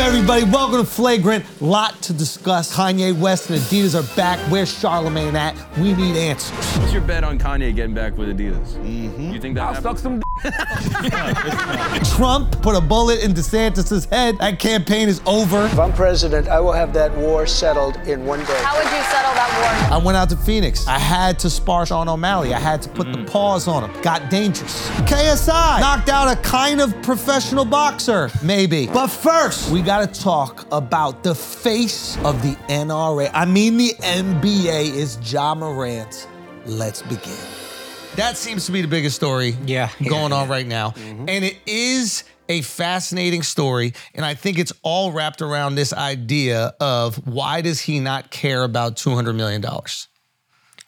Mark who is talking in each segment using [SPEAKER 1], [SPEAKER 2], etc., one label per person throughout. [SPEAKER 1] everybody, welcome to Flagrant. Lot to discuss. Kanye West and Adidas are back. Where's Charlemagne at? We need answers.
[SPEAKER 2] What's your bet on Kanye getting back with Adidas? Mm-hmm. You think that
[SPEAKER 3] I'll suck
[SPEAKER 2] happens?
[SPEAKER 3] some d-
[SPEAKER 1] Trump put a bullet in DeSantis' head. That campaign is over.
[SPEAKER 4] If I'm president, I will have that war settled in one day.
[SPEAKER 5] How would you settle that war?
[SPEAKER 1] I went out to Phoenix. I had to spar Sean O'Malley. I had to put the paws on him. Got dangerous. KSI knocked out a kind of professional boxer, maybe. But first, we gotta talk about the face of the NRA. I mean, the NBA is Ja Morant. Let's begin. That seems to be the biggest story
[SPEAKER 6] Yeah. Mm-hmm.
[SPEAKER 1] going on right now. And it is a fascinating story. And I think it's all wrapped around this idea of why does he not care about $200 million?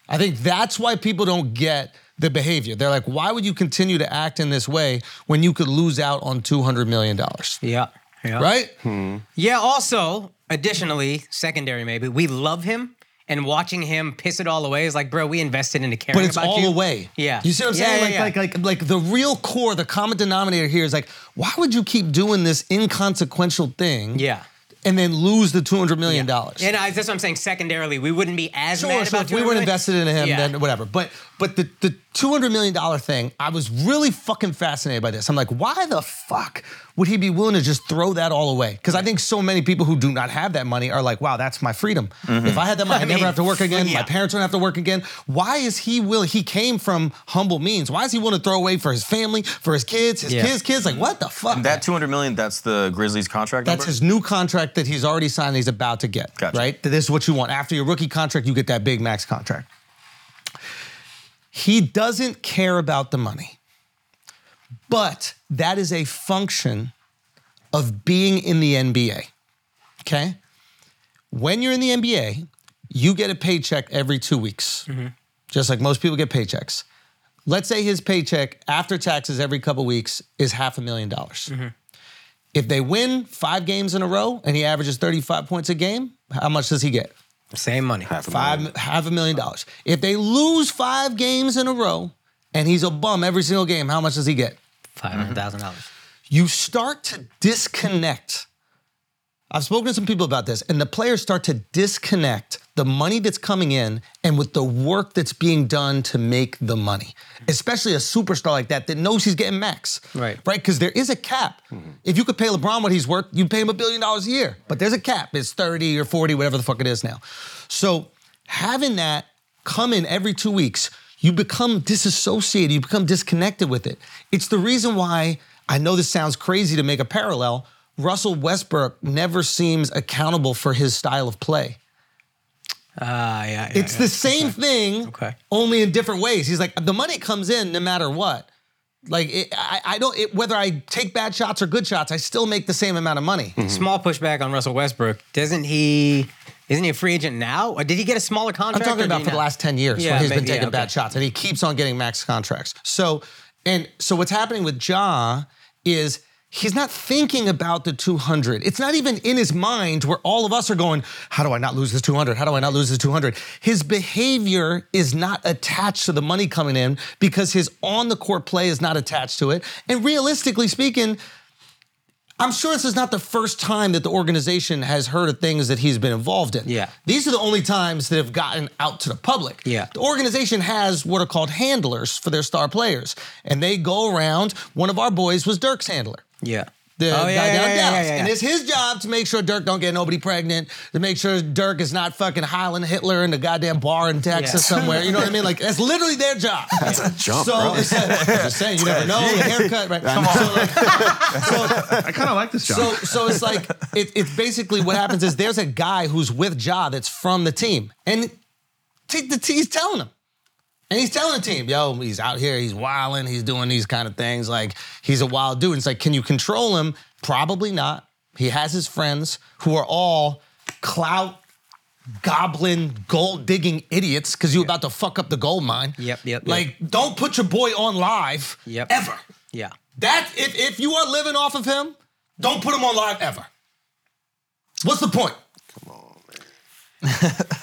[SPEAKER 1] I think that's why people don't get the behavior. They're like, why would you continue to act in this way when you could lose out on $200 million?
[SPEAKER 6] Yeah. Yeah.
[SPEAKER 1] Right?
[SPEAKER 6] Yeah. Also, additionally, secondary maybe, we love him and watching him piss it all away is like, bro, we invested into caring
[SPEAKER 1] But it's
[SPEAKER 6] about
[SPEAKER 1] all
[SPEAKER 6] you.
[SPEAKER 1] away.
[SPEAKER 6] Yeah.
[SPEAKER 1] You see what I'm
[SPEAKER 6] Yeah,
[SPEAKER 1] saying?
[SPEAKER 6] yeah,
[SPEAKER 1] like, like, like, like the real core, the common denominator here is like, why would you keep doing this inconsequential thing?
[SPEAKER 6] Yeah.
[SPEAKER 1] and then lose the two hundred million dollars.
[SPEAKER 6] And I, that's what I'm saying. Secondarily, we wouldn't be as
[SPEAKER 1] Sure,
[SPEAKER 6] mad
[SPEAKER 1] so if
[SPEAKER 6] about
[SPEAKER 1] we were
[SPEAKER 6] doing it.
[SPEAKER 1] invested in him,
[SPEAKER 6] Yeah.
[SPEAKER 1] then whatever. But but the the two hundred million dollar thing, I was really fucking fascinated by this. I'm like, why the fuck would he be willing to just throw that all away? Because I think so many people who do not have that money are like, wow, that's my freedom. If I had that money, I,
[SPEAKER 6] Mm-hmm. I
[SPEAKER 1] would never
[SPEAKER 6] mean,
[SPEAKER 1] have to work again. My
[SPEAKER 6] yeah.
[SPEAKER 1] parents don't have to work again. Why is he will? He came from humble means. Why is he willing to throw away for his family, for his kids, his
[SPEAKER 6] Yeah.
[SPEAKER 1] kids, kids? Like, what the fuck?
[SPEAKER 7] That 200 million, that's the Grizzlies contract
[SPEAKER 1] That's
[SPEAKER 7] number?
[SPEAKER 1] his new contract that he's already signed. That he's about to get.
[SPEAKER 7] Gotcha.
[SPEAKER 1] Right. This is what you want. After your rookie contract, you get that big max contract. He doesn't care about the money, but that is a function of being in the NBA. Okay. When you're in the NBA, you get a paycheck every two weeks,
[SPEAKER 7] Mm-hmm.
[SPEAKER 1] just like most people get paychecks. Let's say his paycheck after taxes every couple weeks is half a million dollars.
[SPEAKER 7] Mm-hmm.
[SPEAKER 1] If they win five games in a row and he averages 35 points a game, how much does he get?
[SPEAKER 6] Same money.
[SPEAKER 1] Five, half a million dollars. If they lose five games in a row and he's a bum every single game, how much does he get?
[SPEAKER 6] Five hundred thousand dollars.
[SPEAKER 1] You start to disconnect. I've spoken to some people about this, and the players start to disconnect the money that's coming in and with the work that's being done to make the money, especially a superstar like that that knows he's getting max.
[SPEAKER 6] Right.
[SPEAKER 1] Right? Because there is a cap. If you could pay LeBron what he's worth, you'd pay him a billion dollars a year. But there's a cap. It's 30 or 40, whatever the fuck it is now. So having that come in every two weeks, you become disassociated, you become disconnected with it. It's the reason why I know this sounds crazy to make a parallel. Russell Westbrook never seems accountable for his style of play.
[SPEAKER 6] Ah, yeah, yeah.
[SPEAKER 1] It's the same thing,
[SPEAKER 6] Okay.
[SPEAKER 1] only in different ways. He's like, the money comes in no matter what. Like, it, I, I don't, it, whether I take bad shots or good shots, I still make the same amount of money.
[SPEAKER 6] small pushback on Russell Westbrook. Doesn't he? Isn't he a free agent now? Or did he get a smaller
[SPEAKER 1] I'm
[SPEAKER 6] contract?
[SPEAKER 1] talking
[SPEAKER 6] or did
[SPEAKER 1] about
[SPEAKER 6] he
[SPEAKER 1] for the
[SPEAKER 6] not?
[SPEAKER 1] last 10 years
[SPEAKER 6] Yeah,
[SPEAKER 1] where he's been
[SPEAKER 6] maybe-
[SPEAKER 1] taking
[SPEAKER 6] yeah,
[SPEAKER 1] bad
[SPEAKER 6] okay.
[SPEAKER 1] shots and he keeps on getting max contracts. So, and so what's happening with Ja is he's not thinking about the 200. It's not even in his mind where all of us are going, how do I not lose this 200? How do I not lose this 200? His behavior is not attached to the money coming in because his on the court play is not attached to it. And realistically speaking, I'm sure this is not the first time that the organization has heard of things that he's been involved in.
[SPEAKER 6] Yeah.
[SPEAKER 1] These are the only times that have gotten out to the public.
[SPEAKER 6] Yeah.
[SPEAKER 1] The organization has what are called handlers for their star players, and they go around. One of our boys was Dirk's handler.
[SPEAKER 6] Yeah.
[SPEAKER 1] The
[SPEAKER 6] oh, yeah,
[SPEAKER 1] guy
[SPEAKER 6] yeah,
[SPEAKER 1] down
[SPEAKER 6] yeah,
[SPEAKER 1] in Dallas.
[SPEAKER 6] yeah, yeah,
[SPEAKER 1] And
[SPEAKER 6] yeah.
[SPEAKER 1] it's his job to make sure Dirk don't get nobody pregnant, to make sure Dirk is not fucking Highland Hitler in the goddamn bar in Texas
[SPEAKER 6] Yeah.
[SPEAKER 1] somewhere. You know what I mean? Like that's literally their job. That's a
[SPEAKER 7] jump,
[SPEAKER 1] So
[SPEAKER 7] bro.
[SPEAKER 1] it's like, I'm just saying, you never know. A haircut, right? Come on. So, like, so-
[SPEAKER 8] I kind of like this job.
[SPEAKER 1] so, so it's like it, it's basically what happens is there's a guy who's with Ja that's from the team, and t- the t- he's telling him, and he's telling the team, yo, he's out here, he's wilding, he's doing these kind of things, like he's a wild dude. And it's like, can you control him? Probably not. He has his friends who are all clout. Goblin gold digging idiots because you're about to fuck up the gold mine.
[SPEAKER 6] Yep, yep, yep.
[SPEAKER 1] Like, don't put your boy on live
[SPEAKER 6] Yep.
[SPEAKER 1] ever.
[SPEAKER 6] yeah.
[SPEAKER 1] That if if you are living off of him, don't put him on live ever. What's the point?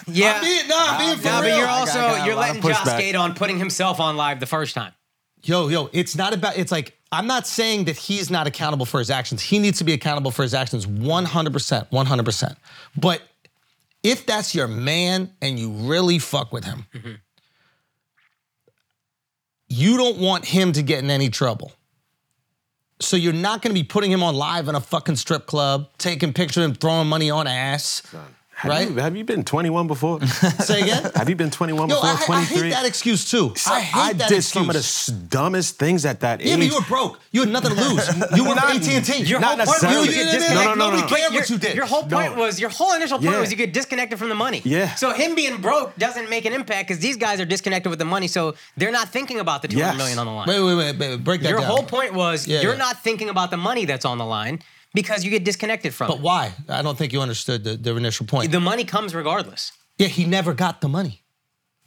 [SPEAKER 6] Yeah.
[SPEAKER 1] I'm being, nah, I'm being for
[SPEAKER 6] No,
[SPEAKER 1] real.
[SPEAKER 6] but
[SPEAKER 1] I
[SPEAKER 6] you're
[SPEAKER 1] got-
[SPEAKER 6] also
[SPEAKER 7] got a
[SPEAKER 6] you're
[SPEAKER 7] lot of
[SPEAKER 6] letting Josh
[SPEAKER 7] pushback.
[SPEAKER 6] skate on putting himself on live the first time.
[SPEAKER 1] Yo, yo, it's not about, it's like, I'm not saying that he's not accountable for his actions. He needs to be accountable for his actions 100%, 100%. But if that's your man and you really fuck with him,
[SPEAKER 3] Mm-hmm.
[SPEAKER 1] you don't want him to get in any trouble. So you're not gonna be putting him on live in a fucking strip club, taking pictures of him, throwing money on ass.
[SPEAKER 3] Have
[SPEAKER 1] Right?
[SPEAKER 3] You, have you been 21 before?
[SPEAKER 1] Say again?
[SPEAKER 3] have you been 21
[SPEAKER 1] Yo,
[SPEAKER 3] before?
[SPEAKER 1] I, I
[SPEAKER 3] 23?
[SPEAKER 1] hate that excuse too. I hate
[SPEAKER 3] I
[SPEAKER 1] that
[SPEAKER 3] did
[SPEAKER 1] excuse.
[SPEAKER 3] some of the s- dumbest things at that
[SPEAKER 1] Yeah,
[SPEAKER 3] age.
[SPEAKER 1] but you were broke. You had nothing to lose. You were
[SPEAKER 3] Not-
[SPEAKER 1] AT and T.
[SPEAKER 3] Your Not whole point was necessarily.
[SPEAKER 1] You, you, you,
[SPEAKER 3] you get
[SPEAKER 1] you,
[SPEAKER 3] disconnected. No, no, no,
[SPEAKER 1] nobody
[SPEAKER 3] no.
[SPEAKER 1] cared what
[SPEAKER 6] your,
[SPEAKER 1] you did.
[SPEAKER 6] your whole point
[SPEAKER 3] No.
[SPEAKER 6] was your whole initial point
[SPEAKER 3] Yeah.
[SPEAKER 6] was you get disconnected from the money.
[SPEAKER 3] Yeah.
[SPEAKER 6] So him being broke doesn't make an impact because these guys are disconnected with the money, so they're not thinking about the two hundred
[SPEAKER 3] Yes.
[SPEAKER 6] million on the line.
[SPEAKER 1] wait, wait, wait, wait. Break that
[SPEAKER 6] your
[SPEAKER 1] down.
[SPEAKER 6] whole point was
[SPEAKER 1] Yeah,
[SPEAKER 6] you're
[SPEAKER 1] yeah.
[SPEAKER 6] not thinking about the money that's on the line because you get disconnected from
[SPEAKER 1] But
[SPEAKER 6] it.
[SPEAKER 1] why? I don't think you understood the, the initial point.
[SPEAKER 6] the money comes regardless.
[SPEAKER 1] yeah, he never got the money.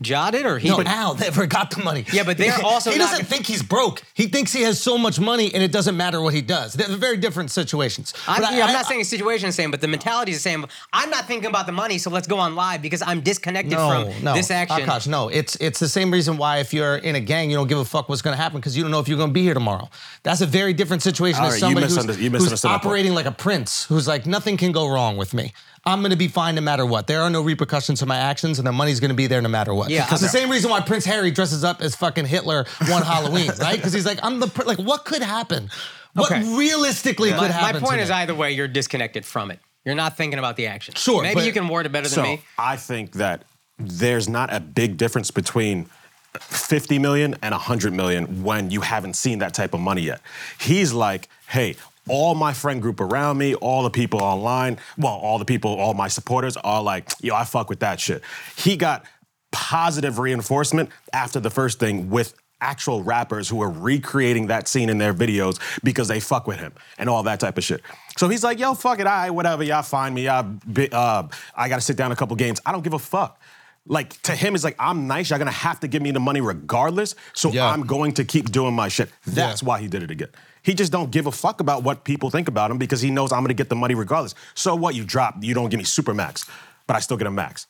[SPEAKER 6] Jotted or he?
[SPEAKER 1] No, Al never got the money.
[SPEAKER 6] Yeah, but they're also
[SPEAKER 1] he
[SPEAKER 6] not-
[SPEAKER 1] doesn't think he's broke. He thinks he has so much money, and it doesn't matter what he does. They're very different situations.
[SPEAKER 6] I'm,
[SPEAKER 1] But I-
[SPEAKER 6] yeah, I'm
[SPEAKER 1] I-
[SPEAKER 6] not saying the situation is the same, but the mentality is the same. I'm not thinking about the money, so let's go on live because I'm disconnected from this action.
[SPEAKER 1] Akash, no, it's it's the same reason why if you're in a gang, you don't give a fuck what's going to happen because you don't know if you're going to be here tomorrow. That's a very different situation
[SPEAKER 3] All
[SPEAKER 1] as
[SPEAKER 3] right, you
[SPEAKER 1] somebody who's,
[SPEAKER 3] misunder- you
[SPEAKER 1] who's
[SPEAKER 3] misunderstood my point.
[SPEAKER 1] operating like a prince, who's like nothing can go wrong with me. I'm going to be fine no matter what. There are no repercussions to my actions, and the money's going to be there no matter what.
[SPEAKER 6] Yeah,
[SPEAKER 1] it's the
[SPEAKER 6] I'm-
[SPEAKER 1] same reason why Prince Harry dresses up as fucking Hitler one Halloween, right? Because he's like, I'm the pr- like, what could happen? What
[SPEAKER 6] Okay.
[SPEAKER 1] realistically could
[SPEAKER 6] my,
[SPEAKER 1] happen?
[SPEAKER 6] my
[SPEAKER 1] to
[SPEAKER 6] point
[SPEAKER 1] me?
[SPEAKER 6] is either way, you're disconnected from it. You're not thinking about the action.
[SPEAKER 1] Sure,
[SPEAKER 6] Maybe
[SPEAKER 1] but-
[SPEAKER 6] you can word it better than
[SPEAKER 3] so
[SPEAKER 6] me.
[SPEAKER 3] I think that there's not a big difference between 50 million and 100 million when you haven't seen that type of money yet. He's like, hey, all my friend group around me, all the people online, well, all the people, all my supporters are like, yo, I fuck with that shit. He got positive reinforcement after the first thing with actual rappers who are recreating that scene in their videos because they fuck with him and all that type of shit. So he's like, yo, fuck it, I whatever, y'all find me, y'all, bi- uh, I gotta sit down a couple games. I don't give a fuck. Like to him, it's like I'm nice. Y'all gonna have to give me the money regardless. So
[SPEAKER 1] Yeah.
[SPEAKER 3] I'm going to keep doing my shit. That's
[SPEAKER 1] Yeah.
[SPEAKER 3] why he did it again. He just don't give a fuck about what people think about him because he knows I'm gonna get the money regardless. So what? You drop, you don't give me super max, but I still get a max.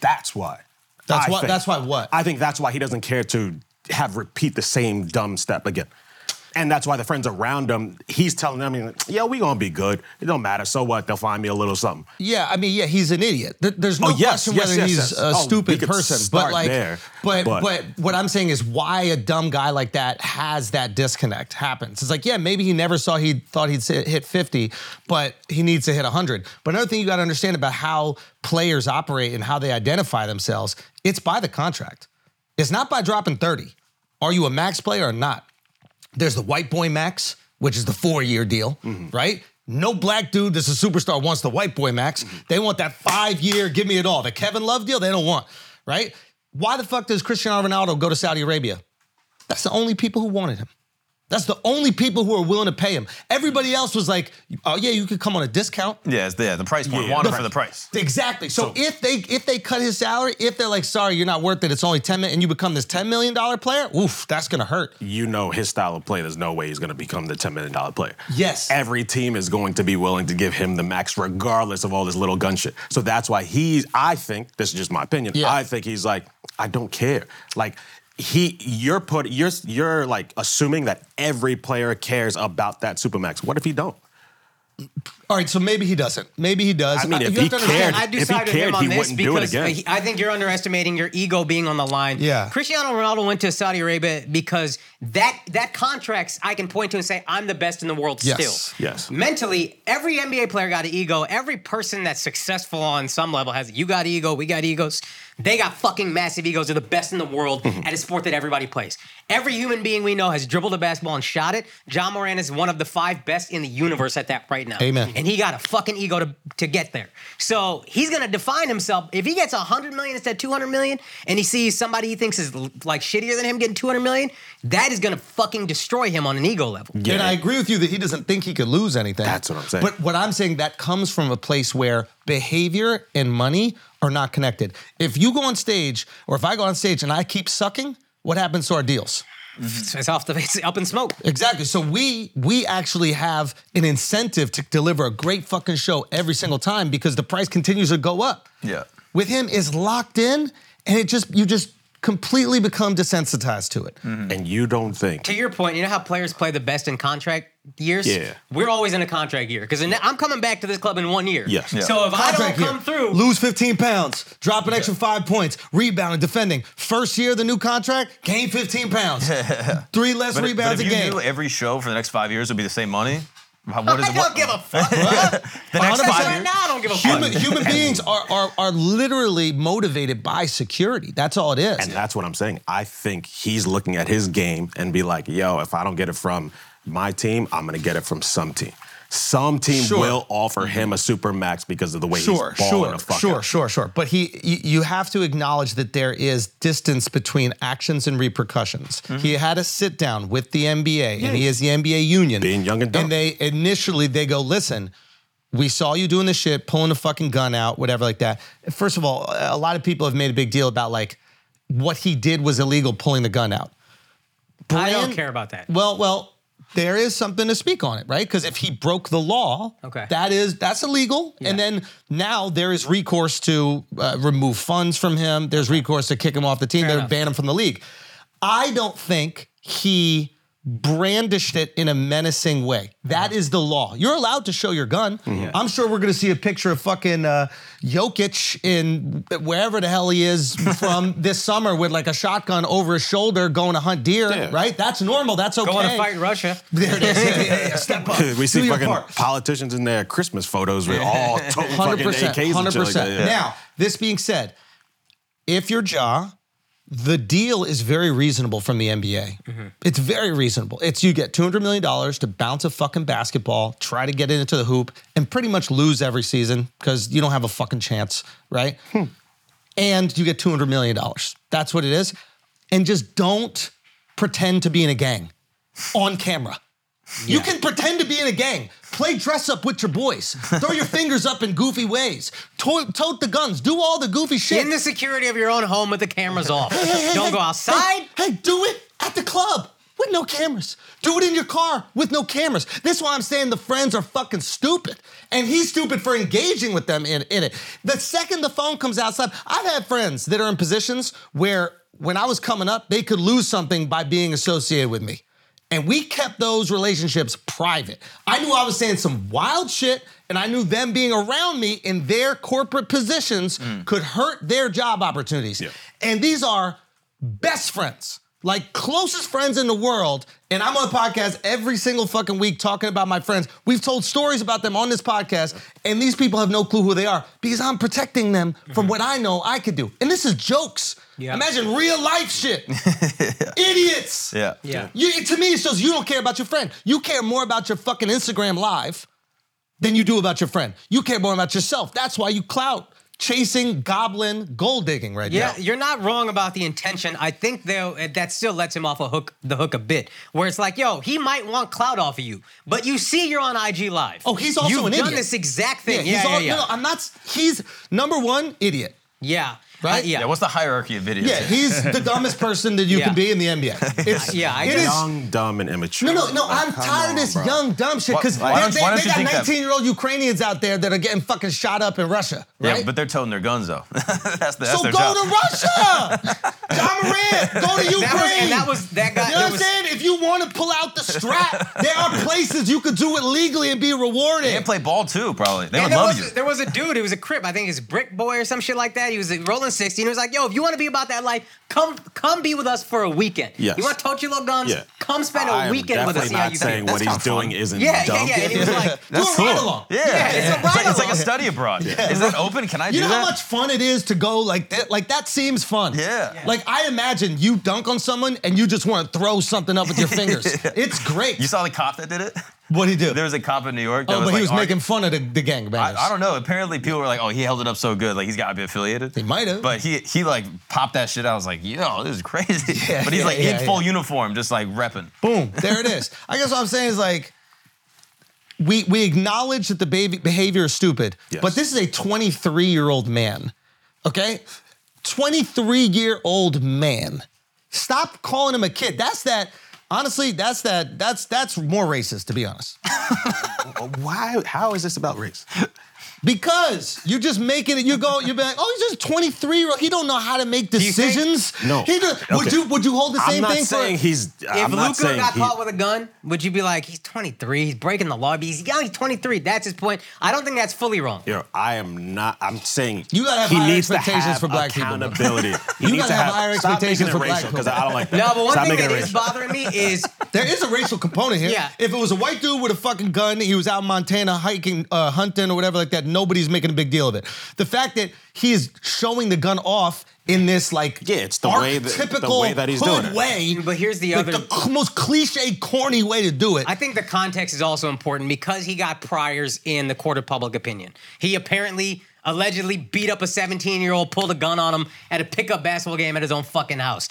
[SPEAKER 3] That's why.
[SPEAKER 1] That's
[SPEAKER 3] I
[SPEAKER 1] why- that's why what?
[SPEAKER 3] I think that's why he doesn't care to have repeat the same dumb step again. And that's why the friends around him, he's telling them, yeah, we gonna be good. It don't matter. So what? They'll find me a little something.
[SPEAKER 1] Yeah, I mean, yeah, he's an idiot. Th- There's no
[SPEAKER 3] Oh, yes,
[SPEAKER 1] question
[SPEAKER 3] yes,
[SPEAKER 1] whether
[SPEAKER 3] yes,
[SPEAKER 1] he's
[SPEAKER 3] yes.
[SPEAKER 1] a
[SPEAKER 3] Oh, we
[SPEAKER 1] stupid
[SPEAKER 3] could
[SPEAKER 1] person, but
[SPEAKER 3] start
[SPEAKER 1] like,
[SPEAKER 3] there,
[SPEAKER 1] but, but
[SPEAKER 3] but-
[SPEAKER 1] what I'm saying is why a dumb guy like that has that disconnect happens. It's like, yeah, maybe he never saw he thought he'd sit- hit 50, but he needs to hit 100. But another thing you got to understand about how players operate and how they identify themselves, it's by the contract. It's not by dropping 30. Are you a max player or not? There's the white boy max, which is the four year deal,
[SPEAKER 7] Mm-hmm.
[SPEAKER 1] right? No black dude that's a superstar wants the white boy max.
[SPEAKER 7] Mm-hmm.
[SPEAKER 1] They want that five year, give me it all. The Kevin Love deal, they don't want, right? Why the fuck does Cristiano Ronaldo go to Saudi Arabia? That's the only people who wanted him. That's the only people who are willing to pay him. Everybody else was like, oh, yeah, you could come on a discount.
[SPEAKER 7] Yeah, it's yeah, the price point.
[SPEAKER 3] Yeah.
[SPEAKER 7] Wanted
[SPEAKER 3] The-
[SPEAKER 7] for the price.
[SPEAKER 1] Exactly. So, if they if they cut his salary, if they're like, sorry, you're not worth it, it's only 10 million, and you become this $10 million player, oof, that's gonna hurt.
[SPEAKER 3] You know his style of play, there's no way he's gonna become the $10 million player.
[SPEAKER 1] Yes.
[SPEAKER 3] Every team is going to be willing to give him the max regardless of all this little gun shit. So that's why he's, I think, this is just my opinion,
[SPEAKER 1] Yeah.
[SPEAKER 3] I think he's like, I don't care. Like, he you're put you're you're like assuming that every player cares about that supermax. What if he don't?
[SPEAKER 1] All right, so maybe he doesn't. Maybe he does.
[SPEAKER 3] I mean,
[SPEAKER 1] you
[SPEAKER 3] if
[SPEAKER 1] have
[SPEAKER 3] he
[SPEAKER 1] to understand-
[SPEAKER 3] cared-
[SPEAKER 6] I do
[SPEAKER 3] if he
[SPEAKER 6] side with him
[SPEAKER 3] cared,
[SPEAKER 6] on
[SPEAKER 3] he
[SPEAKER 6] this
[SPEAKER 3] wouldn't do it
[SPEAKER 6] because
[SPEAKER 3] again.
[SPEAKER 6] I think you're underestimating your ego being on the line.
[SPEAKER 1] Yeah.
[SPEAKER 6] Cristiano Ronaldo went to Saudi Arabia because that that contracts I can point to and say I'm the best in the world
[SPEAKER 1] Yes.
[SPEAKER 6] still.
[SPEAKER 3] Yes.
[SPEAKER 6] Mentally, every NBA player got an ego. Every person that's successful on some level has. You got ego. We got egos. They got fucking massive egos. They're the best in the world
[SPEAKER 3] Mm-hmm.
[SPEAKER 6] at a sport that everybody plays. Every human being we know has dribbled a basketball and shot it. John Moran is one of the five best in the universe at that right now.
[SPEAKER 1] Amen.
[SPEAKER 6] And he got a fucking ego to, to get there. So he's gonna define himself. If he gets 100 million instead of 200 million, and he sees somebody he thinks is l- like shittier than him getting 200 million, that is gonna fucking destroy him on an ego level.
[SPEAKER 1] And I agree with you that he doesn't think he could lose anything.
[SPEAKER 3] That's what I'm saying.
[SPEAKER 1] But what I'm saying that comes from a place where behavior and money are not connected. If you go on stage, or if I go on stage and I keep sucking, what happens to our deals?
[SPEAKER 6] It's, it's off the it's up in smoke.
[SPEAKER 1] Exactly. So we we actually have an incentive to deliver a great fucking show every single time because the price continues to go up.
[SPEAKER 7] Yeah.
[SPEAKER 1] With him is locked in, and it just you just completely become desensitized to it.
[SPEAKER 3] and you don't think.
[SPEAKER 6] to your point, you know how players play the best in contract years?
[SPEAKER 3] Yeah.
[SPEAKER 6] We're always in a contract year because I'm coming back to this club in one year.
[SPEAKER 3] Yes. Yeah.
[SPEAKER 6] So if I
[SPEAKER 1] Contract
[SPEAKER 6] don't
[SPEAKER 1] year.
[SPEAKER 6] come through,
[SPEAKER 1] Lose 15 pounds, drop an extra five points, rebound and defending. First year of the new contract, gain 15 pounds. Three less
[SPEAKER 7] But,
[SPEAKER 1] rebounds
[SPEAKER 7] but if
[SPEAKER 1] a
[SPEAKER 7] you
[SPEAKER 1] game.
[SPEAKER 7] knew every show for the next five years would be the same money, how- what is
[SPEAKER 6] I
[SPEAKER 7] what?
[SPEAKER 6] don't give a fuck.
[SPEAKER 7] the next
[SPEAKER 1] Honestly,
[SPEAKER 7] five
[SPEAKER 1] right
[SPEAKER 7] years?
[SPEAKER 6] now, I don't give a fuck.
[SPEAKER 1] Human, human beings are, are are literally motivated by security. That's all it is.
[SPEAKER 3] And that's what I'm saying. I think he's looking at his game and be like, yo, if I don't get it from my team, I'm gonna get it from some team. Some team
[SPEAKER 1] Sure. Mm-hmm.
[SPEAKER 3] will offer him a super max because of the way
[SPEAKER 1] sure,
[SPEAKER 3] he's
[SPEAKER 1] sure,
[SPEAKER 3] balling the fuck
[SPEAKER 1] sure,
[SPEAKER 3] out.
[SPEAKER 1] sure, sure. But he, you, you have to acknowledge that there is distance between actions and repercussions.
[SPEAKER 3] Mm-hmm.
[SPEAKER 1] He had a sit down with the NBA, and he is the NBA union.
[SPEAKER 3] Being young and dumb.
[SPEAKER 1] And they initially they go, listen. We saw you doing this shit, pulling the fucking gun out, whatever like that. First of all, a lot of people have made a big deal about like what he did was illegal, pulling the gun out.
[SPEAKER 6] I don't
[SPEAKER 1] Brand-
[SPEAKER 6] care about that.
[SPEAKER 1] Well, well, there is something to speak on it, right? Because if he broke the law,
[SPEAKER 6] Okay.
[SPEAKER 1] that is that's illegal. And then now there is recourse to uh, remove funds from him. There's recourse to kick him off the team. They would
[SPEAKER 6] enough.
[SPEAKER 1] ban him from the league. I don't think he brandished it in a menacing way. That is the law. You're allowed to show your gun.
[SPEAKER 6] Mm-hmm.
[SPEAKER 1] I'm sure we're going to see a picture of fucking uh, Jokic in wherever the hell he is from this summer with like a shotgun over his shoulder going to hunt deer, right? That's normal. That's okay.
[SPEAKER 6] Going to fight Russia.
[SPEAKER 1] There it is. Yeah, yeah, yeah. Step up.
[SPEAKER 3] We see
[SPEAKER 1] Do your
[SPEAKER 3] fucking
[SPEAKER 1] part.
[SPEAKER 3] politicians in their Christmas photos with all total
[SPEAKER 1] 100%.
[SPEAKER 3] fucking AKs and shit like
[SPEAKER 1] 100%.
[SPEAKER 3] that. yeah.
[SPEAKER 1] Now, this being said, if you're Ja, the deal is very reasonable from the NBA.
[SPEAKER 6] Mm-hmm.
[SPEAKER 1] It's very reasonable. It's you get $200 million to bounce a fucking basketball, try to get it into the hoop, and pretty much lose every season because you don't have a fucking chance, right?
[SPEAKER 6] Hmm.
[SPEAKER 1] And you get $200 million. That's what it is. And just don't pretend to be in a gang on camera. You can pretend to be in a gang, play dress up with your boys, throw your fingers up in goofy ways, to- tote the guns, do all the goofy shit.
[SPEAKER 6] In the security of your own home with the cameras off. don't go outside.
[SPEAKER 1] Hey, hey, do it at the club with no cameras. Do it in your car with no cameras. This is why I'm saying the friends are fucking stupid. And he's stupid for engaging with them in, in it. The second the phone comes outside, I've had friends that are in positions where when I was coming up, they could lose something by being associated with me. And we kept those relationships private. I knew I was saying some wild shit, and I knew them being around me in their corporate positions could hurt their job opportunities. And these are best friends, like closest friends in the world. And I'm on the podcast every single fucking week talking about my friends. We've told stories about them on this podcast, and these people have no clue who they are because I'm protecting them from what I know I could do. And this is jokes.
[SPEAKER 6] Yeah.
[SPEAKER 1] Imagine real life shit. Idiots.
[SPEAKER 7] Yeah.
[SPEAKER 6] Yeah.
[SPEAKER 1] You, it- to me, it shows you don't care about your friend. You care more about your fucking Instagram live than you do about your friend. You care more about yourself. That's why you clout chasing goblin gold digging right
[SPEAKER 6] Yeah,
[SPEAKER 1] now.
[SPEAKER 6] you're not wrong about the intention. I think though eh, that still lets him off a hook, the hook a bit, where it's like, yo, he might want clout off of you, but you see, you're on IG live.
[SPEAKER 1] Oh, he's also
[SPEAKER 6] You've
[SPEAKER 1] an
[SPEAKER 6] done
[SPEAKER 1] idiot.
[SPEAKER 6] this exact thing. Yeah,
[SPEAKER 1] he's
[SPEAKER 6] yeah,
[SPEAKER 1] all,
[SPEAKER 6] yeah.
[SPEAKER 1] No, no, I'm not. He's number one idiot.
[SPEAKER 6] yeah.
[SPEAKER 1] Right?
[SPEAKER 6] Uh, yeah.
[SPEAKER 7] Yeah, what's the hierarchy of videos?
[SPEAKER 1] Yeah, he's the dumbest person that you
[SPEAKER 6] Yeah.
[SPEAKER 1] can be in the NBA. It's,
[SPEAKER 6] Yeah, I
[SPEAKER 1] it
[SPEAKER 6] guess-
[SPEAKER 1] is.
[SPEAKER 3] Young, dumb, and immature.
[SPEAKER 1] No, no, no. I'm tired of this young dumb shit because they,
[SPEAKER 7] Why- why don't-
[SPEAKER 1] they-
[SPEAKER 7] why don't
[SPEAKER 1] they
[SPEAKER 7] you
[SPEAKER 1] got
[SPEAKER 7] think that?
[SPEAKER 1] 19 year old Ukrainians out there that are getting fucking shot up in Russia.
[SPEAKER 7] Yeah,
[SPEAKER 1] Right?
[SPEAKER 7] but they're toting their guns though. that's the, that's
[SPEAKER 1] so
[SPEAKER 7] their
[SPEAKER 1] go
[SPEAKER 7] job.
[SPEAKER 1] to Russia. John Morant, go to Ukraine.
[SPEAKER 6] That was, and that was that guy.
[SPEAKER 1] You know
[SPEAKER 6] there
[SPEAKER 1] what I'm
[SPEAKER 6] was-
[SPEAKER 1] saying? If you want to pull out the strap, there are places you could do it legally and be rewarded.
[SPEAKER 7] They play ball too, probably. They
[SPEAKER 6] And
[SPEAKER 7] would
[SPEAKER 6] there,
[SPEAKER 7] love
[SPEAKER 6] was,
[SPEAKER 7] you.
[SPEAKER 6] there was a dude, he was a crip, I think his brick boy or some shit like that. He was rolling 60 and he was like, yo, if you want to be about that life, come come be with us for a weekend.
[SPEAKER 3] Yes.
[SPEAKER 6] You want to tote your little guns?
[SPEAKER 3] Yeah.
[SPEAKER 6] Come spend a
[SPEAKER 3] I am
[SPEAKER 6] weekend with us.
[SPEAKER 3] definitely
[SPEAKER 6] See how
[SPEAKER 3] not
[SPEAKER 6] you
[SPEAKER 3] saying
[SPEAKER 6] feel.
[SPEAKER 3] what he's
[SPEAKER 7] not fun.
[SPEAKER 3] doing isn't
[SPEAKER 6] Yeah, yeah,
[SPEAKER 3] dumb.
[SPEAKER 6] yeah. And he was like,
[SPEAKER 1] do a ride along.
[SPEAKER 7] Yeah,
[SPEAKER 6] Yeah, it's a
[SPEAKER 7] it's, like, it's like
[SPEAKER 6] ride-along.
[SPEAKER 7] a study abroad. Is that open? Can I do
[SPEAKER 1] You know
[SPEAKER 7] that?
[SPEAKER 1] how much fun it is to go like that? Like that seems fun.
[SPEAKER 7] Yeah. Yeah.
[SPEAKER 1] Like I imagine you dunk on someone and you just want to throw something up with your fingers. It's great.
[SPEAKER 7] you saw the cop that did it?
[SPEAKER 1] What'd he do?
[SPEAKER 7] There was a cop in New York that
[SPEAKER 1] oh, but
[SPEAKER 7] was
[SPEAKER 1] he
[SPEAKER 7] like,
[SPEAKER 1] was
[SPEAKER 7] argu-
[SPEAKER 1] making fun of the, the gangbangers.
[SPEAKER 7] I, I don't know. Apparently, people were like, "Oh, he held it up so good, like he's got to be affiliated." He
[SPEAKER 1] might have.
[SPEAKER 7] but he he like popped that shit out. I was like, "Yo, this is crazy." but he's
[SPEAKER 1] yeah,
[SPEAKER 7] like
[SPEAKER 1] yeah,
[SPEAKER 7] in full uniform, just like repping.
[SPEAKER 1] Boom. There it is. I guess what I'm saying is like, we we acknowledge that the baby behavior is stupid,
[SPEAKER 3] Yes.
[SPEAKER 1] but this is a 23 year old man. Okay, 23 year old man. Stop calling him a kid. That's that. Honestly, that's that. That's that's more racist, to be honest.
[SPEAKER 3] Why? How is this about race?
[SPEAKER 1] Because you just making it, you go, you be like, oh, he's just 23 year old. He don't know how to make
[SPEAKER 6] you think-
[SPEAKER 1] decisions.
[SPEAKER 3] No.
[SPEAKER 1] He do- Would
[SPEAKER 3] Okay.
[SPEAKER 1] you would you hold the
[SPEAKER 3] I'm
[SPEAKER 1] same
[SPEAKER 3] not
[SPEAKER 1] thing
[SPEAKER 3] saying
[SPEAKER 1] for
[SPEAKER 3] he's.
[SPEAKER 6] If
[SPEAKER 3] I'm not
[SPEAKER 6] Luca
[SPEAKER 3] saying
[SPEAKER 6] got
[SPEAKER 3] he-
[SPEAKER 6] caught with a gun, would you be like, he's 23, he's breaking the law, but he's young, he's 23. That's his point. I don't think that's fully wrong.
[SPEAKER 3] Yo, I am not. I'm saying
[SPEAKER 1] You gotta have
[SPEAKER 3] he
[SPEAKER 1] higher
[SPEAKER 3] needs to
[SPEAKER 1] expectations
[SPEAKER 3] have
[SPEAKER 1] for black people, though.
[SPEAKER 3] accountability. He
[SPEAKER 1] You
[SPEAKER 3] needs
[SPEAKER 1] gotta
[SPEAKER 3] to
[SPEAKER 1] have higher
[SPEAKER 3] stop making
[SPEAKER 1] expectations
[SPEAKER 3] it
[SPEAKER 1] for black
[SPEAKER 3] racial, 'cause
[SPEAKER 1] people.
[SPEAKER 3] I don't like that.
[SPEAKER 6] No, but one
[SPEAKER 3] Stop
[SPEAKER 6] thing
[SPEAKER 3] making
[SPEAKER 6] that
[SPEAKER 3] it
[SPEAKER 6] is
[SPEAKER 3] racial.
[SPEAKER 6] bothering me is
[SPEAKER 1] There is a racial component here.
[SPEAKER 6] Yeah.
[SPEAKER 1] If it was a white dude with a fucking gun, he was out in Montana hiking, uh, hunting, or whatever like that, nobody's making a big deal of it. The fact that he is showing the gun off in this like
[SPEAKER 3] Yeah, it's the way that- the
[SPEAKER 1] archetypical
[SPEAKER 3] way that he's
[SPEAKER 1] hood
[SPEAKER 3] doing it.
[SPEAKER 1] way.
[SPEAKER 6] But here's the
[SPEAKER 1] like
[SPEAKER 6] other-
[SPEAKER 1] the c- most cliche, corny way to do it.
[SPEAKER 6] I think the context is also important because he got priors in the court of public opinion. He apparently allegedly beat up a 17 year old, pulled a gun on him at a pickup basketball game at his own fucking house.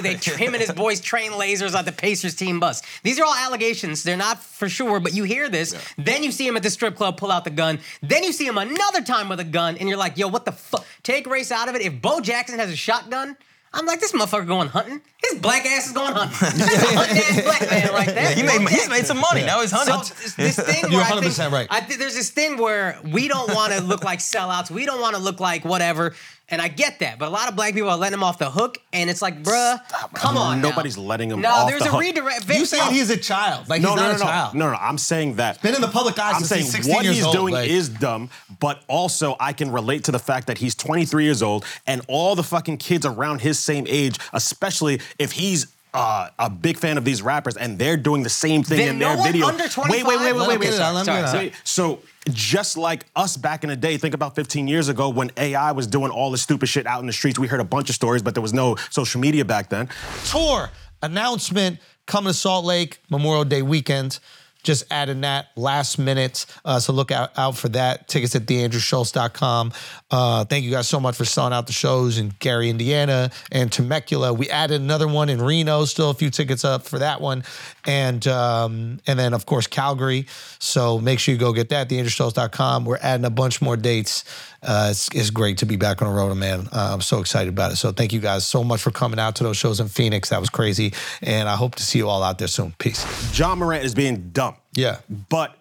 [SPEAKER 6] they him and his boys train lasers on the Pacers team bus. These are all allegations. They're not for sure, but you hear this. Then you see him at the strip club pull out the gun. Then you see him another time with a gun, and you're like, yo, what the fuck? Take race out of it. If Bo Jackson has a shotgun, I'm like, this motherfucker going hunting. His black ass is going hunting. That's a hunting ass black man like that.
[SPEAKER 7] He
[SPEAKER 6] Bo
[SPEAKER 7] made, he's
[SPEAKER 6] Jackson.
[SPEAKER 7] made some money. Now he's hunting.
[SPEAKER 6] So this, this thing where
[SPEAKER 1] You're
[SPEAKER 6] I think-
[SPEAKER 1] 100% right.
[SPEAKER 6] I think there's this thing where we don't want to look like sellouts. We don't want to look like whatever. And I get that, but a lot of black people are letting him off the hook, and it's like, bruh, come on. now.
[SPEAKER 3] Nobody's letting him
[SPEAKER 6] No,
[SPEAKER 3] off
[SPEAKER 6] there's
[SPEAKER 3] the
[SPEAKER 6] a
[SPEAKER 3] hook.
[SPEAKER 6] redirect.
[SPEAKER 1] you
[SPEAKER 6] Vince,
[SPEAKER 1] saying he's a child? Like
[SPEAKER 3] No,
[SPEAKER 1] he's
[SPEAKER 3] no,
[SPEAKER 1] not
[SPEAKER 3] no,
[SPEAKER 1] a
[SPEAKER 3] no,
[SPEAKER 1] child.
[SPEAKER 3] no, no. I'm saying that.
[SPEAKER 1] Been in the public eye
[SPEAKER 3] I'm
[SPEAKER 1] since
[SPEAKER 3] saying
[SPEAKER 1] he's 16
[SPEAKER 3] what
[SPEAKER 1] years
[SPEAKER 3] he's
[SPEAKER 1] old,
[SPEAKER 3] doing
[SPEAKER 1] like-
[SPEAKER 3] is dumb, but also I can relate to the fact that he's 23 years old and all the fucking kids around his same age, especially if he's uh, a big fan of these rappers and they're doing the same thing
[SPEAKER 6] Then
[SPEAKER 3] in
[SPEAKER 6] no
[SPEAKER 3] their
[SPEAKER 6] one
[SPEAKER 3] video.
[SPEAKER 6] under
[SPEAKER 3] wait, wait,
[SPEAKER 6] 25
[SPEAKER 3] wait,
[SPEAKER 1] Let
[SPEAKER 3] wait, wait,
[SPEAKER 1] him get
[SPEAKER 3] wait.
[SPEAKER 1] it out, let him
[SPEAKER 6] sorry,
[SPEAKER 1] get it
[SPEAKER 6] sorry.
[SPEAKER 1] out.
[SPEAKER 3] So just like us back in the day, think about 15 years ago when AI was doing all the stupid shit out in the streets. We heard a bunch of stories, but there was no social media back then.
[SPEAKER 1] tour announcement coming to Salt Lake Memorial Day weekend. Just adding that last minute. Uh, so look out, out for that. Tickets at theandrewschultz.com. Uh, thank you guys so much for selling out the shows in Gary, Indiana and Temecula. We added another one in Reno, still a few tickets up for that one. And um, and then, of course, Calgary. So make sure you go get that, theandrewschultz.com. We're adding a bunch more dates. Uh, it's, it's great to be back on the road, man. Uh, I'm so excited about it. So thank you guys so much for coming out to those shows in Phoenix. That was crazy. And I hope to see you all out there soon. Peace.
[SPEAKER 3] John Morant is being dumb.
[SPEAKER 1] Yeah.
[SPEAKER 3] But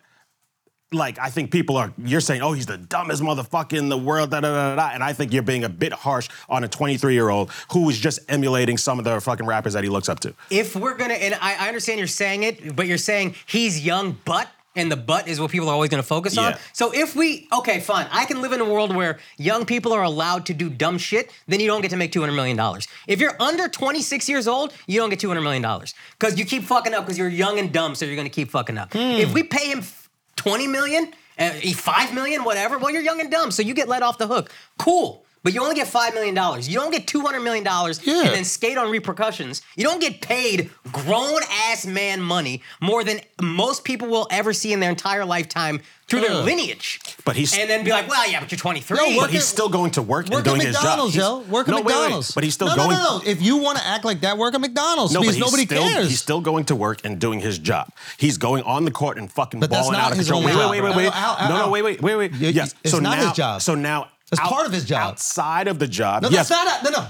[SPEAKER 3] like I think people are you're saying, oh, he's the dumbest motherfucker in the world, da da da da. da. And I think you're being a bit harsh on a 23 year old who is just emulating some of the fucking rappers that he looks up to.
[SPEAKER 6] if we're gonna, and I, I understand you're saying it, but you're saying he's young, but. And the butt is what people are always going to focus on.
[SPEAKER 3] Yeah.
[SPEAKER 6] So if we okay, fine, I can live in a world where young people are allowed to do dumb shit. Then you don't get to make two hundred million dollars. If you're under twenty six years old, you don't get two hundred million dollars because you keep fucking up because you're young and dumb. So you're going to keep fucking up. If we pay him f- twenty million, uh, five million, whatever, well, you're young and dumb, so you get let off the hook. Cool. But you only get $5 million. You don't get $200 million
[SPEAKER 1] Yeah.
[SPEAKER 6] and then skate on repercussions. You don't get paid grown ass man money more than most people will ever see in their entire lifetime through their
[SPEAKER 1] Ugh.
[SPEAKER 6] lineage.
[SPEAKER 3] But he's-
[SPEAKER 6] and then be like, well, yeah, but you're 23.
[SPEAKER 1] No,
[SPEAKER 3] But
[SPEAKER 1] work
[SPEAKER 3] he's
[SPEAKER 1] at-
[SPEAKER 3] still going to work,
[SPEAKER 1] Work
[SPEAKER 3] and doing
[SPEAKER 1] at
[SPEAKER 3] his job.
[SPEAKER 1] McDonald's,
[SPEAKER 3] He's-
[SPEAKER 1] yo. Work at
[SPEAKER 3] No, wait, wait, wait.
[SPEAKER 1] McDonald's.
[SPEAKER 3] But he's still
[SPEAKER 1] no,
[SPEAKER 3] going.
[SPEAKER 1] No, no, no. If you want to act like that, work at McDonald's.
[SPEAKER 3] No, but
[SPEAKER 1] because
[SPEAKER 3] he's
[SPEAKER 1] nobody
[SPEAKER 3] still,
[SPEAKER 1] cares.
[SPEAKER 3] He's still going to work and doing his job. He's going on the court and fucking
[SPEAKER 1] But that's
[SPEAKER 3] balling
[SPEAKER 1] not
[SPEAKER 3] out of
[SPEAKER 1] his
[SPEAKER 3] control.
[SPEAKER 1] only
[SPEAKER 3] Wait,
[SPEAKER 1] job,
[SPEAKER 3] wait, wait,
[SPEAKER 1] bro.
[SPEAKER 3] wait,
[SPEAKER 1] Ow,
[SPEAKER 3] wait.
[SPEAKER 1] ow,
[SPEAKER 3] No,
[SPEAKER 1] ow.
[SPEAKER 3] no, wait, wait, wait, wait.
[SPEAKER 1] You-
[SPEAKER 3] Yes.
[SPEAKER 1] it's
[SPEAKER 3] so
[SPEAKER 1] not
[SPEAKER 3] now,
[SPEAKER 1] his job.
[SPEAKER 3] So now,
[SPEAKER 1] That's part of his job.
[SPEAKER 3] Outside of the job.
[SPEAKER 1] No,
[SPEAKER 3] yes.
[SPEAKER 1] that's not. A, no, no,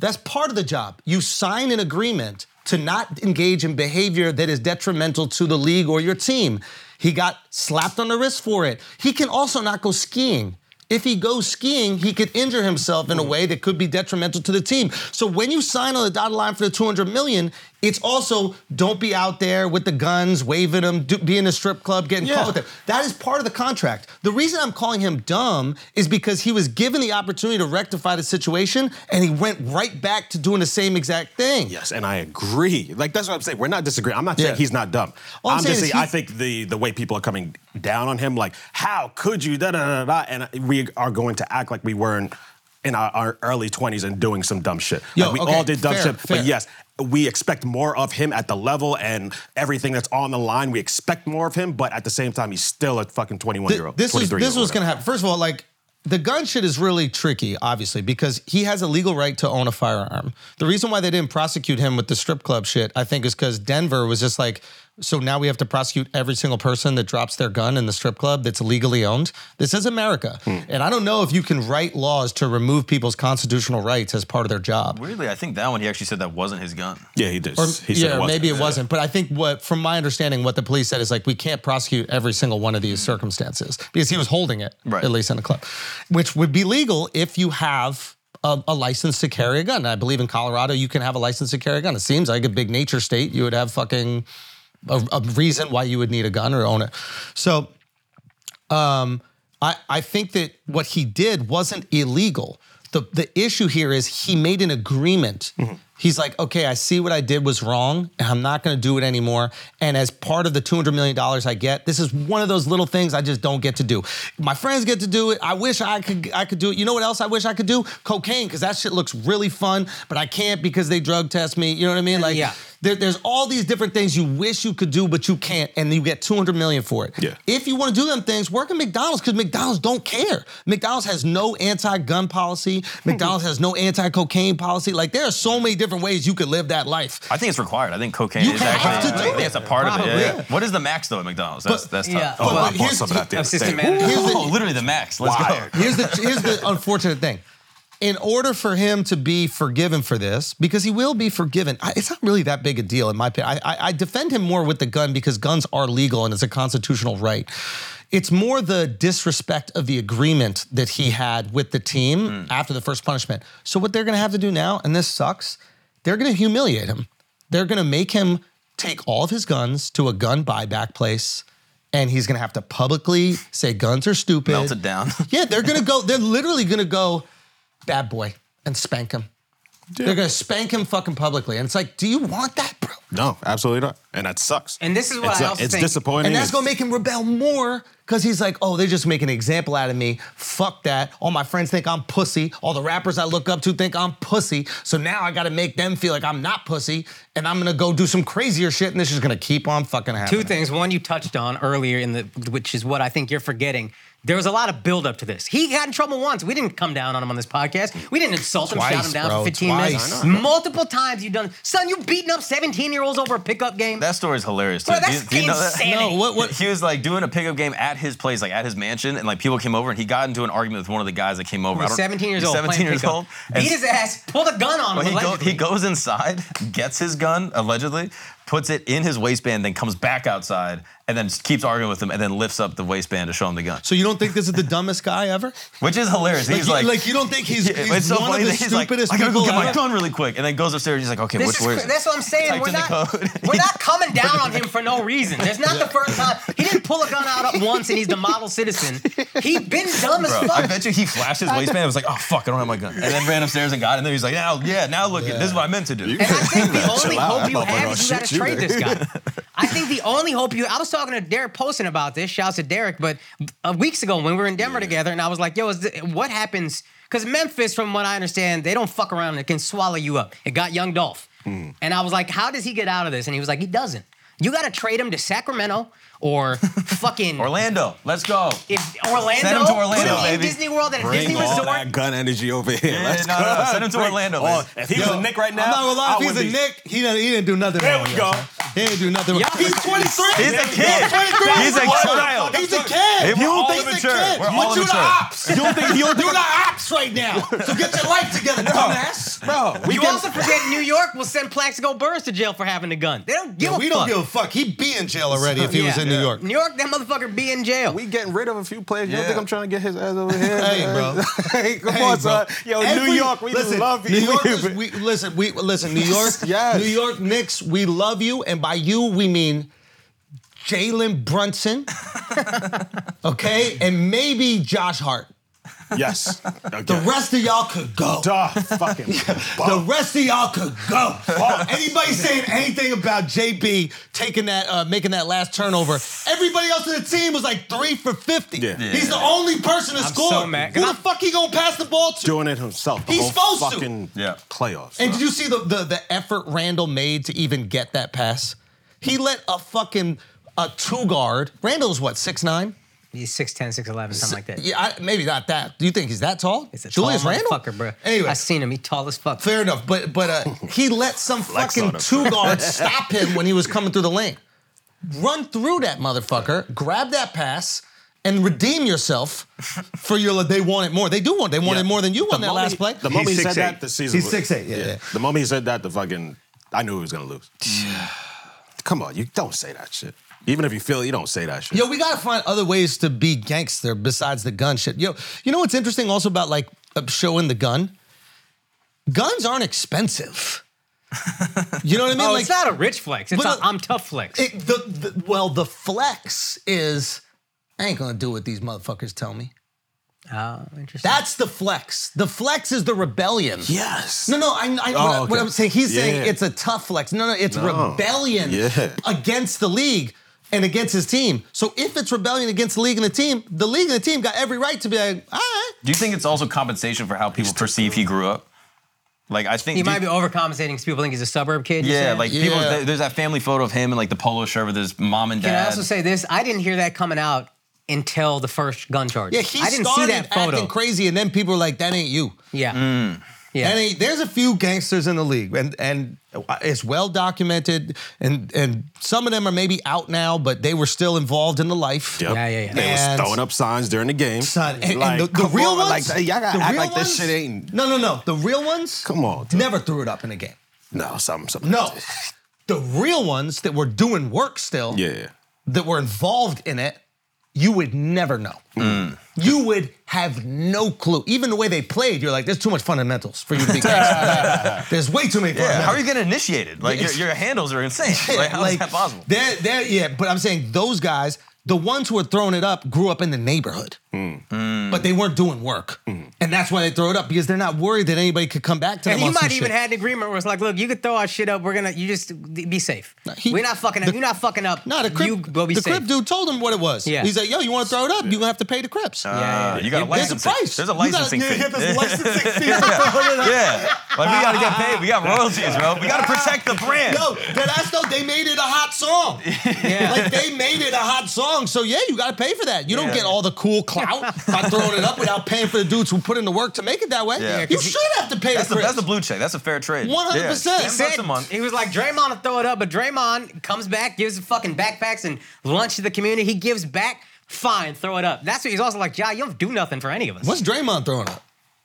[SPEAKER 1] that's part of the job. You sign an agreement to not engage in behavior that is detrimental to the league or your team. He got slapped on the wrist for it. He can also not go skiing. If he goes skiing, he could injure himself in a way that could be detrimental to the team. So when you sign on the dotted line for the 200 million, it's also don't be out there with the guns, waving them, do, be in a strip club, getting
[SPEAKER 3] Yeah.
[SPEAKER 1] caught with it. That is part of the contract. The reason I'm calling him dumb is because he was given the opportunity to rectify the situation and he went right back to doing the same exact thing.
[SPEAKER 3] Yes, and I agree. Like that's what I'm saying. We're not disagreeing. I'm not saying
[SPEAKER 1] Yeah.
[SPEAKER 3] he's not dumb.
[SPEAKER 1] All I'm
[SPEAKER 3] I'm,
[SPEAKER 1] saying
[SPEAKER 3] just
[SPEAKER 1] is he-
[SPEAKER 3] saying I think the the way people are coming down on him, like how could you da da da da, and we are going to act like we weren't in our, our early 20s and doing some dumb shit.
[SPEAKER 1] Yo,
[SPEAKER 3] like we
[SPEAKER 1] okay,
[SPEAKER 3] all did dumb
[SPEAKER 1] fair,
[SPEAKER 3] shit,
[SPEAKER 1] fair.
[SPEAKER 3] but yes, we expect more of him at the level and everything that's on the line. We expect more of him, but at the same time, he's still a fucking 21 year old.
[SPEAKER 1] Th- This was this was gonna happen. First of all, like the gun shit is really tricky, obviously, because he has a legal right to own a firearm. The reason why they didn't prosecute him with the strip club shit, I think, is because Denver was just like,
[SPEAKER 9] So now we have to prosecute every single person that drops their gun in the strip club that's legally owned. This is America.
[SPEAKER 8] Hmm.
[SPEAKER 9] And I don't know if you can write laws to remove people's constitutional rights as part of their job.
[SPEAKER 7] Weirdly, I think that one he actually said that wasn't his gun.
[SPEAKER 3] Yeah, he did.
[SPEAKER 9] Or,
[SPEAKER 3] he said
[SPEAKER 9] yeah,
[SPEAKER 3] it
[SPEAKER 9] or
[SPEAKER 3] wasn't.
[SPEAKER 9] maybe it wasn't. But I think what, from my understanding, what the police said is like we can't prosecute every single one of these circumstances because he was holding it,
[SPEAKER 7] Right.
[SPEAKER 9] at least in the club, which would be legal if you have a, a license to carry a gun. I believe in Colorado you can have a license to carry a gun. It seems like a big nature state. You would have fucking a, a reason why you would need a gun or own it. So Um, I, I think that what he did wasn't illegal. The, the issue here is he made an agreement.
[SPEAKER 6] Mm-hmm.
[SPEAKER 9] He's like, okay, I see what I did was wrong, and I'm not going to do it anymore. And as part of the $200 million I get, this is one of those little things I just don't get to do. My friends get to do it. I wish I could I could do it. You know what else I wish I could do? Cocaine, because that shit looks really fun, but I can't because they drug test me. You know what I mean? Like,
[SPEAKER 6] Yeah.
[SPEAKER 9] there, there's all these different things you wish you could do, but you can't, and you get 200 million for it.
[SPEAKER 3] Yeah.
[SPEAKER 9] If you want to do them things, work at McDonald's because McDonald's don't care. McDonald's has no anti-gun policy. McDonald's has no anti-cocaine policy. Like there are so many different ways you could live that life.
[SPEAKER 7] I think it's required. I think cocaine
[SPEAKER 9] You
[SPEAKER 7] is
[SPEAKER 9] have
[SPEAKER 7] actually.
[SPEAKER 9] to do
[SPEAKER 7] I think
[SPEAKER 9] it.
[SPEAKER 7] it's a part of it.
[SPEAKER 9] Probably.
[SPEAKER 7] yeah, yeah. What is the max though at McDonald's? That's
[SPEAKER 9] But-
[SPEAKER 7] that's tough.
[SPEAKER 6] Yeah.
[SPEAKER 7] Oh,
[SPEAKER 9] But
[SPEAKER 3] Oh, I bought
[SPEAKER 9] here's-
[SPEAKER 3] some of that the other
[SPEAKER 6] Assistant
[SPEAKER 3] day.
[SPEAKER 6] manager.
[SPEAKER 9] Here's the-
[SPEAKER 7] oh, literally the max. Let's
[SPEAKER 3] Wired.
[SPEAKER 7] go.
[SPEAKER 9] Here's the here's the unfortunate thing. In order for him to be forgiven for this, because he will be forgiven, I, it's not really that big a deal in my opinion. I, I, I defend him more with the gun because guns are legal and it's a constitutional right. It's more the disrespect of the agreement that he had with the team
[SPEAKER 7] Hmm.
[SPEAKER 9] after the first punishment. So what they're going to have to do now, and this sucks, they're going to humiliate him. They're going to make him take all of his guns to a gun buyback place, and he's going to have to publicly say guns are stupid.
[SPEAKER 7] Melt it down.
[SPEAKER 9] Yeah, they're gonna go. They're literally gonna go, bad boy, and spank him. They're gonna spank him fucking publicly, and it's like, do you want that, bro?
[SPEAKER 3] No, absolutely not. And that sucks.
[SPEAKER 6] And this is what
[SPEAKER 3] it's,
[SPEAKER 6] I also
[SPEAKER 3] It's
[SPEAKER 6] think-
[SPEAKER 3] disappointing.
[SPEAKER 9] And that's
[SPEAKER 3] It's-
[SPEAKER 9] gonna make him rebel more because he's like, oh, they just make an example out of me. Fuck that. All my friends think I'm pussy. All the rappers I look up to think I'm pussy. So now I gotta make them feel like I'm not pussy, and I'm gonna go do some crazier shit, and this is gonna keep on fucking happening.
[SPEAKER 6] Two things. One you touched on earlier in the which is what I think you're forgetting. There was a lot of buildup to this. He got in trouble once. We didn't come down on him on this podcast. We didn't insult him, shout
[SPEAKER 9] Twice,
[SPEAKER 6] him down
[SPEAKER 9] bro,
[SPEAKER 6] for 15
[SPEAKER 9] twice.
[SPEAKER 6] minutes. Multiple times you've done son, you beating up 17 year olds over a pickup game.
[SPEAKER 7] That story's hilarious too.
[SPEAKER 6] Bro,
[SPEAKER 7] Do you-
[SPEAKER 6] that's
[SPEAKER 7] do you know that?
[SPEAKER 6] insanity.
[SPEAKER 9] No, what- what-
[SPEAKER 7] He was like doing a pickup game at his place, like at his mansion, and like people came over, and he got into an argument with one of the guys that came over. I
[SPEAKER 6] He's
[SPEAKER 7] don't-
[SPEAKER 6] 17 years
[SPEAKER 7] he's
[SPEAKER 6] old.
[SPEAKER 7] 17
[SPEAKER 6] playing
[SPEAKER 7] years
[SPEAKER 6] pickup.
[SPEAKER 7] old. and-
[SPEAKER 6] Beat his ass, pulled a gun on
[SPEAKER 7] well,
[SPEAKER 6] him.
[SPEAKER 7] he, go,
[SPEAKER 6] allegedly.
[SPEAKER 7] he goes inside, gets his gun allegedly, puts it in his waistband, then comes back outside, and then just keeps arguing with him, and then lifts up the waistband to show him the gun,
[SPEAKER 9] So you don't think this is the dumbest guy ever?
[SPEAKER 7] which is hilarious. he's
[SPEAKER 9] you,
[SPEAKER 7] like,
[SPEAKER 9] you don't think he's,
[SPEAKER 7] Yeah,
[SPEAKER 9] he's
[SPEAKER 7] it's so
[SPEAKER 9] one
[SPEAKER 7] funny
[SPEAKER 9] of the
[SPEAKER 7] that he's like,
[SPEAKER 9] stupidest
[SPEAKER 7] I gotta
[SPEAKER 9] people
[SPEAKER 7] go get my
[SPEAKER 9] ever?
[SPEAKER 7] gun really quick, and then goes upstairs. And he's like, okay,
[SPEAKER 6] This
[SPEAKER 7] which
[SPEAKER 6] is
[SPEAKER 7] where
[SPEAKER 6] cr-
[SPEAKER 7] is it?
[SPEAKER 6] that's what I'm saying.
[SPEAKER 7] Typed
[SPEAKER 6] We're
[SPEAKER 7] in the
[SPEAKER 6] not,
[SPEAKER 7] code.
[SPEAKER 6] we're not coming down on him for no reason. That's not the first time. He didn't pull a gun out at once and he's the model citizen. He been dumb as
[SPEAKER 7] Bro,
[SPEAKER 6] fuck.
[SPEAKER 7] I bet you he flashed his waistband and was like, oh fuck, I don't have my gun. And then ran upstairs and got it. And then he's like, now, yeah, now look, at this is what I meant to do.
[SPEAKER 6] And I think the only
[SPEAKER 3] Chill out.
[SPEAKER 6] hope
[SPEAKER 3] That
[SPEAKER 6] you
[SPEAKER 3] motherfucker
[SPEAKER 6] have
[SPEAKER 3] gonna
[SPEAKER 6] is you got
[SPEAKER 3] shoot
[SPEAKER 6] to
[SPEAKER 3] you,
[SPEAKER 6] trade this guy. I think the only hope you. I was talking to Derek Poston about this. Shouts to Derek, but uh, weeks ago when we were in Denver together, and I was like, "Yo, is th- what happens?" Because Memphis, from what I understand, they don't fuck around and can swallow you up. It got Young Dolph, and I was like, "How does he get out of this?" And he was like, "He doesn't. You got to trade him to Sacramento or fucking."
[SPEAKER 7] Orlando, let's go.
[SPEAKER 6] If Orlando,
[SPEAKER 7] Send him to Orlando,
[SPEAKER 6] put him in
[SPEAKER 7] baby.
[SPEAKER 6] Disney World at a
[SPEAKER 3] Bring
[SPEAKER 6] Disney
[SPEAKER 3] all
[SPEAKER 6] Resort.
[SPEAKER 3] that gun energy over here.
[SPEAKER 7] Yeah,
[SPEAKER 3] Let's
[SPEAKER 7] no,
[SPEAKER 3] go.
[SPEAKER 7] no, no. Send him to
[SPEAKER 3] Bring
[SPEAKER 7] Orlando,
[SPEAKER 3] all-
[SPEAKER 7] man.
[SPEAKER 3] Oh, if he was a Nick right now,
[SPEAKER 9] I'm not gonna lie,
[SPEAKER 3] I
[SPEAKER 9] if he's
[SPEAKER 3] would
[SPEAKER 9] a
[SPEAKER 3] be-
[SPEAKER 9] Nick, he didn't, he didn't do nothing.
[SPEAKER 3] There
[SPEAKER 9] wrong
[SPEAKER 3] we
[SPEAKER 9] with us,
[SPEAKER 3] go.
[SPEAKER 9] man. He didn't do nothing. wrong.
[SPEAKER 6] Yeah.
[SPEAKER 9] He's 23.
[SPEAKER 7] He's a kid. He's a child.
[SPEAKER 9] He's a kid.
[SPEAKER 7] Hey, we're all
[SPEAKER 9] He's a
[SPEAKER 7] immature.
[SPEAKER 9] kid.
[SPEAKER 7] We're
[SPEAKER 9] You
[SPEAKER 7] all
[SPEAKER 9] do the
[SPEAKER 7] immature.
[SPEAKER 9] ops. You don't think you'll do the ops right now? So get your life together, dumbass.
[SPEAKER 3] Bro, we
[SPEAKER 6] You
[SPEAKER 3] can-
[SPEAKER 6] also forget New York will send Plaxico Burrs to jail for having a gun. They don't give
[SPEAKER 9] Yeah,
[SPEAKER 6] a
[SPEAKER 9] we
[SPEAKER 6] fuck.
[SPEAKER 9] don't give a fuck. He'd be in jail already if he was
[SPEAKER 6] Yeah.
[SPEAKER 9] in New York.
[SPEAKER 6] New York, that motherfucker be in jail.
[SPEAKER 3] We getting rid of a few players. You
[SPEAKER 7] Yeah.
[SPEAKER 3] don't think I'm trying to get his ass over here?
[SPEAKER 9] Hey,
[SPEAKER 3] man?
[SPEAKER 9] bro.
[SPEAKER 3] hey, come
[SPEAKER 9] Hey,
[SPEAKER 3] on,
[SPEAKER 9] bro.
[SPEAKER 3] son. Yo, New
[SPEAKER 9] Every-
[SPEAKER 3] York, we
[SPEAKER 9] listen,
[SPEAKER 3] love you.
[SPEAKER 9] New York, is- we, listen, we listen. New York,
[SPEAKER 3] Yes.
[SPEAKER 9] New York Knicks, we love you, and by you we mean Jalen Brunson, okay, and maybe Josh Hart.
[SPEAKER 3] yes.
[SPEAKER 9] The rest of y'all could go.
[SPEAKER 3] Duh, fucking.
[SPEAKER 9] The rest of y'all could go. Anybody saying anything about JB taking that, uh, making that last turnover? Everybody else in the team was like three for fifty.
[SPEAKER 3] Yeah. Yeah.
[SPEAKER 9] He's the only person to
[SPEAKER 6] I'm
[SPEAKER 9] score.
[SPEAKER 6] so mad, 'cause
[SPEAKER 9] Who the
[SPEAKER 6] I'm-
[SPEAKER 9] fuck he gonna pass the ball to?
[SPEAKER 3] Doing it himself. The
[SPEAKER 9] He's
[SPEAKER 3] whole
[SPEAKER 9] supposed to.
[SPEAKER 3] fucking
[SPEAKER 7] Yeah.
[SPEAKER 3] playoffs.
[SPEAKER 9] And did you see the, the the effort Randall made to even get that pass? He let a fucking a two guard. Randall's what six nine?
[SPEAKER 6] He's 6'10", 6'11", something like that.
[SPEAKER 9] Yeah, I, maybe not that. Do you think he's that tall?
[SPEAKER 6] It's a
[SPEAKER 9] Julius
[SPEAKER 6] tall
[SPEAKER 9] Randall?
[SPEAKER 6] motherfucker, bro.
[SPEAKER 9] Anyway,
[SPEAKER 6] I seen him. He tall as fuck.
[SPEAKER 9] fair enough. But but uh, he let some
[SPEAKER 3] Flex on
[SPEAKER 9] fucking
[SPEAKER 3] him.
[SPEAKER 9] two guard stop him when he was coming through the lane. run through that motherfucker, grab that pass, and redeem yourself for your. They want it more. They do want. They wanted
[SPEAKER 3] Yeah.
[SPEAKER 9] more than you
[SPEAKER 3] The
[SPEAKER 9] on that
[SPEAKER 3] moment
[SPEAKER 9] last
[SPEAKER 3] he-
[SPEAKER 9] play.
[SPEAKER 3] The moment he
[SPEAKER 10] He's
[SPEAKER 3] said
[SPEAKER 10] 6'8".
[SPEAKER 3] that, the season.
[SPEAKER 9] He's
[SPEAKER 3] was-
[SPEAKER 9] 6'8", yeah, yeah.
[SPEAKER 3] The moment he said that, the fucking, I knew he was gonna lose. Come on, you don't say that shit. Even if you feel it, you don't say that shit.
[SPEAKER 9] Yo, we gotta find other ways to be gangster besides the gun shit. Yo, you know what's interesting also about like uh, showing the gun? Guns aren't expensive. You know what I mean?
[SPEAKER 6] Oh,
[SPEAKER 9] like
[SPEAKER 6] it's not a rich flex. It's
[SPEAKER 9] But,
[SPEAKER 6] a
[SPEAKER 9] uh,
[SPEAKER 6] I'm tough flex.
[SPEAKER 9] it, the, the well, the flex is I ain't gonna do what these motherfuckers tell me.
[SPEAKER 6] oh, interesting.
[SPEAKER 9] That's the flex. The flex is the rebellion.
[SPEAKER 3] Yes.
[SPEAKER 9] No, no, I, I, what,
[SPEAKER 3] Oh,
[SPEAKER 9] I, what
[SPEAKER 3] okay.
[SPEAKER 9] I'm saying, he's saying
[SPEAKER 3] Yeah.
[SPEAKER 9] it's a tough flex. No, no, it's rebellion
[SPEAKER 3] Yeah.
[SPEAKER 9] against the league and against his team. So if it's rebellion against the league and the team, the league and the team got every right to be like, all right.
[SPEAKER 7] Do you think it's also compensation for how people perceive he grew up? Like I think
[SPEAKER 6] He
[SPEAKER 7] do-
[SPEAKER 6] might be overcompensating because people think he's a suburb kid. you
[SPEAKER 7] Yeah,
[SPEAKER 6] said?
[SPEAKER 7] like people.
[SPEAKER 9] Yeah.
[SPEAKER 7] There's that family photo of him and like the polo shirt with his mom and dad.
[SPEAKER 6] Can I also say this? I didn't hear that coming out until the first gun charge.
[SPEAKER 9] Yeah, he
[SPEAKER 6] I didn't see
[SPEAKER 9] started
[SPEAKER 6] that photo.
[SPEAKER 9] acting crazy, and then people were like, that ain't you.
[SPEAKER 6] yeah.
[SPEAKER 9] That ain't, there's a few gangsters in the league, and and it's well documented, and and some of them are maybe out now, but they were still involved in the life.
[SPEAKER 3] Yep.
[SPEAKER 6] Yeah, yeah, yeah.
[SPEAKER 3] They
[SPEAKER 9] And-
[SPEAKER 3] was throwing up signs during the game.
[SPEAKER 9] Son, and, and
[SPEAKER 3] Like,
[SPEAKER 9] the, the
[SPEAKER 3] come
[SPEAKER 9] real
[SPEAKER 3] on,
[SPEAKER 9] ones,
[SPEAKER 3] like, y'all gotta
[SPEAKER 9] the
[SPEAKER 3] act
[SPEAKER 9] real
[SPEAKER 3] like this
[SPEAKER 9] ones-
[SPEAKER 3] shit ain't.
[SPEAKER 9] No, no, no. The real ones.
[SPEAKER 3] Come on, dude.
[SPEAKER 9] Never threw it up in a game.
[SPEAKER 3] No, something, something.
[SPEAKER 9] No, the real ones that were doing work still.
[SPEAKER 3] Yeah.
[SPEAKER 9] That were involved in it, you would never know.
[SPEAKER 3] Mm.
[SPEAKER 9] You would have no clue. Even the way they played, you're like, there's too much fundamentals for you to be. gangster. there's way too many.
[SPEAKER 7] yeah,
[SPEAKER 9] fundamentals.
[SPEAKER 7] how are you getting initiated? Like your, your handles are insane. Like how is that possible?
[SPEAKER 9] They're, they're- yeah, but I'm saying those guys, the ones who were throwing it up, grew up in the neighborhood,
[SPEAKER 7] Mm.
[SPEAKER 9] but they weren't doing work, and that's why they throw it up because they're not worried that anybody could come back to them.
[SPEAKER 6] And you
[SPEAKER 9] on some
[SPEAKER 6] might even
[SPEAKER 9] shit.
[SPEAKER 6] had an agreement where it's like, look, you could throw our shit up. We're gonna, you just be safe.
[SPEAKER 9] he-
[SPEAKER 6] We're not fucking up.
[SPEAKER 9] the-
[SPEAKER 6] You're not fucking up.
[SPEAKER 9] No, the
[SPEAKER 6] you
[SPEAKER 9] Crip,
[SPEAKER 6] will be
[SPEAKER 9] the
[SPEAKER 6] safe.
[SPEAKER 9] Crip dude told him what it was.
[SPEAKER 6] Yeah.
[SPEAKER 9] He's like, yo, you want to throw it up? You're going to have to pay the Crips.
[SPEAKER 6] yeah, yeah.
[SPEAKER 7] you got a
[SPEAKER 9] There's a
[SPEAKER 7] license.
[SPEAKER 9] price.
[SPEAKER 7] There's a
[SPEAKER 9] You gotta-
[SPEAKER 7] Uh, licensing
[SPEAKER 9] yeah,
[SPEAKER 7] fee.
[SPEAKER 9] yeah, there's a licensing fee.
[SPEAKER 7] yeah, like we gotta get paid. We got royalties, bro. We gotta protect the brand.
[SPEAKER 9] Yo, dead ass though, they made it a hot song. Like they made it a hot song. So yeah, you gotta pay for that. You don't
[SPEAKER 7] Yeah.
[SPEAKER 9] get all the cool clout by throwing it up without paying for the dudes who put in the work to make it that way.
[SPEAKER 7] Yeah.
[SPEAKER 9] You should have to pay
[SPEAKER 7] That's
[SPEAKER 9] the
[SPEAKER 7] the, that's
[SPEAKER 9] Crips.
[SPEAKER 7] the blue check. That's a fair trade.
[SPEAKER 9] 100%.
[SPEAKER 7] Yeah.
[SPEAKER 9] He
[SPEAKER 7] Ten bucks a month.
[SPEAKER 6] He was like, Draymond will throw it up, but Draymond comes back, gives fucking backpacks and lunch to the community. He gives back, fine, throw it up. That's what he's also like, Ja, you don't do nothing for any of us.
[SPEAKER 9] What's Draymond throwing up?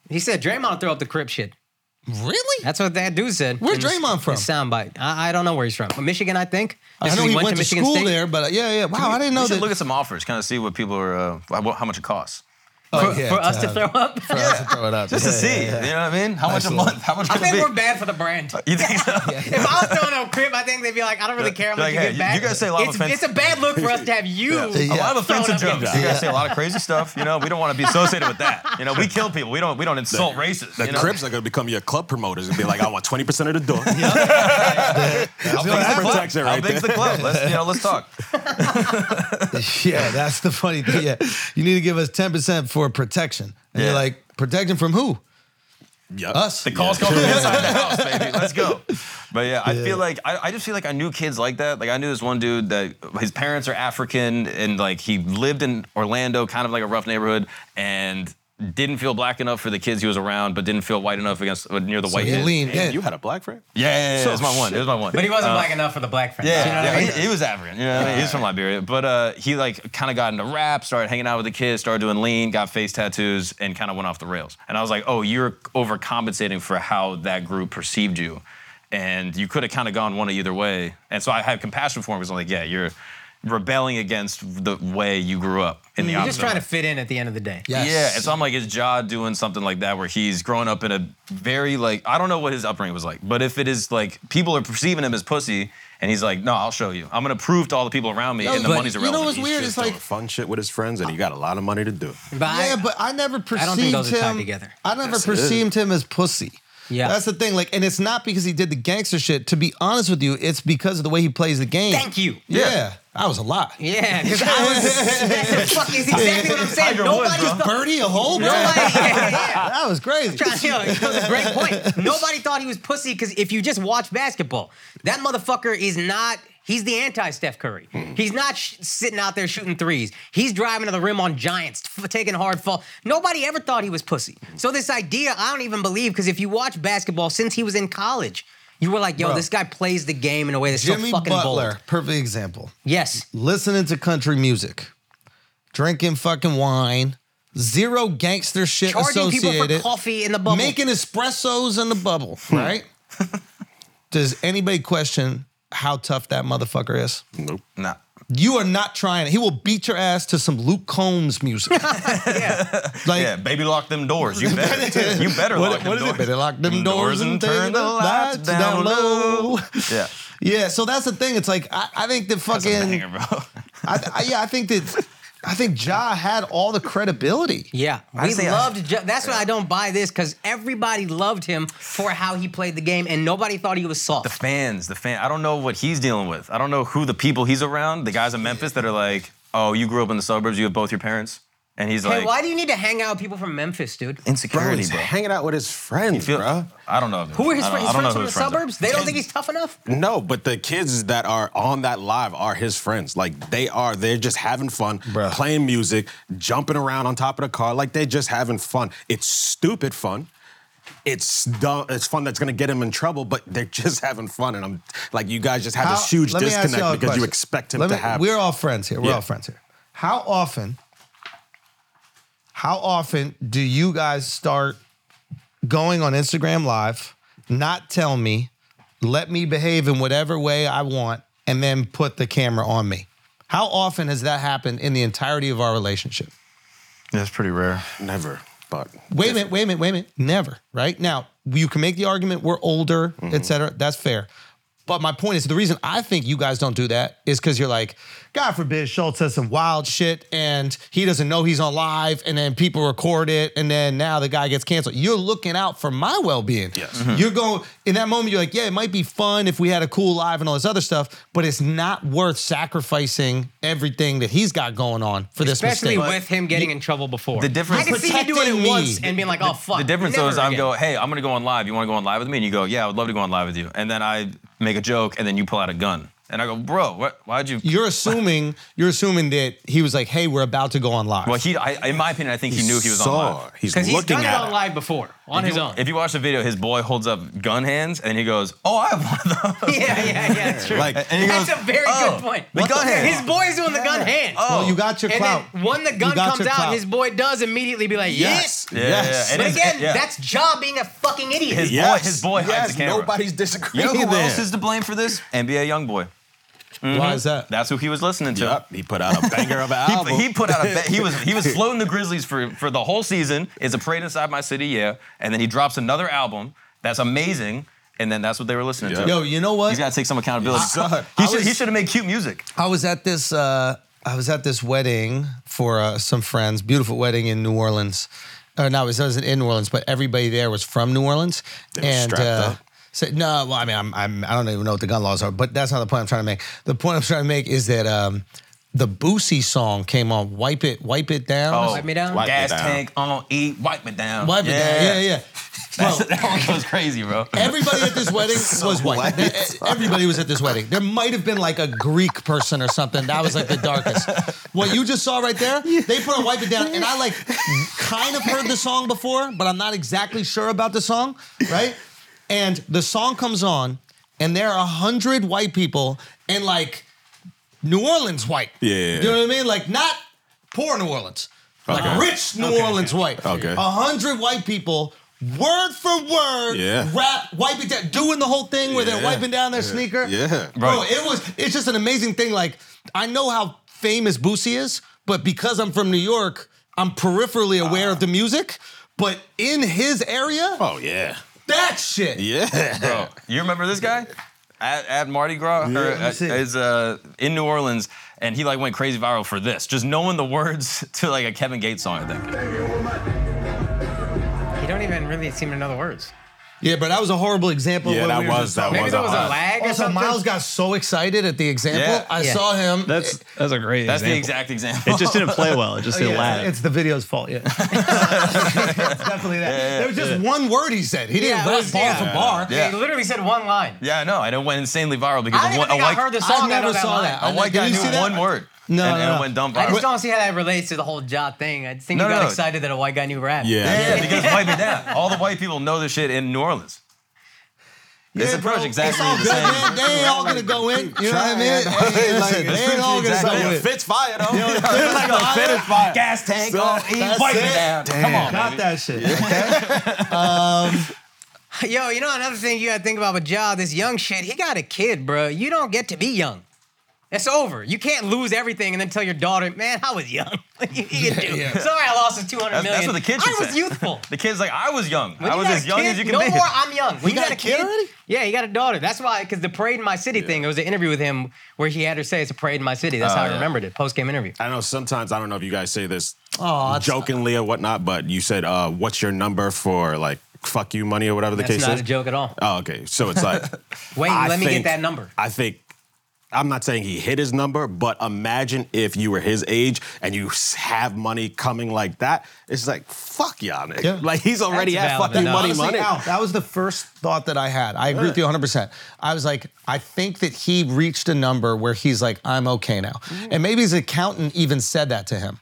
[SPEAKER 6] He said Draymond will throw up the Crip shit.
[SPEAKER 9] Really?
[SPEAKER 6] That's what that dude said.
[SPEAKER 9] Where's
[SPEAKER 6] in his-
[SPEAKER 9] Draymond from?
[SPEAKER 6] his soundbite. I, I don't know where he's from. Michigan, I think.
[SPEAKER 9] I
[SPEAKER 6] This
[SPEAKER 9] know
[SPEAKER 6] is-
[SPEAKER 9] he went, to,
[SPEAKER 6] Michigan
[SPEAKER 9] school
[SPEAKER 6] State.
[SPEAKER 9] there, but uh, yeah, yeah. Wow, I didn't
[SPEAKER 7] We
[SPEAKER 9] know
[SPEAKER 7] should
[SPEAKER 9] that.
[SPEAKER 7] look at some offers, kind of see what people are, uh, wh- how much it costs.
[SPEAKER 9] Oh,
[SPEAKER 6] For,
[SPEAKER 9] yeah,
[SPEAKER 6] for us to
[SPEAKER 9] have-
[SPEAKER 6] throw up.
[SPEAKER 9] for us to throw it up.
[SPEAKER 7] Just to
[SPEAKER 9] Yeah,
[SPEAKER 7] see,
[SPEAKER 9] yeah, yeah.
[SPEAKER 7] you know what I mean? How much a
[SPEAKER 9] Absolutely.
[SPEAKER 7] month? How much
[SPEAKER 6] I
[SPEAKER 7] could it
[SPEAKER 6] think
[SPEAKER 7] be?
[SPEAKER 6] we're bad for the brand.
[SPEAKER 7] You think so?
[SPEAKER 6] If I was throwing up Crip, I think they'd be like, I don't really care how
[SPEAKER 7] Like,
[SPEAKER 6] much you
[SPEAKER 7] hey,
[SPEAKER 6] get
[SPEAKER 7] you-
[SPEAKER 6] back.
[SPEAKER 7] you guys say a lot of
[SPEAKER 6] it's,
[SPEAKER 7] offense-
[SPEAKER 6] it's a bad look for us to have you.
[SPEAKER 7] A lot of
[SPEAKER 6] throwing
[SPEAKER 7] offensive
[SPEAKER 6] up
[SPEAKER 7] jokes. You guys say a lot of crazy stuff. You know, we don't want to be associated with that. You know, we kill people. We don't. We don't insult races.
[SPEAKER 3] The
[SPEAKER 7] you know?
[SPEAKER 3] Crips are gonna become your club promoters and be like, I want 20% of the door.
[SPEAKER 7] How big's
[SPEAKER 3] that
[SPEAKER 7] the club?
[SPEAKER 3] protects it
[SPEAKER 7] How
[SPEAKER 3] right
[SPEAKER 7] big's the
[SPEAKER 3] there.
[SPEAKER 7] club? Let's you know. Let's talk.
[SPEAKER 9] Yeah, that's the funny thing. Yeah, you need to give us ten percent for protection. And
[SPEAKER 7] Yeah.
[SPEAKER 9] You're like protection from who?
[SPEAKER 3] Yeah.
[SPEAKER 9] Us.
[SPEAKER 7] The calls come from inside the house, baby. Let's go. But yeah, I feel like I, I just feel like I knew kids like that. Like I knew this one dude that his parents are African and like he lived in Orlando, kind of like a rough neighborhood, and didn't feel black enough for the kids he was around, but didn't feel white enough against near the white
[SPEAKER 9] He
[SPEAKER 7] kids.
[SPEAKER 9] leaned
[SPEAKER 3] Hey,
[SPEAKER 9] in.
[SPEAKER 3] you had a black friend?
[SPEAKER 7] Yeah, yeah, yeah. it was my one. It was my one.
[SPEAKER 6] But he wasn't black enough for the black friends.
[SPEAKER 7] Yeah,
[SPEAKER 6] You know what
[SPEAKER 7] yeah,
[SPEAKER 6] I mean?
[SPEAKER 7] He, he was African. You know, what I mean? he's from Liberia, but uh, he like kind of got into rap, started hanging out with the kids, started doing lean, got face tattoos, and kind of went off the rails. And I was like, oh, you're overcompensating for how that group perceived you, and you could have kind of gone one of either way. And so I had compassion for him because I'm like, yeah, you're rebelling against the way you grew up in the
[SPEAKER 6] Mm, You're
[SPEAKER 7] opposite.
[SPEAKER 6] just trying
[SPEAKER 7] way.
[SPEAKER 6] to fit in at the end of the day.
[SPEAKER 9] Yes.
[SPEAKER 7] Yeah, and so I'm like, is Ja doing something like that where he's growing up in a very like I don't know what his upbringing was like, but if it is like people are perceiving him as pussy, and he's like, no, I'll show you. I'm gonna prove to all the people around me,
[SPEAKER 9] No,
[SPEAKER 7] and the
[SPEAKER 9] but
[SPEAKER 7] money's
[SPEAKER 9] you know
[SPEAKER 7] irrelevant.
[SPEAKER 9] what's weird
[SPEAKER 7] He's
[SPEAKER 9] is
[SPEAKER 7] just-
[SPEAKER 9] like-
[SPEAKER 3] Doing fun shit with his friends, and he got a lot of money to do.
[SPEAKER 6] But
[SPEAKER 9] Yeah,
[SPEAKER 6] I,
[SPEAKER 9] but I never perceived
[SPEAKER 6] don't think those are tied
[SPEAKER 9] him
[SPEAKER 6] together.
[SPEAKER 9] I never
[SPEAKER 3] it is.
[SPEAKER 9] perceived him as pussy.
[SPEAKER 6] Yeah.
[SPEAKER 9] that's the thing. Like, and it's not because he did the gangster shit. To be honest with you, it's because of the way he plays the game.
[SPEAKER 6] Thank you.
[SPEAKER 9] Yeah, I was a lot.
[SPEAKER 6] yeah, because I was. That's the fuck- it's exactly what I'm saying.
[SPEAKER 7] Tiger Woods,
[SPEAKER 6] Nobody
[SPEAKER 7] bro.
[SPEAKER 6] thought.
[SPEAKER 9] Birdie a whole
[SPEAKER 6] Nobody,
[SPEAKER 9] yeah.
[SPEAKER 6] yeah, yeah.
[SPEAKER 9] That was crazy.
[SPEAKER 6] Trying to- that was a great point. Nobody thought he was pussy because if you just watch basketball, that motherfucker is not. He's the anti Steph Curry.
[SPEAKER 9] Hmm.
[SPEAKER 6] He's not sh- sitting out there shooting threes. He's driving to the rim on giants, f- taking hard fall. Nobody ever thought he was pussy. So this idea, I don't even believe because if you watch basketball since he was in college, You were like, yo,
[SPEAKER 9] Bro.
[SPEAKER 6] this guy plays the game in a way that's
[SPEAKER 9] Jimmy
[SPEAKER 6] so fucking
[SPEAKER 9] Butler,
[SPEAKER 6] bold.
[SPEAKER 9] perfect example.
[SPEAKER 6] Yes.
[SPEAKER 9] Listening to country music, drinking fucking wine, zero gangster shit
[SPEAKER 6] Charging people
[SPEAKER 9] associated,
[SPEAKER 6] for coffee in the bubble.
[SPEAKER 9] making espressos in the bubble, right? Does anybody question how tough that motherfucker is?
[SPEAKER 3] Nope.
[SPEAKER 7] Nah.
[SPEAKER 9] You are not trying. He will beat your ass to some Luke Combs music. Like,
[SPEAKER 7] Yeah, baby, lock them doors. You better. you better
[SPEAKER 9] what,
[SPEAKER 7] lock them
[SPEAKER 9] what is
[SPEAKER 7] doors.
[SPEAKER 9] it? Better lock them doors, and turn the lights down, low.
[SPEAKER 7] Yeah.
[SPEAKER 9] Yeah, so that's the thing. It's like I, I think that
[SPEAKER 7] That's a
[SPEAKER 9] fucking
[SPEAKER 7] banger, bro.
[SPEAKER 9] I, I, yeah, I think that I think Ja had all the credibility.
[SPEAKER 6] Yeah,
[SPEAKER 7] I
[SPEAKER 6] we
[SPEAKER 7] say-
[SPEAKER 6] loved. Ju- that's why I don't buy this because everybody loved him for how he played the game, and nobody thought he was soft.
[SPEAKER 7] the fans, the fan. I don't know what he's dealing with. I don't know who the people he's around. The guys in Memphis that are like, "Oh, you grew up in the suburbs. You have both your parents," and he's
[SPEAKER 6] hey,
[SPEAKER 7] like,
[SPEAKER 6] why do you need to hang out with people from Memphis, dude?
[SPEAKER 3] Bro,
[SPEAKER 7] "Insecurity,
[SPEAKER 3] he's
[SPEAKER 7] bro."
[SPEAKER 3] hanging out with his friends,
[SPEAKER 7] Feel-
[SPEAKER 3] bro.
[SPEAKER 7] I don't know.
[SPEAKER 6] Who are his
[SPEAKER 7] I don't-
[SPEAKER 6] friends?
[SPEAKER 7] I
[SPEAKER 6] His
[SPEAKER 7] don't know who
[SPEAKER 6] friends from the
[SPEAKER 7] his friends are.
[SPEAKER 6] suburbs? They don't think he's tough enough.
[SPEAKER 3] No, but the kids that are on that live are his friends. Like they are, they're just having fun,
[SPEAKER 9] Bruh.
[SPEAKER 3] playing music, jumping around on top of the car. Like they're just having fun. It's stupid fun. It's dumb. It's fun that's gonna get him in trouble, but they're just having fun. And I'm like, you guys just have
[SPEAKER 9] How-
[SPEAKER 3] this huge
[SPEAKER 9] let me ask y'all
[SPEAKER 3] disconnect
[SPEAKER 9] a
[SPEAKER 3] because you
[SPEAKER 9] question.
[SPEAKER 3] expect him
[SPEAKER 9] Let
[SPEAKER 3] to
[SPEAKER 9] me-
[SPEAKER 3] have.
[SPEAKER 9] We're all friends here. We're
[SPEAKER 3] Yeah.
[SPEAKER 9] all friends here. How often? How often do you guys start going on Instagram Live? Not tell me, let me behave in whatever way I want, and then put the camera on me. How often has that happened in the entirety of our relationship?
[SPEAKER 7] That's pretty rare.
[SPEAKER 3] never, but
[SPEAKER 9] Wait a minute, wait a minute, wait a minute. Never, right? Now, you can make the argument we're older, et cetera. That's fair. But my point is the reason I think you guys don't do that is because you're like, God forbid Schultz says some wild shit and he doesn't know he's on live and then people record it and then now the guy gets canceled. You're looking out for my well being.
[SPEAKER 3] Yes.
[SPEAKER 9] You're going, in that moment, you're like, yeah, it might be fun if we had a cool live and all this other stuff, but it's not worth sacrificing everything that he's got going on for this
[SPEAKER 6] Especially
[SPEAKER 9] mistake.
[SPEAKER 6] with him getting in trouble before.
[SPEAKER 7] The difference-
[SPEAKER 6] I can see you doing
[SPEAKER 9] Protecting
[SPEAKER 6] it
[SPEAKER 9] me.
[SPEAKER 6] once and being like, "Oh fuck."
[SPEAKER 7] The difference though
[SPEAKER 6] never
[SPEAKER 7] is I
[SPEAKER 6] again.
[SPEAKER 7] go, "Hey, I'm gonna go on live. You want to go on live with me?" And you go, "Yeah, I would love to go on live with you." And then I make a joke, and then you pull out a gun, and I go, "Bro, what, why'd you?"
[SPEAKER 9] you're assuming you're assuming that he was like, "Hey, we're about to go on live."
[SPEAKER 7] well, he, I, in my opinion, I think he, knew he was
[SPEAKER 3] saw.
[SPEAKER 7] on live.
[SPEAKER 3] He's
[SPEAKER 6] because he's
[SPEAKER 3] looking
[SPEAKER 6] done it
[SPEAKER 3] at
[SPEAKER 6] on
[SPEAKER 3] it.
[SPEAKER 6] live before on his
[SPEAKER 7] You-
[SPEAKER 6] own.
[SPEAKER 7] If you watch the video, his boy holds up gun hands and he goes, "Oh, I have one of those."
[SPEAKER 6] yeah, yeah, yeah. That's true.
[SPEAKER 3] Like,
[SPEAKER 7] And he goes,
[SPEAKER 6] that's a very
[SPEAKER 7] "Oh,
[SPEAKER 6] good point.
[SPEAKER 7] The gun hand. Oh.
[SPEAKER 6] His boy's doing the gun hand.
[SPEAKER 9] Well, you got your
[SPEAKER 6] and
[SPEAKER 9] clout.
[SPEAKER 6] then when the
[SPEAKER 9] You
[SPEAKER 6] gun
[SPEAKER 9] got
[SPEAKER 6] comes
[SPEAKER 9] your
[SPEAKER 6] out,
[SPEAKER 9] clout.
[SPEAKER 6] his boy does immediately be like,
[SPEAKER 3] Yes.
[SPEAKER 6] "Yes."
[SPEAKER 7] Yeah, yeah, yeah. It
[SPEAKER 6] But
[SPEAKER 7] is-
[SPEAKER 6] again,
[SPEAKER 7] yeah.
[SPEAKER 6] that's Ja being a fucking idiot.
[SPEAKER 7] His
[SPEAKER 3] Yes.
[SPEAKER 7] boy, his boy hides
[SPEAKER 3] yes,
[SPEAKER 7] the camera.
[SPEAKER 3] Nobody's
[SPEAKER 7] You
[SPEAKER 3] disagreeing
[SPEAKER 7] know who
[SPEAKER 3] there.
[SPEAKER 7] else is to blame for this? NBA YoungBoy.
[SPEAKER 9] Why is that?
[SPEAKER 7] That's who he was listening to.
[SPEAKER 3] Yup, he put out a banger of an
[SPEAKER 7] He-
[SPEAKER 3] album.
[SPEAKER 7] He, put out a bet. He was he was floating the Grizzlies for for the whole season. It's a parade inside my city, yeah. And then he drops another album that's amazing, and then that's what they were listening
[SPEAKER 3] Yeah.
[SPEAKER 7] to.
[SPEAKER 9] Yo, you know what?
[SPEAKER 7] He's got to take some accountability.
[SPEAKER 9] I- I-
[SPEAKER 7] he
[SPEAKER 9] I
[SPEAKER 7] should he
[SPEAKER 9] was-
[SPEAKER 7] should have made cute music.
[SPEAKER 9] I was at this uh, I was at this wedding for uh, some friends, beautiful wedding in New Orleans. Uh, no, it was- it wasn't in New Orleans, but everybody there was from New Orleans.
[SPEAKER 3] were
[SPEAKER 9] and
[SPEAKER 3] strapped
[SPEAKER 9] uh,
[SPEAKER 3] up.
[SPEAKER 9] so- no, well, I mean, I'm, I'm I don't even know what the gun laws are, but that's not the point I'm trying to make. The point I'm trying to make is that um, the Boosie song came on, "Wipe It, Wipe It Down." or
[SPEAKER 6] Wipe me down.
[SPEAKER 3] Wipe me
[SPEAKER 7] Oh. Gas
[SPEAKER 3] down.
[SPEAKER 7] tank on E. Wipe it down.
[SPEAKER 9] Wipe it down. Yeah, yeah.
[SPEAKER 7] That's-
[SPEAKER 9] Bro,
[SPEAKER 7] that one goes crazy, bro.
[SPEAKER 9] Everybody at this wedding was white. E-, Everybody was at this wedding. There might have been like a Greek person or something. That was like the darkest. What you just saw right there, they put a wipe it down. And I like kind of heard the song before, but I'm not exactly sure about the song, right? And the song comes on, and there are a hundred white people and like New Orleans white.
[SPEAKER 3] Yeah.
[SPEAKER 9] You know what I mean? Like not poor New Orleans. Like
[SPEAKER 3] Okay.
[SPEAKER 9] rich New Orleans white.
[SPEAKER 3] Okay.
[SPEAKER 9] A hundred white people, word for word,
[SPEAKER 3] Yeah.
[SPEAKER 9] rap, wiping down, doing the whole thing where they're
[SPEAKER 3] Yeah.
[SPEAKER 9] wiping down their
[SPEAKER 3] Yeah.
[SPEAKER 9] sneaker.
[SPEAKER 3] Yeah.
[SPEAKER 9] Bro,
[SPEAKER 7] Right.
[SPEAKER 9] it was it's just an amazing thing. Like, I know how famous Boosie is, but because I'm from New York, I'm peripherally aware of the music. But in his area,
[SPEAKER 3] oh yeah,
[SPEAKER 9] that shit.
[SPEAKER 3] yeah.
[SPEAKER 7] Bro, you remember this guy? At, at Mardi Gras, or
[SPEAKER 9] let me
[SPEAKER 7] at-
[SPEAKER 9] see.
[SPEAKER 7] is uh, in New Orleans, and he like went crazy viral for this, just knowing the words to like a Kevin Gates song. I think.
[SPEAKER 6] You don't even really seem to know the words.
[SPEAKER 9] Yeah, but that was a horrible example. of
[SPEAKER 3] Yeah,
[SPEAKER 9] what
[SPEAKER 3] that
[SPEAKER 9] we were just
[SPEAKER 3] was that
[SPEAKER 9] talking
[SPEAKER 6] Maybe
[SPEAKER 3] was
[SPEAKER 6] there
[SPEAKER 3] a
[SPEAKER 6] was a
[SPEAKER 3] hot-
[SPEAKER 6] lag or
[SPEAKER 9] Also,
[SPEAKER 6] something.
[SPEAKER 9] Miles got so excited at the example.
[SPEAKER 7] Yeah.
[SPEAKER 9] I
[SPEAKER 6] Yeah.
[SPEAKER 9] saw him.
[SPEAKER 8] That's that's a great.
[SPEAKER 7] That's the
[SPEAKER 8] example.
[SPEAKER 7] exact example.
[SPEAKER 8] It just didn't play well. It just didn't
[SPEAKER 9] Oh, Yeah,
[SPEAKER 8] last.
[SPEAKER 9] it's the video's fault. Yeah, it's definitely that. there was just one word he said. He didn't
[SPEAKER 6] Yeah, it
[SPEAKER 9] rap
[SPEAKER 6] was-
[SPEAKER 9] bar
[SPEAKER 6] yeah.
[SPEAKER 9] for bar.
[SPEAKER 7] Yeah.
[SPEAKER 6] He literally said one line.
[SPEAKER 7] yeah, I know. And it went insanely viral because
[SPEAKER 6] I don't
[SPEAKER 7] a,
[SPEAKER 6] even
[SPEAKER 7] one- a
[SPEAKER 6] think I
[SPEAKER 7] white,
[SPEAKER 6] heard the
[SPEAKER 9] I
[SPEAKER 6] song. I
[SPEAKER 9] never
[SPEAKER 6] know that
[SPEAKER 9] saw
[SPEAKER 6] line.
[SPEAKER 9] that.
[SPEAKER 7] a
[SPEAKER 9] I
[SPEAKER 7] white
[SPEAKER 9] did
[SPEAKER 7] guy
[SPEAKER 9] you
[SPEAKER 7] knew
[SPEAKER 9] see that?
[SPEAKER 7] one word.
[SPEAKER 9] No,
[SPEAKER 7] and, and
[SPEAKER 9] no, no.
[SPEAKER 7] it went dumb
[SPEAKER 6] I
[SPEAKER 7] viral.
[SPEAKER 6] just don't see how that relates to the whole Ja thing. I just think
[SPEAKER 7] No,
[SPEAKER 6] you
[SPEAKER 7] no,
[SPEAKER 6] got
[SPEAKER 7] no.
[SPEAKER 6] excited that a white guy knew rap.
[SPEAKER 3] Yeah.
[SPEAKER 7] yeah, because wipe it down. All the white people know this shit in New Orleans. It's
[SPEAKER 9] Yeah,
[SPEAKER 7] approach
[SPEAKER 9] bro.
[SPEAKER 7] exactly
[SPEAKER 9] It's all
[SPEAKER 7] the
[SPEAKER 9] good,
[SPEAKER 7] same.
[SPEAKER 9] man. They ain't all gonna go in. You know what I mean?
[SPEAKER 7] Trying, bro.
[SPEAKER 9] Hey,
[SPEAKER 7] Like,
[SPEAKER 9] listen, they ain't all gonna
[SPEAKER 7] exactly.
[SPEAKER 9] go
[SPEAKER 7] It
[SPEAKER 9] in.
[SPEAKER 7] Fits fire though.
[SPEAKER 9] know,
[SPEAKER 7] It's like a fit is fire. Gas tank.
[SPEAKER 9] So,
[SPEAKER 7] oh, he
[SPEAKER 9] that's
[SPEAKER 7] wiping
[SPEAKER 9] it.
[SPEAKER 7] down. Come on,
[SPEAKER 11] Got that
[SPEAKER 7] baby.
[SPEAKER 11] shit.
[SPEAKER 6] Yo, you know another thing you gotta think about with Ja, this young shit, he got a kid, bro. You don't get to be young. It's over. You can't lose everything and then tell your daughter, man, I was young. you can do. Sorry, I lost the 200
[SPEAKER 7] That's-
[SPEAKER 6] million.
[SPEAKER 7] that's what the kid
[SPEAKER 6] I
[SPEAKER 7] should
[SPEAKER 6] was
[SPEAKER 7] say.
[SPEAKER 6] youthful.
[SPEAKER 7] The kid's like, I was young.
[SPEAKER 6] When
[SPEAKER 7] I
[SPEAKER 6] you
[SPEAKER 7] was
[SPEAKER 6] got a
[SPEAKER 7] as young
[SPEAKER 6] kid,
[SPEAKER 7] as you can
[SPEAKER 6] no
[SPEAKER 7] be.
[SPEAKER 6] more, I'm young. When you
[SPEAKER 9] got a kid already?
[SPEAKER 6] Yeah, he got a daughter. That's why, because the Parade in My City thing, it was an interview with him where he had her say it's a parade in my city. That's
[SPEAKER 7] Oh,
[SPEAKER 6] how I
[SPEAKER 7] yeah.
[SPEAKER 6] remembered it, post game interview.
[SPEAKER 3] I know sometimes I don't know if you guys say this
[SPEAKER 9] Aw, that's-
[SPEAKER 3] jokingly or whatnot, but you said, uh, "What's your number for like fuck you money or whatever the
[SPEAKER 6] That's
[SPEAKER 3] case
[SPEAKER 6] not
[SPEAKER 3] is?"
[SPEAKER 6] a joke at all.
[SPEAKER 3] Oh, okay. So it's like,
[SPEAKER 6] Wait,
[SPEAKER 3] I
[SPEAKER 6] let me
[SPEAKER 3] think-
[SPEAKER 6] get that number.
[SPEAKER 3] I think. I'm not saying he hit his number, but imagine if you were his age and you s- have money coming like that. It's like, fuck y'all, nigga.
[SPEAKER 9] Yeah.
[SPEAKER 3] Like, he's already
[SPEAKER 6] That's
[SPEAKER 3] at
[SPEAKER 6] valid
[SPEAKER 3] fucking
[SPEAKER 6] enough.
[SPEAKER 3] money,
[SPEAKER 9] Honestly,
[SPEAKER 3] money.
[SPEAKER 9] Al, that was the first thought that I had. I agree with you 100%. I was like, I think that he reached a number where he's like, I'm okay now. And maybe his accountant even said that to him.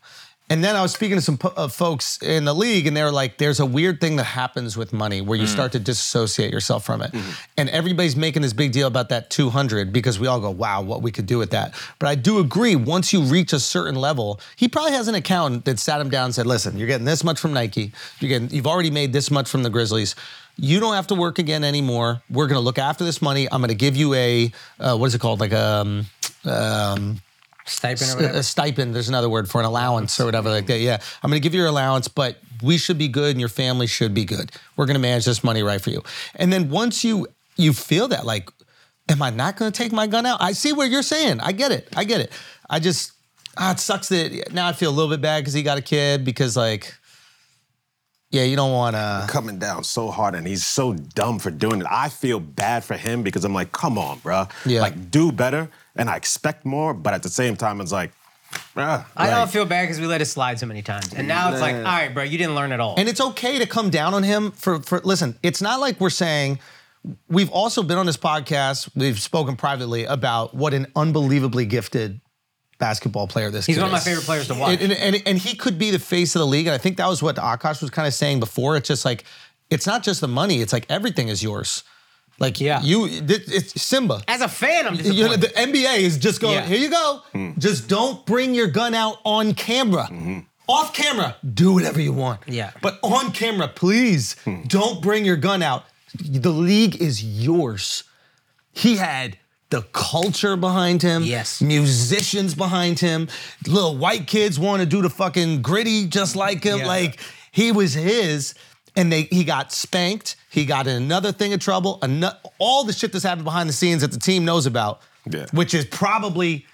[SPEAKER 9] And then I was speaking to some po- uh, folks in the league, and they were like, there's a weird thing that happens with money where you start to disassociate yourself from it. And everybody's making this big deal about that 200 because we all go, wow, what we could do with that. But I do agree, once you reach a certain level, he probably has an accountant that sat him down and said, listen, you're getting this much from Nike, you're getting, you've already made this much from the Grizzlies. You don't have to work again anymore. We're going to look after this money. I'm going to give you a, uh, what is it called? Like um, um,
[SPEAKER 6] Stipend or
[SPEAKER 9] S-
[SPEAKER 6] whatever.
[SPEAKER 9] a stipend. There's another word for an allowance or whatever like that. Yeah, I'm going to give you your allowance, but we should be good, and your family should be good. We're going to manage this money right for you. And then once you you feel that, like, am I not going to take my gun out? I see what you're saying. I get it. I get it. I just ah, it sucks that now I feel a little bit bad because he got a kid because like. Yeah, you don't want to.
[SPEAKER 3] coming down so hard and he's so dumb for doing it. I feel bad for him because I'm like, come on, bruh.
[SPEAKER 9] Yeah.
[SPEAKER 3] Like, do better and I expect more, but at the same time, it's like, ah,
[SPEAKER 6] I
[SPEAKER 3] like,
[SPEAKER 6] don't feel bad because we let it slide so many times. And now it's like, all right, bro, you didn't learn at all.
[SPEAKER 9] And it's okay to come down on him for for listen, it's not like we're saying we've also been on this podcast, we've spoken privately about what an unbelievably gifted basketball player this
[SPEAKER 6] He's
[SPEAKER 9] kid
[SPEAKER 6] one of my
[SPEAKER 9] is.
[SPEAKER 6] favorite players to watch.
[SPEAKER 9] And, and, and, and he could be the face of the league. And I think that was what Akash was kind of saying before. It's just like, it's not just the money, it's like everything is yours. Like,
[SPEAKER 6] Yeah.
[SPEAKER 9] you, th- it's Simba.
[SPEAKER 6] As a fan, I'm
[SPEAKER 9] You know,
[SPEAKER 6] disappointed.
[SPEAKER 9] the NBA is just going,
[SPEAKER 6] Yeah.
[SPEAKER 9] here you go. Just don't bring your gun out on camera. Off camera, do whatever you want.
[SPEAKER 6] Yeah.
[SPEAKER 9] But on camera, please don't bring your gun out. The league is yours. He had the culture behind him.
[SPEAKER 6] Yes.
[SPEAKER 9] Musicians behind him. Little white kids want to do the fucking gritty just like him.
[SPEAKER 6] Yeah.
[SPEAKER 9] Like he was his. And they, he got spanked. He got in another thing of trouble. Ano- all the shit that's happened behind the scenes that the team knows about,
[SPEAKER 3] Yeah.
[SPEAKER 9] which is probably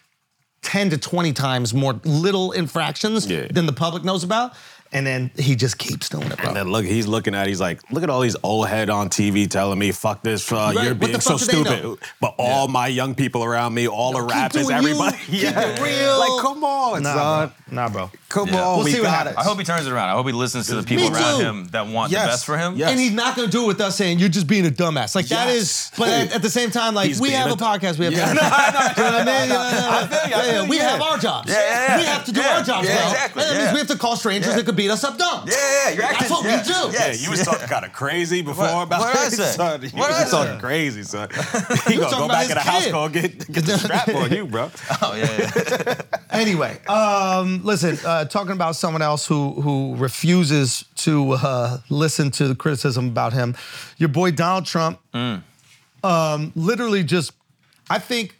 [SPEAKER 9] 10 to 20 times more little infractions
[SPEAKER 3] Yeah.
[SPEAKER 9] than the public knows about. And then he just keeps doing it, bro.
[SPEAKER 3] And then look, he's looking at. it, He's like, look at all these old head on TV telling me, "Fuck this, uh,
[SPEAKER 9] Right,
[SPEAKER 3] you're
[SPEAKER 9] what the
[SPEAKER 3] being so
[SPEAKER 9] fuck do they
[SPEAKER 3] stupid." But all my young people around me, all the rappers,
[SPEAKER 9] doing you.
[SPEAKER 3] everybody,
[SPEAKER 9] Keep it real.
[SPEAKER 3] Like, come on, son.
[SPEAKER 9] Nah, bro.
[SPEAKER 3] Come
[SPEAKER 7] Yeah.
[SPEAKER 3] on,
[SPEAKER 9] We'll
[SPEAKER 3] we
[SPEAKER 9] see what
[SPEAKER 3] got
[SPEAKER 9] happens.
[SPEAKER 3] it.
[SPEAKER 7] I hope he turns it around. I hope he listens to the people
[SPEAKER 9] Me
[SPEAKER 7] around
[SPEAKER 9] too.
[SPEAKER 7] him that want
[SPEAKER 3] Yes.
[SPEAKER 7] the best for him.
[SPEAKER 3] Yes.
[SPEAKER 9] And he's not going to do it with us saying you're just being a dumbass. Like that is,
[SPEAKER 3] Yes.
[SPEAKER 9] but at, at the same time, like
[SPEAKER 3] He's
[SPEAKER 9] we
[SPEAKER 3] being
[SPEAKER 9] have a,
[SPEAKER 3] a-
[SPEAKER 9] podcast, we have,
[SPEAKER 3] Yeah.
[SPEAKER 9] you know what I mean? Yeah,
[SPEAKER 7] feel you, I
[SPEAKER 9] yeah,
[SPEAKER 7] feel
[SPEAKER 9] we
[SPEAKER 7] you, yeah.
[SPEAKER 9] have our jobs.
[SPEAKER 7] Yeah, yeah, yeah.
[SPEAKER 9] We have to do
[SPEAKER 7] Yeah,
[SPEAKER 9] our jobs
[SPEAKER 7] yeah,
[SPEAKER 9] well.
[SPEAKER 7] exactly,
[SPEAKER 9] And that means
[SPEAKER 7] yeah.
[SPEAKER 9] we have to call strangers
[SPEAKER 7] Yeah.
[SPEAKER 9] that could beat us up dumb.
[SPEAKER 7] Yeah, yeah, yeah, you're
[SPEAKER 9] That's
[SPEAKER 7] acting-
[SPEAKER 9] what
[SPEAKER 7] yeah.
[SPEAKER 9] we do.
[SPEAKER 7] Yeah.
[SPEAKER 3] Yeah, you was talking kind of crazy before
[SPEAKER 7] What-
[SPEAKER 3] about
[SPEAKER 7] what I
[SPEAKER 3] this,
[SPEAKER 7] said?
[SPEAKER 3] son. You
[SPEAKER 7] What I
[SPEAKER 3] was talking
[SPEAKER 7] said?
[SPEAKER 3] crazy, son. He gonna
[SPEAKER 9] talking
[SPEAKER 3] go
[SPEAKER 9] about
[SPEAKER 3] back
[SPEAKER 9] his
[SPEAKER 3] in the house,
[SPEAKER 9] kid.
[SPEAKER 3] go get, get the strap on you, bro.
[SPEAKER 7] Oh, yeah, yeah.
[SPEAKER 9] Anyway, um, listen, uh, talking about someone else who who refuses to uh, listen to the criticism about him, your boy Donald Trump, um, literally just, I think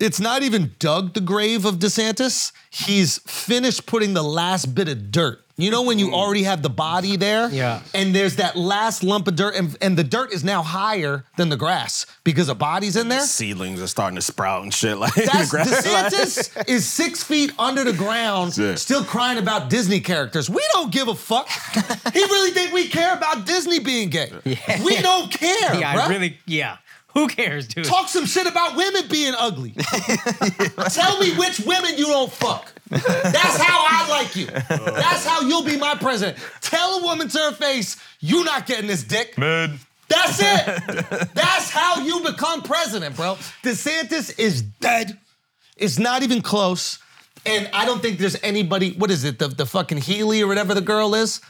[SPEAKER 9] it's not even dug the grave of DeSantis. He's finished putting the last bit of dirt. You know when you already have the body there,
[SPEAKER 6] Yeah.
[SPEAKER 9] and there's that last lump of dirt, and, and the dirt is now higher than the grass because a body's in there.
[SPEAKER 3] Seedlings are starting to sprout and shit like
[SPEAKER 9] That's
[SPEAKER 3] grass.
[SPEAKER 9] DeSantis is six feet under the ground,
[SPEAKER 3] Yeah.
[SPEAKER 9] still crying about Disney characters. We don't give a fuck. he really think we care about Disney being gay. We don't care.
[SPEAKER 6] yeah,
[SPEAKER 9] bruh.
[SPEAKER 6] I really, yeah. Who cares, dude?
[SPEAKER 9] Talk some shit about women being ugly. Tell me which women you don't fuck. That's how I like you. That's how you'll be my president. Tell a woman to her face, you not getting this dick. That's it. That's how you become president, bro. DeSantis is dead. It's not even close. And I don't think there's anybody, what is it, the, the fucking Healy or whatever the girl is?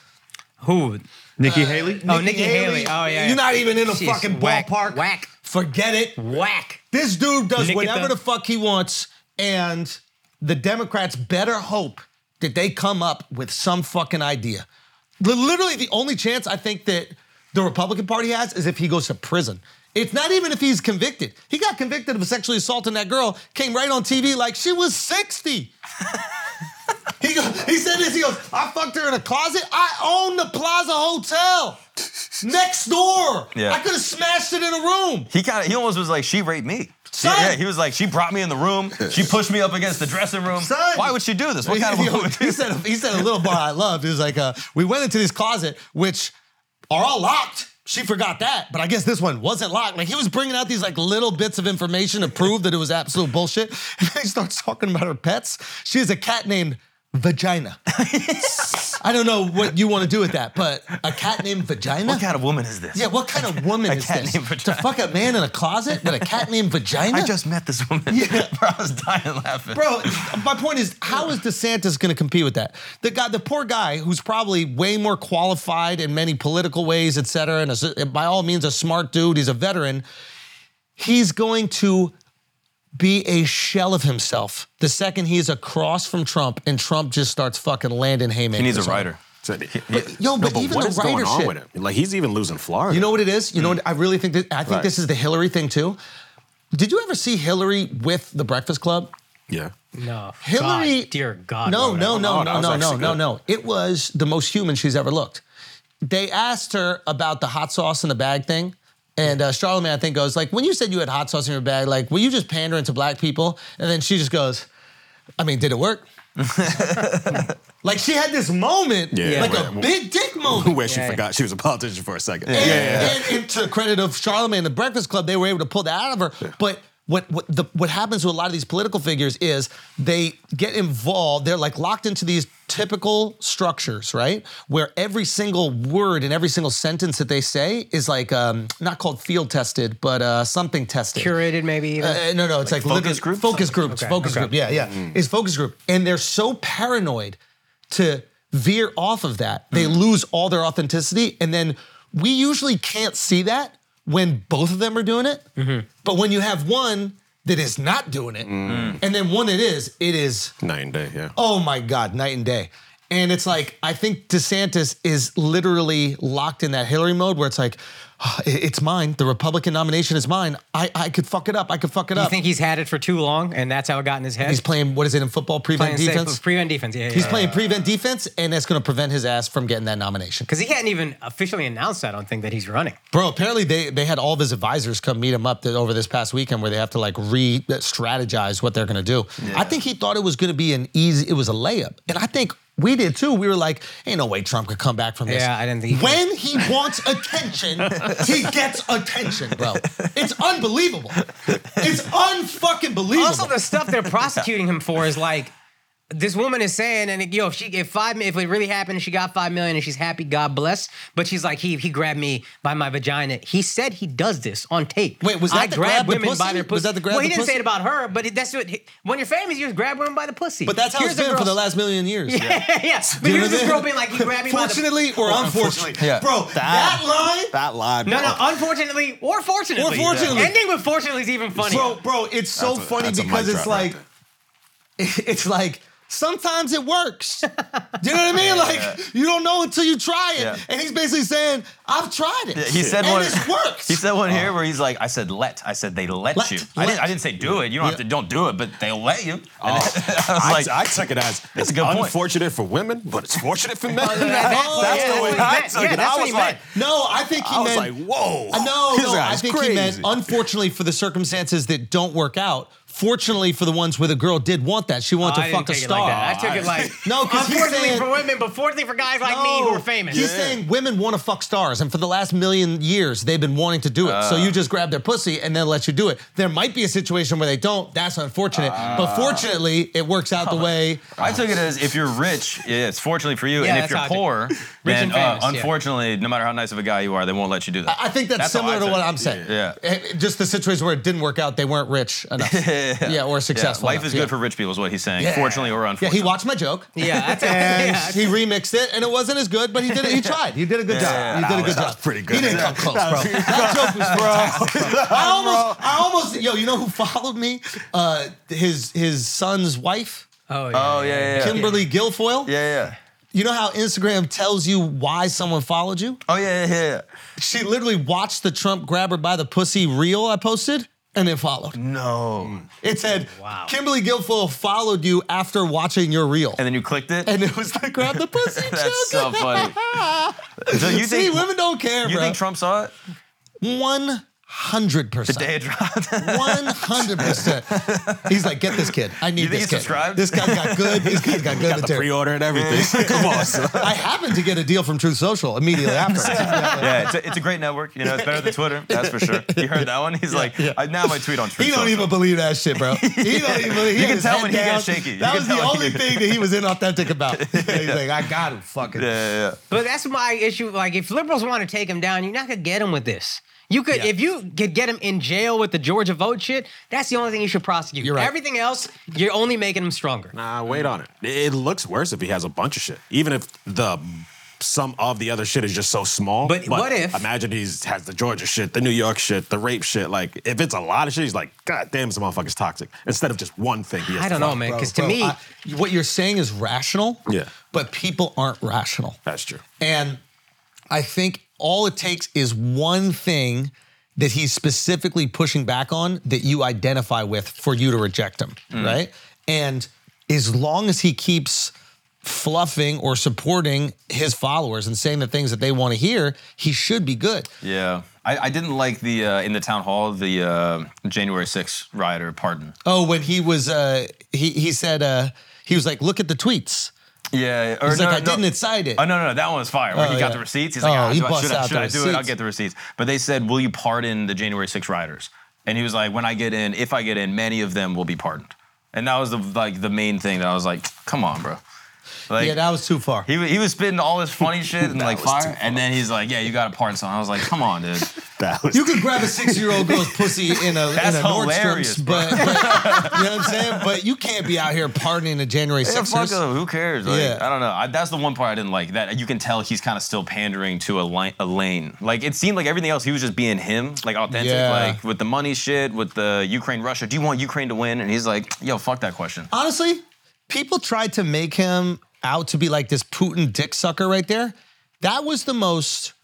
[SPEAKER 6] Who?
[SPEAKER 12] Nikki Haley.
[SPEAKER 6] Oh, Nikki, Haley. Oh, yeah.
[SPEAKER 9] You're not even in a
[SPEAKER 6] She's
[SPEAKER 9] fucking
[SPEAKER 6] whack,
[SPEAKER 9] ballpark.
[SPEAKER 6] whack.
[SPEAKER 9] Forget it.
[SPEAKER 6] Whack.
[SPEAKER 9] This dude does
[SPEAKER 6] Nikita.
[SPEAKER 9] whatever the fuck he wants, and the Democrats better hope that they come up with some fucking idea. Li- Literally, the only chance I think that the Republican Party has is if he goes to prison. It's not even if he's convicted. He got convicted of sexually assaulting that girl, came right on TV like she was 60. he, go, he said this, he goes, I fucked her in a closet. I own the Plaza Hotel next door.
[SPEAKER 7] Yeah.
[SPEAKER 9] I could have smashed it in a room.
[SPEAKER 7] He kind of he almost was like she raped me.
[SPEAKER 9] Son!
[SPEAKER 7] Yeah, yeah, he was like she brought me in the room. She pushed me up against the dressing room.
[SPEAKER 9] Son!
[SPEAKER 7] Why would she do this? What kind of
[SPEAKER 9] He-
[SPEAKER 7] woman would
[SPEAKER 9] he,
[SPEAKER 7] do
[SPEAKER 9] said he said a little bar I loved. It was like uh, we went into this closet which are all locked. She forgot that, but I guess this one wasn't locked. Like he was bringing out these like little bits of information to prove that it was absolute bullshit. And then he starts talking about her pets. She has a cat named Vagina. I don't know what you want to do with that, but a cat named Vagina.
[SPEAKER 7] What kind of woman is this?
[SPEAKER 9] yeah, what kind of woman
[SPEAKER 7] A
[SPEAKER 9] is
[SPEAKER 7] cat
[SPEAKER 9] this?
[SPEAKER 7] named
[SPEAKER 9] to
[SPEAKER 7] Vagina.
[SPEAKER 9] fuck a man in a closet with a cat named Vagina?
[SPEAKER 7] I just met this woman.
[SPEAKER 9] Yeah.
[SPEAKER 7] Bro, I was dying laughing.
[SPEAKER 9] Bro, my point is, how is DeSantis going to compete with that? The guy, the poor guy, who's probably way more qualified in many political ways, et cetera, and a, by all means a smart dude. He's a veteran. He's going to be a shell of himself the second he's across from Trump, and Trump just starts fucking landing haymakers.
[SPEAKER 7] he needs a
[SPEAKER 9] on him.
[SPEAKER 7] writer.
[SPEAKER 3] So-
[SPEAKER 9] yo,
[SPEAKER 3] No,
[SPEAKER 9] but even
[SPEAKER 3] what
[SPEAKER 9] the
[SPEAKER 3] is going on
[SPEAKER 9] ridership-
[SPEAKER 3] with him? Like he's even losing Florida.
[SPEAKER 9] You know what it is? You know what I really think that I think
[SPEAKER 3] Mm. Right.
[SPEAKER 9] this is the Hillary thing too. Did you ever see Hillary with the Breakfast Club?
[SPEAKER 3] yeah.
[SPEAKER 6] No.
[SPEAKER 9] Hillary,
[SPEAKER 6] God, dear God.
[SPEAKER 9] no,
[SPEAKER 6] Rhoda.
[SPEAKER 9] no, no,
[SPEAKER 3] Oh, that
[SPEAKER 9] no,
[SPEAKER 3] was
[SPEAKER 9] no, no,
[SPEAKER 3] actually
[SPEAKER 9] no,
[SPEAKER 3] good.
[SPEAKER 9] no. It was the most human she's ever looked. They asked her about the hot sauce in the bag thing. And uh, Charlamagne, I think, goes like, "When you said you had hot sauce in your bag, like, were you just pandering to black people?" And then she just goes, "I mean, did it work?" like she had this moment,
[SPEAKER 3] Yeah,
[SPEAKER 9] like a
[SPEAKER 3] where-
[SPEAKER 9] big dick moment.
[SPEAKER 3] Where she
[SPEAKER 6] Yeah.
[SPEAKER 3] forgot she was a politician for a second.
[SPEAKER 9] And, and- and to the credit of Charlamagne and the Breakfast Club, they were able to pull that out of her. But what what the, what happens to a lot of these political figures is they get involved. They're like locked into these typical structures, right? Where every single word and every single sentence that they say is like um, not called field tested, but uh, something tested.
[SPEAKER 6] Curated, maybe even.
[SPEAKER 9] Uh, no, no, it's like,
[SPEAKER 7] focus
[SPEAKER 9] literally-
[SPEAKER 7] group?
[SPEAKER 9] Focus groups.
[SPEAKER 6] Okay,
[SPEAKER 9] Focus
[SPEAKER 6] okay.
[SPEAKER 9] group. Yeah, yeah. It's focus group, and they're so paranoid to veer off of that, they lose all their authenticity, and then we usually can't see that when both of them are doing it. But when you have one that is not doing it, and then one that is, it is
[SPEAKER 3] Night and day, yeah.
[SPEAKER 9] oh my God, night and day. And it's like, I think DeSantis is literally locked in that Hillary mode where it's like, "Ah, it- it's mine. The Republican nomination is mine. I, I could fuck it up. I could fuck it
[SPEAKER 6] you
[SPEAKER 9] up.
[SPEAKER 6] think he's had it for too long, and that's how it got in his head?
[SPEAKER 9] he's playing, what is it in football? Prevent
[SPEAKER 6] safe-
[SPEAKER 9] defense?
[SPEAKER 6] prevent defense. Yeah, yeah,
[SPEAKER 9] He's
[SPEAKER 6] yeah.
[SPEAKER 9] playing prevent defense, and that's going to prevent his ass from getting that nomination.
[SPEAKER 6] Because he hadn't even officially announced that on thing that he's running.
[SPEAKER 9] Bro, apparently they, they had all of his advisors come meet him up th- over this past weekend where they have to like re strategize what they're going to do. I think he thought it was going to be an easy, it was a layup. And I think we did too. We were like, ain't no way Trump could come back from this.
[SPEAKER 6] Yeah, I didn't think he
[SPEAKER 9] When he wants attention, he gets attention, bro. It's unbelievable. It's unfucking believable.
[SPEAKER 6] Also, the stuff they're prosecuting him for is like this woman is saying, and yo, if she if five if it really happened, and she got five million, and she's happy, God bless. But she's like, he he grabbed me by my vagina. He said he does this on tape.
[SPEAKER 9] Wait, was that
[SPEAKER 6] I
[SPEAKER 9] the grab
[SPEAKER 6] grab
[SPEAKER 9] the
[SPEAKER 6] women by
[SPEAKER 9] pussy?
[SPEAKER 6] their
[SPEAKER 9] Was
[SPEAKER 6] pussy?
[SPEAKER 9] that the grab
[SPEAKER 6] well, he
[SPEAKER 9] the
[SPEAKER 6] didn't say
[SPEAKER 9] pussy?
[SPEAKER 6] it about her, but it- that's what he- when you're famous, you just grab women by the pussy.
[SPEAKER 9] but that's how
[SPEAKER 6] Here's
[SPEAKER 9] it's
[SPEAKER 6] the
[SPEAKER 9] been for
[SPEAKER 6] girl-
[SPEAKER 9] the last million years.
[SPEAKER 6] yeah, but
[SPEAKER 9] You know
[SPEAKER 6] here's this
[SPEAKER 9] what I
[SPEAKER 6] girl
[SPEAKER 9] mean?
[SPEAKER 6] being like, he grabbed me by the
[SPEAKER 9] Fortunately or unfortunately.
[SPEAKER 7] Yeah.
[SPEAKER 9] Bro, that line
[SPEAKER 3] That line.
[SPEAKER 6] no,
[SPEAKER 3] bro.
[SPEAKER 6] no, unfortunately or fortunately.
[SPEAKER 9] Or fortunately.
[SPEAKER 6] Ending with fortunately is even funnier.
[SPEAKER 9] Bro, bro, it's so
[SPEAKER 3] That's a-
[SPEAKER 9] funny
[SPEAKER 3] that's a mic
[SPEAKER 9] because it's
[SPEAKER 3] drop right
[SPEAKER 9] like,
[SPEAKER 3] there.
[SPEAKER 9] it's like sometimes it works. Do you know what I mean? Like you don't know until you try it.
[SPEAKER 7] Yeah.
[SPEAKER 9] And he's basically saying, "I've tried it.
[SPEAKER 7] Yeah, he said
[SPEAKER 9] and
[SPEAKER 7] one.
[SPEAKER 9] This works.
[SPEAKER 7] He said one here where he's like, I said let. I said they let,
[SPEAKER 9] Let,
[SPEAKER 7] you. I, didn't,
[SPEAKER 9] let.
[SPEAKER 7] I didn't say do it. You don't have to. Don't do it, but they'll let you.
[SPEAKER 3] Oh, I,
[SPEAKER 7] like-
[SPEAKER 3] I took it as it's
[SPEAKER 7] a good point.
[SPEAKER 3] unfortunate for women, but it's fortunate for men. that's
[SPEAKER 9] Oh, yeah,
[SPEAKER 3] the
[SPEAKER 9] that's
[SPEAKER 3] way
[SPEAKER 9] what he
[SPEAKER 3] I
[SPEAKER 6] meant.
[SPEAKER 3] took
[SPEAKER 6] Yeah,
[SPEAKER 3] it.
[SPEAKER 6] that's
[SPEAKER 3] I
[SPEAKER 6] what
[SPEAKER 3] was
[SPEAKER 6] he
[SPEAKER 3] like,
[SPEAKER 6] meant.
[SPEAKER 9] no, I think he
[SPEAKER 3] I was
[SPEAKER 9] meant.
[SPEAKER 3] like, whoa.
[SPEAKER 9] Uh, No,
[SPEAKER 3] This
[SPEAKER 9] no, I
[SPEAKER 3] guy's
[SPEAKER 9] think he
[SPEAKER 3] crazy.
[SPEAKER 9] meant unfortunately for the circumstances that don't work out. Fortunately for the ones where the girl did want that. She wanted
[SPEAKER 6] Oh, I
[SPEAKER 9] to
[SPEAKER 6] didn't
[SPEAKER 9] fuck a
[SPEAKER 6] take it
[SPEAKER 9] star.
[SPEAKER 6] Like that. I took it like
[SPEAKER 9] No, 'cause he's
[SPEAKER 6] unfortunately
[SPEAKER 9] saying-
[SPEAKER 6] for women, but fortunately for guys like me who are famous.
[SPEAKER 9] He's saying women want to fuck stars, and for the last million years, they've been wanting to do it. so
[SPEAKER 7] Ah.
[SPEAKER 9] you just grab their pussy and then let you do it. There might be a situation where they don't. That's unfortunate.
[SPEAKER 7] Ah.
[SPEAKER 9] but fortunately, it works out the way.
[SPEAKER 7] I took it as if you're rich, yeah, it's fortunately for you,
[SPEAKER 6] Yeah,
[SPEAKER 7] and
[SPEAKER 6] that's
[SPEAKER 7] if
[SPEAKER 6] how I
[SPEAKER 7] you're
[SPEAKER 6] took it.
[SPEAKER 7] poor, then
[SPEAKER 6] and
[SPEAKER 7] uh,
[SPEAKER 6] famous, yeah.
[SPEAKER 7] unfortunately, no matter how nice of a guy you are, they won't let you do that.
[SPEAKER 9] I think that's,
[SPEAKER 7] how
[SPEAKER 9] similar
[SPEAKER 7] I
[SPEAKER 9] to
[SPEAKER 7] took
[SPEAKER 9] what
[SPEAKER 7] it.
[SPEAKER 9] I'm saying.
[SPEAKER 7] Yeah.
[SPEAKER 9] Eh, Just the situation where it didn't work out, they weren't rich enough.
[SPEAKER 7] yeah, yeah.
[SPEAKER 9] Yeah, or successful
[SPEAKER 7] Life
[SPEAKER 9] enough,
[SPEAKER 7] is
[SPEAKER 9] yeah.
[SPEAKER 7] good for rich people, is what he's saying.
[SPEAKER 9] Yeah.
[SPEAKER 7] Fortunately or
[SPEAKER 9] Yeah,
[SPEAKER 7] unfortunately.
[SPEAKER 9] he watched my joke.
[SPEAKER 6] Yeah, that's
[SPEAKER 9] And
[SPEAKER 6] yeah.
[SPEAKER 9] he remixed it, and it wasn't as good, but he did it. He tried. He did a good
[SPEAKER 7] yeah,
[SPEAKER 9] job. He did a good
[SPEAKER 3] that was
[SPEAKER 9] job.
[SPEAKER 3] pretty good.
[SPEAKER 9] He didn't come close, bro. That joke was fantastic. I almost, I almost, yo, you know who followed me? Uh, his his son's wife,
[SPEAKER 6] Oh yeah.
[SPEAKER 7] Oh yeah, yeah, yeah.
[SPEAKER 9] Kimberly Guilfoyle.
[SPEAKER 7] Yeah, yeah.
[SPEAKER 9] You know how Instagram tells you why someone followed you?
[SPEAKER 7] Oh yeah, yeah, yeah.
[SPEAKER 9] She literally watched the Trump grab her by the pussy reel I posted and then followed.
[SPEAKER 7] No.
[SPEAKER 9] It said,
[SPEAKER 6] Wow.
[SPEAKER 9] Kimberly Guilfoyle followed you after watching your reel.
[SPEAKER 7] And then you clicked it.
[SPEAKER 9] And it was the grab the pussy joke.
[SPEAKER 7] That's so funny. so you
[SPEAKER 9] See,
[SPEAKER 7] think
[SPEAKER 9] women don't care,
[SPEAKER 7] you
[SPEAKER 9] bro.
[SPEAKER 7] think Trump saw it?
[SPEAKER 9] One hundred
[SPEAKER 7] The day it
[SPEAKER 9] percent.
[SPEAKER 7] dropped.
[SPEAKER 9] One hundred percent. He's like, get this kid. I need
[SPEAKER 7] You think
[SPEAKER 9] this
[SPEAKER 7] he
[SPEAKER 9] kid.
[SPEAKER 7] subscribed?
[SPEAKER 9] This guy's got good. This guy's got good
[SPEAKER 3] the
[SPEAKER 9] material.
[SPEAKER 3] pre-order and everything. Come on, son.
[SPEAKER 9] I happened to get a deal from Truth Social immediately after.
[SPEAKER 7] yeah, it's a, it's a great network. You know, it's better than Twitter. That's for sure. You heard that one? He's like, I, now I tweet on Twitter.
[SPEAKER 9] He don't even believe that shit, bro. He don't even believe. He
[SPEAKER 7] You
[SPEAKER 9] had
[SPEAKER 7] can
[SPEAKER 9] his
[SPEAKER 7] tell
[SPEAKER 9] head
[SPEAKER 7] when he gets
[SPEAKER 9] down.
[SPEAKER 7] shaky. You
[SPEAKER 9] That
[SPEAKER 7] can
[SPEAKER 9] was the
[SPEAKER 7] tell when
[SPEAKER 9] only
[SPEAKER 7] he gets-
[SPEAKER 9] thing that he was inauthentic about. He's like, I got him, fucking.
[SPEAKER 7] Yeah, yeah, yeah.
[SPEAKER 6] But that's my issue. Like, if liberals want to take him down, you're not gonna get him with this. You could, if you could get him in jail with the Georgia vote shit, that's the only thing you should prosecute.
[SPEAKER 9] You're right.
[SPEAKER 6] Everything else, you're only making him stronger.
[SPEAKER 3] Nah, wait on it. It looks worse if he has a bunch of shit. Even if the some of the other shit is just so small.
[SPEAKER 6] But what if-
[SPEAKER 3] Imagine he's has the Georgia shit, the New York shit, the rape shit. Like if it's a lot of shit, he's like, God damn, this motherfucker's toxic. Instead of just one thing. He has
[SPEAKER 6] I
[SPEAKER 3] to
[SPEAKER 6] don't know,
[SPEAKER 3] fuck.
[SPEAKER 6] man.
[SPEAKER 9] Bro,
[SPEAKER 6] Because to
[SPEAKER 9] bro,
[SPEAKER 6] me,
[SPEAKER 9] I- what you're saying is rational.
[SPEAKER 3] Yeah.
[SPEAKER 9] But people aren't rational.
[SPEAKER 3] That's true.
[SPEAKER 9] And I think all it takes is one thing that he's specifically pushing back on that you identify with for you to reject him,
[SPEAKER 7] Mm.
[SPEAKER 9] right? And as long as he keeps fluffing or supporting his followers and saying the things that they want to hear, he should be good.
[SPEAKER 7] Yeah. I, I didn't like the uh, in the town hall the uh, January 6th rioter pardon.
[SPEAKER 9] Oh, when he was uh he he said uh he was like, look at the tweets.
[SPEAKER 7] Yeah, or
[SPEAKER 9] He's
[SPEAKER 7] no,
[SPEAKER 9] like, I
[SPEAKER 7] no.
[SPEAKER 9] didn't incite it.
[SPEAKER 7] Oh no, no, no, that one was fire. When
[SPEAKER 9] Oh,
[SPEAKER 7] he got
[SPEAKER 9] yeah.
[SPEAKER 7] the receipts, he's
[SPEAKER 9] Oh,
[SPEAKER 7] like, ah,
[SPEAKER 9] he
[SPEAKER 7] do I,
[SPEAKER 9] busts
[SPEAKER 7] should, I,
[SPEAKER 9] out
[SPEAKER 7] should
[SPEAKER 9] the
[SPEAKER 7] I do it? I'll
[SPEAKER 9] receipts.
[SPEAKER 7] get the receipts. But they said, will you pardon the January 6 rioters? And he was like, when I get in, if I get in, many of them will be pardoned. And that was the like the main thing that I was like, come on, bro. Like,
[SPEAKER 9] yeah, that was too far.
[SPEAKER 7] he, wa- he was spitting all this funny shit and like
[SPEAKER 3] was too
[SPEAKER 7] fire, and then he's like, "Yeah, you got to pardon someone." I was like, "Come on, dude."
[SPEAKER 3] That was
[SPEAKER 9] You could grab a six-year-old girl's pussy in a, in
[SPEAKER 7] That's
[SPEAKER 9] a
[SPEAKER 7] hilarious,
[SPEAKER 9] Nordstrom's,
[SPEAKER 7] bro.
[SPEAKER 9] but, but you know what I'm saying. But you can't be out here partying a January
[SPEAKER 7] Yeah, fuck
[SPEAKER 9] 6ers.
[SPEAKER 7] him. Who cares? Like,
[SPEAKER 9] Yeah.
[SPEAKER 7] I don't know. I, that's the one part I didn't like. That you can tell he's kind of still pandering to a, li- a lane. Like it seemed like everything else, he was just being him, like authentic,
[SPEAKER 9] Yeah.
[SPEAKER 7] like with the money shit, with the Ukraine Russia. Do you want Ukraine to win? And he's like, yo, fuck that question.
[SPEAKER 9] Honestly, people tried to make him out to be like this Putin dick sucker right there. That was the most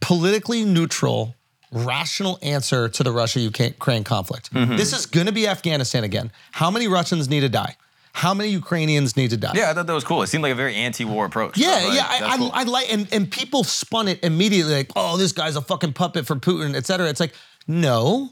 [SPEAKER 9] politically neutral, rational answer to the Russia Ukraine conflict.
[SPEAKER 7] Mm-hmm.
[SPEAKER 9] This is going to be Afghanistan again. How many Russians need to die? How many Ukrainians need to die?
[SPEAKER 7] Yeah, I thought that was cool. It seemed like a very anti-war approach.
[SPEAKER 9] Yeah,
[SPEAKER 7] Like,
[SPEAKER 9] yeah. I,
[SPEAKER 7] that's
[SPEAKER 9] I,
[SPEAKER 7] cool.
[SPEAKER 9] I like, and, and people spun it immediately like, oh, this guy's a fucking puppet for Putin, et cetera. It's like, no,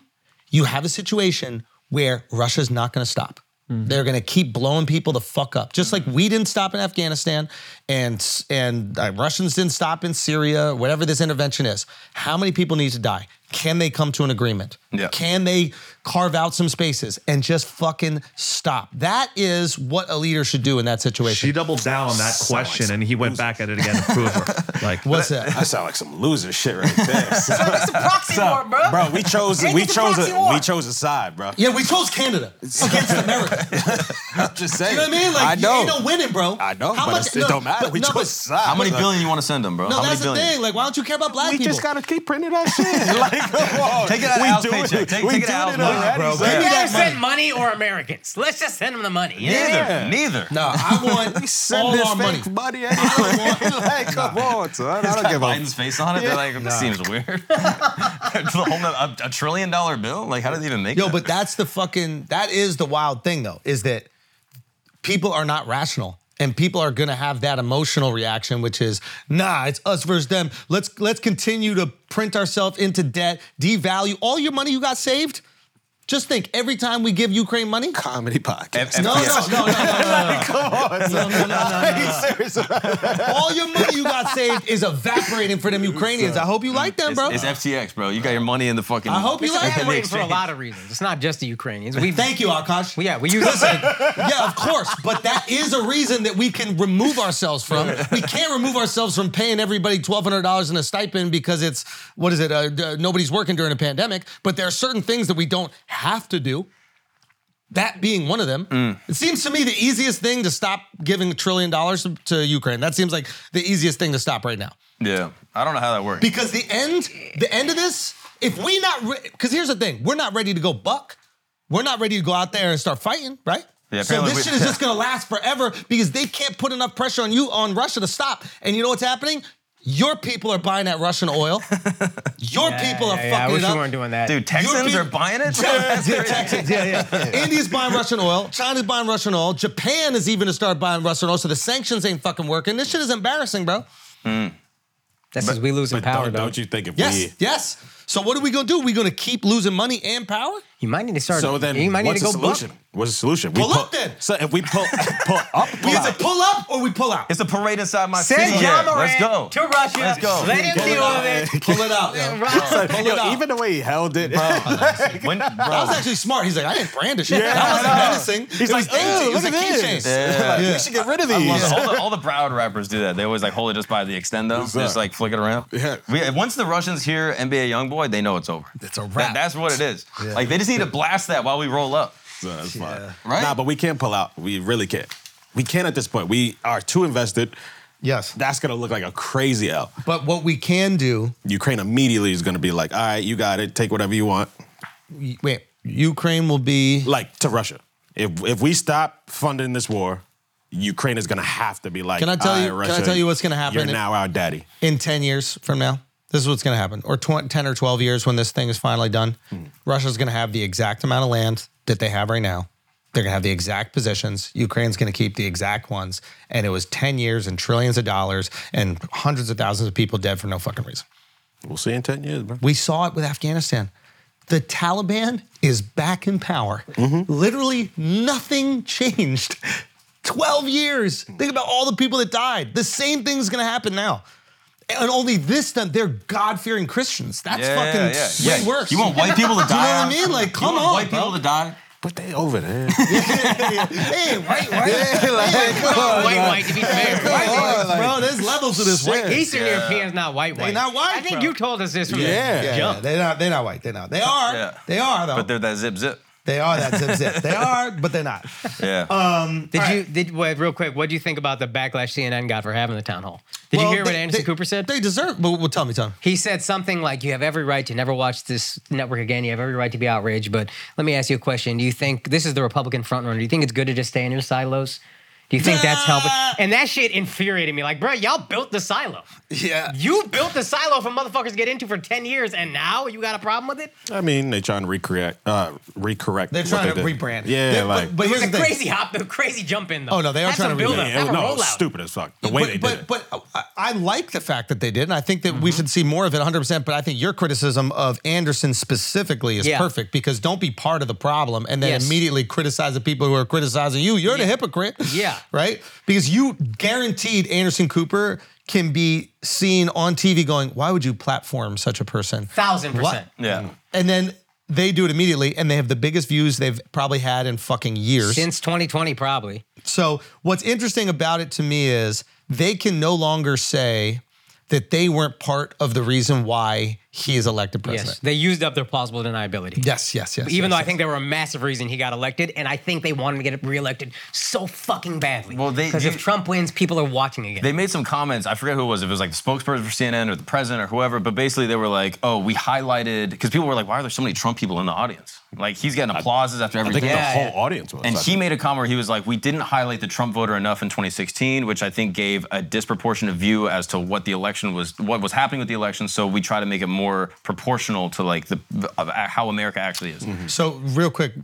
[SPEAKER 9] you have a situation where Russia's not going to stop.
[SPEAKER 7] Mm-hmm.
[SPEAKER 9] They're going to keep blowing people the fuck up, just like we didn't stop in Afghanistan, and and uh, Russians didn't stop in Syria, whatever this intervention is. How many people need to die? Can they come to an agreement?
[SPEAKER 7] Yeah.
[SPEAKER 9] Can they carve out some spaces and just fucking stop? That is what a leader should do in that situation.
[SPEAKER 8] She doubled down on that
[SPEAKER 3] Sounds
[SPEAKER 8] question, and he went back at it again to prove her. Like,
[SPEAKER 9] What's that?
[SPEAKER 3] That sound like some loser shit right there.
[SPEAKER 6] it's a proxy war, bro.
[SPEAKER 3] bro, we chose
[SPEAKER 6] Ain't
[SPEAKER 3] we
[SPEAKER 6] it the
[SPEAKER 3] chose
[SPEAKER 6] proxy
[SPEAKER 3] a
[SPEAKER 6] war?
[SPEAKER 3] we chose a side, bro.
[SPEAKER 9] Yeah, we chose Canada against America.
[SPEAKER 3] I'm just saying.
[SPEAKER 9] You know what I mean? Like,
[SPEAKER 3] I know.
[SPEAKER 9] You ain't no winning, bro.
[SPEAKER 3] I know, but it's- it don't matter.
[SPEAKER 9] but-
[SPEAKER 3] we
[SPEAKER 9] no,
[SPEAKER 3] chose
[SPEAKER 9] but-
[SPEAKER 3] a side.
[SPEAKER 7] How many
[SPEAKER 3] Like,
[SPEAKER 7] billion you want to send him, bro?
[SPEAKER 9] No,
[SPEAKER 7] How many
[SPEAKER 9] that's the
[SPEAKER 7] billion?
[SPEAKER 9] thing. Like, why don't you care about black
[SPEAKER 3] We
[SPEAKER 9] people?
[SPEAKER 3] just gotta keep printing that shit. like, come on.
[SPEAKER 7] Take it out of
[SPEAKER 3] we
[SPEAKER 7] Al's
[SPEAKER 3] doing
[SPEAKER 7] paycheck. Take-
[SPEAKER 3] we
[SPEAKER 7] take it
[SPEAKER 3] doing
[SPEAKER 7] out of
[SPEAKER 3] it
[SPEAKER 7] Al's
[SPEAKER 3] already,
[SPEAKER 7] money, bro.
[SPEAKER 3] son.
[SPEAKER 7] Give
[SPEAKER 6] You
[SPEAKER 7] me
[SPEAKER 6] either send money or Americans. Let's just send them the money. you know?
[SPEAKER 7] Neither.
[SPEAKER 3] Yeah.
[SPEAKER 7] Neither.
[SPEAKER 9] no, I want
[SPEAKER 3] send
[SPEAKER 9] all
[SPEAKER 3] this
[SPEAKER 9] our money.
[SPEAKER 3] fake money anyway. like, come on, son. I don't give a.
[SPEAKER 7] Biden's face on it. They're like, this seems weird. a, a trillion dollar bill? Like, how did they even make
[SPEAKER 9] Yo,
[SPEAKER 7] that?
[SPEAKER 9] but that's the fucking that is the wild thing though, is that people are not rational. And people are gonna have that emotional reaction, which is, nah, it's us versus them. Let's let's continue to print ourselves into debt, devalue all your money you got saved. Just think, every time we give Ukraine money,
[SPEAKER 3] Comedy podcast.
[SPEAKER 9] no, no, no, no, no, no, no.
[SPEAKER 3] Come on, son.
[SPEAKER 9] no, no, no,
[SPEAKER 3] Are you serious?
[SPEAKER 9] All your money you got saved is evaporating for them Ukrainians. I hope you like them,
[SPEAKER 7] It's,
[SPEAKER 9] bro.
[SPEAKER 7] it's FTX, bro. You got your money in the fucking.
[SPEAKER 9] I hope you
[SPEAKER 6] It's
[SPEAKER 9] like
[SPEAKER 6] evaporating
[SPEAKER 9] it.
[SPEAKER 6] for a lot of reasons. It's not just the Ukrainians. We
[SPEAKER 9] Thank you, Akash.
[SPEAKER 6] Yeah, we use
[SPEAKER 9] Listen, yeah, of course, but that is a reason that we can remove ourselves from. We can't remove ourselves from paying everybody twelve hundred dollars in a stipend because it's what is it? Uh, d- nobody's working during a pandemic. But there are certain things that we don't have to do. that being one of them. It seems to me the easiest thing to stop giving a trillion dollars to- to Ukraine. That seems like the easiest thing to stop right now.
[SPEAKER 7] Yeah. I don't know how that works.
[SPEAKER 9] Because the end, the end of this, if we not, because here's the thing, we're not ready to go buck. We're not ready to go out there and start fighting, right?
[SPEAKER 7] Yeah,
[SPEAKER 9] so
[SPEAKER 7] apparently
[SPEAKER 9] this
[SPEAKER 7] we-
[SPEAKER 9] shit is just gonna last forever because they can't put enough pressure on you on Russia to stop. And you know what's happening? Your people are buying that Russian oil. Your people are
[SPEAKER 6] Yeah, yeah, I
[SPEAKER 9] fucking
[SPEAKER 6] wish we
[SPEAKER 9] it up.
[SPEAKER 6] weren't doing that.
[SPEAKER 7] Dude, Texans
[SPEAKER 9] European-
[SPEAKER 7] are buying it?
[SPEAKER 9] Texans, yeah, yeah. India's buying Russian oil. China's buying Russian oil. Japan is even to start buying Russian oil. So the sanctions ain't fucking working. This shit is embarrassing, bro.
[SPEAKER 6] That's because we losing
[SPEAKER 3] But
[SPEAKER 6] power,
[SPEAKER 3] don't,
[SPEAKER 6] though.
[SPEAKER 3] don't you think if
[SPEAKER 9] Yes,
[SPEAKER 3] we
[SPEAKER 9] yes. So what are we gonna do? we gonna keep losing money and power?
[SPEAKER 6] You might need to start.
[SPEAKER 3] so then
[SPEAKER 6] you might need
[SPEAKER 3] what's
[SPEAKER 6] to
[SPEAKER 3] the
[SPEAKER 6] go buck.
[SPEAKER 3] solution? What's the solution? We
[SPEAKER 9] Pull up then.
[SPEAKER 3] So if we pull pull up,
[SPEAKER 9] We
[SPEAKER 3] pull
[SPEAKER 9] either
[SPEAKER 3] out.
[SPEAKER 9] pull up or we pull out.
[SPEAKER 7] It's a parade inside my
[SPEAKER 6] Send
[SPEAKER 7] city.
[SPEAKER 6] John
[SPEAKER 7] Yeah,
[SPEAKER 6] Morant
[SPEAKER 7] let's go.
[SPEAKER 6] to Russia.
[SPEAKER 7] Let's go.
[SPEAKER 6] Let him deal with it.
[SPEAKER 9] pull it out. yo.
[SPEAKER 6] Right.
[SPEAKER 9] pull
[SPEAKER 3] Yo,
[SPEAKER 9] it out.
[SPEAKER 3] even the way he held it,
[SPEAKER 7] When, bro,
[SPEAKER 9] that was actually smart. He's like, I didn't brandish it.
[SPEAKER 3] Yeah,
[SPEAKER 9] that
[SPEAKER 3] I know.
[SPEAKER 9] wasn't menacing.
[SPEAKER 3] He's
[SPEAKER 9] it
[SPEAKER 3] like,
[SPEAKER 9] was dainty.
[SPEAKER 3] "Ooh,
[SPEAKER 9] It was a
[SPEAKER 3] look at
[SPEAKER 9] keychain.
[SPEAKER 3] this."
[SPEAKER 7] Yeah.
[SPEAKER 9] Yeah.
[SPEAKER 3] we should get rid of
[SPEAKER 7] I love
[SPEAKER 3] these.
[SPEAKER 7] it. all, the, all the proud rappers do that. They always like hold it just by the extendo, just like flick it around.
[SPEAKER 3] Yeah.
[SPEAKER 7] We, once the Russians hear NBA YoungBoy, they know it's over. It's
[SPEAKER 9] a wrap.
[SPEAKER 7] that's what it is. Like they just need to blast that while we roll up.
[SPEAKER 3] So that's fine.
[SPEAKER 7] Right?
[SPEAKER 3] Nah, but we can't pull out. We really can't. We can't at this point. We are too invested.
[SPEAKER 9] Yes.
[SPEAKER 3] That's gonna look like a crazy L.
[SPEAKER 9] But what we can do,
[SPEAKER 3] Ukraine immediately is gonna be like, all right, you got it. Take whatever you want.
[SPEAKER 9] y- wait, Ukraine will be.
[SPEAKER 3] Like to Russia. If if we stop funding this war, Ukraine is gonna have to be like,
[SPEAKER 9] Can I tell
[SPEAKER 3] all right,
[SPEAKER 9] you- can I
[SPEAKER 3] Russia,
[SPEAKER 9] tell you what's gonna happen?
[SPEAKER 3] You're now our daddy.
[SPEAKER 9] in 10 years from now, this is what's going to happen, or tw- 10 or 12 years when this thing is finally done, Russia's going to have the exact amount of land that they have right now. They're going to have the exact positions. Ukraine's going to keep the exact ones. And it was 10 years and trillions of dollars and hundreds of thousands of people dead for no fucking reason.
[SPEAKER 3] We'll see in ten years, bro.
[SPEAKER 9] We saw it with Afghanistan. The Taliban is back in power. Literally nothing changed. 12 years. Think about all the people that died. The same thing's gonna happen now. And only this time they're God fearing Christians. That's fucking way worse.
[SPEAKER 7] You want white people to die?
[SPEAKER 9] Do you
[SPEAKER 7] out?
[SPEAKER 9] know what I mean? Like,
[SPEAKER 7] You
[SPEAKER 9] come
[SPEAKER 7] want
[SPEAKER 9] on,
[SPEAKER 7] white people
[SPEAKER 9] bro.
[SPEAKER 7] to die.
[SPEAKER 3] But they over there.
[SPEAKER 9] Hey, white, white. Yeah,
[SPEAKER 6] White, white, to be fair. White, white.
[SPEAKER 9] bro, there's levels to this white.
[SPEAKER 6] Eastern Europeans not white, white.
[SPEAKER 9] not white,
[SPEAKER 6] I think
[SPEAKER 9] bro.
[SPEAKER 6] you told us this from
[SPEAKER 3] Yeah.
[SPEAKER 6] the
[SPEAKER 9] Yeah,
[SPEAKER 6] jump.
[SPEAKER 9] they're not. They're not white. They're not. They are.
[SPEAKER 7] Yeah.
[SPEAKER 9] They are though.
[SPEAKER 7] But they're that zip zip.
[SPEAKER 9] they are. That's zip zip. They are, but they're not.
[SPEAKER 7] Yeah.
[SPEAKER 9] Oh,
[SPEAKER 1] Um,
[SPEAKER 6] Did you did wait, real quick? What do you think about the backlash CNN got for having the town hall? Did
[SPEAKER 9] Well,
[SPEAKER 6] you hear what
[SPEAKER 9] they-
[SPEAKER 6] Anderson
[SPEAKER 9] they-
[SPEAKER 6] Cooper said?
[SPEAKER 9] They deserve. But well, tell me, tell me.
[SPEAKER 6] he said something like, "You have every right to never watch this network again. You have every right to be outraged." But let me ask you a question: Do you think this is the Republican frontrunner? Do you think it's good to just stay in your silos? Do you think that's helping? And that shit infuriated me. Like, bro, y'all built the silo.
[SPEAKER 9] Yeah.
[SPEAKER 6] You built the silo for motherfuckers to get into for ten years, and now you got a problem with it?
[SPEAKER 3] I mean, they trying to recreate, uh, recorrect.
[SPEAKER 9] They're
[SPEAKER 3] what
[SPEAKER 9] trying
[SPEAKER 3] they
[SPEAKER 9] to
[SPEAKER 3] did.
[SPEAKER 9] rebrand.
[SPEAKER 3] Yeah,
[SPEAKER 9] They-
[SPEAKER 3] like
[SPEAKER 9] but, but here's the
[SPEAKER 6] It's a
[SPEAKER 9] thing.
[SPEAKER 6] crazy hop, the crazy jump in though.
[SPEAKER 9] Oh, no, they are
[SPEAKER 6] That's
[SPEAKER 9] trying
[SPEAKER 6] a
[SPEAKER 9] to
[SPEAKER 6] build
[SPEAKER 9] rebrand.
[SPEAKER 6] up.
[SPEAKER 3] Yeah,
[SPEAKER 6] That's a
[SPEAKER 3] no,
[SPEAKER 6] rollout.
[SPEAKER 3] stupid as fuck. The way
[SPEAKER 9] but,
[SPEAKER 3] they did it.
[SPEAKER 9] but, but I, I like the fact that they did, and I think that
[SPEAKER 6] Mm-hmm.
[SPEAKER 9] we should see more of it 100%. But I think your criticism of Anderson specifically is
[SPEAKER 6] Yeah.
[SPEAKER 9] perfect because don't be part of the problem and then
[SPEAKER 6] Yes.
[SPEAKER 9] immediately criticize the people who are criticizing you. You're the hypocrite.
[SPEAKER 6] Yeah.
[SPEAKER 9] Right? Because you guaranteed Anderson Cooper can be seen on TV going, Why would you platform such a person?
[SPEAKER 6] Thousand percent.
[SPEAKER 9] What?
[SPEAKER 7] yeah.
[SPEAKER 9] And then they do it immediately, and they have the biggest views they've probably had in fucking years.
[SPEAKER 6] Since 2020, probably.
[SPEAKER 9] So what's interesting about it to me is they can no longer say that they weren't part of the reason why he is elected
[SPEAKER 6] Yes,
[SPEAKER 9] president.
[SPEAKER 6] they used up their plausible deniability.
[SPEAKER 9] Yes, yes, yes.
[SPEAKER 6] Even
[SPEAKER 9] yes,
[SPEAKER 6] though I think they were a massive reason he got elected, and I think they want him to get reelected so fucking badly.
[SPEAKER 7] Well, they-
[SPEAKER 6] because if
[SPEAKER 7] they-
[SPEAKER 6] Trump wins, people are watching again.
[SPEAKER 7] They made some comments. I forget who it was. If it was like the spokesperson for CNN or the president or whoever, but basically they were like, "Oh, we highlighted," because people were like, "Why are there so many Trump people in the audience?" Like he's getting applauses after
[SPEAKER 3] I
[SPEAKER 7] every
[SPEAKER 3] think
[SPEAKER 7] game.
[SPEAKER 6] Yeah,
[SPEAKER 3] the whole
[SPEAKER 6] yeah.
[SPEAKER 3] audience was.
[SPEAKER 7] And
[SPEAKER 3] I
[SPEAKER 7] he
[SPEAKER 3] think.
[SPEAKER 7] made a comment where he was like, "We didn't highlight the Trump voter enough in 2016, which I think gave a disproportionate view as to what the election was, what was happening with the election. So we try to make it more proportional to like the of uh, how America actually is."
[SPEAKER 3] Mm-hmm.
[SPEAKER 9] so real quick,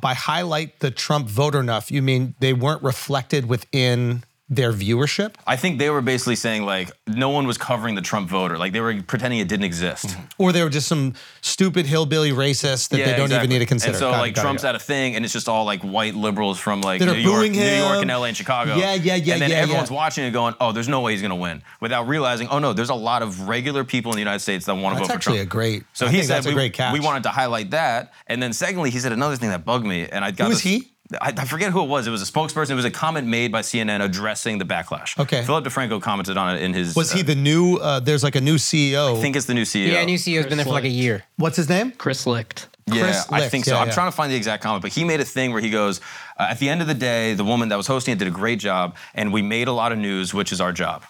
[SPEAKER 9] by highlight the Trump voter enough, you mean they weren't reflected within their viewership?
[SPEAKER 7] I think they were basically saying like, no one was covering the Trump voter. Like they were pretending it didn't exist.
[SPEAKER 9] Or they were just some stupid hillbilly racist that they don't even
[SPEAKER 7] exactly.
[SPEAKER 9] need to consider.
[SPEAKER 7] And so
[SPEAKER 9] Got it,
[SPEAKER 7] like
[SPEAKER 9] got it,
[SPEAKER 7] Trump's
[SPEAKER 9] got it.
[SPEAKER 7] at a thing, and it's just all like white liberals from like
[SPEAKER 9] That
[SPEAKER 7] New
[SPEAKER 9] are
[SPEAKER 7] York,
[SPEAKER 9] booing
[SPEAKER 7] New York, and
[SPEAKER 9] him.
[SPEAKER 7] LA, and Chicago.
[SPEAKER 9] Yeah, yeah, yeah,
[SPEAKER 7] And then
[SPEAKER 9] yeah,
[SPEAKER 7] everyone's
[SPEAKER 9] yeah.
[SPEAKER 7] watching it, going, "Oh, there's no way he's gonna win," without realizing, "Oh no, there's a lot of regular people in the United States that want to
[SPEAKER 9] That's
[SPEAKER 7] vote for
[SPEAKER 9] actually
[SPEAKER 7] Trump."
[SPEAKER 9] a great-
[SPEAKER 7] So
[SPEAKER 9] I
[SPEAKER 7] he
[SPEAKER 9] think
[SPEAKER 7] said
[SPEAKER 9] that's a
[SPEAKER 7] we,
[SPEAKER 9] great catch.
[SPEAKER 7] we wanted to highlight that, and then secondly, he said another thing that bugged me, and I got
[SPEAKER 9] was
[SPEAKER 7] this-
[SPEAKER 9] he?
[SPEAKER 7] I, I forget who it was. It was a spokesperson. It was a comment made by CNN addressing the backlash.
[SPEAKER 9] Okay.
[SPEAKER 7] Philip DeFranco commented on it in his.
[SPEAKER 9] Was he
[SPEAKER 7] uh,
[SPEAKER 9] the new? Uh, there's like a new CEO.
[SPEAKER 7] I think it's the new E CEO.
[SPEAKER 6] yeah, and you see, it's been there for like a year.
[SPEAKER 9] What's his name?
[SPEAKER 13] Chris Licht.
[SPEAKER 1] Chris
[SPEAKER 7] yeah, I
[SPEAKER 1] Licht,
[SPEAKER 7] think so.
[SPEAKER 1] yeah,
[SPEAKER 7] I'm
[SPEAKER 1] yeah.
[SPEAKER 7] trying to find the exact comment, but he made a thing where he goes, uh, at the end of the day, the woman that was hosting it did a great job, and we made a lot of news, which is our job.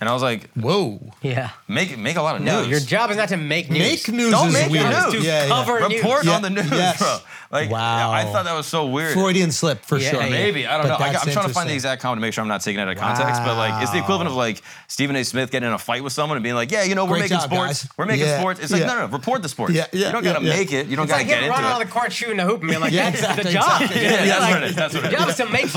[SPEAKER 7] And I was like,
[SPEAKER 1] Whoa.
[SPEAKER 6] Yeah.
[SPEAKER 7] make make a lot of news.
[SPEAKER 6] No, your job is not to make news.
[SPEAKER 1] Make news
[SPEAKER 6] Don't
[SPEAKER 1] is
[SPEAKER 6] make
[SPEAKER 1] weird.
[SPEAKER 6] news.
[SPEAKER 1] Yeah, yeah.
[SPEAKER 6] Do cover news.
[SPEAKER 7] report
[SPEAKER 1] Yeah,
[SPEAKER 7] on the news,
[SPEAKER 1] yes.
[SPEAKER 7] bro. Like,
[SPEAKER 1] Wow.
[SPEAKER 7] I thought that was so weird.
[SPEAKER 1] Freudian slip for
[SPEAKER 6] Yeah,
[SPEAKER 1] sure.
[SPEAKER 6] yeah.
[SPEAKER 7] Maybe I don't
[SPEAKER 1] But
[SPEAKER 7] know. I,
[SPEAKER 1] that's
[SPEAKER 7] I'm trying to find the
[SPEAKER 1] interesting.
[SPEAKER 7] exact comment to make sure I'm not taking it out of context. But like, it's the equivalent of like Stephen A. Smith getting in a fight with someone and being like, "Yeah, you know, we're
[SPEAKER 1] Great
[SPEAKER 7] making
[SPEAKER 1] job,
[SPEAKER 7] sports.
[SPEAKER 1] guys."
[SPEAKER 7] We're making
[SPEAKER 1] Yeah,
[SPEAKER 7] sports." It's like,
[SPEAKER 1] yeah.
[SPEAKER 7] no, no, no, report the sports.
[SPEAKER 1] Yeah, yeah,
[SPEAKER 7] you don't
[SPEAKER 1] yeah,
[SPEAKER 7] gotta
[SPEAKER 1] yeah.
[SPEAKER 7] make it. You don't
[SPEAKER 6] It's
[SPEAKER 7] gotta
[SPEAKER 6] like
[SPEAKER 7] get
[SPEAKER 6] him
[SPEAKER 7] into
[SPEAKER 6] running
[SPEAKER 7] it.
[SPEAKER 6] on the court shooting a hoop and being like,
[SPEAKER 1] Yeah,
[SPEAKER 6] that's the
[SPEAKER 1] exactly,
[SPEAKER 6] job.
[SPEAKER 1] exactly.
[SPEAKER 7] yeah,
[SPEAKER 6] Yeah,
[SPEAKER 7] that's
[SPEAKER 6] like,
[SPEAKER 7] what it is. That's what
[SPEAKER 6] Your
[SPEAKER 7] it is.
[SPEAKER 6] job is to make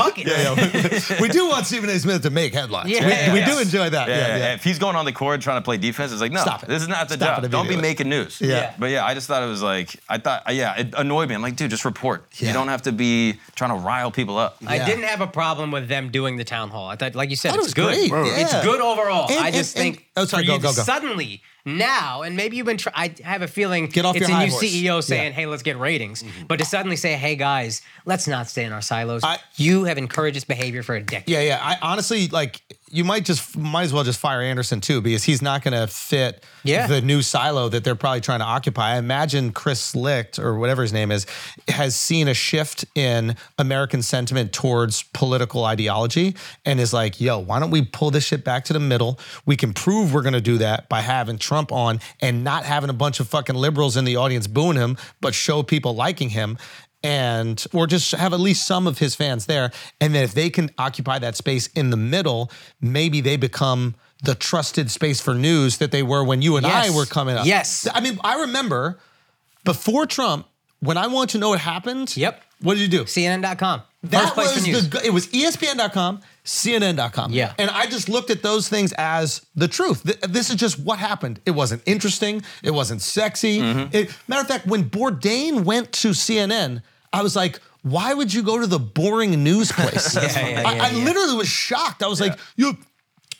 [SPEAKER 6] buckets.
[SPEAKER 1] we do want Stephen A. Smith to make headlines.
[SPEAKER 6] Yeah.
[SPEAKER 1] we
[SPEAKER 6] Yeah,
[SPEAKER 1] we
[SPEAKER 6] yeah.
[SPEAKER 1] do enjoy that.
[SPEAKER 7] Yeah,
[SPEAKER 1] Yeah,
[SPEAKER 7] yeah,
[SPEAKER 1] yeah.
[SPEAKER 7] If he's going on the court trying to play defense, it's like, no,
[SPEAKER 1] Stop it.
[SPEAKER 7] this is not the
[SPEAKER 1] Stop
[SPEAKER 7] job.
[SPEAKER 1] it
[SPEAKER 7] Don't be
[SPEAKER 1] immediately.
[SPEAKER 7] making news.
[SPEAKER 1] Yeah.
[SPEAKER 7] But yeah, I just thought it was like, I thought, uh, yeah, it annoyed me. I'm like, dude, just report. You
[SPEAKER 1] Yeah.
[SPEAKER 7] don't have to be trying to rile people up.
[SPEAKER 6] I
[SPEAKER 1] Yeah.
[SPEAKER 6] didn't have a problem with them doing the town hall. I thought, like you
[SPEAKER 7] Oh,
[SPEAKER 6] said,
[SPEAKER 1] Thought it
[SPEAKER 6] it's
[SPEAKER 1] was
[SPEAKER 6] good.
[SPEAKER 1] great. Right, right.
[SPEAKER 6] It's
[SPEAKER 1] Yeah.
[SPEAKER 6] good overall.
[SPEAKER 1] And-
[SPEAKER 6] I just
[SPEAKER 1] and- and-
[SPEAKER 6] think
[SPEAKER 1] oh, sorry,
[SPEAKER 6] for
[SPEAKER 1] go,
[SPEAKER 6] you to
[SPEAKER 1] go, go.
[SPEAKER 6] suddenly now, and maybe you've been. Try- I have a feeling
[SPEAKER 1] Get off
[SPEAKER 6] it's
[SPEAKER 1] your
[SPEAKER 6] a
[SPEAKER 1] high
[SPEAKER 6] new
[SPEAKER 1] horse.
[SPEAKER 6] CEO saying,
[SPEAKER 1] Yeah. Mm-hmm.
[SPEAKER 6] "Hey, let's get ratings," but to suddenly say, "Hey, guys, let's not stay in our silos."
[SPEAKER 1] I-
[SPEAKER 6] you have encouraged this behavior for a decade.
[SPEAKER 1] Yeah, yeah. I honestly like you might just might as well just fire Anderson too because he's not going to fit
[SPEAKER 6] Yeah.
[SPEAKER 1] the new silo that they're probably trying to occupy. I imagine Chris Licht or whatever his name is has seen a shift in American sentiment towards political ideology and is like, "Yo, why don't we pull this shit back to the middle? We can prove we're going to do that by having Trump on and not having a bunch of fucking liberals in the audience booing him, but show people liking him." and or just have at least some of his fans there and then if they can occupy that space in the middle maybe they become the trusted space for news that they were when you and
[SPEAKER 6] Yes.
[SPEAKER 1] I were coming up
[SPEAKER 6] Yes.
[SPEAKER 1] I mean I remember before Trump when I want to know what happened
[SPEAKER 6] Yep.
[SPEAKER 1] what did you do
[SPEAKER 6] CNN.com.
[SPEAKER 1] that
[SPEAKER 6] first place
[SPEAKER 1] was
[SPEAKER 6] for news.
[SPEAKER 1] the it was E ESPN.com, CNN.com.
[SPEAKER 6] Yeah.
[SPEAKER 1] and I just looked at those things as the truth. Th- this is just what happened. It wasn't interesting. It wasn't sexy.
[SPEAKER 6] Mm-hmm.
[SPEAKER 1] It- matter of fact, when Bourdain went to CNN, I was like. Why would you go to the boring news place?
[SPEAKER 6] Yeah, yeah,
[SPEAKER 1] I,
[SPEAKER 6] yeah,
[SPEAKER 1] I
[SPEAKER 6] yeah.
[SPEAKER 1] literally was shocked. I was like, you,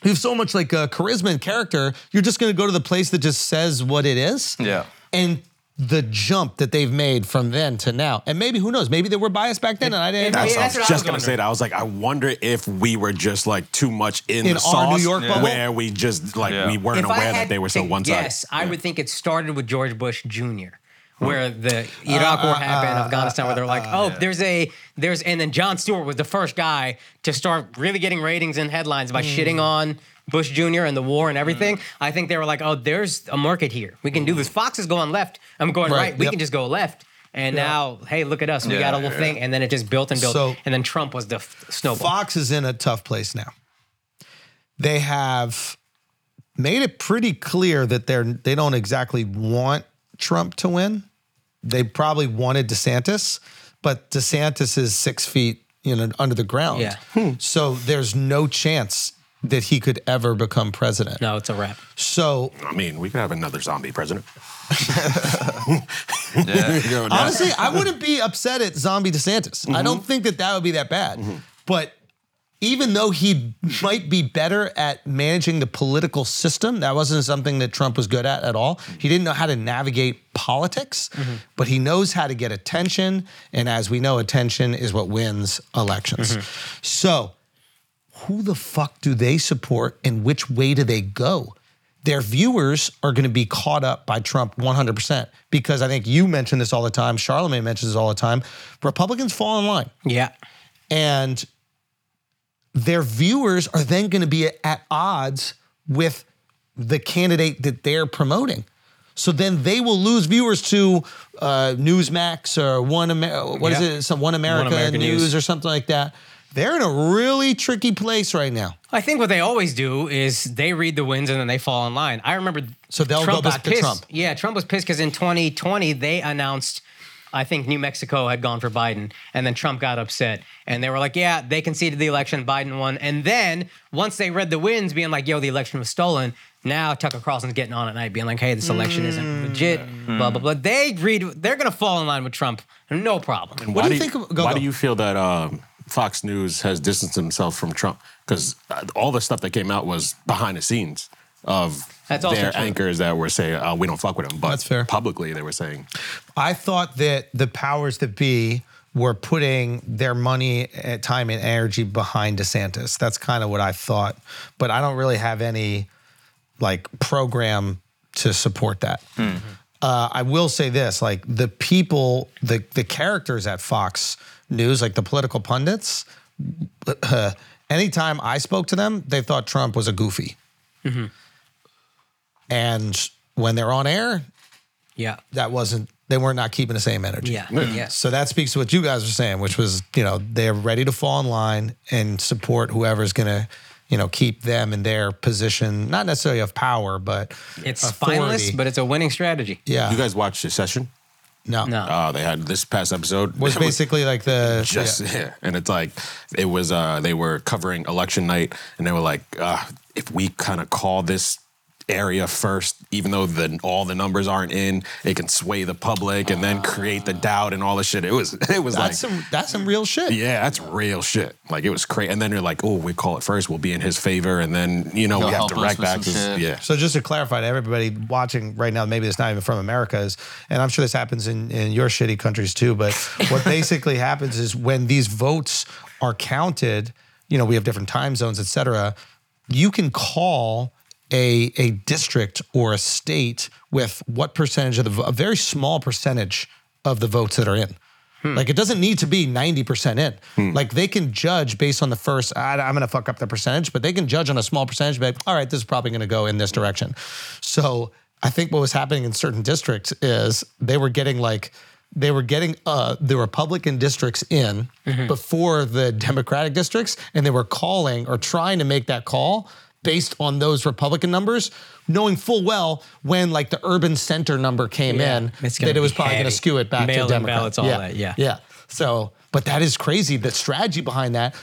[SPEAKER 1] you have so much like uh, charisma and character. You're just going to go to the place that just says what it is.
[SPEAKER 7] Yeah.
[SPEAKER 1] And the jump that they've made from then to now, and maybe who knows? Maybe they were biased back then, and I didn't.
[SPEAKER 6] Yeah, that's
[SPEAKER 3] That's,
[SPEAKER 6] what
[SPEAKER 3] I
[SPEAKER 6] I
[SPEAKER 3] was
[SPEAKER 6] was
[SPEAKER 3] just gonna say
[SPEAKER 6] wondering.
[SPEAKER 3] that. I was like, I wonder if we were just like too much in,
[SPEAKER 1] In
[SPEAKER 3] the
[SPEAKER 1] our New
[SPEAKER 3] sauce
[SPEAKER 1] York bubble?
[SPEAKER 3] where we just like
[SPEAKER 7] Yeah.
[SPEAKER 3] we weren't
[SPEAKER 6] If I
[SPEAKER 3] aware
[SPEAKER 6] had
[SPEAKER 3] that they were so
[SPEAKER 6] to
[SPEAKER 3] one sided.
[SPEAKER 6] guess, I would think it started with George Bush Jr., where the Iraq
[SPEAKER 3] Uh,
[SPEAKER 6] War happened, Afghanistan, where they're like, oh, there's a there's, and then John Stewart was the first guy to start really getting ratings and headlines by shitting
[SPEAKER 3] Hmm.
[SPEAKER 6] on Bush Jr. and the war and everything. I think they were like, oh, there's a market here. We
[SPEAKER 3] Hmm.
[SPEAKER 6] can do this. Fox is going left. I'm going
[SPEAKER 1] Right,
[SPEAKER 6] right. We
[SPEAKER 1] yep.
[SPEAKER 6] can just go left. And now, hey, look at us. We
[SPEAKER 7] Yeah,
[SPEAKER 6] got a little
[SPEAKER 7] yeah.
[SPEAKER 6] thing. And then it just built and built.
[SPEAKER 1] So-
[SPEAKER 6] and then Trump was the f- snowball.
[SPEAKER 1] Fox is in a tough place now. They have made it pretty clear that they're they don't exactly want Trump to win. They probably wanted DeSantis, but DeSantis is six feet you know under the ground.
[SPEAKER 6] Yeah.
[SPEAKER 1] So there's no chance that he could ever become president.
[SPEAKER 6] no, it's a wrap.
[SPEAKER 1] So
[SPEAKER 3] I mean, we could have another zombie president. You know, that-
[SPEAKER 1] Honestly, I wouldn't be upset at Zombie DeSantis. I don't think that that would be that bad. But even though he might be better at managing the political system, that wasn't something that Trump was good at at all. He didn't know how to navigate politics, but he knows how to get attention. And as we know, attention is what wins elections. So, who the fuck do they support and which way do they go? Their viewers are going to be caught up by Trump 100% because I think you mention this all the time. Charlemagne mentions this all the time. Republicans fall in line
[SPEAKER 6] Yeah.
[SPEAKER 1] and their viewers are then going to be at odds with the candidate that they're promoting. So then they will lose viewers to uh, Newsmax or One Amer- what is
[SPEAKER 6] Yeah.
[SPEAKER 1] it some One America,
[SPEAKER 6] America
[SPEAKER 1] News,
[SPEAKER 6] News.
[SPEAKER 1] or something like that. They're in a really tricky place right now.
[SPEAKER 6] I think what they always do is they read the wins and then they fall in line. I remember.
[SPEAKER 1] So they'll go
[SPEAKER 6] was
[SPEAKER 1] back to
[SPEAKER 6] pissed.
[SPEAKER 1] Trump.
[SPEAKER 6] Yeah, Trump was pissed because in 2020 they announced, I think New Mexico had gone for Biden, and then Trump got upset, and they were like, "Yeah, they conceded the election, Biden won." And then once they read the wins, being like, "Yo, the election was stolen," now Tucker Carlson's getting on at night, being like, "Hey, this election isn't legit." Blah blah blah. They read. They're gonna fall in line with Trump, no problem.
[SPEAKER 1] What
[SPEAKER 3] why
[SPEAKER 1] do you think of- go,
[SPEAKER 3] why
[SPEAKER 1] go.
[SPEAKER 3] do you feel that um, Fox News has distanced himself from Trump? Because all the stuff that came out was behind the scenes of
[SPEAKER 6] That's also
[SPEAKER 3] their
[SPEAKER 6] true.
[SPEAKER 3] anchors that were saying, uh, "We don't fuck with him," but
[SPEAKER 1] That's fair.
[SPEAKER 3] publicly they were saying,
[SPEAKER 1] I thought that the powers that be were putting their money, eh, time, and energy behind DeSantis. That's kind of what I thought, but I don't really have any like program to support that. Uh, I will say this: like the people, the the characters at Fox News, like the political pundits. uh, anytime I spoke to them, they thought Trump was a goofy. And when they're on air,
[SPEAKER 6] Yeah.
[SPEAKER 1] that wasn't. They were not keeping the same energy.
[SPEAKER 6] Yeah. Yes.
[SPEAKER 1] So that speaks to what you guys were saying, which was, you know, they're ready to fall in line and support whoever's going to, you know, keep them in their position, not necessarily of power, but
[SPEAKER 6] It's
[SPEAKER 1] authority.
[SPEAKER 6] spineless, but it's a winning strategy.
[SPEAKER 1] yeah,
[SPEAKER 3] You guys watched Succession?
[SPEAKER 1] no,
[SPEAKER 6] No.
[SPEAKER 3] Uh, they had this past episode.
[SPEAKER 1] was
[SPEAKER 3] It was
[SPEAKER 1] basically like the
[SPEAKER 3] just
[SPEAKER 1] yeah.
[SPEAKER 3] yeah. and it's like it was uh they were covering election night and they were like uh if we kind of call this area first even though the all the numbers aren't in it can sway the public and then create the doubt and all the shit it was it was like
[SPEAKER 1] That's some that's some real shit.
[SPEAKER 3] yeah, that's real shit. Like it was crazy, and then you're like, "Oh, we call it first. We'll be in his favor, and then you know
[SPEAKER 7] He'll
[SPEAKER 3] we have
[SPEAKER 7] help
[SPEAKER 3] to
[SPEAKER 7] us
[SPEAKER 3] rack
[SPEAKER 7] with
[SPEAKER 3] back."
[SPEAKER 7] some
[SPEAKER 3] his-
[SPEAKER 7] shit.
[SPEAKER 3] Yeah,
[SPEAKER 1] So just to clarify to everybody watching right now, maybe it's not even from America, is, and I'm sure this happens in, in your shitty countries too, but what basically happens is when these votes are counted, you know, we have different time zones, et cetera, you can call a, a district or a state with what percentage of the, vo- a very small percentage of the votes that are in. Like it doesn't need to be 90% in. Like they can judge based on the first, I, am going to fuck up the percentage, but they can judge on a small percentage, be like, all right, this is probably going to go in this direction. So I think what was happening in certain districts is they were getting like, they were getting uh, the Republican districts in before the Democratic districts, and they were calling or trying to make that call based on those Republican numbers, knowing full well when like the urban center number came
[SPEAKER 6] Yeah,
[SPEAKER 1] in,
[SPEAKER 6] it's gonna
[SPEAKER 1] that it was
[SPEAKER 6] be
[SPEAKER 1] probably going to
[SPEAKER 6] heavy.
[SPEAKER 1] skew it back
[SPEAKER 6] Mail-in
[SPEAKER 1] to Democrat.
[SPEAKER 6] ballots, all that, yeah.
[SPEAKER 1] Yeah. So, but that is crazy. The strategy behind that,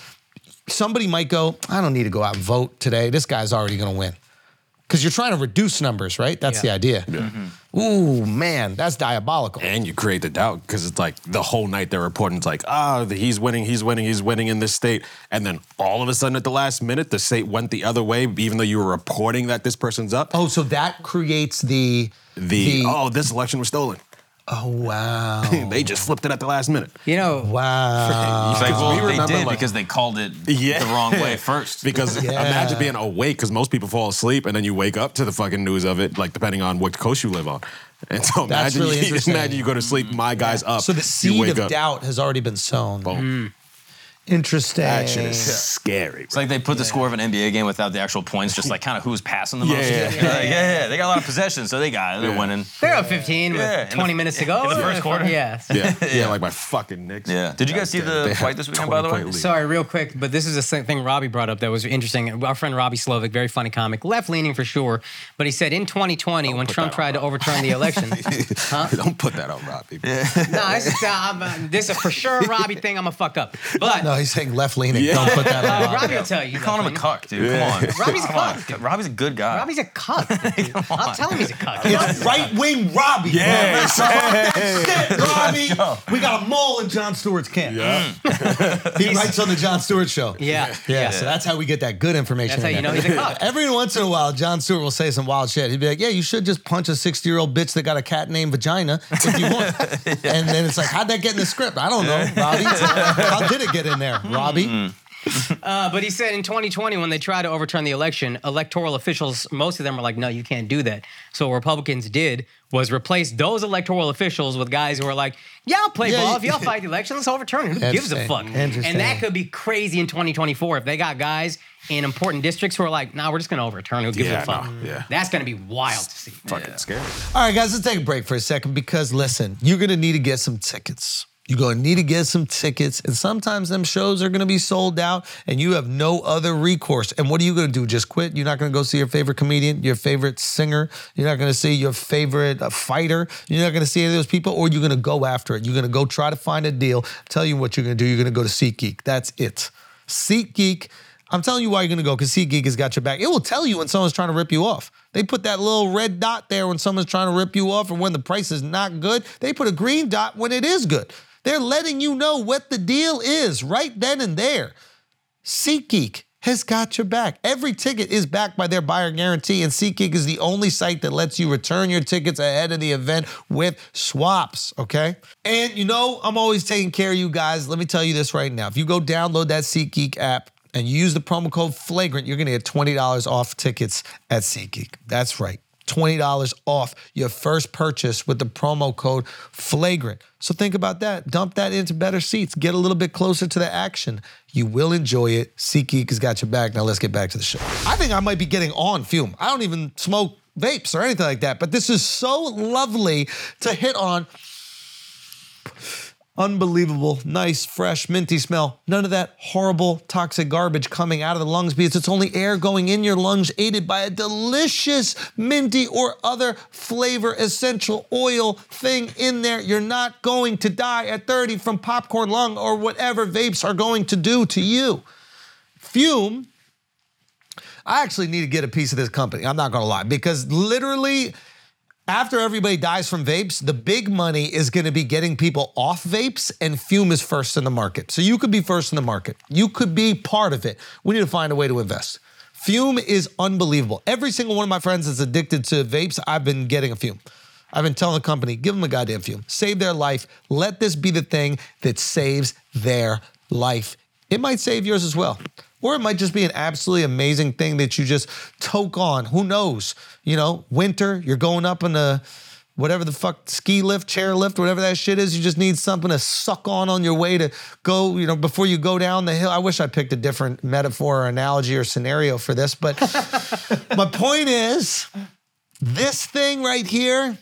[SPEAKER 1] somebody might go, I don't need to go out and vote today. This guy's already going to win. Because you're trying to reduce numbers, right? That's the
[SPEAKER 6] Yeah.
[SPEAKER 1] idea.
[SPEAKER 3] Mm-hmm.
[SPEAKER 1] Ooh, man, that's diabolical.
[SPEAKER 3] and you create the doubt because it's like the whole night they're reporting it's like ah the he's winning he's winning he's winning in this state and then all of a sudden at the last minute the state went the other way even though you were reporting that this person's up
[SPEAKER 1] Oh, so that creates the
[SPEAKER 3] the, oh this election was stolen
[SPEAKER 1] oh wow
[SPEAKER 3] they just flipped it at the last minute
[SPEAKER 6] You know,
[SPEAKER 1] wow.
[SPEAKER 7] It's like, well,
[SPEAKER 3] we
[SPEAKER 7] they
[SPEAKER 3] remember,
[SPEAKER 7] did
[SPEAKER 3] like-
[SPEAKER 7] because they called it
[SPEAKER 3] Yeah.
[SPEAKER 7] the wrong way first.
[SPEAKER 3] because imagine being awake because most people fall asleep and then you wake up to the fucking news of it like depending on what coast you live on and so
[SPEAKER 1] That's
[SPEAKER 3] imagine
[SPEAKER 1] really
[SPEAKER 3] you,
[SPEAKER 1] interesting.
[SPEAKER 3] imagine you go to sleep my guy's up
[SPEAKER 1] So the
[SPEAKER 3] you
[SPEAKER 1] seed
[SPEAKER 3] wake
[SPEAKER 1] of
[SPEAKER 3] up,
[SPEAKER 1] doubt has already been sown.
[SPEAKER 6] Mm.
[SPEAKER 3] boom.
[SPEAKER 1] Interesting.
[SPEAKER 3] that shit is scary
[SPEAKER 7] It's like they put the score of an NBA game without the actual points, just like kind of who's passing the
[SPEAKER 3] Yeah,
[SPEAKER 7] most.
[SPEAKER 3] yeah,
[SPEAKER 7] Like, yeah, yeah, They got a lot of possession, so they got it. They're winning.
[SPEAKER 6] they're up 15 with
[SPEAKER 7] Yeah, in the-
[SPEAKER 6] 20 minutes to go.
[SPEAKER 7] in the first quarter.
[SPEAKER 6] Yeah.
[SPEAKER 3] Yeah, yeah, like my fucking Knicks.
[SPEAKER 7] Yeah. Did you guys see
[SPEAKER 3] Goddamn,
[SPEAKER 7] the
[SPEAKER 3] they
[SPEAKER 7] fight
[SPEAKER 3] had
[SPEAKER 7] this weekend, by the way?
[SPEAKER 3] 20-point lead.
[SPEAKER 6] Sorry, real quick, but this is the same thing Robbie brought up that was interesting. Our friend Robbie Slovic, very funny comic, left leaning for sure, but he said in 2020 when Trump tried to overturn the election.
[SPEAKER 3] Don't put that on Rob. People.
[SPEAKER 6] no, it's just, uh, I'm, uh, this is for sure a Robbie thing. I'm a fuck up, but
[SPEAKER 1] No, he's saying left leaning. Don't put that on.
[SPEAKER 6] uh, Robbie will tell you.
[SPEAKER 7] You're calling him a
[SPEAKER 6] left-leaning.
[SPEAKER 7] cuck, dude. Come on.
[SPEAKER 6] Robbie's a
[SPEAKER 7] Come on. Robbie's a good guy.
[SPEAKER 6] Robbie's a cuck. dude. I'm telling him he's a cuck.
[SPEAKER 1] It's right wing Robbie. Yeah, Robbie. We got a mole in John Stewart's camp. Mm. he writes on the John Stewart show.
[SPEAKER 6] Yeah.
[SPEAKER 1] Yeah, so that's how we get that good information.
[SPEAKER 6] That's how
[SPEAKER 1] in
[SPEAKER 6] you know
[SPEAKER 1] there.
[SPEAKER 6] he's a cock.
[SPEAKER 1] Every once in a while, John Stewart will say some wild shit. He'd be like, "Yeah, you should just punch a sixty-year-old bitch that got a cat named Vagina if you want." And then it's like, "How'd that get in the script? I don't know, Robbie. how did it get in there, Robbie?"
[SPEAKER 6] Uh, but he said in 2020, when they tried to overturn the election, electoral officials, most of them were like, no, you can't do that. So what Republicans did was replace those electoral officials with guys who were like, yeah, I'll play
[SPEAKER 1] Yeah,
[SPEAKER 6] ball.
[SPEAKER 1] you-
[SPEAKER 6] If y'all fight the election, let's overturn it. Who gives a
[SPEAKER 1] Interesting.
[SPEAKER 6] fuck?
[SPEAKER 1] Interesting.
[SPEAKER 6] And that could be crazy in 2024 if they got guys in important districts who are like, nah, we're just going to overturn it. Who gives
[SPEAKER 3] Yeah,
[SPEAKER 6] a fuck?
[SPEAKER 3] no, yeah.
[SPEAKER 6] That's going to be wild to see.
[SPEAKER 3] Fucking scary.
[SPEAKER 1] All right, guys, let's take a break for a second because listen, you're gonna need to get some tickets. You're gonna need to get some tickets, and sometimes them shows are gonna be sold out, and you have no other recourse. And what are you gonna do? Just quit? You're not gonna go see your favorite comedian, your favorite singer. You're not gonna see your favorite uh, fighter. You're not gonna see any of those people, or you're gonna go after it. You're gonna go try to find a deal. Tell you what you're gonna do. You're gonna go to SeatGeek. That's it. SeatGeek. I'm telling you why you're gonna go because SeatGeek has got your back. It will tell you when someone's trying to rip you off. They put that little red dot there when someone's trying to rip you off, and when the price is not good, they put a green dot when it is good. They're letting you know what the deal is right then and there. SeatGeek has got your back. Every ticket is backed by their buyer guarantee, and SeatGeek is the only site that lets you return your tickets ahead of the event with swaps, okay? And you know, I'm always taking care of you guys. Let me tell you this right now. If you go download that SeatGeek app, and you use the promo code flagrant, you're gonna get $20 off tickets at SeatGeek. That's right. $20 off your first purchase with the promo code FLAGRANT. So think about that. Dump that into better seats. Get a little bit closer to the action. You will enjoy it. SeatGeek has got your back. Now let's get back to the show. I think I might be getting on fume. I don't even smoke vapes or anything like that, but this is so lovely to hit on unbelievable, nice, fresh, minty smell. None of that horrible, toxic garbage coming out of the lungs because it's only air going in your lungs, aided by a delicious minty or other flavor essential oil thing in there. You're not going to die at 30 from popcorn lung or whatever vapes are going to do to you. Fume. I actually need to get a piece of this company. I'm not going to lie because literally after everybody dies from vapes, the big money is going to be getting people off vapes, and Fume is first in the market. So you could be first in the market. You could be part of it. We need to find a way to invest. Fume is unbelievable. Every single one of my friends that's addicted to vapes, I've been getting a Fume. I've been telling the company, give them a goddamn Fume, save their life. Let this be the thing that saves their life. It might save yours as well. Or it might just be an absolutely amazing thing that you just toke on. Who knows? You know, winter, you're going up in a whatever the fuck ski lift, chair lift, whatever that shit is. You just need something to suck on on your way to go, you know, before you go down the hill. I wish I picked a different metaphor or analogy or scenario for this, but my point is this thing right here,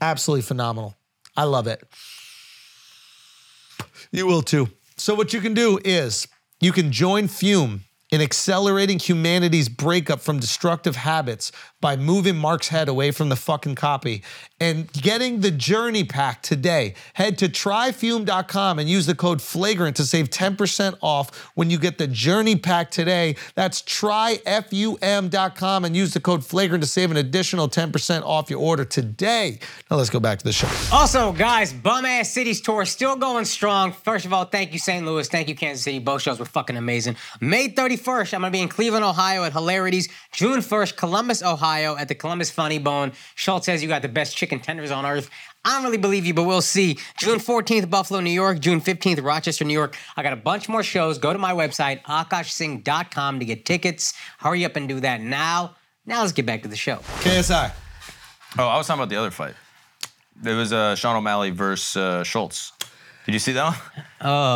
[SPEAKER 1] absolutely phenomenal. I love it. You will too. So, what you can do is you can join Fume in accelerating humanity's breakup from destructive habits by moving Mark's head away from the fucking copy and getting the journey pack today. Head to tryfume.com and use the code flagrant to save 10% off when you get the journey pack today. That's tryfum.com and use the code flagrant to save an additional 10% off your order today. Now, let's go back to the show.
[SPEAKER 6] Also, guys, bum ass cities tour still going strong. First of all, thank you, St. Louis. Thank you, Kansas City. Both shows were fucking amazing. May 31st, I'm gonna be in Cleveland, Ohio at Hilarities. June 1st, Columbus, Ohio at the Columbus Funny Bone. Schultz says you got the best chicken tenders on earth. I don't really believe you, but we'll see. June 14th, Buffalo, New York. June 15th, Rochester, New York. I got a bunch more shows. Go to my website, akashsing.com to get tickets. Hurry up and do that now. Now let's get back to the show.
[SPEAKER 1] KSI.
[SPEAKER 7] Oh, I was talking about the other fight. There was uh, Sean O'Malley versus uh, Schultz. Did you see that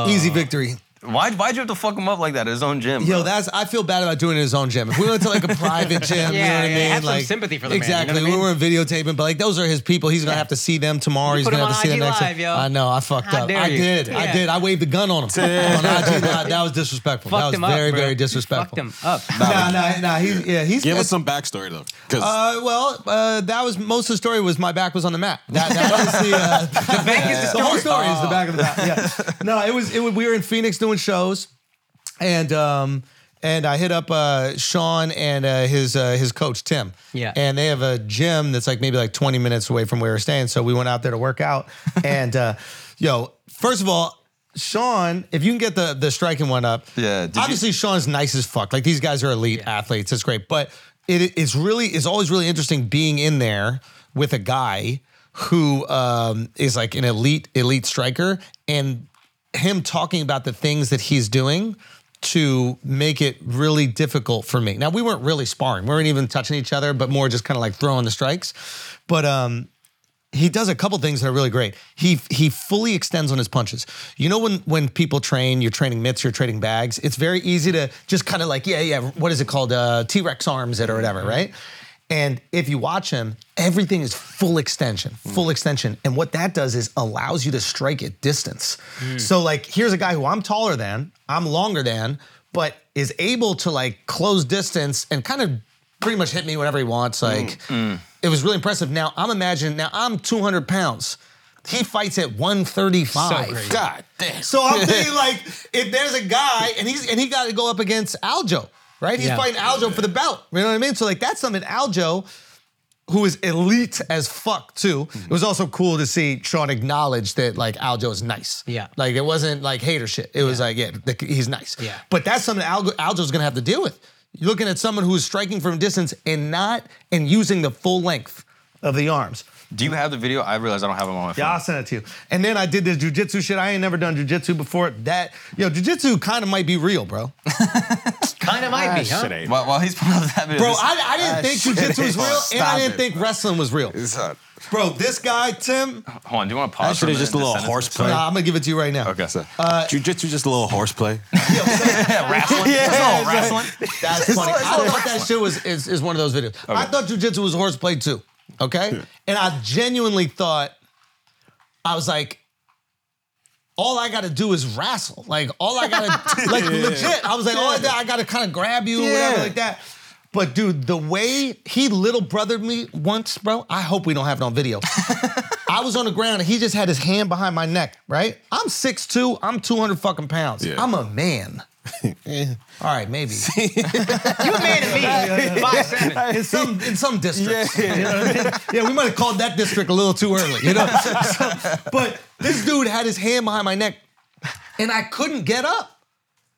[SPEAKER 1] Easy victory.
[SPEAKER 7] one? Why, why'd you have to fuck him up like that at his own gym?
[SPEAKER 1] Yo,
[SPEAKER 7] bro?
[SPEAKER 1] that's I feel bad about doing it in his own gym. If we went to like a private gym, you know
[SPEAKER 6] Yeah,
[SPEAKER 1] what I
[SPEAKER 6] yeah,
[SPEAKER 1] mean?
[SPEAKER 6] have some
[SPEAKER 1] like
[SPEAKER 6] sympathy for the man, you know
[SPEAKER 1] exactly.
[SPEAKER 6] what I mean?
[SPEAKER 1] we weren't videotaping, but like those are his people. He's gonna have to see them tomorrow. He's
[SPEAKER 6] put
[SPEAKER 1] gonna
[SPEAKER 6] him
[SPEAKER 1] have to
[SPEAKER 6] on
[SPEAKER 1] see
[SPEAKER 6] IG
[SPEAKER 1] them next.
[SPEAKER 6] Live,
[SPEAKER 1] time.
[SPEAKER 6] yo.
[SPEAKER 1] I know. I fucked
[SPEAKER 6] How
[SPEAKER 1] up.
[SPEAKER 6] dare
[SPEAKER 1] I
[SPEAKER 6] you.
[SPEAKER 1] did. I
[SPEAKER 6] Yeah.
[SPEAKER 1] did. I waved the gun on him on IG Live. That was disrespectful.
[SPEAKER 6] Fucked
[SPEAKER 1] that was
[SPEAKER 6] him
[SPEAKER 1] very
[SPEAKER 6] up, bro.
[SPEAKER 1] very disrespectful.
[SPEAKER 6] Fucked him up.
[SPEAKER 1] Nah, nah, nah. He's yeah. He's
[SPEAKER 3] Give us some backstory though, because
[SPEAKER 1] Uh, well, uh, that was most of the story was my back was on the mat. That, that was the, uh,
[SPEAKER 6] The bank is the
[SPEAKER 1] the whole
[SPEAKER 6] story.
[SPEAKER 1] story
[SPEAKER 6] Ah.
[SPEAKER 1] is the back of the bat. Yeah. No, it was it was, we were in Phoenix doing shows, and um and I hit up uh Sean and uh, his uh, his coach Tim.
[SPEAKER 6] Yeah.
[SPEAKER 1] And they have a gym that's like maybe like 20 minutes away from where we're staying. So we went out there to work out. and uh, yo, first of all. Sean, if you can get the the striking one up,
[SPEAKER 7] Yeah, did you-
[SPEAKER 1] Obviously, Sean's nice as fuck. Like these guys are elite athletes. It's great, but it is really it's always really interesting being in there with a guy who um, is like an elite elite striker and him talking about the things that he's doing to make it really difficult for me. Now we weren't really sparring. We weren't even touching each other, but more just kind of like throwing the strikes. But um, he does a couple things that are really great. He he fully extends on his punches. You know when when people train, you're training mitts, you're trading bags. It's very easy to just kind of like yeah yeah. What is it called? Uh, T Rex arms it or whatever, right? And if you watch him, everything is full extension, full extension. And what that does is allows you to strike at distance. So like here's a guy who I'm taller than, I'm longer than, but is able to like close distance and kind of pretty much hit me whenever he wants.
[SPEAKER 6] Mm,
[SPEAKER 1] Like it was really impressive. Now I'm imagining. Now I'm 200 pounds. He fights at 135.
[SPEAKER 6] So crazy.
[SPEAKER 1] God damn. So I'm thinking like if there's a guy and he's and he got to go up against Aljo, right? He's
[SPEAKER 6] Yeah.
[SPEAKER 1] fighting Aljo for the belt. You know what I mean? So like that's something Aljo. Who is elite as fuck too?
[SPEAKER 6] Mm-hmm.
[SPEAKER 1] It was also cool to see Sean acknowledge that like Aljo is nice.
[SPEAKER 6] Yeah.
[SPEAKER 1] like it wasn't like hater shit. It was like yeah, the, he's nice.
[SPEAKER 6] Yeah.
[SPEAKER 1] But that's something Algo, Aljo's going to have to deal with. You're looking at someone who's striking from distance and not and using the full length of the arms.
[SPEAKER 7] Do you have the video? I realize I don't have him on my phone.
[SPEAKER 1] Yeah, I'll send it to you. And then I did this jujitsu shit. I ain't never done jujitsu before. That yo, jujitsu kind of might be real, bro.
[SPEAKER 6] Kind of might be, huh?
[SPEAKER 3] Shit ain't.
[SPEAKER 7] While, while he's pulling up that video,
[SPEAKER 1] Bro,
[SPEAKER 7] this-
[SPEAKER 1] I, I didn't
[SPEAKER 9] Ah,
[SPEAKER 1] think
[SPEAKER 9] shit.
[SPEAKER 1] jujitsu was real, and
[SPEAKER 9] Stop
[SPEAKER 1] I didn't
[SPEAKER 9] it,
[SPEAKER 1] think wrestling was real.
[SPEAKER 9] It's not-
[SPEAKER 1] Bro, this guy, Tim, nah,
[SPEAKER 7] hold on. Do you want to pause?
[SPEAKER 3] That
[SPEAKER 7] for minute
[SPEAKER 3] shit is just a
[SPEAKER 7] and
[SPEAKER 3] little
[SPEAKER 7] send it?
[SPEAKER 3] horseplay.
[SPEAKER 1] I'm gonna give it to you right now.
[SPEAKER 7] Okay. So,
[SPEAKER 3] Jiu-jitsu just a little horseplay.
[SPEAKER 7] yeah, wrestling. yeah, wrestling.
[SPEAKER 1] That's funny. I thought that shit was is, is one of those videos. I thought jujitsu was horseplay too. Okay? And I genuinely thought I was like, all I gotta do is wrestle. Like all I gotta like legit. I was like, all I, gotta- I gotta kind of grab you or whatever
[SPEAKER 3] Yeah.
[SPEAKER 1] like that. But dude, the way he little brothered me once, bro, I hope we don't have it on video. I was on the ground and he just had his hand behind my neck, right? I'm 6'2, I'm 200 fucking pounds.
[SPEAKER 3] Yeah.
[SPEAKER 1] I'm a man. All right, maybe.
[SPEAKER 6] You a man to me. Five seven.
[SPEAKER 1] in some in some districts. You know what I mean? Yeah, we might have called that district a little too early, you know. So, but this dude had his hand behind my neck, and I couldn't get up.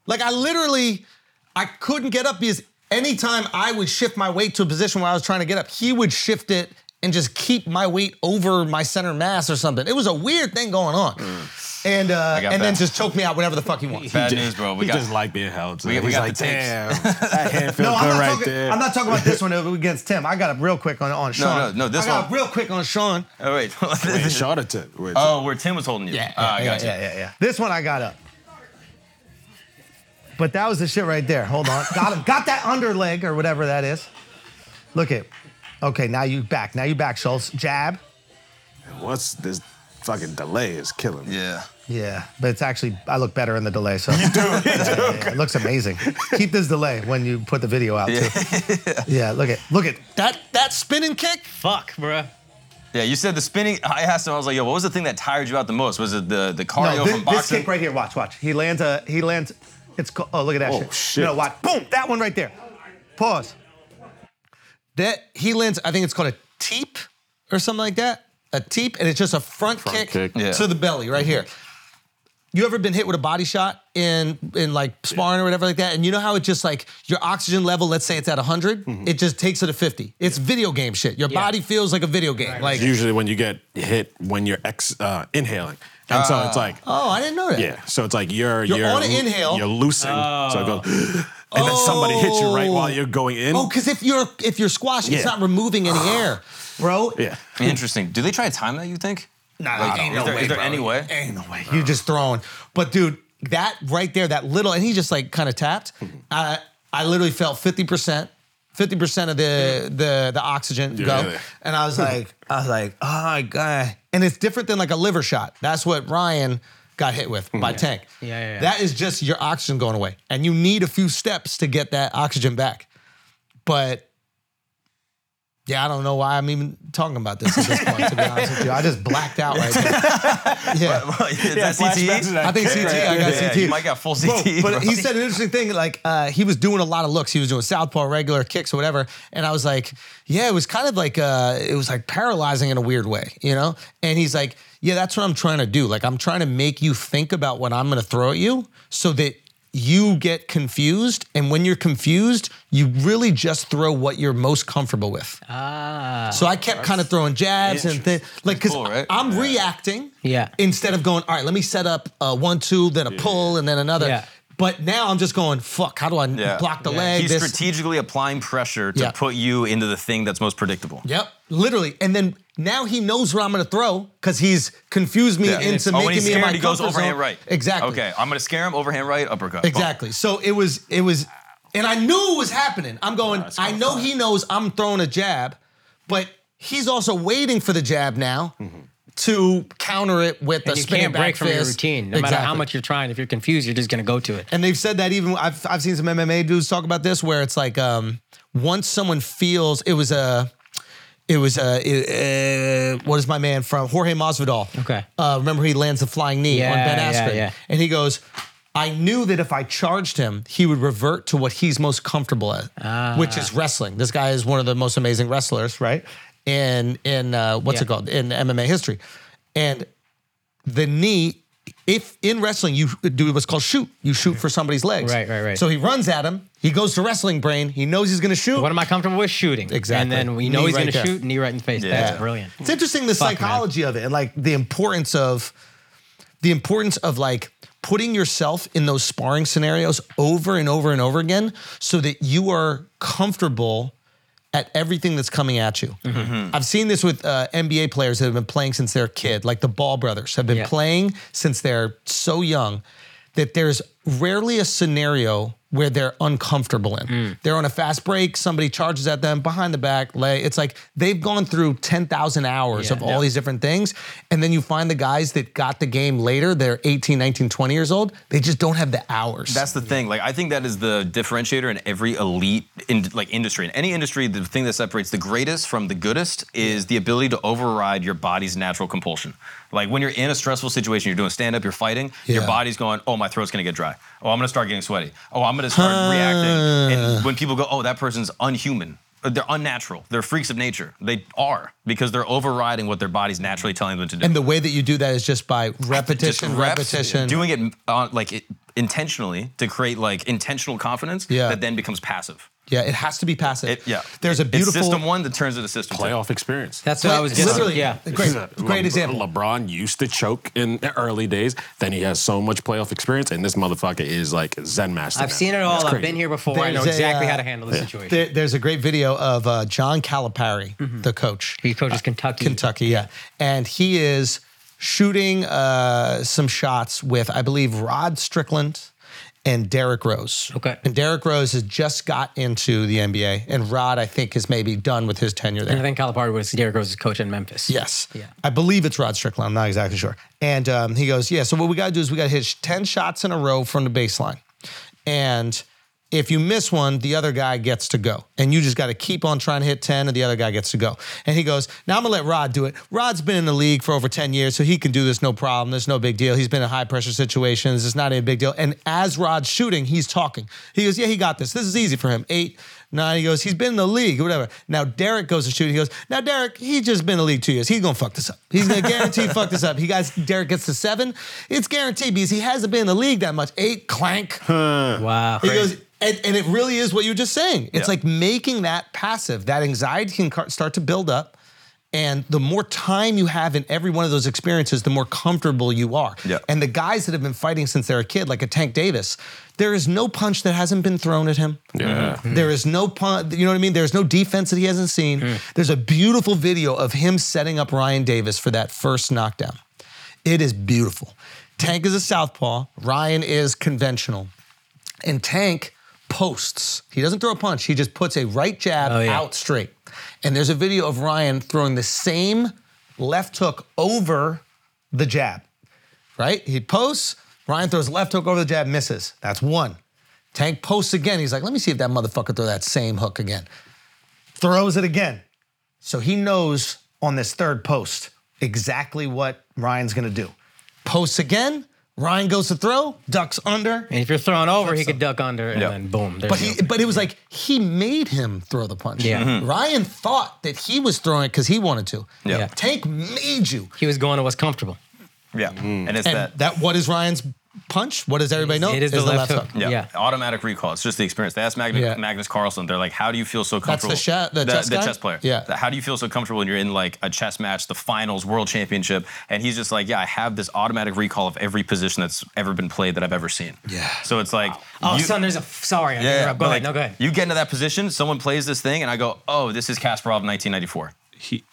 [SPEAKER 1] Like I literally, I couldn't get up because anytime I would shift my weight to a position where I was trying to get up, he would shift it and just keep my weight over my center mass or something. It was a weird thing going on. And uh,
[SPEAKER 7] got
[SPEAKER 1] and then
[SPEAKER 7] that.
[SPEAKER 1] just choke me out whenever the fuck he wants.
[SPEAKER 7] Bad news, bro. We
[SPEAKER 3] he
[SPEAKER 7] got
[SPEAKER 3] just like being held.
[SPEAKER 7] we- we
[SPEAKER 3] He's
[SPEAKER 7] got
[SPEAKER 3] like,
[SPEAKER 7] the tapes.
[SPEAKER 3] damn, that hand feels
[SPEAKER 1] No, I'm
[SPEAKER 3] good
[SPEAKER 1] not,
[SPEAKER 3] right
[SPEAKER 1] talking,
[SPEAKER 3] there.
[SPEAKER 1] I'm not talking about this one against Tim. I got up real quick on, on Sean.
[SPEAKER 7] no, no, this
[SPEAKER 1] I got
[SPEAKER 7] one.
[SPEAKER 1] up real quick on Sean.
[SPEAKER 7] Oh wait.
[SPEAKER 3] Wait, shot a tip. Wait,
[SPEAKER 7] oh, where Tim was holding you.
[SPEAKER 1] Yeah,
[SPEAKER 7] Oh, I got you.
[SPEAKER 1] yeah, yeah, yeah. This one I got up. But that was the shit right there. Hold on. Got him. Got that under leg or whatever that is. Look at. Okay, now you back. Now you back, Schultz. Jab.
[SPEAKER 3] what's this fucking delay is killing me.
[SPEAKER 7] Yeah.
[SPEAKER 1] Yeah, but it's actually I look better in the delay. So you do. it looks amazing. Keep this delay when you put the video out too. yeah, look at look at that that spinning kick.
[SPEAKER 6] Fuck, bruh.
[SPEAKER 7] Yeah, you said the spinning. I asked him. I was like, "Yo, what was the thing that tired you out the most? Was it the the cardio
[SPEAKER 1] oh, thi-
[SPEAKER 7] from
[SPEAKER 1] this
[SPEAKER 7] boxing?"
[SPEAKER 1] kick right here. Watch, watch. He lands a. He lands. It's. co- Oh, look at that
[SPEAKER 3] Oh,
[SPEAKER 1] shit.
[SPEAKER 3] shit.
[SPEAKER 1] No, watch. Boom. That one right there. Pause. That he lands. I think it's called a teep or something like that. A teep, and it's just a front, kick,
[SPEAKER 3] kick.
[SPEAKER 7] Yeah.
[SPEAKER 1] to the belly right here. You ever been hit with a body shot in in like sparring or whatever like that? And you know how it just like your oxygen level, let's say it's at 100,
[SPEAKER 3] Mm-hmm.
[SPEAKER 1] it just takes it to 50. It's video game shit. Your
[SPEAKER 6] Yeah.
[SPEAKER 1] body feels like a video game. Like,
[SPEAKER 3] Usually when you get hit when you're ex uh, inhaling, and so it's like
[SPEAKER 1] oh, I didn't know that.
[SPEAKER 3] yeah, so it's like you're
[SPEAKER 1] You're
[SPEAKER 3] you're,
[SPEAKER 1] on an inhale.
[SPEAKER 3] you're loosing, so it goes, and then somebody hits you right while you're going in.
[SPEAKER 1] Oh, because if you're if you're squashing, it's
[SPEAKER 3] Yeah.
[SPEAKER 1] not removing any air, bro.
[SPEAKER 3] yeah,
[SPEAKER 7] Interesting. Do they try to time that? You think?
[SPEAKER 1] Nah,
[SPEAKER 7] Like,
[SPEAKER 1] ain't
[SPEAKER 7] is
[SPEAKER 1] no
[SPEAKER 7] there-
[SPEAKER 1] way,
[SPEAKER 7] is there
[SPEAKER 1] bro.
[SPEAKER 7] any way?
[SPEAKER 1] Ain't no way. You're just throwing. But dude, that right there, that little, and he just like kind of tapped. I I literally felt fifty percent. 50% of the the the oxygen go.
[SPEAKER 3] yeah.
[SPEAKER 1] And I was like, I was like, oh my God. And it's different than like a liver shot. That's what Ryan got hit with by Tank.
[SPEAKER 6] Yeah, yeah, yeah.
[SPEAKER 1] That is just your oxygen going away. And you need a few steps to get that oxygen back. But yeah, I don't know why I'm even talking about this at this point, to be honest with you. I just blacked out right there. Yeah. E?
[SPEAKER 7] Is that
[SPEAKER 3] flashbacks to
[SPEAKER 7] CTE?
[SPEAKER 3] that
[SPEAKER 1] I think CTE.
[SPEAKER 3] kick right
[SPEAKER 1] I got E.
[SPEAKER 7] Yeah,
[SPEAKER 1] CTE.
[SPEAKER 7] You might got full E, CTE.
[SPEAKER 1] But
[SPEAKER 7] bro.
[SPEAKER 1] he said an interesting thing. Like uh, he was doing a lot of looks. He was doing southpaw, regular kicks, or whatever. And I was like, yeah, it was kind of like uh, it was like paralyzing in a weird way, you know. And he's like, yeah, that's what I'm trying to do. Like I'm trying to make you think about what I'm going to throw at you, so that you get confused. And when you're confused, you really just throw what you're most comfortable with. Ah. So I kept kind of throwing jabs and things, like because
[SPEAKER 7] cool, right?
[SPEAKER 1] I'm reacting.
[SPEAKER 6] Yeah.
[SPEAKER 1] Instead of going, all right, let me set up a one two, then a pull, and then another.
[SPEAKER 6] Yeah.
[SPEAKER 1] But now I'm just going, fuck, how do I
[SPEAKER 7] Yeah.
[SPEAKER 1] block the
[SPEAKER 7] Yeah.
[SPEAKER 1] leg?
[SPEAKER 7] He's
[SPEAKER 1] this-
[SPEAKER 7] strategically applying pressure to
[SPEAKER 1] Yeah.
[SPEAKER 7] put you into the thing that's most predictable.
[SPEAKER 1] yep, literally. And then now he knows where I'm going to throw because he's confused me
[SPEAKER 7] Yeah.
[SPEAKER 1] into
[SPEAKER 7] oh, when
[SPEAKER 1] making
[SPEAKER 7] he's
[SPEAKER 1] me in
[SPEAKER 7] scared,
[SPEAKER 1] my
[SPEAKER 7] he goes
[SPEAKER 1] comfort
[SPEAKER 7] overhand
[SPEAKER 1] zone.
[SPEAKER 7] right.
[SPEAKER 1] Exactly.
[SPEAKER 7] Okay, I'm gonna scare him. Overhand right, uppercut. Oh. Boom.
[SPEAKER 1] Exactly. So it was, it was, and I knew it was happening. I'm going, I know he knows I'm throwing a jab, but he's also waiting for the jab now.
[SPEAKER 7] Mm-hmm.
[SPEAKER 1] To counter it with a
[SPEAKER 6] And you
[SPEAKER 1] spinning
[SPEAKER 6] can't break
[SPEAKER 1] back
[SPEAKER 6] from your
[SPEAKER 1] fist.
[SPEAKER 6] routine. No matter how
[SPEAKER 1] Exactly.
[SPEAKER 6] much you're trying, if you're confused, you're just gonna go to it.
[SPEAKER 1] And they've said that even I've I've seen some MMA dudes talk about this where it's like um once someone feels it was a it was a it, uh, what is my man from Jorge Masvidal.
[SPEAKER 6] Okay.
[SPEAKER 1] Uh, remember he lands the flying knee on
[SPEAKER 6] Yeah,
[SPEAKER 1] Ben
[SPEAKER 6] yeah,
[SPEAKER 1] Askren,
[SPEAKER 6] yeah.
[SPEAKER 1] and he goes. I knew that if I charged him, he would revert to what he's most comfortable at,
[SPEAKER 6] Ah.
[SPEAKER 1] which is wrestling. This guy is one of the most amazing wrestlers, right? In in uh, what's it
[SPEAKER 6] Yeah.
[SPEAKER 1] called in MMA history, and the knee. If in wrestling you do what's called shoot, you shoot for somebody's legs.
[SPEAKER 6] Right, right, right.
[SPEAKER 1] So he runs at him. He goes to wrestling brain. He knows he's going to shoot.
[SPEAKER 6] What am I comfortable with? Shooting.
[SPEAKER 1] Exactly.
[SPEAKER 6] And then we know
[SPEAKER 1] Knee
[SPEAKER 6] he's
[SPEAKER 1] right
[SPEAKER 6] gonna
[SPEAKER 1] there.
[SPEAKER 6] shoot, knee right in the face.
[SPEAKER 7] Yeah.
[SPEAKER 6] That's brilliant.
[SPEAKER 1] It's interesting the
[SPEAKER 6] Fuck, man.
[SPEAKER 1] psychology of it and like the importance of the importance of like putting yourself in those sparring scenarios over and over and over again so that you are comfortable at everything that's coming at you.
[SPEAKER 6] Mm-hmm.
[SPEAKER 1] I've seen this with uh, NBA players that have been playing since they're a kid, like the Ball brothers have been
[SPEAKER 6] Yeah.
[SPEAKER 1] playing since they're so young that there's rarely a scenario where they're uncomfortable in.
[SPEAKER 6] Mm.
[SPEAKER 1] They're on a fast break, somebody charges at them behind the back, lay. It's like they've gone through 10,000 hours
[SPEAKER 6] Yeah.
[SPEAKER 1] of all these different things. And then you find the guys that got the game later, they're 18, 19, 20 years old, they just don't have the hours.
[SPEAKER 7] That's the thing. Like I think that is the differentiator in every elite in, like industry. In any industry, the thing that separates the greatest from the goodest is the ability to override your body's natural compulsion. Like when you're in a stressful situation, you're doing stand up, you're fighting, your
[SPEAKER 1] Yeah.
[SPEAKER 7] body's going, "Oh, my throat's going to get dry. Oh, I'm going to start getting sweaty. Oh, I'm going to start reacting." And when people go, "Oh, that person's unhuman." uh, They're unnatural. They're freaks of nature. They are because they're overriding what their body's naturally telling them to do
[SPEAKER 1] and the way that you do that is just by repetition,
[SPEAKER 7] just reps,
[SPEAKER 1] repetition.
[SPEAKER 7] doing it uh, like it, intentionally to create like intentional confidence
[SPEAKER 1] Yeah.
[SPEAKER 7] that then becomes passive.
[SPEAKER 1] Yeah, it has to be passive.
[SPEAKER 7] It, yeah,
[SPEAKER 1] There's a
[SPEAKER 7] It's
[SPEAKER 1] beautiful
[SPEAKER 7] system one that turns into system two.
[SPEAKER 3] Playoff experience.
[SPEAKER 6] That's what I was just.
[SPEAKER 1] literally.
[SPEAKER 6] Yeah.
[SPEAKER 1] Great,
[SPEAKER 3] This is a-
[SPEAKER 1] great
[SPEAKER 3] Le-
[SPEAKER 1] example.
[SPEAKER 3] LeBron used to choke in the early days. Then he has so much playoff experience, and this motherfucker is like Zen master.
[SPEAKER 6] I've
[SPEAKER 3] now.
[SPEAKER 6] seen it
[SPEAKER 3] It's
[SPEAKER 6] all. I've
[SPEAKER 3] crazy.
[SPEAKER 6] been here before. I know
[SPEAKER 1] There's a,
[SPEAKER 6] exactly
[SPEAKER 1] uh,
[SPEAKER 6] how to handle the situation. Mm-hmm.
[SPEAKER 1] There- there's a great video of uh, John Calipari, the coach, Uh,
[SPEAKER 6] he coaches Kentucky.
[SPEAKER 1] Kentucky, yeah, and he is shooting uh, some shots with, I believe, Rod Strickland and Derrick Rose.
[SPEAKER 6] Okay.
[SPEAKER 1] and Derrick Rose has just got into the NBA, and Rod, I think, is maybe done with his tenure there.
[SPEAKER 6] I think Calipari was Derrick Rose's coach in Memphis.
[SPEAKER 1] Yes.
[SPEAKER 6] Yeah.
[SPEAKER 1] I believe it's Rod Strickland. I'm not exactly sure. And um, he goes, Yeah, so what we got to do is we got to hit 10 shots in a row from the baseline. And if you miss one, the other guy gets to go. And you just got to keep on trying to hit 10, and the other guy gets to go. And he goes, Now I'm going to let Rod do it. Rod's been in the league for over 10 years, so he can do this no problem. There's no big deal. He's been in high pressure situations. It's not a big deal. And as Rod's shooting, he's talking. He goes, Yeah, he got this. This is easy for him. Eight, Nah, he goes, he's been in the league, whatever. Now Derek goes to shoot. He goes, now Derek, he's just been in the league two years. He's gonna fuck this up. He's gonna guarantee fuck this up. He guys, Derek gets to seven. It's guaranteed because he hasn't been in the league that much. Eight clank.
[SPEAKER 6] Wow.
[SPEAKER 1] He goes, and, and it really is what you were just saying. It's
[SPEAKER 7] Yeah.
[SPEAKER 1] like making that passive. That anxiety can car- start to build up. And the more time you have in every one of those experiences, the more comfortable you are.
[SPEAKER 7] Yeah.
[SPEAKER 1] And the guys that have been fighting since they're a kid, like a Tank Davis, there is no punch that hasn't been thrown at him.
[SPEAKER 6] Mm-hmm.
[SPEAKER 3] Yeah.
[SPEAKER 1] There is no pun. You know what I mean? There's no defense that he hasn't seen. There's a beautiful video of him setting up Ryan Davis for that first knockdown. It is beautiful. Tank is a southpaw. Ryan is conventional. And Tank posts. He doesn't throw a punch. He just puts a right jab
[SPEAKER 6] Oh, yeah.
[SPEAKER 1] out straight. And there's a video of Ryan throwing the same left hook over the jab. Right? He posts. Ryan throws left hook over the jab, misses. That's one. Tank posts again. He's like, let me see if that motherfucker throw that same hook again. Throws it again. So he knows on this third post exactly what Ryan's gonna do. Posts again. Ryan goes to throw, ducks under,
[SPEAKER 6] And if you're thrown over, he could duck under and
[SPEAKER 7] Yeah.
[SPEAKER 6] then boom. there's
[SPEAKER 1] but
[SPEAKER 6] the
[SPEAKER 1] he,
[SPEAKER 6] opener.
[SPEAKER 1] but it was like he made him throw the punch.
[SPEAKER 6] Yeah. Mhm.
[SPEAKER 1] Ryan thought that he was throwing it because he wanted to.
[SPEAKER 6] Yeah.
[SPEAKER 1] Tank made you.
[SPEAKER 6] he was going to what's comfortable.
[SPEAKER 7] Yeah, and it's
[SPEAKER 1] And
[SPEAKER 7] that.
[SPEAKER 1] that, what is Ryan's punch? What does everybody know?
[SPEAKER 6] it is the left hook.
[SPEAKER 7] yeah.
[SPEAKER 6] yeah.
[SPEAKER 7] automatic recall. It's just the experience. They asked Magnus,
[SPEAKER 1] Yeah.
[SPEAKER 7] Magnus Carlson. They're like, "How do you feel so
[SPEAKER 1] That's the
[SPEAKER 7] comfortable?"
[SPEAKER 1] sha- the chess guy?
[SPEAKER 7] player.
[SPEAKER 1] Yeah.
[SPEAKER 7] That- How do you feel so comfortable when you're in like a chess match, the finals, world championship? And he's just like, "Yeah, I have this automatic recall of every position that's ever been played that I've ever seen." Yeah. So it's like,
[SPEAKER 6] Oh,
[SPEAKER 7] you-
[SPEAKER 6] son, there's a. Sorry, I
[SPEAKER 7] Yeah,
[SPEAKER 6] interrupt. Go
[SPEAKER 7] but,
[SPEAKER 6] ahead.
[SPEAKER 7] like,
[SPEAKER 6] no, go ahead.
[SPEAKER 7] You get into that position, someone plays this thing, and I go, "Oh, this is Kasparov, 1994."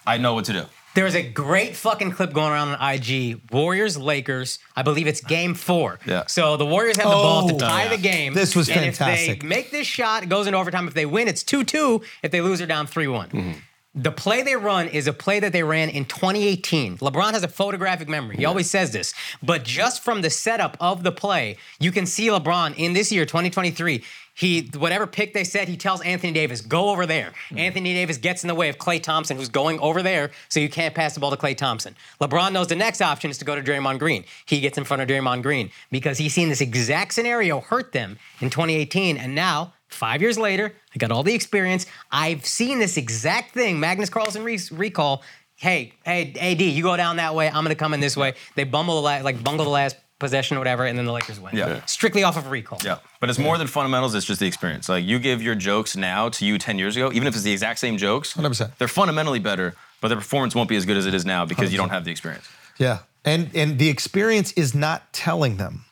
[SPEAKER 7] I know what to do.
[SPEAKER 6] There was a great fucking clip going around on IG. Warriors Lakers. I believe it's game four.
[SPEAKER 7] Yeah.
[SPEAKER 6] So the Warriors have the ball to
[SPEAKER 1] Oh,
[SPEAKER 6] tie
[SPEAKER 1] yeah.
[SPEAKER 6] the game.
[SPEAKER 1] This was
[SPEAKER 6] and If
[SPEAKER 1] fantastic.
[SPEAKER 6] they make this shot, it goes into overtime. If they win, it's 2 2. If they lose, they're down 3 one
[SPEAKER 1] Mm-hmm.
[SPEAKER 6] The play they run is a play that they ran in 2018. LeBron has a photographic memory. He always says this. But just from the setup of the play, you can see LeBron in this year, 2023. He whatever pick they said, he tells Anthony Davis, go over there.
[SPEAKER 1] Mm-hmm.
[SPEAKER 6] Anthony Davis gets in the way of Clay Thompson, who's going over there, so you can't pass the ball to Clay Thompson. LeBron knows the next option is to go to Draymond Green. He gets in front of Draymond Green because he's seen this exact scenario hurt them in 2018, and now Five years later, I got all the experience. I've seen this exact thing. Magnus Carlsen re- recall. Hey, hey, AD, you go down that way. I'm gonna come in this way. They bumble the la- like bungle the last possession or whatever, and then the Lakers win.
[SPEAKER 7] Yeah.
[SPEAKER 6] Strictly off of recall.
[SPEAKER 7] Yeah, but it's more than fundamentals. It's just the experience. Like you give your jokes now to you 10 years ago, even if it's the exact same jokes,
[SPEAKER 1] 100%.
[SPEAKER 7] They're fundamentally better, but their performance won't be as good as it is now because you don't have the experience.
[SPEAKER 1] Yeah. And and the experience is not telling them.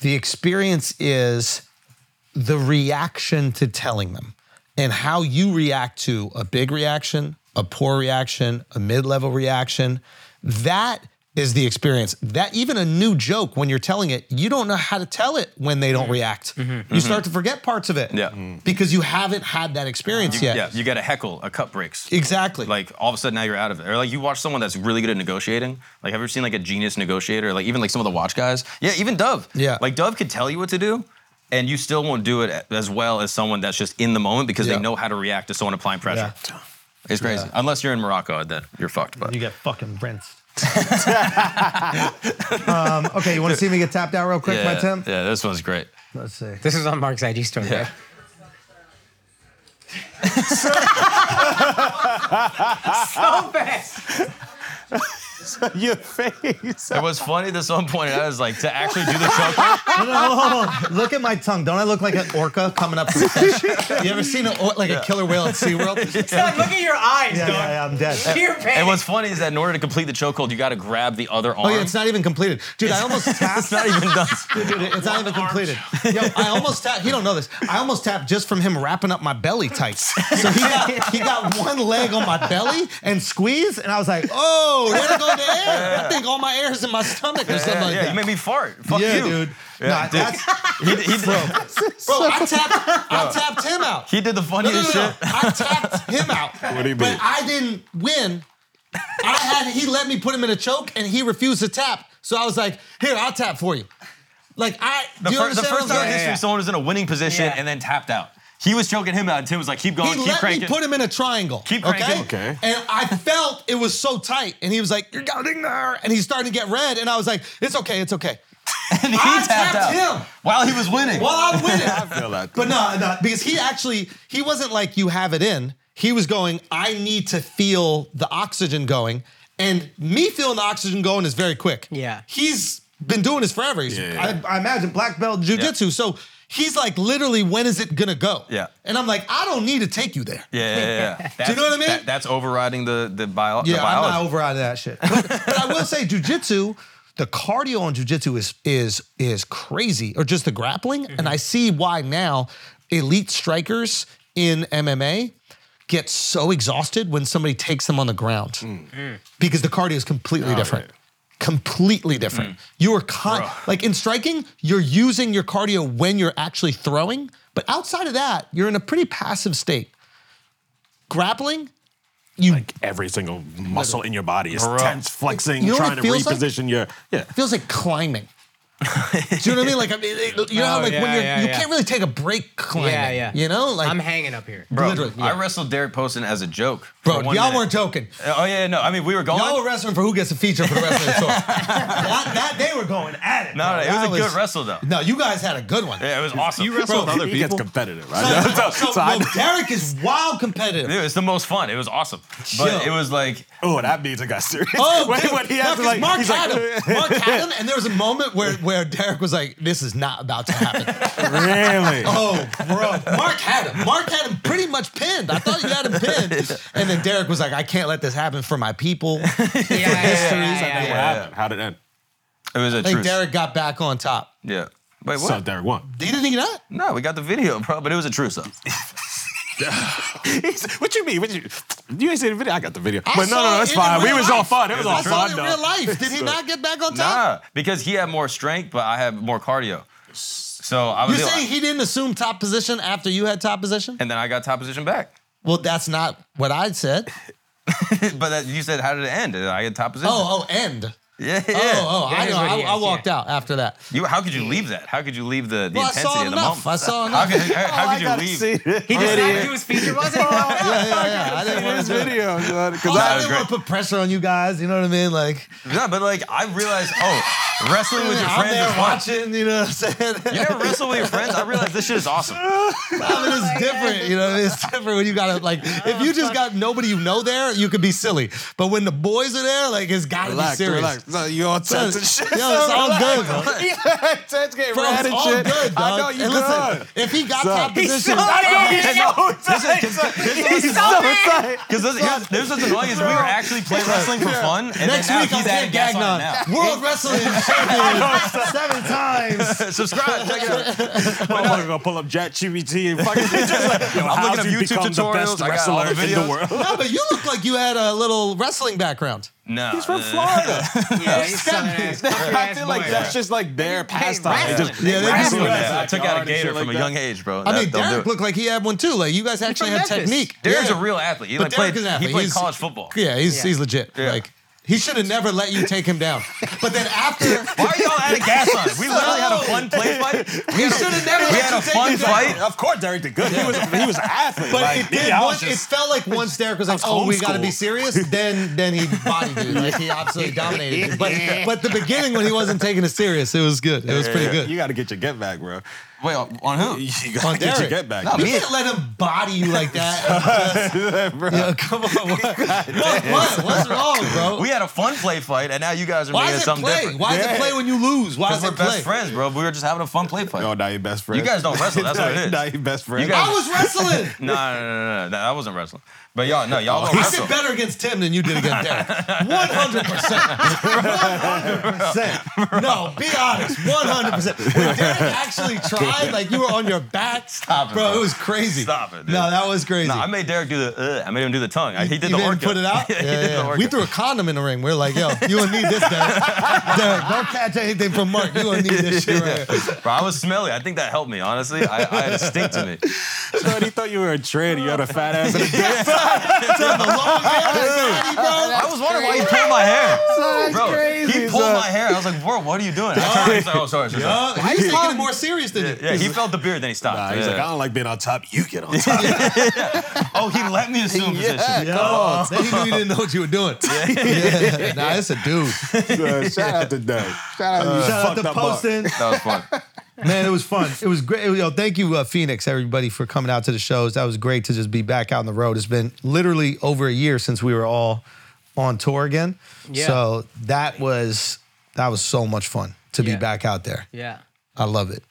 [SPEAKER 1] The experience is the reaction to telling them and how you react to a big reaction, a poor reaction, a mid level reaction. That is the experience. That even a new joke, when you're telling it, you don't know how to tell it when they don't react. You start to forget parts of it
[SPEAKER 7] Mm-hmm. Yeah. Mm.
[SPEAKER 1] because you haven't had that experience yet.
[SPEAKER 7] Yeah, you get a heckle, a cut breaks.
[SPEAKER 1] Exactly.
[SPEAKER 7] Like all of a sudden now you're out of it. Or like you watch someone that's really good at negotiating. Like have you ever seen like a genius negotiator? Like even like some of the watch guys. Yeah, even Dove.
[SPEAKER 1] Yeah.
[SPEAKER 7] Like Dove could tell you what to do. And you still won't do it as well as someone that's just in the moment because
[SPEAKER 1] Yeah.
[SPEAKER 7] they know how to react to someone applying pressure.
[SPEAKER 1] Yeah.
[SPEAKER 7] It's crazy. Unless you're in Morocco, then you're fucked. But
[SPEAKER 9] You get fucking rinsed.
[SPEAKER 1] Um, Okay, you want to see me get tapped out real quick
[SPEAKER 7] yeah,
[SPEAKER 1] by Tim?
[SPEAKER 7] yeah, this one's great.
[SPEAKER 1] Let's see.
[SPEAKER 6] This is on Mark's IG story.
[SPEAKER 7] Yeah.
[SPEAKER 6] right? so fast.
[SPEAKER 3] Your face.
[SPEAKER 7] It was funny that someone pointed out is like to actually do the choke.
[SPEAKER 1] Look at my tongue. Don't I look like an orca coming up? from the fish? you ever seen an or- like a killer whale at SeaWorld? yeah,
[SPEAKER 6] Son, look at your eyes,
[SPEAKER 1] yeah,
[SPEAKER 6] dog.
[SPEAKER 1] yeah, I'm dead.
[SPEAKER 6] Sheer panic.
[SPEAKER 7] and what's funny is that in order to complete the chokehold, you got to grab the other arm.
[SPEAKER 1] Oh yeah, it's not even completed, dude. I almost tapped. it's not even done. Dude, it's not even completed. Yo, I almost tapped. He don't know this. I almost tapped just from him wrapping up my belly tight. So he got, he got one leg on my belly and squeeze, and I was like, oh, where to go the air? I think all my air is in my stomach or something
[SPEAKER 7] yeah,
[SPEAKER 1] like
[SPEAKER 7] yeah,
[SPEAKER 1] that.
[SPEAKER 7] you made me fart. Fuck
[SPEAKER 1] yeah,
[SPEAKER 7] you.
[SPEAKER 1] dude.
[SPEAKER 7] Yeah,
[SPEAKER 1] Nah,
[SPEAKER 7] dude.
[SPEAKER 1] that's-
[SPEAKER 7] He, he, bro,
[SPEAKER 1] bro, I tapped, I tapped him out.
[SPEAKER 7] he did the
[SPEAKER 1] No, no,
[SPEAKER 7] funniest
[SPEAKER 1] no, no.
[SPEAKER 7] shit.
[SPEAKER 1] I tapped him out. What
[SPEAKER 3] do you
[SPEAKER 1] But
[SPEAKER 3] mean?
[SPEAKER 1] I didn't win. I had he let me put him in a choke and he refused to tap. So I was like, here, I'll tap for you. Like I
[SPEAKER 7] The,
[SPEAKER 1] do you
[SPEAKER 7] fir- the
[SPEAKER 1] understand what
[SPEAKER 7] first time
[SPEAKER 1] I'm
[SPEAKER 7] in
[SPEAKER 1] saying?
[SPEAKER 7] history someone was in a winning position
[SPEAKER 6] Yeah.
[SPEAKER 7] and then tapped out. He was choking him out, and Tim was like, keep going,
[SPEAKER 1] He
[SPEAKER 7] keep
[SPEAKER 1] let
[SPEAKER 7] cranking.
[SPEAKER 1] me put him in a triangle.
[SPEAKER 7] Keep
[SPEAKER 1] okay?
[SPEAKER 7] cranking.
[SPEAKER 3] Okay.
[SPEAKER 1] And I felt it was so tight. And he was like, You're getting there. And he started to get red. And I was like, It's okay, it's okay.
[SPEAKER 7] and he
[SPEAKER 1] I
[SPEAKER 7] tapped
[SPEAKER 1] tapped
[SPEAKER 7] out
[SPEAKER 1] him.
[SPEAKER 7] while he was winning.
[SPEAKER 1] Well, I'm winning.
[SPEAKER 3] feel that.
[SPEAKER 1] But no, no, because he actually he wasn't like you have it in. He was going, I need to feel the oxygen going, and me feeling the oxygen going is very quick.
[SPEAKER 6] Yeah.
[SPEAKER 1] he's been doing this forever. He's,
[SPEAKER 3] Yeah, yeah.
[SPEAKER 1] I, I imagine black belt jujitsu. So he's like, literally, when is it gonna go?
[SPEAKER 7] Yeah.
[SPEAKER 1] and I'm like, I don't need to take you there.
[SPEAKER 7] yeah, yeah, yeah. That's-
[SPEAKER 1] you know what I mean?
[SPEAKER 7] that- that's overriding the, the, bio- the
[SPEAKER 1] Yeah, I'm
[SPEAKER 7] biology.
[SPEAKER 1] not over out of that shit. But, but I will say, jujitsu, the cardio on jujitsu is is is crazy, or just the grappling.
[SPEAKER 7] Mm-hmm.
[SPEAKER 1] And I see why now elite strikers in MMA get so exhausted when somebody takes them on the ground
[SPEAKER 7] Mm.
[SPEAKER 1] because the cardio is
[SPEAKER 7] Oh,
[SPEAKER 1] completely different. Completely
[SPEAKER 7] Mm.
[SPEAKER 1] different. You are con- like in striking, you're using your cardio when you're actually throwing, but outside of that, you're in a pretty passive state. Grappling, you
[SPEAKER 3] Like every single muscle in your body is tense, flexing,
[SPEAKER 1] You know what
[SPEAKER 3] trying
[SPEAKER 1] it
[SPEAKER 3] to
[SPEAKER 1] feels like?
[SPEAKER 3] reposition your. Yeah.
[SPEAKER 1] feels like climbing. Do you know what I mean? Like I mean, it- you know, how,
[SPEAKER 6] Oh,
[SPEAKER 1] like when
[SPEAKER 6] yeah,
[SPEAKER 1] you're,
[SPEAKER 6] yeah,
[SPEAKER 1] you
[SPEAKER 6] yeah.
[SPEAKER 1] can't really take a break climbing.
[SPEAKER 6] yeah, yeah.
[SPEAKER 1] You know, like
[SPEAKER 6] I'm hanging up here.
[SPEAKER 7] Bro,
[SPEAKER 1] literally.
[SPEAKER 7] I wrestled Derek Poston as a joke.
[SPEAKER 1] Bro,
[SPEAKER 7] for
[SPEAKER 1] y'all
[SPEAKER 7] one minute.
[SPEAKER 1] weren't joking.
[SPEAKER 7] Oh, yeah, no. I mean, we were going.
[SPEAKER 1] Y'all were wrestling for who gets a feature for the rest of the tour. that, that they were going at it.
[SPEAKER 7] no, no,
[SPEAKER 1] bro.
[SPEAKER 7] it was
[SPEAKER 1] That
[SPEAKER 7] a good wrestle, though.
[SPEAKER 1] No, you guys had a good one.
[SPEAKER 7] Yeah, it was awesome.
[SPEAKER 5] You wrestle with other
[SPEAKER 3] He gets
[SPEAKER 5] people.
[SPEAKER 3] competitive,
[SPEAKER 1] So,
[SPEAKER 3] right? So-
[SPEAKER 1] so-
[SPEAKER 3] so I-
[SPEAKER 1] no, Derek is wild competitive.
[SPEAKER 7] Dude, it's the most fun. It was awesome. But
[SPEAKER 1] Yo.
[SPEAKER 7] it was like,
[SPEAKER 3] oh, that means I got serious.
[SPEAKER 1] Oh,
[SPEAKER 3] when,
[SPEAKER 1] dude.
[SPEAKER 3] when he
[SPEAKER 1] No,
[SPEAKER 3] has
[SPEAKER 1] 'cause
[SPEAKER 3] like,
[SPEAKER 1] Mark
[SPEAKER 3] he's
[SPEAKER 1] had
[SPEAKER 3] like,
[SPEAKER 1] him. Mark had him, and there was a moment where where Derek was like, "This is not about to happen."
[SPEAKER 3] really?
[SPEAKER 1] Oh, bro. Mark had him. Mark had him pretty much pinned. I thought you had him pinned. And then Derek was like, I can't let this happen for my people.
[SPEAKER 6] Yeah, yeah, yeah, yeah, yeah,
[SPEAKER 3] What
[SPEAKER 6] yeah.
[SPEAKER 3] happened? How did it end?
[SPEAKER 7] it was a
[SPEAKER 1] I think
[SPEAKER 7] truce.
[SPEAKER 1] Derek got back on top.
[SPEAKER 7] yeah. Wait, what?
[SPEAKER 3] So Derek won.
[SPEAKER 1] He didn't get that?
[SPEAKER 7] no, we got the video, bro, but it was a truce, though.
[SPEAKER 3] He's- what you mean? What you? You ain't seen the video. I got the video.
[SPEAKER 1] I
[SPEAKER 3] but no,
[SPEAKER 1] saw
[SPEAKER 3] no,
[SPEAKER 1] it
[SPEAKER 3] no, it's
[SPEAKER 1] in the
[SPEAKER 3] fine. We
[SPEAKER 1] real
[SPEAKER 3] was all
[SPEAKER 1] life.
[SPEAKER 3] fun. It was all
[SPEAKER 1] I saw
[SPEAKER 3] fun.
[SPEAKER 1] it in
[SPEAKER 3] though.
[SPEAKER 1] real life. Did he not get back on top?
[SPEAKER 7] Nah, because he had more strength, but I had more cardio. So I
[SPEAKER 1] You're
[SPEAKER 7] was,
[SPEAKER 1] saying he didn't assume top position after you had top position?
[SPEAKER 7] and then I got top position back.
[SPEAKER 1] Well, that's not what I said.
[SPEAKER 7] but that, you said, how did it end? And I had top position.
[SPEAKER 1] Oh, oh, end.
[SPEAKER 7] yeah, yeah.
[SPEAKER 1] Oh, oh, I
[SPEAKER 6] That is
[SPEAKER 1] know.
[SPEAKER 6] what
[SPEAKER 1] I,
[SPEAKER 6] he
[SPEAKER 1] I
[SPEAKER 6] is,
[SPEAKER 1] walked out after that.
[SPEAKER 7] You, how could you leave that? How could you leave the, the
[SPEAKER 1] Well, I saw
[SPEAKER 7] intensity of the
[SPEAKER 1] enough.
[SPEAKER 7] moment?
[SPEAKER 1] I saw
[SPEAKER 7] How
[SPEAKER 1] enough. Oh,
[SPEAKER 7] could, how, how could you
[SPEAKER 3] gotta
[SPEAKER 7] leave?
[SPEAKER 3] see it.
[SPEAKER 6] He decided who his feature was.
[SPEAKER 1] Yeah, yeah, yeah. I didn't want
[SPEAKER 3] This
[SPEAKER 1] to do it.
[SPEAKER 3] video, because
[SPEAKER 1] Also, I
[SPEAKER 3] I
[SPEAKER 1] didn't want to put pressure on you guys. You know what I mean? Like,
[SPEAKER 7] No, but like I realized, oh, wrestling with your
[SPEAKER 1] I'm
[SPEAKER 7] friends
[SPEAKER 1] there
[SPEAKER 7] is fun.
[SPEAKER 1] watching. You know what I'm saying?
[SPEAKER 7] You ever wrestle with your friends? I realized this shit is awesome.
[SPEAKER 1] I mean, it's different. You know, it's different when you gotta like. If you just got nobody you know there, you could be silly. But when the boys are there, like it's gotta
[SPEAKER 3] relax,
[SPEAKER 1] be serious.
[SPEAKER 3] relax. No, you all
[SPEAKER 1] Yo,
[SPEAKER 3] tense and
[SPEAKER 1] it's
[SPEAKER 3] shit.
[SPEAKER 1] all good, bro.
[SPEAKER 3] Tense, get
[SPEAKER 1] Bro, it's
[SPEAKER 3] red and
[SPEAKER 1] all
[SPEAKER 3] shit.
[SPEAKER 1] good, dog.
[SPEAKER 3] I know you
[SPEAKER 1] and
[SPEAKER 3] good.
[SPEAKER 1] listen, if he got
[SPEAKER 3] Son.
[SPEAKER 1] top
[SPEAKER 3] He's
[SPEAKER 1] position,
[SPEAKER 6] so-
[SPEAKER 3] I know he's so tight.
[SPEAKER 7] This is
[SPEAKER 3] He's so tight.
[SPEAKER 7] Because those, yeah, there's what's annoying is we were actually playing wrestling for fun, and
[SPEAKER 1] Next
[SPEAKER 7] then now
[SPEAKER 1] week, I'm
[SPEAKER 7] he's adding
[SPEAKER 1] Ted
[SPEAKER 7] gas on it
[SPEAKER 1] Gagnon, World Wrestling Champion, seven times.
[SPEAKER 7] now. Subscribe, check it out.
[SPEAKER 3] I'm not gonna pull up ChatGPT and fucking. It's just like, yo,
[SPEAKER 7] I'm
[SPEAKER 3] how'd
[SPEAKER 7] looking
[SPEAKER 3] you
[SPEAKER 7] up YouTube
[SPEAKER 3] become the best
[SPEAKER 7] tutorials. I got all
[SPEAKER 3] wrestler
[SPEAKER 7] the
[SPEAKER 3] in the
[SPEAKER 7] videos.
[SPEAKER 3] world?
[SPEAKER 1] No, but you look like you had a little wrestling background.
[SPEAKER 7] No,
[SPEAKER 3] He's from
[SPEAKER 7] uh,
[SPEAKER 3] Florida.
[SPEAKER 6] Yeah, he's southern ass, country
[SPEAKER 3] I
[SPEAKER 6] ass
[SPEAKER 3] feel like
[SPEAKER 6] boy.
[SPEAKER 3] that's just like their pastime. It's
[SPEAKER 6] wrestling.
[SPEAKER 3] just-
[SPEAKER 6] They
[SPEAKER 1] Yeah, they
[SPEAKER 7] I
[SPEAKER 1] just
[SPEAKER 7] just
[SPEAKER 1] look-
[SPEAKER 7] learned that.
[SPEAKER 3] Yeah.
[SPEAKER 7] I took out a
[SPEAKER 3] Yard and shit
[SPEAKER 7] gator from a
[SPEAKER 3] like that.
[SPEAKER 7] young age, bro.
[SPEAKER 1] I
[SPEAKER 7] That-
[SPEAKER 1] mean,
[SPEAKER 7] don't do
[SPEAKER 1] Derek
[SPEAKER 7] it.
[SPEAKER 1] looked like he had one too. Like you guys actually
[SPEAKER 6] from
[SPEAKER 1] had
[SPEAKER 6] Memphis.
[SPEAKER 1] technique.
[SPEAKER 7] Derek's
[SPEAKER 1] Yeah.
[SPEAKER 7] a real athlete. He
[SPEAKER 1] But Derek
[SPEAKER 7] like played.
[SPEAKER 1] is an
[SPEAKER 7] He
[SPEAKER 1] athlete.
[SPEAKER 7] played
[SPEAKER 1] He's-
[SPEAKER 7] college football.
[SPEAKER 1] Yeah, he's
[SPEAKER 6] Yeah.
[SPEAKER 1] he's legit. Like he should have never let you take him down. But then after
[SPEAKER 7] Why are y'all adding gas on it? We literally had a fun play fight. We had a-
[SPEAKER 1] should have never
[SPEAKER 7] we
[SPEAKER 1] let
[SPEAKER 7] had
[SPEAKER 1] you
[SPEAKER 7] a
[SPEAKER 1] take
[SPEAKER 7] fun
[SPEAKER 1] him down.
[SPEAKER 7] fight.
[SPEAKER 3] Of course, Derek did good. He was, he was an athlete.
[SPEAKER 1] But
[SPEAKER 3] like,
[SPEAKER 1] it did.
[SPEAKER 3] yeah, I was
[SPEAKER 1] once,
[SPEAKER 3] just-
[SPEAKER 1] it felt like once Derek was like,
[SPEAKER 3] That's
[SPEAKER 1] "Oh, we
[SPEAKER 3] homeschool."
[SPEAKER 1] got to be serious," then then he bodied you. Like he absolutely dominated you. But but the beginning when he wasn't taking it serious, it was good. It was pretty good.
[SPEAKER 3] You got to get your get back, bro.
[SPEAKER 7] Wait, on on who?
[SPEAKER 3] You got to get your
[SPEAKER 1] Derek.
[SPEAKER 3] get back.
[SPEAKER 1] you can't let him body you like that.
[SPEAKER 3] bro.
[SPEAKER 1] Yeah, come on, what? What- what? What's wrong, bro?
[SPEAKER 7] We had a fun play fight, and now you guys are
[SPEAKER 1] Why
[SPEAKER 7] making
[SPEAKER 1] is it
[SPEAKER 7] something
[SPEAKER 1] play?
[SPEAKER 7] different.
[SPEAKER 1] Why is it play when you lose? Why
[SPEAKER 7] Because
[SPEAKER 1] is
[SPEAKER 7] we're
[SPEAKER 1] it
[SPEAKER 7] best
[SPEAKER 1] play?
[SPEAKER 7] friends, bro. We were just having a fun play fight.
[SPEAKER 3] Oh, now your best friend.
[SPEAKER 7] You guys don't wrestle. That's what it is.
[SPEAKER 3] Now your best friend.
[SPEAKER 7] You guys-
[SPEAKER 1] I was wrestling.
[SPEAKER 7] No, no, no, no, no. That I wasn't wrestling. But y'all, no, y'all don't
[SPEAKER 1] He did
[SPEAKER 7] wrestle.
[SPEAKER 1] Oh, better against Tim than you did against Derek. 100%. 100%. No, be honest. 100%. When Derek actually tried, like you were on your back.
[SPEAKER 7] Stop it,
[SPEAKER 1] Bro,
[SPEAKER 7] bro.
[SPEAKER 1] it was crazy.
[SPEAKER 7] Stop it, dude.
[SPEAKER 1] No, that was crazy.
[SPEAKER 7] No, I made Derek do the. Uh, I made him do the tongue. I- he did
[SPEAKER 1] you
[SPEAKER 7] the
[SPEAKER 1] made him
[SPEAKER 7] orca.
[SPEAKER 1] put it out.
[SPEAKER 7] yeah, he
[SPEAKER 1] Yeah,
[SPEAKER 7] did
[SPEAKER 1] yeah.
[SPEAKER 7] the orca.
[SPEAKER 1] We threw a condom in the ring. We are like, yo, you don't need this, Derek. Derek, don't catch anything from Mark. You don't need this shit right here.
[SPEAKER 7] Bro, I was smelly. I think that helped me. Honestly, I, I had a stink to me.
[SPEAKER 3] Shorty thought you were a trend. You had a fat ass and a dick.
[SPEAKER 1] Tim, the long hair, fatty, bro.
[SPEAKER 7] I was wondering why he pulled my hair. bro,
[SPEAKER 3] crazy,
[SPEAKER 7] he pulled
[SPEAKER 3] son.
[SPEAKER 7] my hair. I was like, bro, what are you doing? I turned around, he's like, oh, sorry, sorry. sorry.
[SPEAKER 1] Uh, He's taking it more serious than you.
[SPEAKER 7] Yeah, he felt the beard, then he stopped.
[SPEAKER 3] Nah, he's
[SPEAKER 7] Yeah.
[SPEAKER 3] like, I don't like being on top. You get on top.
[SPEAKER 7] oh, he let me assume position.
[SPEAKER 1] Oh, then he knew you didn't know what you were doing. Yeah. Nah, it's a dude.
[SPEAKER 3] Uh, shout out to Dave. Shout out to you.
[SPEAKER 1] Shout out
[SPEAKER 3] fucked
[SPEAKER 1] to
[SPEAKER 3] up Mark.
[SPEAKER 1] Poston.
[SPEAKER 7] That was fun.
[SPEAKER 1] Man, it was fun. It was great. Yo, thank you, uh, Phoenix, everybody, for coming out to the shows. That was great to just be back out on the road. It's been literally over a year since we were all on tour again.
[SPEAKER 6] Yeah.
[SPEAKER 1] So that was that was so much fun to
[SPEAKER 6] Yeah.
[SPEAKER 1] be back out there.
[SPEAKER 6] Yeah.
[SPEAKER 1] I love it.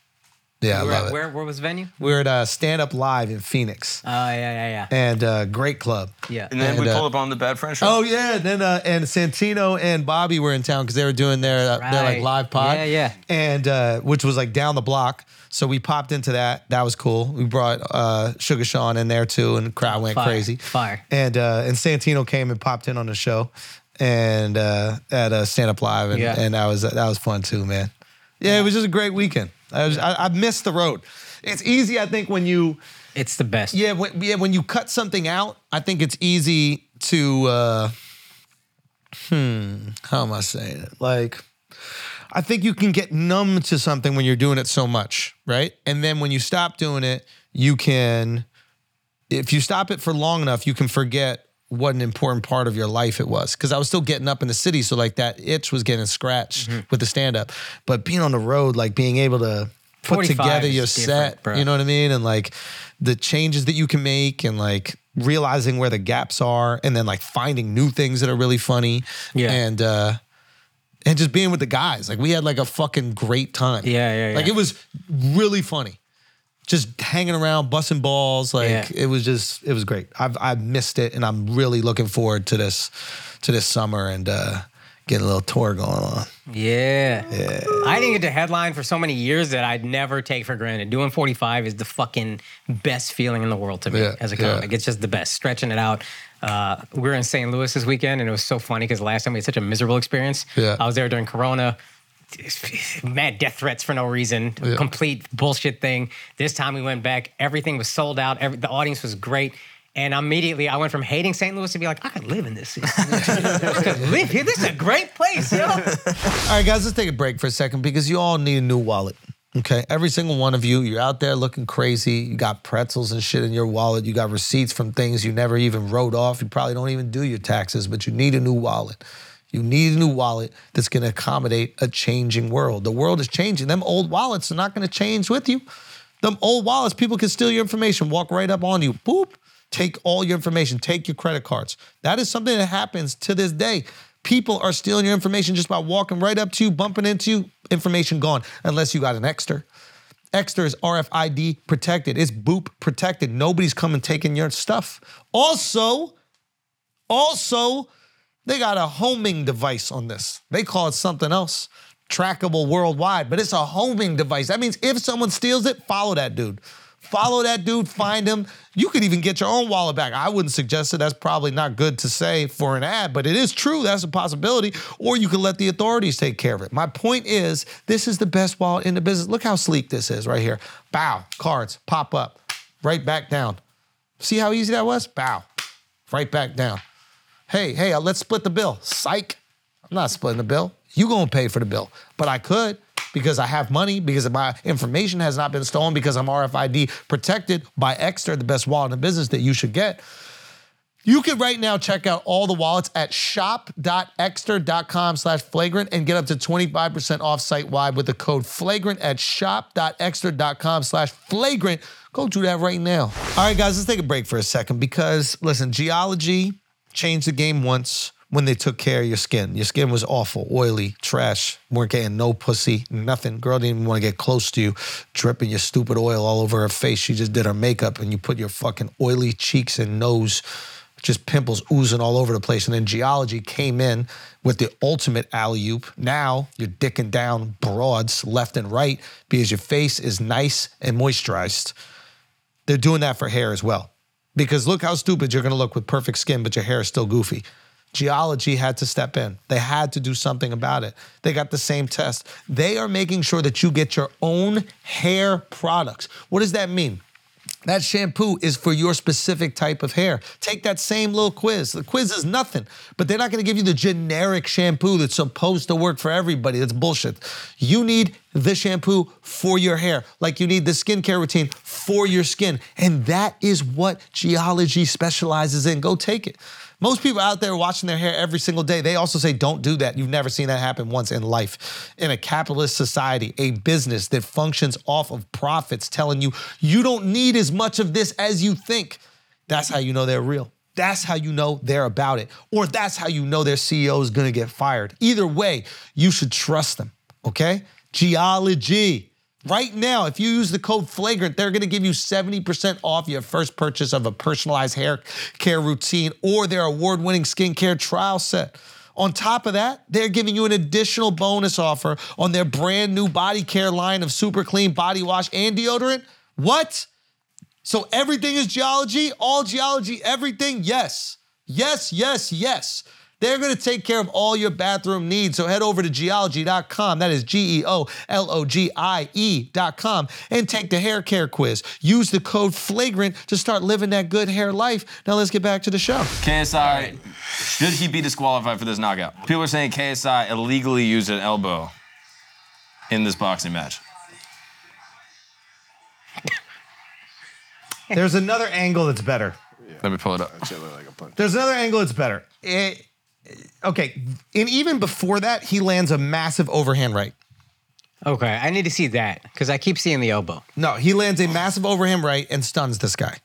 [SPEAKER 1] Yeah,
[SPEAKER 6] Where,
[SPEAKER 1] I love it.
[SPEAKER 6] where, where was the venue?
[SPEAKER 1] We're at uh, Stand Up Live in Phoenix,
[SPEAKER 6] Oh, yeah, yeah, yeah.
[SPEAKER 1] and uh, great club.
[SPEAKER 6] Yeah.
[SPEAKER 7] And then
[SPEAKER 1] And,
[SPEAKER 7] we
[SPEAKER 1] uh,
[SPEAKER 7] pulled up on the Bad Friend show.
[SPEAKER 1] Oh yeah, and then uh, and Santino and Bobby were in town because they were doing their uh, their like
[SPEAKER 6] Right.
[SPEAKER 1] live pod.
[SPEAKER 6] Yeah, yeah.
[SPEAKER 1] And uh, which was like down the block, so we popped into that. That was cool. We brought uh, Sugar Sean in there too, and the crowd went
[SPEAKER 6] Fire,
[SPEAKER 1] crazy.
[SPEAKER 6] fire.
[SPEAKER 1] And uh, and Santino came and popped in on the show, and uh, at uh, Stand Up Live, and,
[SPEAKER 6] Yeah.
[SPEAKER 1] and that was that was fun too, man. Yeah, it was just a great weekend. I, was, I, I missed the road. It's easy, I think, when you
[SPEAKER 6] It's the best.
[SPEAKER 1] yeah, when, yeah. When you cut something out, I think it's easy to. Uh, hmm, how am I saying it? Like, I think you can get numb to something when you're doing it so much, right? And then when you stop doing it, you can. If you stop it for long enough, you can forget what an important part of your life it was. Because I was still getting up in the city, so like that itch was getting scratched
[SPEAKER 6] Mm-hmm.
[SPEAKER 1] with the stand up. But being on the road, like being able to put
[SPEAKER 6] 45
[SPEAKER 1] together
[SPEAKER 6] is
[SPEAKER 1] your
[SPEAKER 6] different,
[SPEAKER 1] set,
[SPEAKER 6] bro.
[SPEAKER 1] you know what I mean? And like the changes that you can make and like realizing where the gaps are and then like finding new things that are really funny.
[SPEAKER 6] Yeah.
[SPEAKER 1] And uh and just being with the guys. Like we had like a fucking great time.
[SPEAKER 6] Yeah, yeah,
[SPEAKER 1] Like
[SPEAKER 6] yeah.
[SPEAKER 1] it was really funny. Just hanging around, busting balls. Like
[SPEAKER 6] Yeah.
[SPEAKER 1] it was just it was great. I've I missed it and I'm really looking forward to this to this summer and uh getting a little tour going on.
[SPEAKER 6] Yeah. I didn't get to headline for so many years that I'd never take for granted. Doing 45 is the fucking best feeling in the world to me
[SPEAKER 1] Yeah,
[SPEAKER 6] as a
[SPEAKER 1] yeah.
[SPEAKER 6] comic. It's just the best. Stretching it out. Uh, we were in St. Louis this weekend, and it was so funny because last time we had such a miserable experience.
[SPEAKER 1] Yeah.
[SPEAKER 6] I was there during Corona. Mad death threats for no reason,
[SPEAKER 1] Yeah.
[SPEAKER 6] complete bullshit thing. This time we went back, everything was sold out. Every, the audience was great, and immediately I went from hating St. Louis to be like, I could live in this city. I could live here. This is a great place, yo.
[SPEAKER 1] All right, guys, let's take a break for a second because you all need a new wallet. Okay, every single one of you, you're out there looking crazy. You got pretzels and shit in your wallet. You got receipts from things you never even wrote off. You probably don't even do your taxes, but you need a new wallet. You need a new wallet that's going to accommodate a changing world. The world is changing. Them old wallets are not going to change with you. Them old wallets, people can steal your information, walk right up on you, boop, take all your information, take your credit cards. That is something that happens to this day. People are stealing your information just by walking right up to you, bumping into you, information gone, unless you got an extra. Extra is RFID protected, it's boop protected. Nobody's coming taking your stuff. Also, Also, they got a homing device on this. They call it something else, trackable worldwide, but it's a homing device. That means if someone steals it, follow that dude. Follow that dude, find him. You could even get your own wallet back. I wouldn't suggest it. That's probably not good to say for an ad, but it is true. That's a possibility. Or you could let the authorities take care of it. My point is, this is the best wallet in the business. Look how sleek this is right here. Bow, cards pop up, right back down. See how easy that was? Bow, right back down hey, hey, uh, let's split the bill. Psych. I'm not splitting the bill. You gonna pay for the bill, but I could because I have money because my information has not been stolen because I'm RFID protected by Exter, the best wallet in the business that you should get. You can right now check out all the wallets at shop.exter.com slash flagrant and get up to 25% off site wide with the code flagrant at shop.exter.com slash flagrant. Go do that right now. All right, guys, let's take a break for a second because listen, geology changed the game once when they took care of your skin. Your skin was awful, oily, trash, weren't getting no pussy, nothing. Girl didn't even want to get close to you, dripping your stupid oil all over her face. She just did her makeup and you put your fucking oily cheeks and nose just pimples oozing all over the place. And then geology came in with the ultimate alley oop. Now you're dicking down broads left and right because your face is nice and moisturized. They're doing that for hair as well. Because look how stupid you're going to look with perfect skin, but your hair is still goofy. Geology had to step in. They had to do something about it. They got the same test. They are making sure that you get your own hair products. What does that mean? That shampoo is for your specific type of hair. Take that same little quiz. The quiz is nothing, but they're not going to give you the generic shampoo that's supposed to work for everybody. That's bullshit. You need the shampoo for your hair, like you need the skincare routine for your skin. And that is what geology specializes in. Go take it. Most people out there washing their hair every single day, they also say, don't do that. You've never seen that happen once in life. In a capitalist society, a business that functions off of profits telling you, you don't need as much of this as you think. That's how you know they're real. That's how you know they're about it. Or that's how you know their CEO is gonna get fired. Either way, you should trust them, okay? Geology. Right now, if you use the code flagrant, they're going to give you 70% off your first purchase of a personalized hair care routine or their award winning skincare trial set. On top of that, they're giving you an additional bonus offer on their brand new body care line of super clean body wash and deodorant. What? So everything is geology, all geology, everything? Yes. Yes, yes, yes. They're going to take care of all your bathroom needs. So head over to geology.com. That is G E O L O G I E.com and take the hair care quiz. Use the code flagrant to start living that good hair life. Now let's get back to the show.
[SPEAKER 7] KSI, should he be disqualified for this knockout? People are saying KSI illegally used an elbow in this boxing match.
[SPEAKER 1] There's another angle that's better.
[SPEAKER 7] Let me pull it up.
[SPEAKER 1] There's another angle that's better. It- okay. And even before that, he lands a massive overhand right.
[SPEAKER 6] Okay, I need to see that because I keep seeing the elbow.
[SPEAKER 1] No, he lands a massive overhand right and stuns this guy.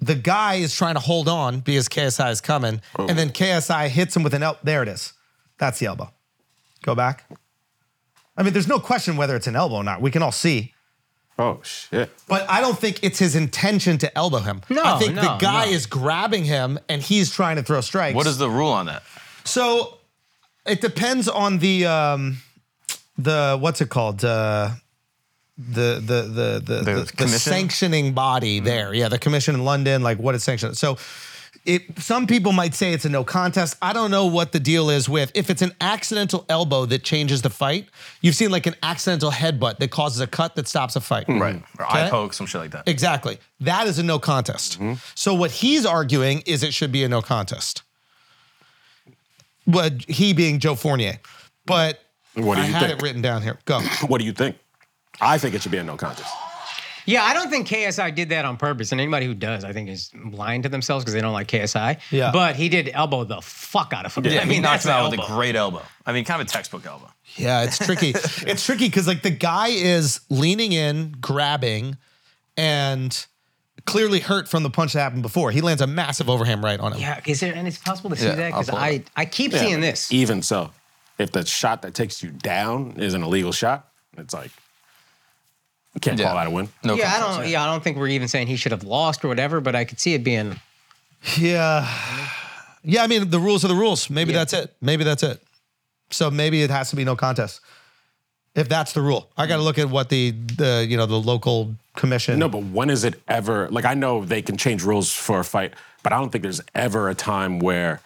[SPEAKER 1] The guy is trying to hold on because KSI is coming, and then KSI hits him with an elbow. There it is. That's the elbow. Go back. I mean, there's no question whether it's an elbow or not. We can all see.
[SPEAKER 3] Oh shit.
[SPEAKER 1] But I don't think it's his intention to elbow him.
[SPEAKER 6] No,
[SPEAKER 1] I think the
[SPEAKER 6] no,
[SPEAKER 1] guy
[SPEAKER 6] no.
[SPEAKER 1] is grabbing him and he's trying to throw strikes.
[SPEAKER 7] What is the rule on that?
[SPEAKER 1] So it depends on the um the what's it called? Uh the the the the, the, the
[SPEAKER 7] commission? Mm-hmm.
[SPEAKER 1] sanctioning body there. Yeah, the commission in London, like what it's sanctioned. So it some people might say it's a no contest. I don't know what the deal is with if it's an accidental elbow that changes the fight. You've seen like an accidental headbutt that causes a cut that stops a fight.
[SPEAKER 7] Right. Or eye
[SPEAKER 1] Okay.
[SPEAKER 7] poke, some shit like that.
[SPEAKER 1] Exactly. That is a no contest.
[SPEAKER 3] Mm-hmm.
[SPEAKER 1] So what he's arguing is it should be a no contest. But he being Joe Fournier. But
[SPEAKER 3] What do
[SPEAKER 1] I
[SPEAKER 3] you
[SPEAKER 1] had
[SPEAKER 3] think?
[SPEAKER 1] it written down here. Go.
[SPEAKER 3] What do you think? I think it should be a no contest.
[SPEAKER 6] Yeah, I don't think KSI did that on purpose, and anybody who does, I think, is lying to themselves because they don't like KSI.
[SPEAKER 1] Yeah.
[SPEAKER 6] but he did elbow the fuck out of him.
[SPEAKER 7] Yeah,
[SPEAKER 6] I mean,
[SPEAKER 7] he knocks
[SPEAKER 6] that's
[SPEAKER 7] him
[SPEAKER 6] an
[SPEAKER 7] out with
[SPEAKER 6] elbow.
[SPEAKER 7] a great elbow. I mean, kind of a textbook elbow.
[SPEAKER 1] Yeah, it's tricky. it's tricky because like the guy is leaning in, grabbing, and clearly hurt from the punch that happened before. He lands a massive overhand right on him.
[SPEAKER 6] Yeah, is there? And it's possible to see
[SPEAKER 7] Yeah,
[SPEAKER 6] that
[SPEAKER 7] I'll
[SPEAKER 6] because
[SPEAKER 7] pull it
[SPEAKER 6] I I keep
[SPEAKER 3] Yeah,
[SPEAKER 6] seeing
[SPEAKER 3] but
[SPEAKER 6] this.
[SPEAKER 7] E,
[SPEAKER 3] Even so, if the shot that takes you down is an illegal shot, it's like you can't
[SPEAKER 7] Yeah.
[SPEAKER 3] call that a win.
[SPEAKER 7] No
[SPEAKER 6] yeah, I
[SPEAKER 7] contest,
[SPEAKER 6] don't. Yeah, I don't think we're even saying he should have lost or whatever, but I could see it being.
[SPEAKER 1] Yeah. Yeah, I mean the rules are the rules. Maybe that's it. Maybe that's it. So maybe it has to be no contest. If that's the rule, I got to look at what the the you know the local commission.
[SPEAKER 3] No, but when is it ever like I know they can change rules for a fight, but I don't think there's ever a time where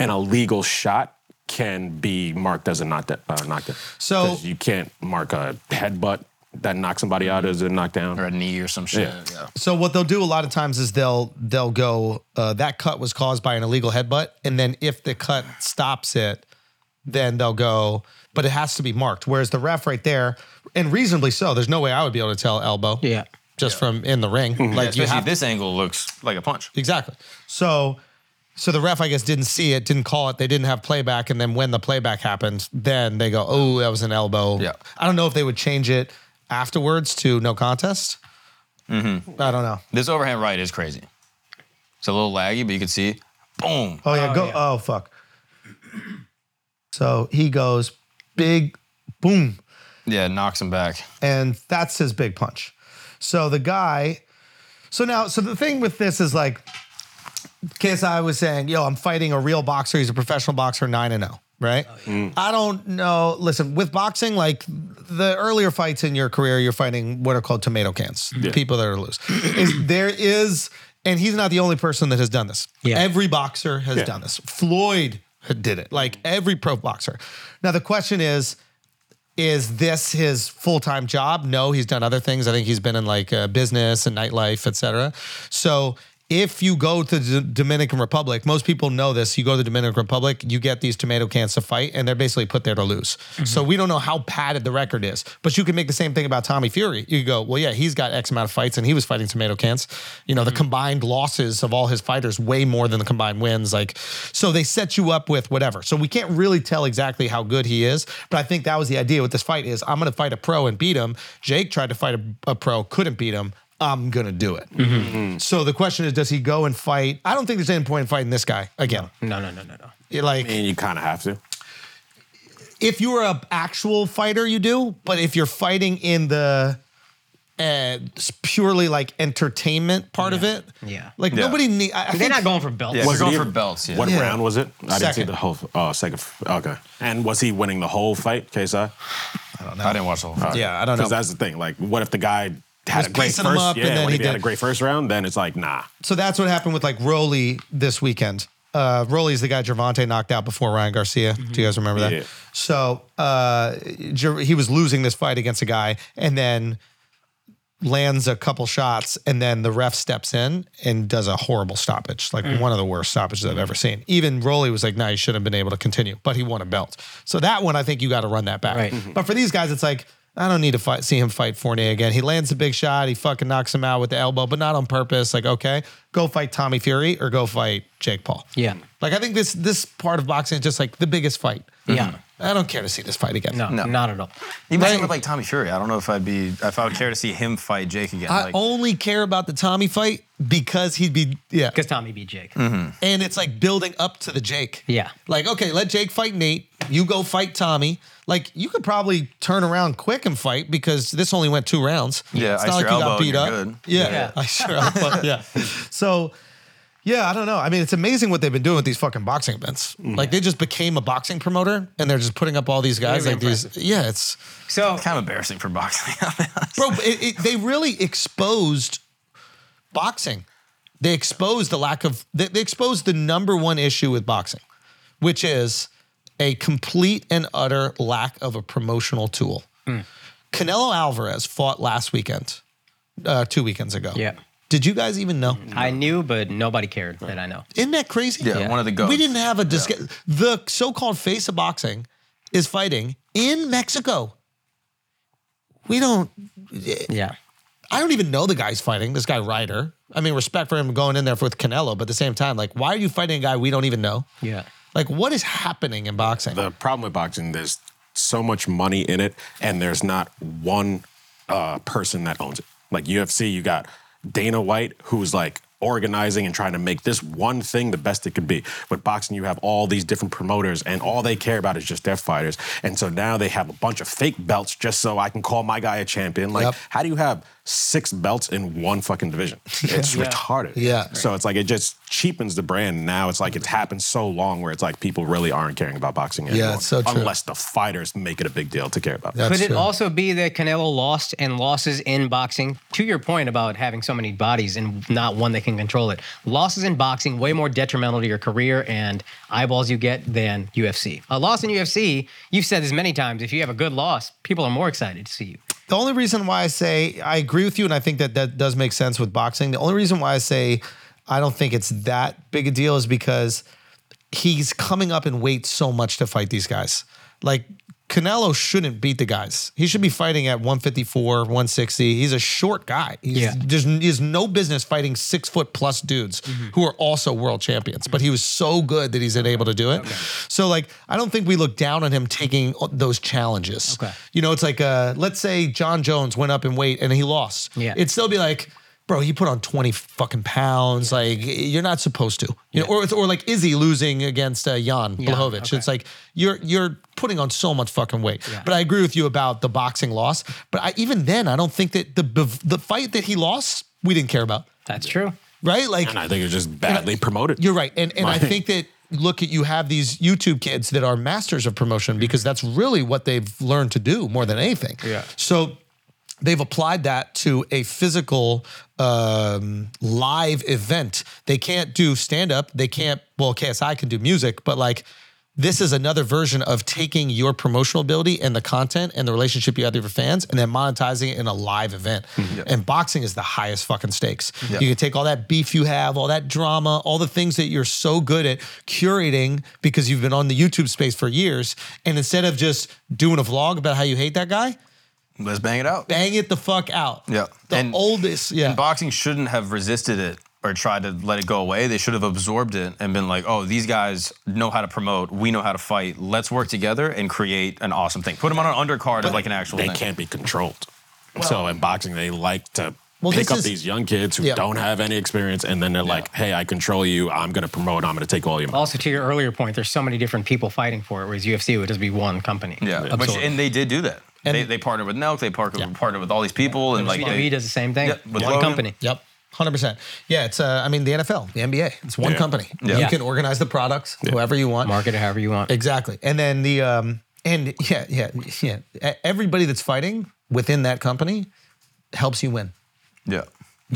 [SPEAKER 3] an illegal shot can be marked as a knocked uh, knockdown.
[SPEAKER 1] So-
[SPEAKER 3] 'Cause you can't mark a headbutt that knocks somebody out as a knockdown.
[SPEAKER 7] or a knee or some shit.
[SPEAKER 3] Yeah.
[SPEAKER 7] Yeah.
[SPEAKER 1] So what they'll do a lot of times is they'll they'll go uh, that cut was caused by an illegal headbutt, and then if the cut stops it, then they'll go. But it has to be marked. Whereas the ref right there, and reasonably so, there's no way I would be able to tell elbow.
[SPEAKER 6] Yeah.
[SPEAKER 1] just from in the ring, like you
[SPEAKER 7] Especially
[SPEAKER 1] have
[SPEAKER 7] this angle looks like a punch.
[SPEAKER 1] Exactly. So so the ref, I guess, didn't see it, didn't call it. They didn't have playback, and then when the playback happened, then they go, "Oh, that was an elbow."
[SPEAKER 7] Yeah.
[SPEAKER 1] I don't know if they would change it afterwards to no contest. I don't know.
[SPEAKER 7] This overhand right is crazy. It's a little laggy, but you can see, boom.
[SPEAKER 1] Oh yeah, go. Oh fuck. So he goes big, boom,
[SPEAKER 7] Yeah, knocks him back.
[SPEAKER 1] and that's his big punch. So the guy, so now, so the thing with this is like, KSI was saying, yo, I'm fighting a real boxer. He's a professional boxer, 9 and 0, right? Mm. I don't know. Listen, with boxing, like the earlier fights in your career, you're fighting what are called tomato cans, people that are loose. is, there is, and he's not the only person that has done this.
[SPEAKER 6] Yeah.
[SPEAKER 1] Every boxer has done this. Floyd did it, like every pro boxer. Now, the question is, is this his full-time job no he's done other things i think he's been in like uh, business and nightlife etc so if you go to the dominican republic most people know this you go to the dominican republic you get these tomato cans to fight and they're basically put there to lose so we don't know how padded the record is but you can make the same thing about tommy fury you go well yeah he's got x amount of fights and he was fighting tomato cans you know
[SPEAKER 6] Mm-hmm.
[SPEAKER 1] the combined losses of all his fighters way more than the combined wins like so they set you up with whatever so we can't really tell exactly how good he is but i think that was the idea with this fight is i'm going to fight a pro and beat him jake tried to fight a, a pro couldn't beat him i'm going to do it
[SPEAKER 6] Mm-hmm.
[SPEAKER 1] so the question is does he go and fight i don't think there's any point in fighting this guy again
[SPEAKER 6] No, no, no, no, no.
[SPEAKER 1] It, like
[SPEAKER 3] And you kind of have to.
[SPEAKER 1] if you're a actual fighter, you do. But if you're fighting in the uh, purely like entertainment part of it,
[SPEAKER 6] Yeah.
[SPEAKER 1] like
[SPEAKER 7] Yeah.
[SPEAKER 1] nobody need. I, I
[SPEAKER 6] They're
[SPEAKER 1] think-
[SPEAKER 6] not going for belts.
[SPEAKER 7] Yeah,
[SPEAKER 3] Was
[SPEAKER 7] we're going
[SPEAKER 3] he-
[SPEAKER 7] for belts. Yeah.
[SPEAKER 3] What
[SPEAKER 1] Yeah.
[SPEAKER 3] round was it? I didn't see
[SPEAKER 1] Second.
[SPEAKER 3] the whole. Oh, second. Okay. And was he winning the whole fight, KSI?
[SPEAKER 7] I didn't watch the whole fight.
[SPEAKER 1] Yeah, I don't know.
[SPEAKER 3] Because that's the thing. Like, what if the guy
[SPEAKER 1] Was
[SPEAKER 3] had a great
[SPEAKER 1] piecing
[SPEAKER 3] first?
[SPEAKER 1] him up
[SPEAKER 3] yeah,
[SPEAKER 1] and then
[SPEAKER 3] what
[SPEAKER 1] he
[SPEAKER 3] if he had
[SPEAKER 1] did-
[SPEAKER 3] a great first round? Then it's like, nah.
[SPEAKER 1] so that's what happened with like Rolly this weekend. Uh, Rolly's the guy Gervonta knocked out before Ryan Garcia.
[SPEAKER 6] Mm-hmm.
[SPEAKER 1] Do you guys remember that?
[SPEAKER 3] Yeah.
[SPEAKER 1] So uh, Ger- he was losing this fight against a guy, and then lands a couple shots, and then the ref steps in and does a horrible stoppage, like
[SPEAKER 6] Mm.
[SPEAKER 1] one of the worst stoppages I've ever seen. Even Rolly was like, "No, you shouldn't have been able to continue," but he won a belt. So that one, I think you got to run that back.
[SPEAKER 6] Right. Mhm.
[SPEAKER 1] But for these guys, it's like. I don't need to fight, see him fight Fournier again. He lands a big shot. He fucking knocks him out with the elbow, but not on purpose. Like, okay, go fight Tommy Fury or go fight Jake Paul.
[SPEAKER 6] Yeah.
[SPEAKER 1] Like, I think this this part of boxing is just like the biggest fight.
[SPEAKER 6] Yeah.
[SPEAKER 1] I don't care to see this fight again.
[SPEAKER 6] No, not at all.
[SPEAKER 7] Even same with like Tommy Fury. I don't know if I'd be if I would care to see him fight Jake again.
[SPEAKER 1] I
[SPEAKER 7] like,
[SPEAKER 1] only care about the Tommy fight because he'd be yeah,
[SPEAKER 6] Because Tommy beat Jake.
[SPEAKER 7] Mm-hmm.
[SPEAKER 1] and it's like building up to the Jake.
[SPEAKER 6] Yeah.
[SPEAKER 1] like okay, let Jake fight Nate. You go fight Tommy. Like you could probably turn around quick and fight because this only went two rounds.
[SPEAKER 7] Yeah,
[SPEAKER 1] it's
[SPEAKER 7] ice
[SPEAKER 1] not like
[SPEAKER 7] your
[SPEAKER 1] you got
[SPEAKER 7] elbow and
[SPEAKER 1] beat
[SPEAKER 7] you're
[SPEAKER 1] up.
[SPEAKER 7] good.
[SPEAKER 1] Yeah,
[SPEAKER 6] Yeah.
[SPEAKER 1] I sure. elbow, yeah, so. Yeah, I don't know. I mean, it's amazing what they've been doing with these fucking boxing events.
[SPEAKER 7] Mm.
[SPEAKER 1] Like they just became a boxing promoter, and they're just putting up all these guys.
[SPEAKER 6] Very
[SPEAKER 1] Like these, yeah, it's
[SPEAKER 6] So,
[SPEAKER 7] kind of embarrassing for boxing.
[SPEAKER 1] bro. It, it, they really exposed boxing. They exposed the lack of. They, they exposed the number one issue with boxing, which is a complete and utter lack of a promotional tool. Canelo Alvarez fought last weekend, uh, two weekends ago.
[SPEAKER 6] Yeah. Hmm.
[SPEAKER 1] Did you guys even know?
[SPEAKER 6] I knew, but nobody cared that I know.
[SPEAKER 1] Isn't that crazy?
[SPEAKER 7] yeah, one of the goats.
[SPEAKER 1] We didn't have a discussion. The so-called face of boxing is fighting in Mexico. We don't
[SPEAKER 6] Yeah.
[SPEAKER 1] I don't even know the guy's fighting this guy Ryder. I mean, respect for him going in there with Canelo, but at the same time, like, why are you fighting a guy we don't even know?
[SPEAKER 6] Yeah.
[SPEAKER 1] Like, what is happening in boxing?
[SPEAKER 3] The problem with boxing, there's so much money in it, and there's not one uh, person that owns it. Like UFC, you got Dana White, who's like organizing and trying to make this one thing the best it could be. But boxing, you have all these different promoters, and all they care about is just their fighters. And so now they have a bunch of fake belts just so I can call my guy a champion. Like,
[SPEAKER 1] Yep.
[SPEAKER 3] how do you have six belts in one fucking division. It's retarded.
[SPEAKER 1] Yeah.
[SPEAKER 3] So it's like it just cheapens the brand. Now it's like it's happened so long where it's like people really aren't caring about boxing anymore.
[SPEAKER 1] it's so true.
[SPEAKER 3] Unless the fighters make it a big deal to care about.
[SPEAKER 1] That's
[SPEAKER 6] Could it
[SPEAKER 7] uh,
[SPEAKER 1] true.
[SPEAKER 6] also be that Canelo lost and losses in boxing? To your point about having so many bodies and not one that can control it, losses in boxing way more detrimental to your career and eyeballs you get than UFC. A loss in UFC, you've said this many times. If you have a good loss, people are more excited to see you.
[SPEAKER 1] The only reason why I say I agree with you, and I think that that does make sense with boxing. The only reason why I say I don't think it's that big a deal is because he's coming up in weight so much to fight these guys. Like Canelo shouldn't beat the guys. He should be fighting at 154, 160. He's a short guy. He's,
[SPEAKER 6] Yeah.
[SPEAKER 1] There's he's no business fighting six foot plus dudes
[SPEAKER 6] Mm-hmm.
[SPEAKER 1] who are also world champions. But he was so good that he's able to do it. So like I don't think we look down on him taking those challenges.
[SPEAKER 6] Okay.
[SPEAKER 1] You know, it's like uh, let's say John Jones went up in weight and he lost.
[SPEAKER 6] Yeah.
[SPEAKER 1] It'd still be like, bro, he put on 20 fucking pounds. Like you're not supposed to. You know, or it's or like Izzy losing against uh, Jan
[SPEAKER 6] Yeah,
[SPEAKER 1] Blahovic.
[SPEAKER 6] okay.
[SPEAKER 1] It's like you're you're putting on so much fucking weight.
[SPEAKER 6] Yeah.
[SPEAKER 1] But I agree with you about the boxing loss. But I, even then, I don't think that the bev- the fight that he lost, we didn't care about.
[SPEAKER 6] That's true.
[SPEAKER 1] Right? Like
[SPEAKER 3] And I think it's just badly promoted.
[SPEAKER 1] you're right. And and I think that look at you have these YouTube kids that are masters of promotion because that's really what they've learned to do more than anything. Yeah. So they've applied that to a physical um, live event. They can't do stand up. They can't. Well, KSI can do music, but like. This is another version of taking your promotional ability and the content and the relationship you have with your fans and then monetizing it in a live event. And boxing is the highest fucking stakes. You can take all that beef you have, all that drama, all the things that you're so good at curating because you've been on the YouTube space for years. And instead of just doing a vlog about how you hate that guy,
[SPEAKER 7] Let's bang it out.
[SPEAKER 1] bang it the fuck out.
[SPEAKER 7] Yeah.
[SPEAKER 1] The
[SPEAKER 7] And-
[SPEAKER 1] oldest. Yeah.
[SPEAKER 7] And boxing shouldn't have resisted it or tried to let it go away. They should have absorbed it and been like, oh, these guys know how to promote. We know how to fight. Let's work together and create an awesome thing. Put them on an undercard of like an actual
[SPEAKER 3] they
[SPEAKER 7] thing.
[SPEAKER 3] can't be controlled. so in boxing, they like to
[SPEAKER 1] Well,
[SPEAKER 3] pick
[SPEAKER 1] this
[SPEAKER 3] up
[SPEAKER 1] is-
[SPEAKER 3] these young kids who
[SPEAKER 1] Yeah.
[SPEAKER 3] don't have any experience, and then they're like, "Hey, I control you. I'm going to promote. I'm going to take all your money."
[SPEAKER 6] Also, to your earlier point, there's so many different people fighting for it, whereas UFC it would just be one company.
[SPEAKER 7] Yeah. Which,
[SPEAKER 6] Absolutely.
[SPEAKER 7] and they did do that. they, they partnered with Nelk. They partnered, partnered with all these people. And like,
[SPEAKER 6] WWE
[SPEAKER 7] they,
[SPEAKER 6] does the same thing.
[SPEAKER 7] Yeah, with
[SPEAKER 6] one
[SPEAKER 7] Logan.
[SPEAKER 6] company.
[SPEAKER 1] yep. 100%. Yeah. It's, uh, I mean, the NFL, the NBA, it's one
[SPEAKER 3] Yeah.
[SPEAKER 1] company.
[SPEAKER 7] Yeah.
[SPEAKER 1] You can organize the products, whoever you want.
[SPEAKER 6] Market it however you want.
[SPEAKER 1] Exactly. And then the, um, and yeah, yeah, yeah. E- Everybody that's fighting within that company helps you win.
[SPEAKER 7] yeah.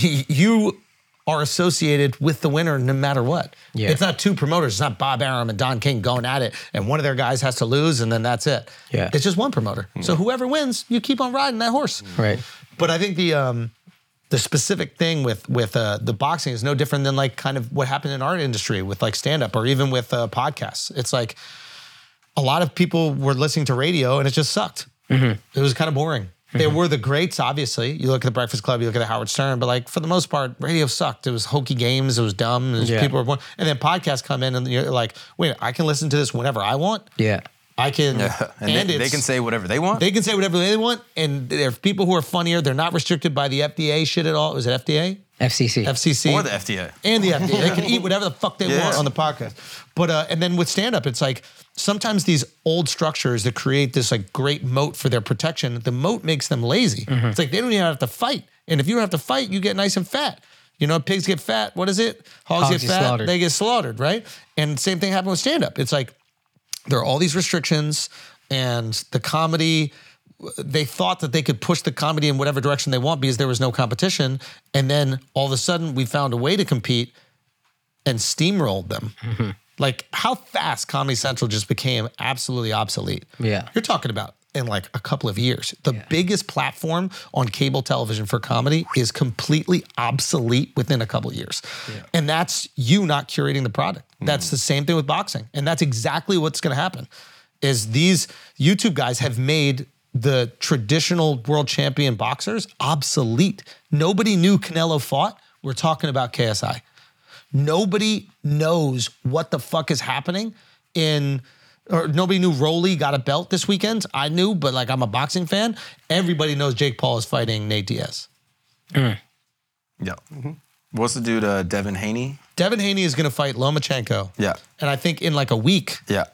[SPEAKER 1] Y- You are associated with the winner no matter what.
[SPEAKER 6] Yeah.
[SPEAKER 1] It's not two promoters. It's not Bob Arum and Don King going at it, and one of their guys has to lose, and then that's it.
[SPEAKER 6] Yeah.
[SPEAKER 1] It's just one promoter. So whoever wins, you keep on riding that horse.
[SPEAKER 6] Mm-hmm. Right.
[SPEAKER 1] But I think the um, the specific thing with with uh, the boxing is no different than like kind of what happened in our industry with like stand up or even with uh, podcasts. It's like a lot of people were listening to radio and it just sucked.
[SPEAKER 6] Mm-hmm.
[SPEAKER 1] It was kind of boring. There were the greats, obviously. You look at the Breakfast Club, you look at the Howard Stern, but like for the most part, radio sucked. It was hokey games, it was dumb, and
[SPEAKER 6] Yeah.
[SPEAKER 1] people were boring. And then podcasts come in and you're like, wait, I can listen to this whenever I want.
[SPEAKER 6] Yeah.
[SPEAKER 1] I can,
[SPEAKER 7] And, they, they
[SPEAKER 1] it's-
[SPEAKER 7] can say whatever they want.
[SPEAKER 1] they can say whatever they want, and there are people who are funnier. They're not restricted by the FDA shit at all. Is it FDA?
[SPEAKER 6] FCC.
[SPEAKER 1] FCC?
[SPEAKER 7] or the FDA.
[SPEAKER 1] and the FDA. They can eat whatever the fuck they
[SPEAKER 7] Yeah.
[SPEAKER 1] want on the podcast. But uh, and then with stand up, it's like sometimes these old structures that create this like great moat for their protection, the moat makes them lazy. It's like they don't even have to fight. And if you don't have to fight, you get nice and fat. You know, pigs get fat. What is it? Hogs,
[SPEAKER 6] Hogs
[SPEAKER 1] get
[SPEAKER 6] get
[SPEAKER 1] fat.
[SPEAKER 6] slaughtered.
[SPEAKER 1] They get slaughtered, right? And same thing happened with stand up. It's like there are all these restrictions and the comedy they thought that they could push the comedy in whatever direction they want because there was no competition and then all of a sudden we found a way to compete and steamrolled them like how fast comedy central just became absolutely obsolete
[SPEAKER 6] Yeah.
[SPEAKER 1] you're talking about in like a couple of years the biggest platform on cable television for comedy is completely obsolete within a couple of years and that's you not curating the product that's the same thing with boxing and that's exactly what's going to happen is these youtube guys have made the traditional world champion boxers obsolete nobody knew canelo fought we're talking about ksi Nobody knows what the fuck is happening in or nobody knew Roly got a belt this weekend. I knew, but like I'm a boxing fan. Everybody knows Jake Paul is fighting Nate Diaz.
[SPEAKER 7] Yeah.
[SPEAKER 1] Mm-hmm.
[SPEAKER 7] What's the dude, uh, Devin Haney?
[SPEAKER 1] Devin Haney is gonna fight Lomachenko.
[SPEAKER 7] Yeah.
[SPEAKER 1] And I think in like a week,
[SPEAKER 7] Yeah.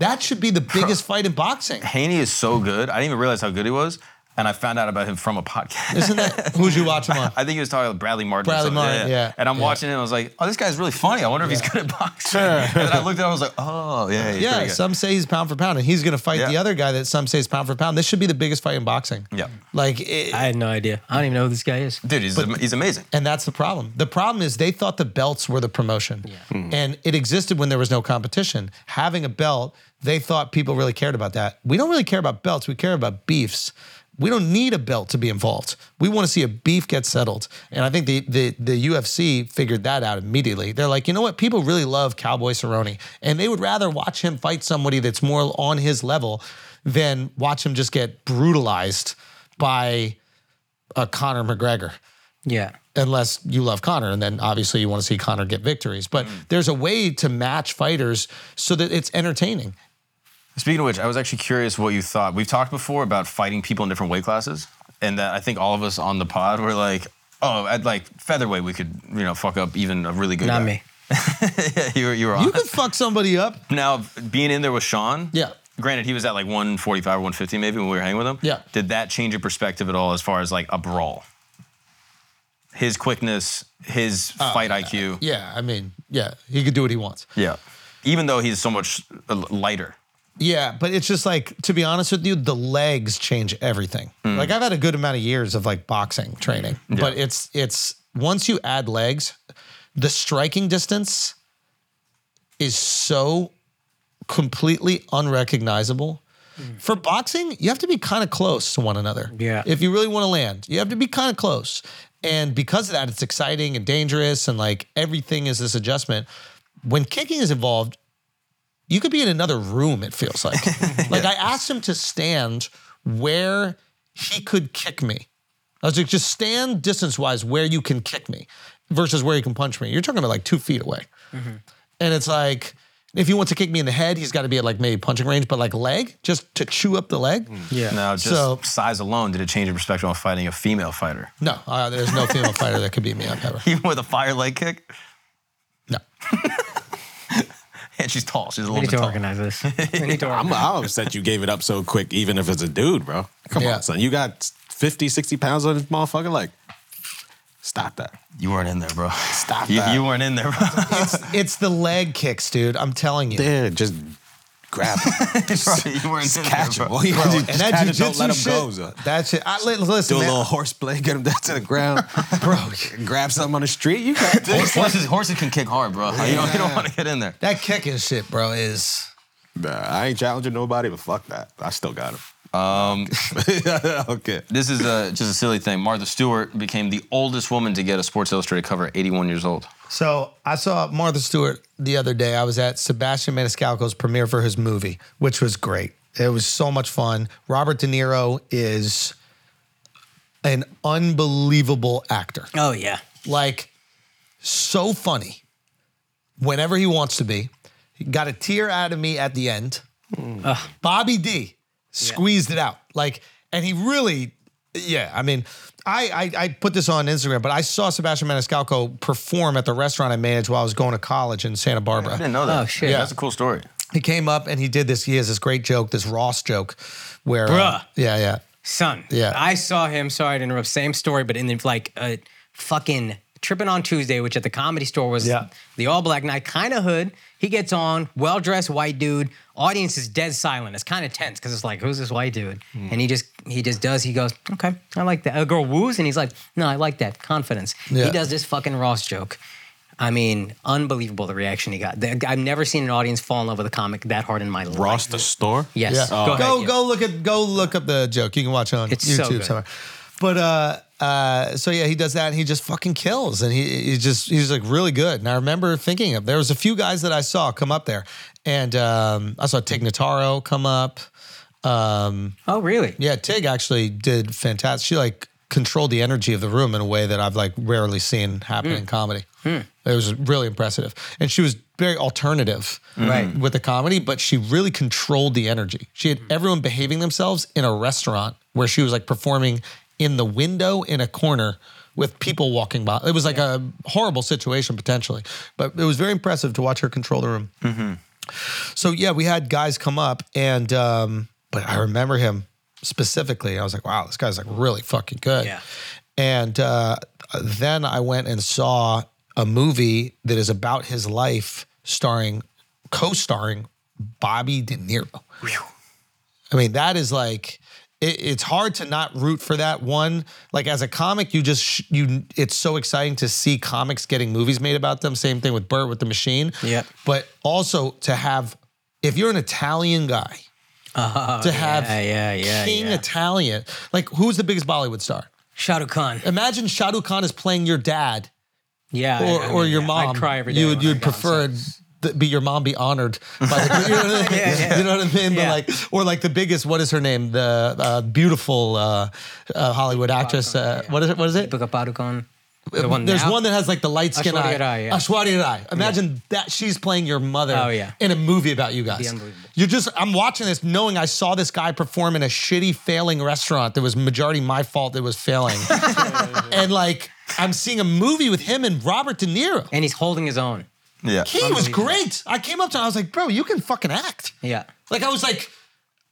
[SPEAKER 1] that should be the biggest fight in boxing.
[SPEAKER 7] Haney is so good. I didn't even realize how good he was. and I found out about him from a podcast.
[SPEAKER 1] Isn't that who's you watch him on?
[SPEAKER 7] I think he was talking about Bradley Martin. or
[SPEAKER 1] Bradley
[SPEAKER 7] something.
[SPEAKER 1] Martin, yeah,
[SPEAKER 7] And I'm
[SPEAKER 1] yeah.
[SPEAKER 7] watching him. I was like, oh, this guy's really funny. I wonder if he's good at boxing. and then I looked at him. I was like, oh, yeah, he's
[SPEAKER 1] Yeah,
[SPEAKER 7] pretty good.
[SPEAKER 1] some say he's pound for pound, and he's going to fight
[SPEAKER 7] Yeah.
[SPEAKER 1] the other guy that some say is pound for pound. This should be the biggest fight in boxing.
[SPEAKER 7] Yeah.
[SPEAKER 1] like, it,
[SPEAKER 6] I had no idea. I don't even know who this guy is.
[SPEAKER 7] Dude, he's, am- he's amazing.
[SPEAKER 1] and that's the problem. The problem is they thought the belts were the promotion, and it existed when there was no competition. Having a belt, they thought people really cared about that. We don't really care about belts. We care about beefs. We don't need a belt to be involved. We want to see a beef get settled, and I think the the the UFC figured that out immediately. They're like, you know what? People really love Cowboy Cerrone, and they would rather watch him fight somebody that's more on his level than watch him just get brutalized by a Conor McGregor
[SPEAKER 6] Yeah.
[SPEAKER 1] unless you love Connor, and then obviously you want to see Connor get victories. But there's a way to match fighters so that it's entertaining.
[SPEAKER 7] Speaking of which, I was actually curious what you thought. We've talked before about fighting people in different weight classes, and that I think all of us on the pod were like, oh, at like featherweight, we could, you know, fuck up even a really good
[SPEAKER 6] Not
[SPEAKER 7] guy.
[SPEAKER 6] me.
[SPEAKER 7] yeah, you were, you were on.
[SPEAKER 1] You could fuck somebody up.
[SPEAKER 7] now, being in there with Sean.
[SPEAKER 1] Yeah.
[SPEAKER 7] Granted, he was at like 145 or 150 maybe when we were hanging with him.
[SPEAKER 1] Yeah.
[SPEAKER 7] Did that change your perspective at all as far as like a brawl? His quickness, his fight IQ.
[SPEAKER 1] Oh, Yeah, I mean, yeah, he could do what he wants.
[SPEAKER 7] Yeah. Even though he's so much uh, lighter.
[SPEAKER 1] Yeah, but it's just like to be honest with you, the legs change everything. Like I've had a good amount of years of like boxing training, but it's it's once you add legs, the striking distance is so completely unrecognizable. For boxing, you have to be kind of close to one another.
[SPEAKER 6] Yeah.
[SPEAKER 1] If you really want to land, you have to be kind of close. And because of that, it's exciting and dangerous, and like everything is this adjustment. When kicking is involved, you could be in another room, it feels like. like I asked him to stand where he could kick me. I was like, just stand distance wise where you can kick me versus where you can punch me. You're talking about like two feet away. And it's like, if he wants to kick me in the head, he's got to be at like maybe punching range, but like leg, just to chew up the leg.
[SPEAKER 6] Yeah.
[SPEAKER 7] Now, just
[SPEAKER 1] So-
[SPEAKER 7] size alone, did it change your perspective on fighting a female fighter?
[SPEAKER 1] No, uh, there's no female fighter that could beat me up ever.
[SPEAKER 7] Even with a fire leg kick?
[SPEAKER 1] No.
[SPEAKER 7] And she's tall. She's a
[SPEAKER 6] We
[SPEAKER 7] little
[SPEAKER 6] need
[SPEAKER 7] bit
[SPEAKER 6] to
[SPEAKER 7] tall.
[SPEAKER 6] organize this. We need to organize.
[SPEAKER 3] I'm, I'm upset you gave it up so quick, even if it's a dude, bro. Come
[SPEAKER 1] Yeah.
[SPEAKER 3] on, son. You got 50, 60 pounds on this motherfucker. Like, stop that.
[SPEAKER 7] You weren't in there, bro.
[SPEAKER 3] Stop
[SPEAKER 7] You,
[SPEAKER 3] that.
[SPEAKER 7] you weren't in there, bro.
[SPEAKER 1] It's the leg kicks, dude. I'm telling you.
[SPEAKER 3] Yeah, just grab him.
[SPEAKER 7] Right, you weren't
[SPEAKER 3] Just
[SPEAKER 7] in
[SPEAKER 3] catch
[SPEAKER 7] there,
[SPEAKER 3] him.
[SPEAKER 7] bro.
[SPEAKER 3] All you gotta do
[SPEAKER 1] And
[SPEAKER 3] is just
[SPEAKER 1] that
[SPEAKER 3] catch him, don't
[SPEAKER 1] jujitsu
[SPEAKER 3] let him
[SPEAKER 1] shit,
[SPEAKER 3] go, son.
[SPEAKER 1] that shit. I, li- listen,
[SPEAKER 3] Do a
[SPEAKER 1] man,
[SPEAKER 3] little horseplay, get him down to the ground,
[SPEAKER 1] bro.
[SPEAKER 3] grab something on the street. You got
[SPEAKER 7] Horse- horses, horses can kick hard, bro. You don't, you don't want to get in there.
[SPEAKER 1] That kicking shit, bro, is.
[SPEAKER 3] Nah, I ain't challenging nobody, but fuck that. I still got him. Um, okay.
[SPEAKER 7] This is a, just a silly thing. Martha Stewart became the oldest woman to get a Sports Illustrated cover at 81 years old.
[SPEAKER 1] So I saw Martha Stewart the other day. I was at Sebastian Maniscalco's premiere for his movie, which was great. It was so much fun. Robert De Niro is an unbelievable actor.
[SPEAKER 6] Oh yeah.
[SPEAKER 1] Like, so funny whenever he wants to be. He got a tear out of me at the end. Bobby D squeezed it out. Like, and he really, yeah. I mean, I, I I put this on Instagram, but I saw Sebastian Maniscalco perform at the restaurant I managed while I was going to college in Santa Barbara
[SPEAKER 7] I didn't know that.
[SPEAKER 6] Oh, shit.
[SPEAKER 7] Yeah. That's a cool story.
[SPEAKER 1] he came up and he did this. He has this great joke, this Ross joke, where uh,
[SPEAKER 6] Bruh.
[SPEAKER 1] yeah, yeah,
[SPEAKER 6] Son.
[SPEAKER 1] Yeah.
[SPEAKER 6] I saw him. Sorry to interrupt. Same story, but in the, like a fucking tripping on Tuesday, which at the comedy store was
[SPEAKER 1] Yeah.
[SPEAKER 6] the all black night, kind of hood. He gets on, well dressed white dude. Audience is dead silent. It's kind of tense because it's like, who's this white dude?
[SPEAKER 1] Mm.
[SPEAKER 6] And he just he just does. He goes, okay, I like that. A girl woos, and he's like, no, I like that confidence.
[SPEAKER 1] Yeah.
[SPEAKER 6] He does this fucking Ross joke. I mean, unbelievable the reaction he got. The- I've never seen an audience fall in love with a comic that hard in my life.
[SPEAKER 3] Ross the store? Oh.
[SPEAKER 6] Yes.
[SPEAKER 1] yeah.
[SPEAKER 6] Go, ahead,
[SPEAKER 1] go
[SPEAKER 6] yeah.
[SPEAKER 1] go look at go look up the joke. You can watch it on
[SPEAKER 6] It's so
[SPEAKER 1] YouTube
[SPEAKER 6] good.
[SPEAKER 1] somewhere. But uh, uh, so yeah, he does that and he just fucking kills and he, he just he's like really good. And I remember thinking of there was a few guys that I saw come up there, and um, I saw Tig Notaro come up. Um,
[SPEAKER 6] Oh, really?
[SPEAKER 1] yeah, Tig actually did fantastic. She like controlled the energy of the room in a way that I've like rarely seen happen in comedy. It was really impressive, and she was very alternative
[SPEAKER 6] Right.
[SPEAKER 1] with the comedy, but she really controlled the energy. She had everyone behaving themselves in a restaurant where she was like performing in the window in a corner with people walking by. It was like a horrible situation potentially, but it was very impressive to watch her control the room. So yeah, we had guys come up, and um, but I remember him specifically. I was like, wow, this guy's like really fucking good.
[SPEAKER 6] Yeah.
[SPEAKER 1] And uh, then I went and saw a movie that is about his life, starring, co-starring Bobby De Niro. I mean, that is like it, it's hard to not root for that one. Like as a comic, you just sh- you it's so exciting to see comics getting movies made about them. Same thing with Burt with the Machine.
[SPEAKER 6] Yep.
[SPEAKER 1] But also to have if you're an Italian guy, to have
[SPEAKER 6] Oh, yeah, yeah,
[SPEAKER 1] King
[SPEAKER 6] yeah.
[SPEAKER 1] Italian. Like who's the biggest Bollywood star?
[SPEAKER 6] Shah Rukh Khan.
[SPEAKER 1] Imagine Shah Rukh Khan is playing your dad
[SPEAKER 6] Yeah. I-
[SPEAKER 1] or,
[SPEAKER 6] I
[SPEAKER 1] or
[SPEAKER 6] mean,
[SPEAKER 1] your
[SPEAKER 6] yeah,
[SPEAKER 1] mom.
[SPEAKER 6] I'd cry every day.
[SPEAKER 1] You
[SPEAKER 6] when
[SPEAKER 1] would
[SPEAKER 6] I
[SPEAKER 1] you'd
[SPEAKER 6] got
[SPEAKER 1] prefer
[SPEAKER 6] sick.
[SPEAKER 1] th- be your mom be honored by the, you know what I mean?
[SPEAKER 6] yeah.
[SPEAKER 1] You know what I mean? But
[SPEAKER 6] Yeah.
[SPEAKER 1] like or like the biggest what is her name? The uh, beautiful uh, uh, Hollywood actress. Uh, what is it? What is it?
[SPEAKER 6] Deepika Padukone. The one
[SPEAKER 1] There's
[SPEAKER 6] now?
[SPEAKER 1] one that has like the light skin eye.
[SPEAKER 6] Aishwarya Rai, yeah.
[SPEAKER 1] Aishwarya Rai. Imagine that she's playing your mother
[SPEAKER 6] Oh, yeah.
[SPEAKER 1] in a movie about you guys.
[SPEAKER 6] Be unbelievable.
[SPEAKER 1] You're just I'm watching this knowing I saw this guy perform in a shitty failing restaurant that was majority my fault that was failing. and like I'm seeing a movie with him and Robert De Niro.
[SPEAKER 6] And he's holding his own.
[SPEAKER 7] Yeah.
[SPEAKER 1] He was great. I came up to him, I was like, bro, you can fucking act.
[SPEAKER 6] Yeah.
[SPEAKER 1] Like, I was like,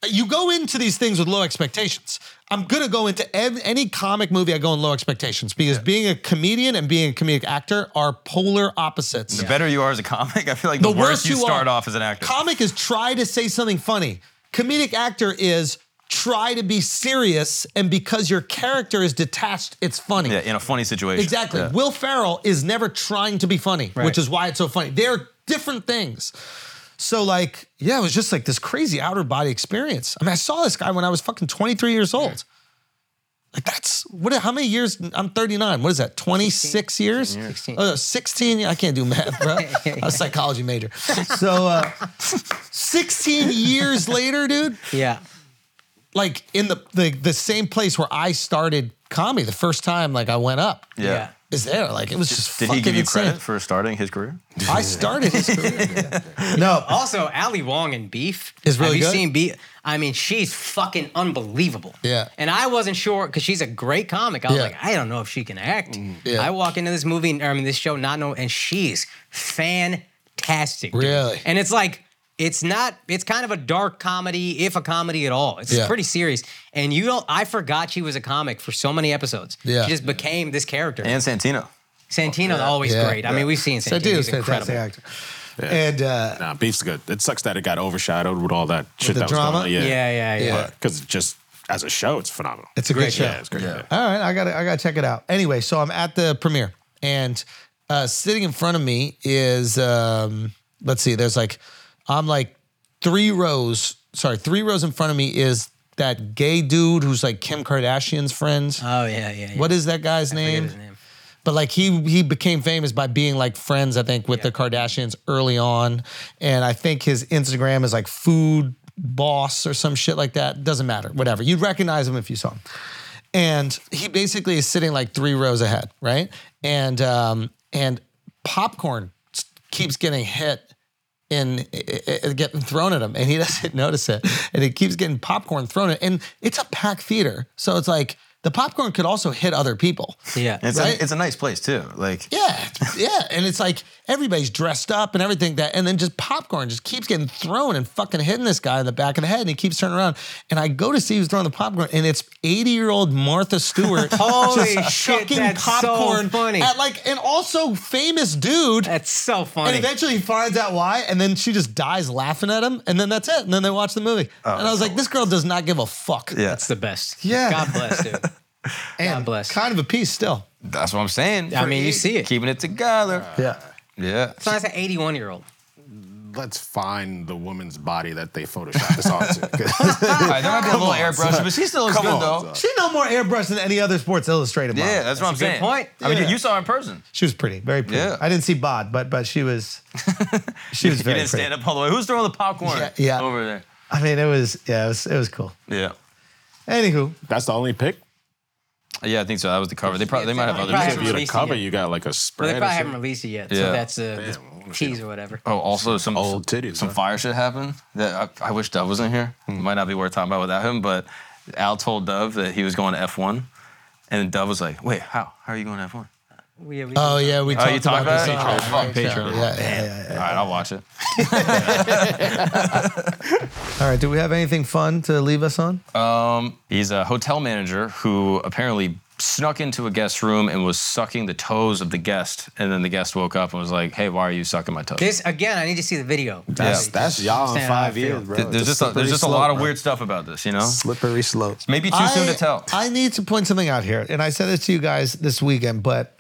[SPEAKER 1] you go into these things with low expectations. I'm gonna go into ev- any comic movie. I go in low expectations because being a comedian and being a comedic actor are polar opposites.
[SPEAKER 7] The better you are as a comic, I feel like the,
[SPEAKER 1] The
[SPEAKER 7] worse,
[SPEAKER 1] worse
[SPEAKER 7] you
[SPEAKER 1] you
[SPEAKER 7] start
[SPEAKER 1] are.
[SPEAKER 7] off as an actor.
[SPEAKER 1] Comic is try to say something funny. Comedic actor is try to be serious, and because your character is detached, it's funny.
[SPEAKER 7] yeah, in a funny situation.
[SPEAKER 1] Exactly.
[SPEAKER 7] Yeah.
[SPEAKER 1] Will Ferrell is never trying to be funny, which is why it's so funny. They're different things. So like, yeah, it was just like this crazy outer body experience. I mean, I saw this guy when I was fucking 23 years old. Like that's what how many years I'm 39. What is that? 26 years? 16. Oh, no, 16. I can't do math, bro. I'm a psychology major. So uh 16 years later, dude,
[SPEAKER 6] Yeah.
[SPEAKER 1] like in the, the the same place where I started comedy the first time like I went up
[SPEAKER 7] Yeah.
[SPEAKER 6] Yeah.
[SPEAKER 1] is there. Like it was just
[SPEAKER 7] Did
[SPEAKER 1] fucking
[SPEAKER 7] he give you
[SPEAKER 1] insane.
[SPEAKER 7] credit for starting his career?
[SPEAKER 1] I started his career. no,
[SPEAKER 6] Also, Ali Wong in Beef
[SPEAKER 1] Is really
[SPEAKER 6] Have you
[SPEAKER 1] good?
[SPEAKER 6] seen Beef? I mean, she's fucking unbelievable.
[SPEAKER 1] Yeah.
[SPEAKER 6] And I wasn't sure because she's a great comic. I was
[SPEAKER 1] Yeah. Mm-hmm.
[SPEAKER 6] like, I don't know if she can act.
[SPEAKER 1] Yeah.
[SPEAKER 6] I walk into this movie, or, I mean, this show, not know, and she's fantastic. dude.
[SPEAKER 1] Really?
[SPEAKER 6] And it's like. It's not. It's kind of a dark comedy, if a comedy at all. It's
[SPEAKER 1] Yeah.
[SPEAKER 6] pretty serious, and you don't. I forgot she was a comic for so many episodes.
[SPEAKER 1] Yeah.
[SPEAKER 6] she just became this character.
[SPEAKER 7] And Santino.
[SPEAKER 6] Santino's always
[SPEAKER 1] Yeah.
[SPEAKER 6] great. I mean, we've seen Santino.
[SPEAKER 1] Santino's
[SPEAKER 6] He's
[SPEAKER 1] a fantastic
[SPEAKER 6] incredible.
[SPEAKER 1] actor. And uh,
[SPEAKER 3] Nah, beef's good. It sucks that it got overshadowed with all that shit
[SPEAKER 1] the
[SPEAKER 3] that
[SPEAKER 1] drama?
[SPEAKER 3] was going
[SPEAKER 6] Yeah,
[SPEAKER 3] on. Yeah,
[SPEAKER 6] yeah, yeah.
[SPEAKER 1] Yeah.
[SPEAKER 3] Because just as a show, it's phenomenal.
[SPEAKER 1] it's a great show.
[SPEAKER 3] yeah, it's great. Yeah.
[SPEAKER 1] All right, I gotta I gotta check it out. Anyway, so I'm at the premiere, and uh, sitting in front of me is um, let's see, there's like I'm like three rows, sorry, three rows in front of me is that gay dude who's like Kim Kardashian's friend.
[SPEAKER 6] Oh yeah, yeah. yeah.
[SPEAKER 1] what is that guy's
[SPEAKER 6] I forget
[SPEAKER 1] name?
[SPEAKER 6] his name?
[SPEAKER 1] But like he he became famous by being like friends, I think, with the Kardashians early on. And I think his Instagram is like food boss or some shit like that. Doesn't matter. Whatever. You'd recognize him if you saw him. And he basically is sitting like three rows ahead, right? And um and popcorn s- keeps getting hit and it, it- eh, getting thrown at him, and he doesn't notice it, and it keeps getting popcorn thrown at, and it's a packed theater, so it's like the popcorn could also hit other people.
[SPEAKER 6] Yeah.
[SPEAKER 7] It's,
[SPEAKER 1] Right.
[SPEAKER 7] a, it's a nice place too. Like
[SPEAKER 1] Yeah, yeah, and it's like everybody's dressed up and everything that, and then just popcorn just keeps getting thrown and fucking hitting this guy in the back of the head, and he keeps turning around, and I go to see who's throwing the popcorn, and it's eighty year old Martha Stewart
[SPEAKER 6] Holy
[SPEAKER 1] just
[SPEAKER 6] shit,
[SPEAKER 1] chucking
[SPEAKER 6] that's so
[SPEAKER 1] popcorn
[SPEAKER 6] funny.
[SPEAKER 1] at like, and also famous dude.
[SPEAKER 6] That's so funny.
[SPEAKER 1] And eventually he finds out why, and then she just dies laughing at him, and then that's it. And then they watch the movie. and I was like, this girl does not give a fuck.
[SPEAKER 7] Oh, yeah.
[SPEAKER 6] That's the best.
[SPEAKER 1] Yeah.
[SPEAKER 6] God bless, dude.
[SPEAKER 1] and
[SPEAKER 6] bless.
[SPEAKER 1] Kind of a piece still.
[SPEAKER 7] That's what I'm saying.
[SPEAKER 6] I mean, you see it.
[SPEAKER 7] Keeping it together.
[SPEAKER 1] Yeah.
[SPEAKER 7] Yeah.
[SPEAKER 6] So that's an 81 year old.
[SPEAKER 3] Let's find the woman's body that they photoshopped this onto. 'Cause-
[SPEAKER 7] All right, there might be a little airbrush, but she still looks
[SPEAKER 3] Come
[SPEAKER 7] good
[SPEAKER 3] on,
[SPEAKER 7] though.
[SPEAKER 1] She no more airbrush than any other Sports Illustrated model.
[SPEAKER 7] Yeah, that's, what I'm
[SPEAKER 6] a good
[SPEAKER 7] saying.
[SPEAKER 6] point.
[SPEAKER 7] I mean,
[SPEAKER 1] Yeah.
[SPEAKER 7] you saw her in person.
[SPEAKER 1] She was pretty, very pretty.
[SPEAKER 7] Yeah.
[SPEAKER 1] I didn't see Bod, but but she was she was
[SPEAKER 7] you
[SPEAKER 1] very
[SPEAKER 7] didn't
[SPEAKER 1] pretty.
[SPEAKER 7] stand up all the way. Who's throwing the popcorn
[SPEAKER 1] Yeah, yeah.
[SPEAKER 7] over there?
[SPEAKER 1] I mean, it was yeah, it was it was cool.
[SPEAKER 7] Yeah.
[SPEAKER 1] Anywho,
[SPEAKER 3] That's the only pick.
[SPEAKER 7] Yeah, I think so. That was the cover. They probably they might have
[SPEAKER 6] Probably
[SPEAKER 7] other.
[SPEAKER 6] haven't
[SPEAKER 3] If you had a
[SPEAKER 6] released it
[SPEAKER 3] cover,
[SPEAKER 6] yet.
[SPEAKER 3] you got like a
[SPEAKER 6] But they
[SPEAKER 3] spread. or
[SPEAKER 6] probably haven't
[SPEAKER 3] something.
[SPEAKER 6] released it yet.
[SPEAKER 7] Yeah.
[SPEAKER 6] So that's a
[SPEAKER 3] Damn, I wanna see
[SPEAKER 6] tease or whatever.
[SPEAKER 7] Oh, also some
[SPEAKER 3] Old titties,
[SPEAKER 7] Some
[SPEAKER 3] huh? Hmm.
[SPEAKER 7] fire shit happened that I, I wish Dove wasn't here. Might not be worth talking about without him. But Al told Dove that he was going to F1, and Dove was like, "Wait, how? How are you going to F1?"
[SPEAKER 6] We, we,
[SPEAKER 1] Oh yeah, we
[SPEAKER 7] Oh,
[SPEAKER 1] talked
[SPEAKER 7] you talked
[SPEAKER 1] about,
[SPEAKER 7] about
[SPEAKER 1] this.
[SPEAKER 7] it?
[SPEAKER 1] Oh,
[SPEAKER 7] On Patreon.
[SPEAKER 1] Yeah, yeah, yeah,
[SPEAKER 7] All right, I'll watch it.
[SPEAKER 1] yeah. All right. Do we have anything fun to leave us on?
[SPEAKER 7] Um, He's a hotel manager who apparently snuck into a guest room and was sucking the toes of the guest. And then the guest woke up and was like, hey, why are you sucking my toes?
[SPEAKER 6] This again, I need to see the video.
[SPEAKER 7] That's-
[SPEAKER 6] Just
[SPEAKER 9] That's y'all in
[SPEAKER 6] stand out
[SPEAKER 9] five
[SPEAKER 6] of field.
[SPEAKER 9] years, bro.
[SPEAKER 7] Th- there's
[SPEAKER 9] It's
[SPEAKER 7] just a, there's
[SPEAKER 9] slippery
[SPEAKER 7] just a lot
[SPEAKER 9] slope,
[SPEAKER 7] of
[SPEAKER 9] bro.
[SPEAKER 7] weird stuff about this, you know?
[SPEAKER 9] Slippery slope.
[SPEAKER 7] Maybe too soon to tell.
[SPEAKER 1] I need to point something out here, and I said this to you guys this weekend, but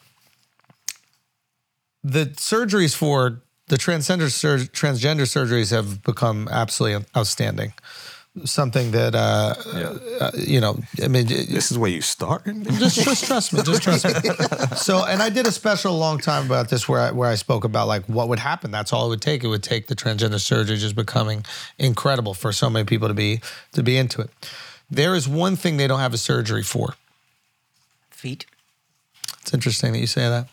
[SPEAKER 1] the surgeries for the transgender sur- transgender surgeries have become absolutely outstanding. Something that uh, uh, you know, I mean, it-
[SPEAKER 3] This is where you start.
[SPEAKER 1] just, just trust me. Just trust me. So, and I did a special a long time about this where I, where I spoke about like what would happen. That's all it would take. It would take the transgender surgery just becoming incredible for so many people to be to be into it. There is one thing they don't have a surgery for.
[SPEAKER 6] Feet.
[SPEAKER 1] It's interesting that you say that.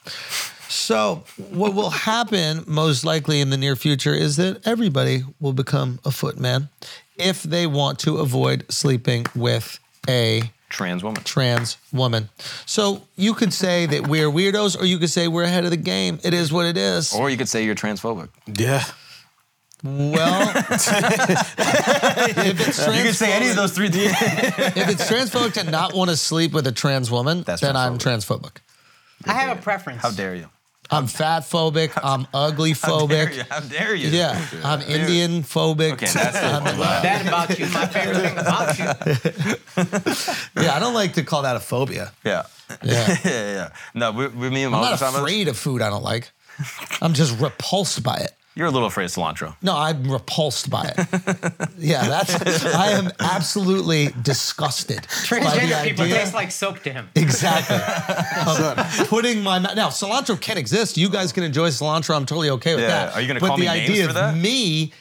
[SPEAKER 1] So, what will happen most likely in the near future is that everybody will become a footman if they want to avoid sleeping with a
[SPEAKER 7] Trans woman.
[SPEAKER 1] trans woman. So you could say that we're weirdos, or you could say we're ahead of the game. It is what it is.
[SPEAKER 7] Or you could say you're transphobic.
[SPEAKER 3] Yeah.
[SPEAKER 1] Well, if it's transphobic,
[SPEAKER 7] those three things.
[SPEAKER 1] if it's transphobic to not want to sleep with a trans woman,
[SPEAKER 7] That's
[SPEAKER 1] then I'm transphobic.
[SPEAKER 6] I have a preference.
[SPEAKER 7] How dare you?
[SPEAKER 1] I'm fat phobic. I'm ugly
[SPEAKER 7] Dare you?
[SPEAKER 1] phobic.
[SPEAKER 7] How dare you?
[SPEAKER 1] Yeah, I'm Indian phobic.
[SPEAKER 7] Okay, that's the one. Wow.
[SPEAKER 6] that about you? My favorite thing about you.
[SPEAKER 1] yeah, I don't like to call that a phobia.
[SPEAKER 7] Yeah.
[SPEAKER 1] Yeah.
[SPEAKER 7] yeah, yeah. No, we, we, me and my
[SPEAKER 1] I'm not
[SPEAKER 7] husband talking about this.
[SPEAKER 1] afraid of food I don't like. I'm just repulsed by it.
[SPEAKER 7] You're a little afraid of cilantro.
[SPEAKER 1] No, I'm repulsed by it. yeah, that's. I am absolutely disgusted by the
[SPEAKER 6] Transgender people
[SPEAKER 1] idea.
[SPEAKER 6] taste like soap to him.
[SPEAKER 1] exactly. Of putting my mou- now cilantro can exist. You guys can enjoy cilantro. I'm totally okay with
[SPEAKER 7] Yeah,
[SPEAKER 1] that.
[SPEAKER 7] are you gonna
[SPEAKER 1] but
[SPEAKER 7] call
[SPEAKER 1] the
[SPEAKER 7] me names
[SPEAKER 1] idea
[SPEAKER 7] for
[SPEAKER 1] of
[SPEAKER 7] that?
[SPEAKER 1] me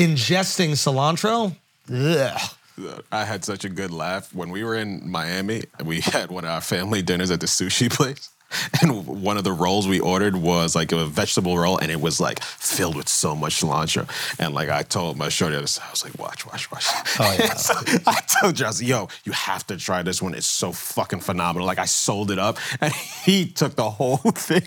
[SPEAKER 1] ingesting cilantro? Ugh.
[SPEAKER 3] I had such a good laugh when we were in Miami. We had one of our family dinners at the sushi place. And one of the rolls we ordered was like a vegetable roll, and it was like filled with so much cilantro. And like I told my shorty, I was I was like, "Watch, watch, watch."
[SPEAKER 1] Oh, yeah.
[SPEAKER 3] So I told Josh, "Yo, you have to try this one. It's so fucking phenomenal." Like I sold it up, and he took the whole thing.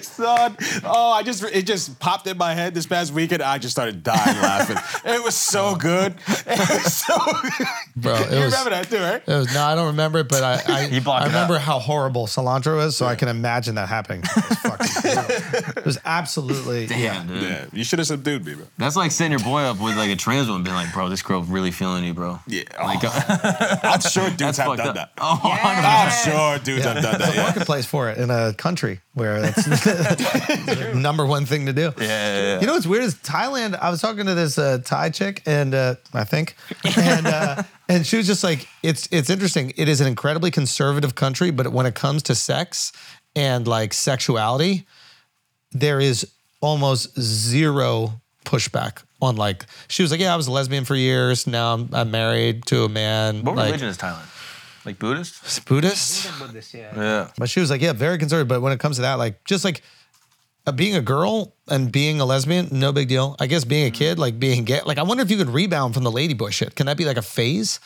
[SPEAKER 3] Son, oh, I just it just popped in my head this past weekend. I just started dying laughing. It was so good. It was so good.
[SPEAKER 1] Bro, it
[SPEAKER 3] you
[SPEAKER 1] was-
[SPEAKER 3] remember that too, right?
[SPEAKER 1] It was, no, I don't remember it, but I
[SPEAKER 7] You
[SPEAKER 1] I,
[SPEAKER 7] block
[SPEAKER 1] I
[SPEAKER 7] it
[SPEAKER 1] remember
[SPEAKER 7] out.
[SPEAKER 1] how horrible cilantro is, so I can imagine that happening. It was, fucking brutal. It was absolutely yeah.
[SPEAKER 7] dude.
[SPEAKER 3] Yeah, you should have subdued me, bro.
[SPEAKER 7] That's like sending your boy up with like a trans woman, being like, "Bro, this girl really feeling you, bro."
[SPEAKER 3] Yeah.
[SPEAKER 7] Like,
[SPEAKER 3] Oh, I'm sure dudes have
[SPEAKER 7] fucked
[SPEAKER 3] done
[SPEAKER 7] up.
[SPEAKER 3] that.
[SPEAKER 7] Oh,
[SPEAKER 3] I'm
[SPEAKER 6] Yes.
[SPEAKER 3] sure dudes have done that. Yeah.
[SPEAKER 1] marketplace for it in a country where that's the number one thing to do.
[SPEAKER 7] yeah, yeah.
[SPEAKER 1] You know what's weird is Thailand. I was talking to this uh, Thai chick, and uh, I think, and uh, and she was just like, "It's it's interesting. It is an incredibly conservative country, but when it comes to sex and like sexuality, there is almost zero pushback on like." She was like, "Yeah, I was a lesbian for years. Now I'm, I'm married to a man.
[SPEAKER 7] what
[SPEAKER 1] like,
[SPEAKER 7] religion is Thailand? Like Buddhist?
[SPEAKER 1] Buddhist."
[SPEAKER 6] Buddhist, yeah.
[SPEAKER 7] Yeah.
[SPEAKER 1] But she was like, yeah, very conservative. But when it comes to that, like, just like uh, being a girl and being a lesbian, no big deal. I guess being a
[SPEAKER 7] Mm-hmm.
[SPEAKER 1] kid, like being gay, like, I wonder if you could rebound from the ladyboy shit. Can that be like a phase?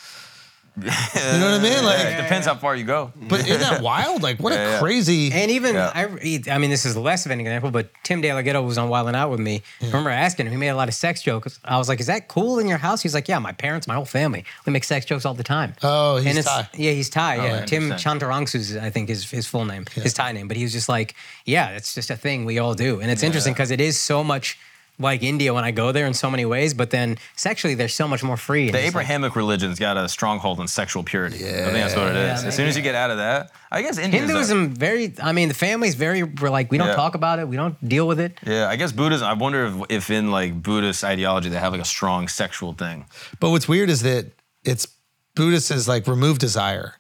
[SPEAKER 1] You know what I mean? Like,
[SPEAKER 7] It depends how far you go.
[SPEAKER 1] but isn't that wild? Like, what a
[SPEAKER 7] yeah.
[SPEAKER 1] crazy.
[SPEAKER 6] And even
[SPEAKER 7] Yeah.
[SPEAKER 6] I, read- I mean, this is less of an example, but Tim De La Ghetto was on Wild and Out with me. I remember asking him; he made a lot of sex jokes. I was like, "Is that cool in your house?" He's like, "Yeah, my parents, my whole family, we make sex jokes all the time."
[SPEAKER 1] Oh, he's
[SPEAKER 6] and it's,
[SPEAKER 1] Thai.
[SPEAKER 6] Yeah, he's Thai. yeah,
[SPEAKER 7] Oh, I
[SPEAKER 6] Tim
[SPEAKER 7] understand.
[SPEAKER 6] Chantarangsu's, I think, is his full name, his Thai name. But he was just like, "Yeah, it's just a thing we all do," and it's interesting because it is so much like India when I go there in so many ways, but then sexually they're so much more free. and
[SPEAKER 7] The
[SPEAKER 6] it's like-
[SPEAKER 7] Abrahamic religion's got a stronghold on sexual purity. Yeah. I think that's what it is. as soon as you get out of that, I guess India's
[SPEAKER 6] Hinduism, very. I mean, the family's very. We're like, we don't
[SPEAKER 7] Yeah.
[SPEAKER 6] talk about it. We don't deal with it.
[SPEAKER 7] yeah, I guess Buddhism. I wonder if, if in like Buddhist ideology they have like a strong sexual thing.
[SPEAKER 1] But what's weird is that it's Buddhist is like remove desire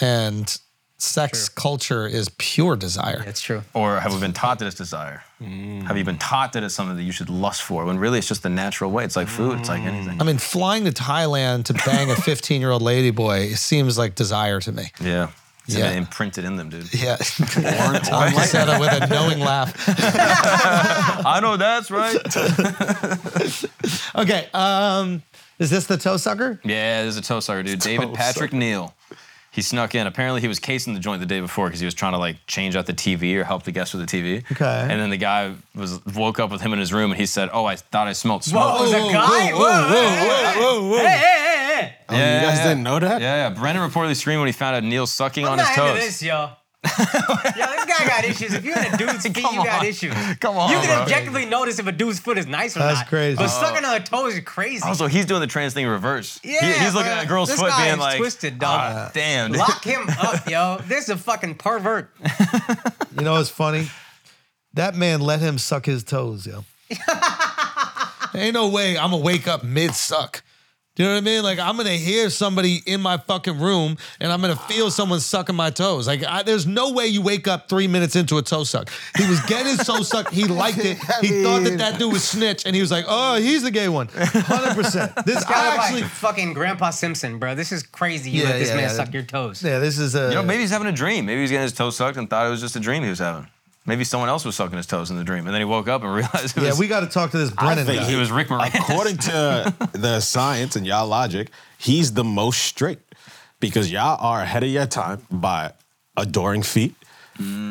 [SPEAKER 1] and sex culture is pure desire.
[SPEAKER 6] That's true.
[SPEAKER 7] Or have we been taught that it's desire? Have you been taught that it's something that you should lust for when really it's just the natural way? It's like food, it's like anything.
[SPEAKER 1] I mean, flying to Thailand to bang a 15 year old ladyboy seems like desire to me.
[SPEAKER 7] Yeah. It's
[SPEAKER 1] Yeah.
[SPEAKER 7] been imprinted in them, dude.
[SPEAKER 1] Yeah. Tom just said it with a knowing laugh.
[SPEAKER 7] I know that's right.
[SPEAKER 1] Okay. Um, is this the toe sucker?
[SPEAKER 7] yeah, there's a toe sucker, dude. David Patrick Neal. He snuck in. Apparently, he was casing the joint the day before because he was trying to like change out the TV or help the guests with the TV.
[SPEAKER 1] Okay.
[SPEAKER 7] And then the guy was woke up with him in his room and he said, "Oh, I thought I smelled smoke."
[SPEAKER 6] it was a guy. Whoa, Oh, Hey, hey, hey, hey.
[SPEAKER 3] Oh, you guys didn't know that?
[SPEAKER 7] Yeah, yeah. Brennan reportedly screamed when he found out Neil sucking
[SPEAKER 6] I'm
[SPEAKER 7] on his
[SPEAKER 6] not into
[SPEAKER 7] toes.
[SPEAKER 6] this, yo. yo, this guy got issues. If you're in a dude's feet,
[SPEAKER 7] Come
[SPEAKER 6] you got
[SPEAKER 7] on.
[SPEAKER 6] issues.
[SPEAKER 7] Come on,
[SPEAKER 6] You can
[SPEAKER 7] bro.
[SPEAKER 6] objectively notice if a dude's foot is nice or
[SPEAKER 1] That's
[SPEAKER 6] not.
[SPEAKER 1] crazy.
[SPEAKER 6] But sucking on her toes is crazy.
[SPEAKER 7] Also, he's doing the trans thing in reverse. He-
[SPEAKER 6] Yeah,
[SPEAKER 7] he's looking
[SPEAKER 6] bro.
[SPEAKER 7] at a girl's
[SPEAKER 6] This
[SPEAKER 7] foot,
[SPEAKER 6] guy
[SPEAKER 7] being
[SPEAKER 6] is
[SPEAKER 7] like,
[SPEAKER 6] twisted, dog.
[SPEAKER 7] "Ah, damn, dude."
[SPEAKER 6] Lock him up, yo. This is a fucking pervert.
[SPEAKER 9] You know what's funny? That man let him suck his toes, yo.
[SPEAKER 1] Ain't no way I'm gonna wake up mid suck. Do you know what I mean? Like I'm gonna hear somebody in my fucking room, and I'm gonna feel someone sucking my toes. Like I, there's no way you wake up three minutes into a toe suck. He was getting his toe sucked. He liked it. He thought that that dude was snitch, and he was like, "Oh, he's the gay one, hundred percent." This guy
[SPEAKER 6] Kinda like
[SPEAKER 1] actually.
[SPEAKER 6] fucking Grandpa Simpson, bro. This is crazy. You
[SPEAKER 9] Yeah,
[SPEAKER 6] let this
[SPEAKER 9] yeah,
[SPEAKER 6] man
[SPEAKER 9] yeah.
[SPEAKER 6] suck your toes.
[SPEAKER 9] Yeah, this is a.
[SPEAKER 7] You know, maybe he's having a dream. Maybe he's getting his toes sucked and thought it was just a dream he was having. Maybe someone else was sucking his toes in the dream, and then he woke up and realized it
[SPEAKER 9] yeah,
[SPEAKER 7] was,
[SPEAKER 9] we got to talk to this Brennan
[SPEAKER 3] think
[SPEAKER 9] guy.
[SPEAKER 7] it was Rick Moranis.
[SPEAKER 3] According to the science and y'all logic, he's the most straight because y'all are ahead of your time by adoring feet.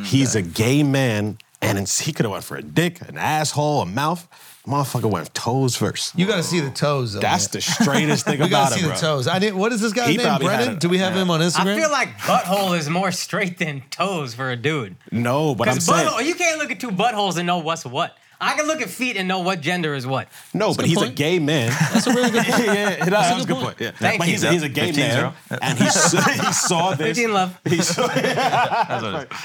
[SPEAKER 3] he's a gay man, and it's, he could have went for a dick, an asshole, a mouth. Motherfucker went toes first.
[SPEAKER 9] you got to see the toes. Though,
[SPEAKER 3] That's
[SPEAKER 9] man.
[SPEAKER 3] the straightest thing
[SPEAKER 1] We
[SPEAKER 3] about
[SPEAKER 1] gotta
[SPEAKER 3] it,
[SPEAKER 1] see the
[SPEAKER 3] bro.
[SPEAKER 1] toes. I didn't. What is this guy's
[SPEAKER 3] He
[SPEAKER 1] name?
[SPEAKER 3] probably had
[SPEAKER 1] Brennan?
[SPEAKER 3] it.
[SPEAKER 1] Do we have him on Instagram?
[SPEAKER 6] I feel like butthole is more straight than toes for a dude.
[SPEAKER 3] No, but I'm
[SPEAKER 6] Because
[SPEAKER 3] saying
[SPEAKER 6] butthole, you can't look at two buttholes and know what's what. I can look at feet and know what gender is what.
[SPEAKER 3] no, but he's a
[SPEAKER 1] point.
[SPEAKER 3] gay man.
[SPEAKER 1] that's a really good point.
[SPEAKER 3] yeah, yeah, that's a good point. Yeah.
[SPEAKER 6] Thank
[SPEAKER 3] but
[SPEAKER 6] you.
[SPEAKER 3] he's a, he's a gay
[SPEAKER 7] 15
[SPEAKER 3] man,
[SPEAKER 7] zero.
[SPEAKER 3] and he saw, he saw this.
[SPEAKER 6] 15 love.
[SPEAKER 3] He saw,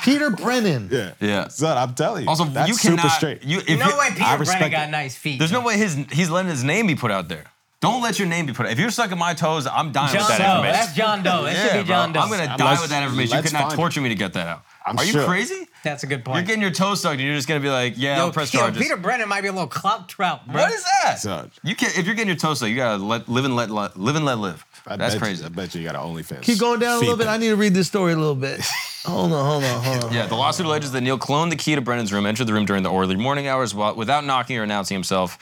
[SPEAKER 9] Peter Brennan.
[SPEAKER 3] yeah,
[SPEAKER 7] Yeah.
[SPEAKER 3] Son, I'm telling you.
[SPEAKER 7] Also,
[SPEAKER 3] that's
[SPEAKER 7] you cannot.
[SPEAKER 3] super straight.
[SPEAKER 7] You, if
[SPEAKER 6] no
[SPEAKER 7] you-
[SPEAKER 6] way Peter
[SPEAKER 3] respect
[SPEAKER 6] Brennan got
[SPEAKER 3] it.
[SPEAKER 6] nice feet.
[SPEAKER 7] There's no way his he's letting his name be put out there. Don't let your name be put. out. If you're sucking my toes, I'm dying
[SPEAKER 6] John
[SPEAKER 7] with that
[SPEAKER 6] Doe.
[SPEAKER 7] information.
[SPEAKER 6] That's John Doe. That should be
[SPEAKER 7] bro.
[SPEAKER 6] John Doe.
[SPEAKER 7] I'm gonna die
[SPEAKER 3] Let's-
[SPEAKER 7] with that information. You
[SPEAKER 3] let's
[SPEAKER 7] could not
[SPEAKER 3] find
[SPEAKER 7] torture me to get that out.
[SPEAKER 3] I'm
[SPEAKER 7] Are you
[SPEAKER 3] sure.
[SPEAKER 7] crazy?
[SPEAKER 6] That's a good
[SPEAKER 7] You're
[SPEAKER 6] point.
[SPEAKER 7] getting your toes sucked and you're just gonna be like, yeah, I'll
[SPEAKER 6] Yo,
[SPEAKER 7] press
[SPEAKER 6] yo,
[SPEAKER 7] charges.
[SPEAKER 6] Peter Brennan might be a little clout trout, bro.
[SPEAKER 7] what is that?
[SPEAKER 3] Son.
[SPEAKER 7] You can't. If you're getting your toes sucked, you gotta let, live and let, let live and let live.
[SPEAKER 3] I
[SPEAKER 7] That's
[SPEAKER 3] bet
[SPEAKER 7] crazy.
[SPEAKER 3] You, I bet you got an OnlyFans.
[SPEAKER 9] Keep going down a little
[SPEAKER 3] feed
[SPEAKER 9] bit. I
[SPEAKER 3] thing.
[SPEAKER 9] need to read this story a little bit. Hold on, hold on, hold on.
[SPEAKER 7] Yeah, the lawsuit alleges that Neil cloned the key to Brennan's room, entered the room during the early morning hours while, without knocking or announcing himself.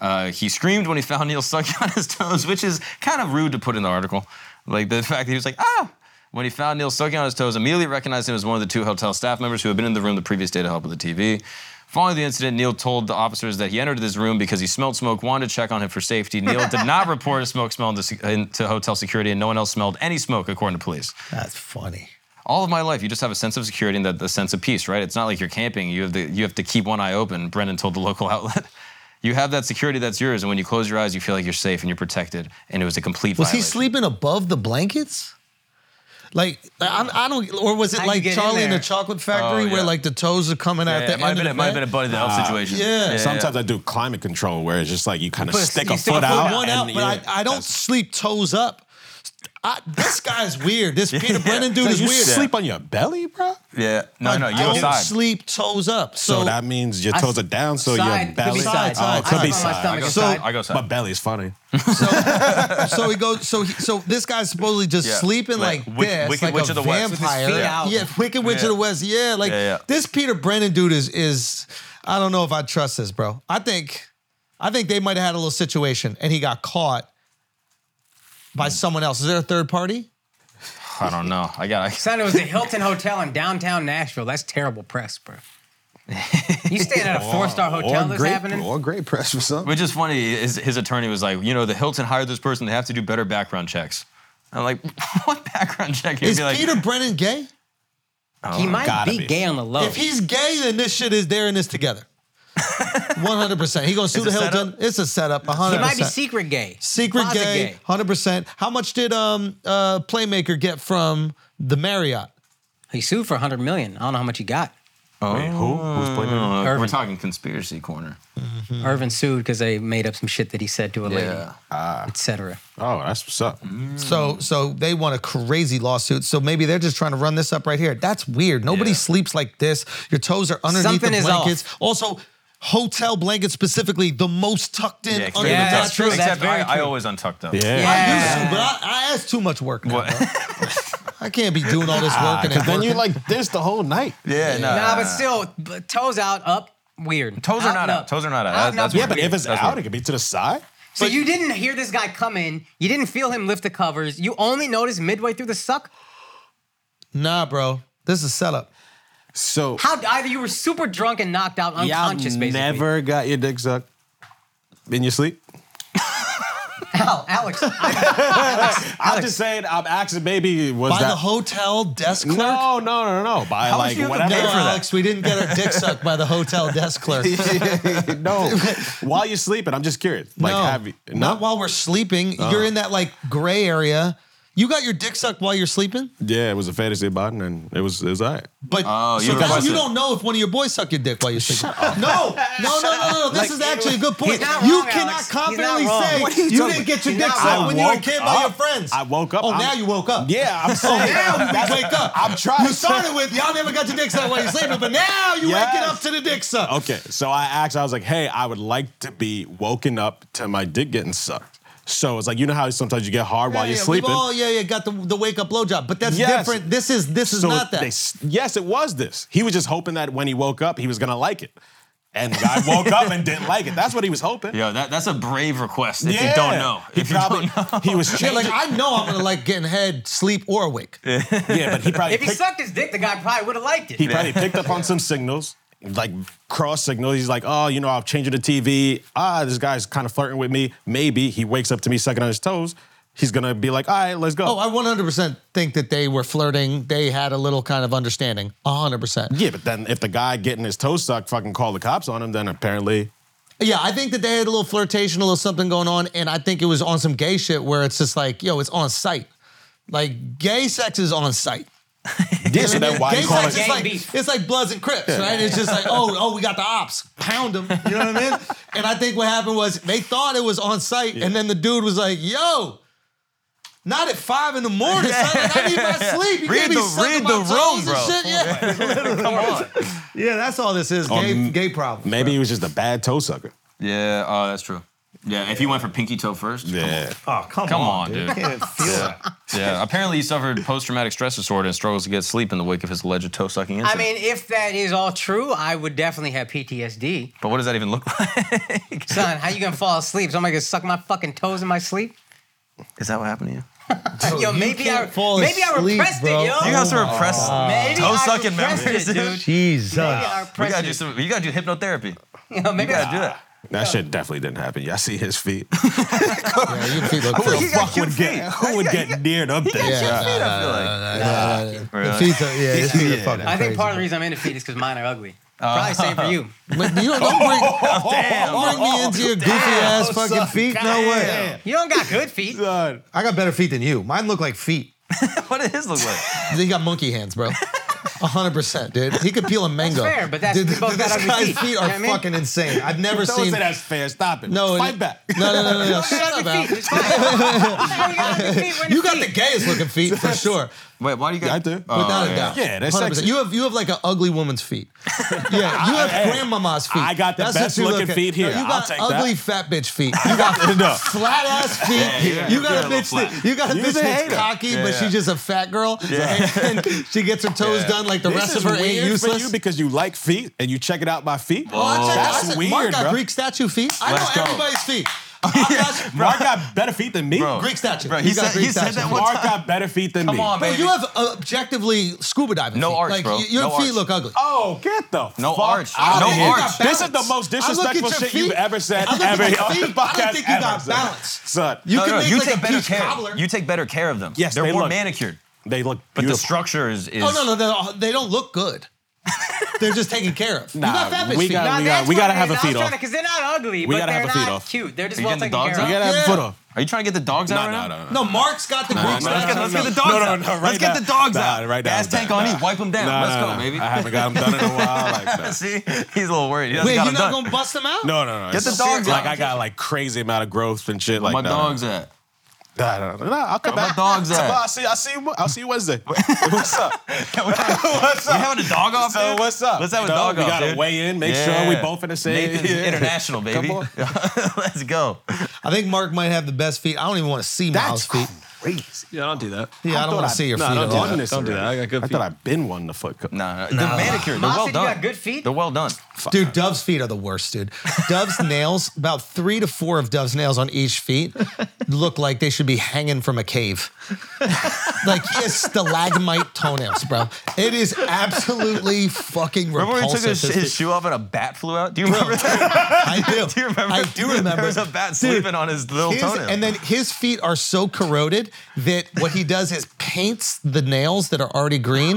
[SPEAKER 7] Uh, he screamed when he found Neil sucking on his toes, which is kind of rude to put in the article. Like the fact that he was like, ah, when he found Neil sucking on his toes, immediately recognized him as one of the two hotel staff members who had been in the room the previous day to help with the TV. Following the incident, Neil told the officers that he entered this room because he smelled smoke, wanted to check on him for safety. Neil did not report a smoke smell to, sec- in- to hotel security, and no one else smelled any smoke, according to police
[SPEAKER 9] That's funny.
[SPEAKER 7] all of my life you just have a sense of security and the, the sense of peace right it's not like you're camping you have to you have to keep one eye open brendan told the local outlet you have that security that's yours and when you close your eyes you feel like you're safe and you're protected and it was a complete
[SPEAKER 1] Was he
[SPEAKER 7] violation.
[SPEAKER 1] sleeping above the blankets? Like I, I don't, or was it
[SPEAKER 6] How'd you
[SPEAKER 1] like
[SPEAKER 6] get in
[SPEAKER 1] Charlie in the
[SPEAKER 6] there?
[SPEAKER 1] Chocolate Factory,
[SPEAKER 7] Oh,
[SPEAKER 1] where
[SPEAKER 7] yeah.
[SPEAKER 1] like the toes are coming
[SPEAKER 7] yeah,
[SPEAKER 1] out the
[SPEAKER 7] it might
[SPEAKER 1] end
[SPEAKER 7] have been,
[SPEAKER 1] of
[SPEAKER 7] it
[SPEAKER 1] the
[SPEAKER 7] might have been
[SPEAKER 1] bed?
[SPEAKER 7] a buddy the elf situation
[SPEAKER 1] yeah.
[SPEAKER 3] Sometimes I do climate control where it's just like you kind of
[SPEAKER 6] Put a-
[SPEAKER 3] stick
[SPEAKER 6] you
[SPEAKER 3] a
[SPEAKER 6] stick
[SPEAKER 3] foot
[SPEAKER 6] a foot
[SPEAKER 3] out.
[SPEAKER 1] one
[SPEAKER 3] and-
[SPEAKER 1] out, but
[SPEAKER 3] yeah.
[SPEAKER 1] I, I don't sleep toes up. I, this guy's weird. This Peter Brennan dude
[SPEAKER 3] So
[SPEAKER 1] is
[SPEAKER 3] you
[SPEAKER 1] weird.
[SPEAKER 3] sleep on your belly, bro.
[SPEAKER 7] yeah no
[SPEAKER 1] I
[SPEAKER 7] no you
[SPEAKER 1] don't
[SPEAKER 7] outside
[SPEAKER 1] sleep toes up. So,
[SPEAKER 3] So, that means your
[SPEAKER 6] I-
[SPEAKER 3] toes are down, so
[SPEAKER 6] side,
[SPEAKER 3] your
[SPEAKER 6] could be
[SPEAKER 3] belly.
[SPEAKER 6] side,
[SPEAKER 3] oh,
[SPEAKER 1] side,
[SPEAKER 3] could be
[SPEAKER 1] side.
[SPEAKER 6] My
[SPEAKER 3] side.
[SPEAKER 6] stomach is
[SPEAKER 1] So-
[SPEAKER 6] side.
[SPEAKER 7] i go
[SPEAKER 3] My
[SPEAKER 7] outside
[SPEAKER 3] belly's funny.
[SPEAKER 1] so, so he goes. So he, so this guy's supposedly just
[SPEAKER 7] Yeah.
[SPEAKER 1] sleeping like,
[SPEAKER 7] Like Wick-
[SPEAKER 1] this,
[SPEAKER 7] Wicked
[SPEAKER 1] like
[SPEAKER 7] Witch
[SPEAKER 1] a
[SPEAKER 7] of the West. With his
[SPEAKER 1] vampire.
[SPEAKER 6] feet out.
[SPEAKER 1] Yeah, Wicked Witch
[SPEAKER 7] Yeah.
[SPEAKER 1] of the West. Yeah, like
[SPEAKER 7] Yeah, yeah.
[SPEAKER 1] this Peter Brennan dude is is. I don't know if I trust this, bro. I think, I think they might have had a little situation, and he got caught by someone else. Is there a third party?
[SPEAKER 7] i don't know i got I,
[SPEAKER 6] Son, it was the Hilton Hotel in downtown Nashville. That's terrible press, bro. You staying at a four-star hotel that's
[SPEAKER 3] great,
[SPEAKER 6] happening?
[SPEAKER 3] or great press for something.
[SPEAKER 7] which is funny his, his attorney was like you know the hilton hired this person they have to do better background checks i'm like what background check He'd
[SPEAKER 1] Is
[SPEAKER 7] be like
[SPEAKER 1] Peter Brennan gay?
[SPEAKER 6] He might
[SPEAKER 3] Gotta
[SPEAKER 6] be,
[SPEAKER 3] be.
[SPEAKER 6] gay on the low.
[SPEAKER 1] If he's gay, then this shit is there and this together. One hundred percent. He gonna sue
[SPEAKER 7] It's
[SPEAKER 1] the
[SPEAKER 7] a
[SPEAKER 1] Hilton. It's a setup. One
[SPEAKER 6] he
[SPEAKER 1] hundred
[SPEAKER 6] might be
[SPEAKER 1] percent.
[SPEAKER 6] secret gay.
[SPEAKER 1] Secret
[SPEAKER 6] Closet
[SPEAKER 1] gay. Hundred percent. How much did um uh Playmaker get from the Marriott?
[SPEAKER 6] He sued for 100 million. I don't know how much he got.
[SPEAKER 3] Wait, who? Who's playing?
[SPEAKER 7] Uh, we're
[SPEAKER 6] Irvin.
[SPEAKER 7] talking conspiracy corner
[SPEAKER 6] Irvin sued because they made up some shit that he said to a lady,
[SPEAKER 7] yeah
[SPEAKER 6] etc.
[SPEAKER 3] Oh, that's what's up.
[SPEAKER 1] So so they want a crazy lawsuit. So maybe they're just trying to run this up right here. That's weird. Nobody
[SPEAKER 7] Yeah.
[SPEAKER 1] sleeps like this. Your toes are underneath
[SPEAKER 6] Something
[SPEAKER 1] the
[SPEAKER 6] is
[SPEAKER 1] blankets. Also, hotel blankets specifically, the most tucked in
[SPEAKER 7] Yeah,
[SPEAKER 1] under the
[SPEAKER 6] yeah, that's
[SPEAKER 1] mattress.
[SPEAKER 6] true.
[SPEAKER 7] Except
[SPEAKER 6] That's very
[SPEAKER 7] I, I
[SPEAKER 6] true.
[SPEAKER 7] always untucked up.
[SPEAKER 3] Yeah.
[SPEAKER 1] I used
[SPEAKER 6] Yeah.
[SPEAKER 1] to, but I, I asked too much work. Now,
[SPEAKER 7] What-
[SPEAKER 1] bro. I can't be doing all this work and
[SPEAKER 3] Because
[SPEAKER 1] then
[SPEAKER 3] then you're like this the whole night.
[SPEAKER 7] Yeah, no.
[SPEAKER 6] nah, but still, but toes out, up, weird.
[SPEAKER 7] Uh, Toes are
[SPEAKER 6] Out
[SPEAKER 7] not
[SPEAKER 6] and
[SPEAKER 7] out. Toes are not out.
[SPEAKER 6] Out and
[SPEAKER 7] That's-
[SPEAKER 6] up,
[SPEAKER 7] that's
[SPEAKER 3] Yeah, but
[SPEAKER 7] weird.
[SPEAKER 3] if it's
[SPEAKER 7] That's
[SPEAKER 3] out,
[SPEAKER 7] weird.
[SPEAKER 3] it could be to the side.
[SPEAKER 6] So you didn't hear this guy come in. You didn't feel him lift the covers. You only noticed midway through the suck.
[SPEAKER 9] Nah, bro. This is a setup.
[SPEAKER 3] So
[SPEAKER 6] How either you were super drunk and knocked out
[SPEAKER 3] y'all
[SPEAKER 6] unconscious, basically.
[SPEAKER 3] never got your dick sucked in your sleep.
[SPEAKER 6] Ow, Alex.
[SPEAKER 3] I'm just saying. I'm asking. Maybe was
[SPEAKER 9] By
[SPEAKER 3] that
[SPEAKER 9] the hotel desk clerk.
[SPEAKER 3] No, no, no, no. By like
[SPEAKER 9] No,
[SPEAKER 3] whatever.
[SPEAKER 9] Alex, we didn't get our dick sucked by the hotel desk clerk.
[SPEAKER 3] no, while you're sleeping, I'm just curious. Like,
[SPEAKER 9] no,
[SPEAKER 3] have you?
[SPEAKER 9] not while we're sleeping.
[SPEAKER 7] Uh-huh.
[SPEAKER 9] You're in that like gray area. You got your dick sucked while you're sleeping,
[SPEAKER 3] Yeah, it was a fantasy about it, and it was it was all right.
[SPEAKER 9] but
[SPEAKER 7] Oh,
[SPEAKER 9] so
[SPEAKER 7] you
[SPEAKER 9] now
[SPEAKER 7] requested-
[SPEAKER 9] you don't know if one of your boys sucked your dick while you're sleeping. No, no, no, no, no, no. This is actually a good point.
[SPEAKER 6] He's not
[SPEAKER 9] you
[SPEAKER 6] wrong,
[SPEAKER 9] cannot
[SPEAKER 6] Alex. He's not
[SPEAKER 9] confidently
[SPEAKER 6] wrong.
[SPEAKER 9] say
[SPEAKER 6] What
[SPEAKER 9] you,
[SPEAKER 3] talking
[SPEAKER 9] didn't get your
[SPEAKER 6] He's
[SPEAKER 9] dick
[SPEAKER 6] not
[SPEAKER 9] sucked
[SPEAKER 6] wrong.
[SPEAKER 9] when you were a
[SPEAKER 3] woke
[SPEAKER 9] kid by your
[SPEAKER 3] up.
[SPEAKER 9] friends.
[SPEAKER 3] I woke up.
[SPEAKER 9] Oh,
[SPEAKER 3] I'm-
[SPEAKER 9] now you woke up.
[SPEAKER 3] Yeah, I'm
[SPEAKER 9] Oh,
[SPEAKER 3] saying.
[SPEAKER 9] now you wake up.
[SPEAKER 3] I'm trying
[SPEAKER 9] You
[SPEAKER 3] to-
[SPEAKER 9] started with y'all never got your dick sucked while you're sleeping, but now you
[SPEAKER 3] Yes.
[SPEAKER 9] waking up to the dick suck.
[SPEAKER 3] Okay, so I asked, I was like, hey, I would like to be woken up to my dick getting sucked. So it's like, you know how sometimes you get hard while
[SPEAKER 9] Yeah,
[SPEAKER 3] you're
[SPEAKER 9] yeah,
[SPEAKER 3] sleeping?
[SPEAKER 9] We've all, yeah, yeah, got the, the wake up blowjob, but that's
[SPEAKER 3] Yes.
[SPEAKER 9] different. This is this is
[SPEAKER 3] So
[SPEAKER 9] not that.
[SPEAKER 3] they s- yes, it was this. He was just hoping that when he woke up, he was gonna like it. And I woke up and didn't like it. That's what he was hoping.
[SPEAKER 7] Yo, that, that's a brave request if
[SPEAKER 3] Yeah.
[SPEAKER 7] you don't know.
[SPEAKER 3] He
[SPEAKER 7] If you
[SPEAKER 3] probably,
[SPEAKER 7] don't know.
[SPEAKER 3] He was
[SPEAKER 9] Yeah,
[SPEAKER 3] changing.
[SPEAKER 9] like I know I'm gonna like getting head, sleep, or awake.
[SPEAKER 3] yeah, but he probably
[SPEAKER 6] if he
[SPEAKER 3] picked-
[SPEAKER 6] sucked his dick, the guy probably would have liked it.
[SPEAKER 3] He probably picked up on some signals, like cross signals. He's like, oh, you know, I'll change the TV. Ah, this guy's kind of flirting with me. Maybe he wakes up to me sucking on his toes. He's gonna be like, all right, let's go.
[SPEAKER 9] Oh, I 100% think that they were flirting. They had a little kind of understanding. 100%.
[SPEAKER 3] yeah, but then if the guy getting his toes sucked fucking call the cops on him, then apparently
[SPEAKER 9] Yeah, I think that they had a little flirtation, a little something going on, and I think it was on some gay shit where it's just like, yo, it's on site. Like gay sex is on site.
[SPEAKER 3] yeah. So then why
[SPEAKER 9] gay
[SPEAKER 3] you call
[SPEAKER 9] sex
[SPEAKER 3] it?
[SPEAKER 9] is
[SPEAKER 6] Gang
[SPEAKER 9] like
[SPEAKER 6] beef.
[SPEAKER 9] it's like Bloods and Crips, right? It's just like, oh, oh, we got the ops, pound them. You know what I mean? And I think what happened was they thought it was on site, and then the dude was like, yo. Not at five in the morning, son. Like, I need my sleep. You
[SPEAKER 7] Read
[SPEAKER 9] can't be
[SPEAKER 7] the-
[SPEAKER 9] sucking
[SPEAKER 7] read
[SPEAKER 9] my
[SPEAKER 7] the
[SPEAKER 9] toes
[SPEAKER 7] room,
[SPEAKER 9] and
[SPEAKER 7] bro.
[SPEAKER 9] shit. Yeah.
[SPEAKER 7] Come on. Oh.
[SPEAKER 9] yeah, that's all this is. Gay, gay problem.
[SPEAKER 3] Maybe he was just a bad toe sucker.
[SPEAKER 7] Yeah, oh, that's true. Yeah, if you went for pinky toe first.
[SPEAKER 3] Yeah.
[SPEAKER 8] Oh, come,
[SPEAKER 7] Come
[SPEAKER 8] on,
[SPEAKER 7] on,
[SPEAKER 8] dude.
[SPEAKER 7] dude.
[SPEAKER 8] Can't feel that.
[SPEAKER 7] Yeah, apparently he suffered post traumatic stress disorder and struggles to get sleep in the wake of his alleged toe sucking
[SPEAKER 6] I
[SPEAKER 7] incident.
[SPEAKER 6] mean, if that is all true, I would definitely have PTSD.
[SPEAKER 7] but what does that even look like?
[SPEAKER 6] Son, how you gonna fall asleep? Somebody gonna suck my fucking toes in my sleep?
[SPEAKER 7] Is that what happened to you?
[SPEAKER 6] yo, maybe I
[SPEAKER 9] can't fall
[SPEAKER 6] maybe I
[SPEAKER 9] asleep,
[SPEAKER 6] repressed
[SPEAKER 9] bro.
[SPEAKER 6] it, yo.
[SPEAKER 7] You guys are repressed.
[SPEAKER 6] Oh. maybe
[SPEAKER 7] Toe
[SPEAKER 6] I
[SPEAKER 7] sucking
[SPEAKER 6] repressed
[SPEAKER 7] memories,
[SPEAKER 6] it,
[SPEAKER 7] dude.
[SPEAKER 6] dude.
[SPEAKER 14] Jesus.
[SPEAKER 6] Maybe I
[SPEAKER 7] We gotta
[SPEAKER 6] repressed
[SPEAKER 7] do
[SPEAKER 6] it.
[SPEAKER 7] some. You gotta do hypnotherapy.
[SPEAKER 6] You know, maybe
[SPEAKER 7] You
[SPEAKER 6] I-
[SPEAKER 7] gotta do that.
[SPEAKER 9] Oh,
[SPEAKER 3] That shit definitely didn't happen. Yeah, I see his feet.
[SPEAKER 9] Yeah, your feet look
[SPEAKER 3] Who the
[SPEAKER 9] filthy.
[SPEAKER 3] fuck would get who would get near them things?
[SPEAKER 9] Yeah.
[SPEAKER 7] Feet, I feel like.
[SPEAKER 9] The feet are, yeah, your feet are fucking
[SPEAKER 6] I think
[SPEAKER 9] crazy.
[SPEAKER 6] part of the reason I'm into feet is because mine are ugly. Probably same for you.
[SPEAKER 9] But you don't, don't bring, don't bring me into your goofy ass fucking feet. No way.
[SPEAKER 6] You don't got good feet.
[SPEAKER 3] Son.
[SPEAKER 9] I got better feet than you. Mine look like feet.
[SPEAKER 7] What did his look like?
[SPEAKER 9] They got monkey hands, bro. A hundred percent, dude. He could peel a mango.
[SPEAKER 6] fair, but that's-
[SPEAKER 9] dude,
[SPEAKER 6] we both got
[SPEAKER 9] this
[SPEAKER 6] ugly
[SPEAKER 9] guy's
[SPEAKER 6] feet.
[SPEAKER 9] feet,
[SPEAKER 6] You know
[SPEAKER 9] are
[SPEAKER 6] what I mean?
[SPEAKER 9] fucking insane. I've never
[SPEAKER 3] Don't
[SPEAKER 9] seen.
[SPEAKER 3] say that's fair. Stop it.
[SPEAKER 9] No,
[SPEAKER 3] Fight
[SPEAKER 9] it-
[SPEAKER 3] back.
[SPEAKER 9] No, no, no, no, no.
[SPEAKER 6] You got
[SPEAKER 9] Shut
[SPEAKER 6] ugly
[SPEAKER 9] up.
[SPEAKER 6] feet.
[SPEAKER 9] Al.
[SPEAKER 6] It's fine. you got ugly feet. We're into
[SPEAKER 9] You got the
[SPEAKER 6] feet.
[SPEAKER 9] gayest looking feet for sure,
[SPEAKER 7] Wait, why do you got?
[SPEAKER 3] I do.
[SPEAKER 7] Oh,
[SPEAKER 9] without
[SPEAKER 7] yeah.
[SPEAKER 9] a doubt.
[SPEAKER 3] Yeah, they're
[SPEAKER 9] 100%.
[SPEAKER 3] sexy.
[SPEAKER 9] You have you have like an ugly woman's feet. Yeah, you have
[SPEAKER 3] I- I-
[SPEAKER 9] grandmama's feet.
[SPEAKER 3] I got the
[SPEAKER 9] what
[SPEAKER 3] best
[SPEAKER 9] you look
[SPEAKER 3] looking
[SPEAKER 9] at.
[SPEAKER 3] feet here.
[SPEAKER 9] No, you
[SPEAKER 3] I'll
[SPEAKER 9] got
[SPEAKER 3] take that.
[SPEAKER 9] ugly fat bitch feet. You got
[SPEAKER 3] No.
[SPEAKER 9] flat ass feet.
[SPEAKER 7] yeah,
[SPEAKER 9] you
[SPEAKER 7] you're
[SPEAKER 9] got
[SPEAKER 7] a
[SPEAKER 9] a
[SPEAKER 7] little
[SPEAKER 9] bitch
[SPEAKER 7] flat.
[SPEAKER 9] that, you got a
[SPEAKER 3] You're
[SPEAKER 9] bitch
[SPEAKER 3] the
[SPEAKER 9] that's
[SPEAKER 3] hater.
[SPEAKER 9] cocky,
[SPEAKER 7] Yeah,
[SPEAKER 9] but
[SPEAKER 7] yeah.
[SPEAKER 9] she's just a fat girl. And she gets her toes
[SPEAKER 7] Yeah.
[SPEAKER 9] done like the
[SPEAKER 3] This
[SPEAKER 9] rest
[SPEAKER 3] is
[SPEAKER 9] of her
[SPEAKER 3] weird
[SPEAKER 9] ain't
[SPEAKER 3] for you
[SPEAKER 9] useless.
[SPEAKER 3] because you like feet and you checking out my feet.
[SPEAKER 9] Oh, I checked- I
[SPEAKER 3] That's
[SPEAKER 9] said,
[SPEAKER 3] weird,
[SPEAKER 9] Mark got
[SPEAKER 3] bro.
[SPEAKER 9] Greek statue feet. I
[SPEAKER 7] Let's
[SPEAKER 9] know
[SPEAKER 7] go.
[SPEAKER 9] everybody's feet. Mark got,
[SPEAKER 3] Mark got better feet than me.
[SPEAKER 7] Bro.
[SPEAKER 9] Greek statue.
[SPEAKER 7] Bro,
[SPEAKER 9] You
[SPEAKER 7] he
[SPEAKER 9] got
[SPEAKER 7] said-
[SPEAKER 9] Greek
[SPEAKER 7] he said
[SPEAKER 9] statue.
[SPEAKER 7] that one
[SPEAKER 3] Mark got better feet than me.
[SPEAKER 7] Come on,
[SPEAKER 9] Bro,
[SPEAKER 7] baby.
[SPEAKER 9] you have uh, objectively scuba diving.
[SPEAKER 7] No
[SPEAKER 9] feet.
[SPEAKER 7] arch,
[SPEAKER 9] like,
[SPEAKER 7] bro.
[SPEAKER 9] y- Your
[SPEAKER 7] No
[SPEAKER 9] feet
[SPEAKER 7] arch.
[SPEAKER 9] look ugly.
[SPEAKER 3] Oh, get the
[SPEAKER 7] No
[SPEAKER 3] fuck
[SPEAKER 7] arch.
[SPEAKER 3] out
[SPEAKER 7] No
[SPEAKER 3] of here.
[SPEAKER 7] arch.
[SPEAKER 3] This is the most
[SPEAKER 9] I look at
[SPEAKER 3] disrespectful
[SPEAKER 9] your
[SPEAKER 3] shit
[SPEAKER 9] feet.
[SPEAKER 3] you've ever said
[SPEAKER 9] I look at
[SPEAKER 3] ever
[SPEAKER 9] your
[SPEAKER 3] on
[SPEAKER 9] feet.
[SPEAKER 3] the
[SPEAKER 9] I don't
[SPEAKER 3] podcast.
[SPEAKER 9] think you
[SPEAKER 3] ever,
[SPEAKER 9] got
[SPEAKER 3] son.
[SPEAKER 9] balance.
[SPEAKER 3] son.
[SPEAKER 9] You
[SPEAKER 7] No,
[SPEAKER 9] can
[SPEAKER 7] no,
[SPEAKER 9] make
[SPEAKER 7] you
[SPEAKER 9] like
[SPEAKER 7] take
[SPEAKER 9] a
[SPEAKER 7] better
[SPEAKER 9] peach
[SPEAKER 7] care.
[SPEAKER 9] cobbler.
[SPEAKER 7] You take better care of them.
[SPEAKER 3] Yes,
[SPEAKER 7] they're
[SPEAKER 3] they
[SPEAKER 7] more
[SPEAKER 3] look-
[SPEAKER 7] manicured,
[SPEAKER 3] They look
[SPEAKER 7] but the
[SPEAKER 3] beautiful.
[SPEAKER 7] structure is. is
[SPEAKER 9] oh no, no, they- they don't look good. They're just taken care of.
[SPEAKER 3] Nah,
[SPEAKER 9] you got fat bitch
[SPEAKER 3] we
[SPEAKER 9] feet.
[SPEAKER 3] got-
[SPEAKER 6] Nah,
[SPEAKER 3] we
[SPEAKER 6] that's
[SPEAKER 3] we
[SPEAKER 6] what
[SPEAKER 3] gotta
[SPEAKER 6] it
[SPEAKER 3] have
[SPEAKER 6] is.
[SPEAKER 3] a
[SPEAKER 6] I
[SPEAKER 3] feet
[SPEAKER 6] was trying
[SPEAKER 3] off.
[SPEAKER 6] to- Cause they're not ugly,
[SPEAKER 3] We
[SPEAKER 6] but
[SPEAKER 3] gotta
[SPEAKER 6] they're
[SPEAKER 3] have a feet
[SPEAKER 6] not
[SPEAKER 3] off.
[SPEAKER 6] cute. They're just
[SPEAKER 7] Are you
[SPEAKER 6] well
[SPEAKER 7] getting
[SPEAKER 6] taken
[SPEAKER 7] the dogs
[SPEAKER 6] care
[SPEAKER 7] out?
[SPEAKER 6] of.
[SPEAKER 3] You gotta have a
[SPEAKER 9] Yeah.
[SPEAKER 3] foot off.
[SPEAKER 7] Are you trying to get the dogs out right now?
[SPEAKER 9] no, Mark's got the Greek
[SPEAKER 3] no, no,
[SPEAKER 7] Let's
[SPEAKER 9] statue.
[SPEAKER 7] get, let's get the
[SPEAKER 9] feet.
[SPEAKER 7] dogs
[SPEAKER 3] No, no,
[SPEAKER 7] out.
[SPEAKER 3] no, right
[SPEAKER 7] let's get
[SPEAKER 3] now.
[SPEAKER 7] the dogs
[SPEAKER 3] Nah,
[SPEAKER 7] out.
[SPEAKER 3] right now,
[SPEAKER 7] Gas
[SPEAKER 3] I'm
[SPEAKER 7] tank
[SPEAKER 3] done.
[SPEAKER 7] on
[SPEAKER 3] Nah.
[SPEAKER 7] E. Wipe them down.
[SPEAKER 3] Nah,
[SPEAKER 7] let's
[SPEAKER 3] nah,
[SPEAKER 7] go,
[SPEAKER 3] nah.
[SPEAKER 7] baby.
[SPEAKER 3] I haven't got them done in a while. Like that.
[SPEAKER 7] See, he's a little worried. He hasn't
[SPEAKER 9] Wait,
[SPEAKER 7] got
[SPEAKER 9] you're
[SPEAKER 7] them done.
[SPEAKER 9] not gonna bust them out?
[SPEAKER 3] No, no, no.
[SPEAKER 7] Get the
[SPEAKER 3] it's-
[SPEAKER 7] dogs
[SPEAKER 3] Like
[SPEAKER 7] out.
[SPEAKER 3] I got like crazy amount of growth and shit. Like
[SPEAKER 7] My
[SPEAKER 3] nah, nah,
[SPEAKER 7] dog's at.
[SPEAKER 3] Nah, nah, nah, nah, I'll come
[SPEAKER 7] Where
[SPEAKER 3] back.
[SPEAKER 7] my dog's at?
[SPEAKER 3] Tomorrow, I'll see. I'll see. you- I'll see you Wednesday. what's up? what's
[SPEAKER 7] You
[SPEAKER 3] up?
[SPEAKER 7] having a dog off?
[SPEAKER 3] So
[SPEAKER 7] dude?
[SPEAKER 3] what's up?
[SPEAKER 7] Let's have a
[SPEAKER 3] No,
[SPEAKER 7] dog
[SPEAKER 3] we
[SPEAKER 7] off.
[SPEAKER 3] gotta
[SPEAKER 7] dude.
[SPEAKER 3] weigh in, make sure we both in the same-
[SPEAKER 7] Nathan's
[SPEAKER 3] Yeah.
[SPEAKER 7] international, baby.
[SPEAKER 3] on.
[SPEAKER 7] let's go.
[SPEAKER 9] I think Mark might have the best feet. I don't even want to see
[SPEAKER 3] That's
[SPEAKER 9] Miles' feet.
[SPEAKER 15] crazy.
[SPEAKER 16] Yeah, don't do that.
[SPEAKER 9] Yeah, I, don't
[SPEAKER 3] thought
[SPEAKER 9] want to see your
[SPEAKER 16] no,
[SPEAKER 9] feet.
[SPEAKER 16] don't
[SPEAKER 9] on
[SPEAKER 16] do
[SPEAKER 9] that.
[SPEAKER 16] that. Don't do that. I got good
[SPEAKER 3] I
[SPEAKER 16] feet.
[SPEAKER 3] thought I've been one the foot. Co-
[SPEAKER 7] No, no, no. The manicure, they're
[SPEAKER 6] Ma
[SPEAKER 7] well
[SPEAKER 6] said you
[SPEAKER 7] done.
[SPEAKER 6] got good feet?
[SPEAKER 7] They're well done.
[SPEAKER 9] Dude, Dove's feet are the worst, dude. Dove's nails, about three to four of Dove's nails on each feet, look like they should be hanging from a cave. like it's stalagmite toenails, bro. It is absolutely fucking repulsive.
[SPEAKER 7] Remember when he took his,
[SPEAKER 9] This
[SPEAKER 7] his
[SPEAKER 9] dude-
[SPEAKER 7] shoe off and a bat flew out? Do you remember that?
[SPEAKER 9] I do.
[SPEAKER 7] Do you remember?
[SPEAKER 9] I do
[SPEAKER 7] Dude,
[SPEAKER 9] remember.
[SPEAKER 7] There was a bat
[SPEAKER 9] Dude,
[SPEAKER 7] sleeping on his little
[SPEAKER 9] his-
[SPEAKER 7] toenail.
[SPEAKER 9] and then his feet are so corroded that what he does is paints the nails that are already green.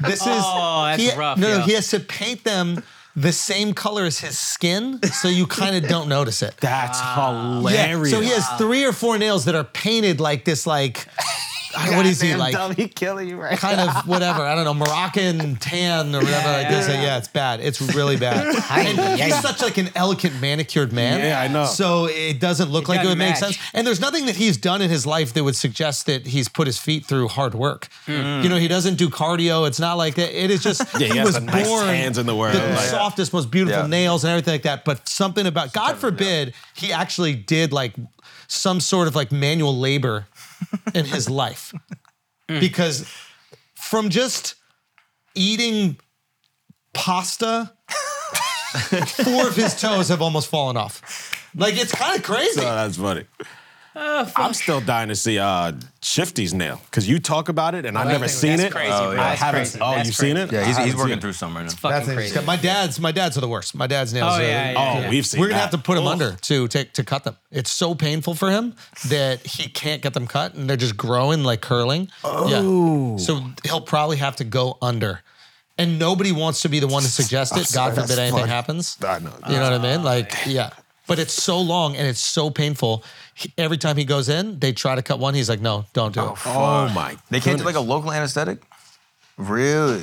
[SPEAKER 9] This is
[SPEAKER 6] Oh, that's
[SPEAKER 9] he,
[SPEAKER 6] rough,
[SPEAKER 9] No, no,
[SPEAKER 6] yeah.
[SPEAKER 9] he has to paint them the same color as his skin, so you kind of don't notice it.
[SPEAKER 3] That's
[SPEAKER 9] Yeah,
[SPEAKER 3] hilarious.
[SPEAKER 9] So he has three or four nails that are painted like this, like I- what is he like?
[SPEAKER 15] killing you right
[SPEAKER 9] Kind of whatever. I don't know, Moroccan tan or whatever. like this. Yeah, it's bad. It's really bad. And he's such like an elegant manicured man.
[SPEAKER 3] Yeah, I know.
[SPEAKER 9] So it doesn't look like it
[SPEAKER 6] doesn't
[SPEAKER 9] would make
[SPEAKER 6] match.
[SPEAKER 9] sense. And there's nothing that he's done in his life that would suggest that he's put his feet through hard work. You know, he doesn't do cardio. It's not like that. It is just
[SPEAKER 3] Yeah, he
[SPEAKER 9] he
[SPEAKER 3] has
[SPEAKER 9] was
[SPEAKER 3] the nice
[SPEAKER 9] born
[SPEAKER 3] hands in the world. Like-
[SPEAKER 9] softest, most beautiful
[SPEAKER 7] Yeah.
[SPEAKER 9] nails and everything like that. But something about God forbid he actually did like some sort of like manual labor in his life.
[SPEAKER 6] Mm.
[SPEAKER 9] Because from just eating pasta, four of his toes have almost fallen off. Like it's kind of crazy.
[SPEAKER 3] Oh, that's funny. I'm still dying to see uh, Shifty's nail because you talk about it and I've never
[SPEAKER 6] that's
[SPEAKER 3] seen
[SPEAKER 6] crazy,
[SPEAKER 3] it.
[SPEAKER 6] bro.
[SPEAKER 3] I
[SPEAKER 6] That's
[SPEAKER 3] haven't.
[SPEAKER 6] crazy.
[SPEAKER 3] Oh,
[SPEAKER 6] That's
[SPEAKER 3] you've
[SPEAKER 6] crazy.
[SPEAKER 3] seen it?
[SPEAKER 7] yeah, he's,
[SPEAKER 3] I
[SPEAKER 7] he's
[SPEAKER 3] haven't
[SPEAKER 7] working
[SPEAKER 3] seen it.
[SPEAKER 7] through some right now.
[SPEAKER 6] Fucking
[SPEAKER 1] That's
[SPEAKER 6] crazy.
[SPEAKER 1] interesting.
[SPEAKER 9] my dad's my dad's are the worst. My dad's nails.
[SPEAKER 6] Oh,
[SPEAKER 9] are,
[SPEAKER 6] yeah, yeah,
[SPEAKER 3] Oh,
[SPEAKER 6] yeah.
[SPEAKER 3] we've seen.
[SPEAKER 9] We're gonna
[SPEAKER 3] that.
[SPEAKER 9] have to put him
[SPEAKER 3] Oh.
[SPEAKER 9] under to take to cut them. It's so painful for him that he can't get them cut, and they're just growing like curling. Oh, yeah. so he'll probably have to go under. And nobody wants to be the one to suggest it. God
[SPEAKER 3] That's
[SPEAKER 9] forbid anything
[SPEAKER 3] funny.
[SPEAKER 9] happens.
[SPEAKER 3] I know.
[SPEAKER 9] You know what I mean? Like, yeah. But it's so long and it's so painful. He- every time he goes in, they try to cut one. He's like, "No, don't do it."
[SPEAKER 3] Oh my!
[SPEAKER 7] They can't do like a local anesthetic? Really?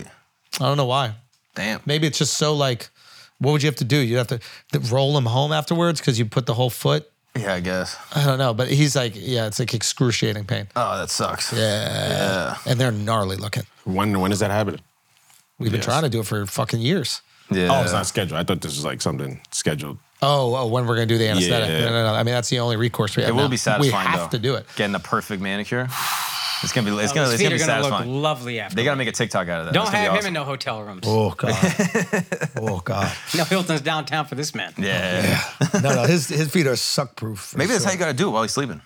[SPEAKER 9] I don't know why.
[SPEAKER 7] Damn.
[SPEAKER 9] Maybe it's just so like, what would you have to do? You'd have to th- roll him home afterwards because you put the whole foot.
[SPEAKER 7] Yeah, I guess.
[SPEAKER 9] I don't know, but he's like, yeah, it's like excruciating pain.
[SPEAKER 7] Oh, that sucks.
[SPEAKER 9] Yeah. And they're gnarly looking.
[SPEAKER 3] When when is that happening?
[SPEAKER 9] We've been trying to do it for fucking years.
[SPEAKER 7] Yeah.
[SPEAKER 3] Oh, it's not scheduled. I thought this was like something scheduled.
[SPEAKER 9] Oh, oh, when we're gonna do the anesthetic?
[SPEAKER 3] Yeah.
[SPEAKER 9] No, no, no. I mean, that's the only recourse we have.
[SPEAKER 7] It will
[SPEAKER 9] now.
[SPEAKER 7] be satisfying
[SPEAKER 9] We have
[SPEAKER 7] though.
[SPEAKER 9] to do it.
[SPEAKER 7] Getting the perfect manicure. It's gonna be. It's
[SPEAKER 6] His
[SPEAKER 7] gonna. It's
[SPEAKER 6] feet
[SPEAKER 7] gonna
[SPEAKER 6] are
[SPEAKER 7] be
[SPEAKER 6] gonna
[SPEAKER 7] satisfying.
[SPEAKER 6] look lovely after.
[SPEAKER 7] they gotta make a TikTok out of that.
[SPEAKER 6] Don't
[SPEAKER 7] That's gonna be
[SPEAKER 6] have him
[SPEAKER 7] awesome.
[SPEAKER 6] in no hotel rooms.
[SPEAKER 9] Oh god. oh god.
[SPEAKER 6] No Hilton's downtown for this man.
[SPEAKER 7] Yeah.
[SPEAKER 1] No, no, his his feet are suck proof.
[SPEAKER 7] Maybe that's how you gotta do it while he's sleeping.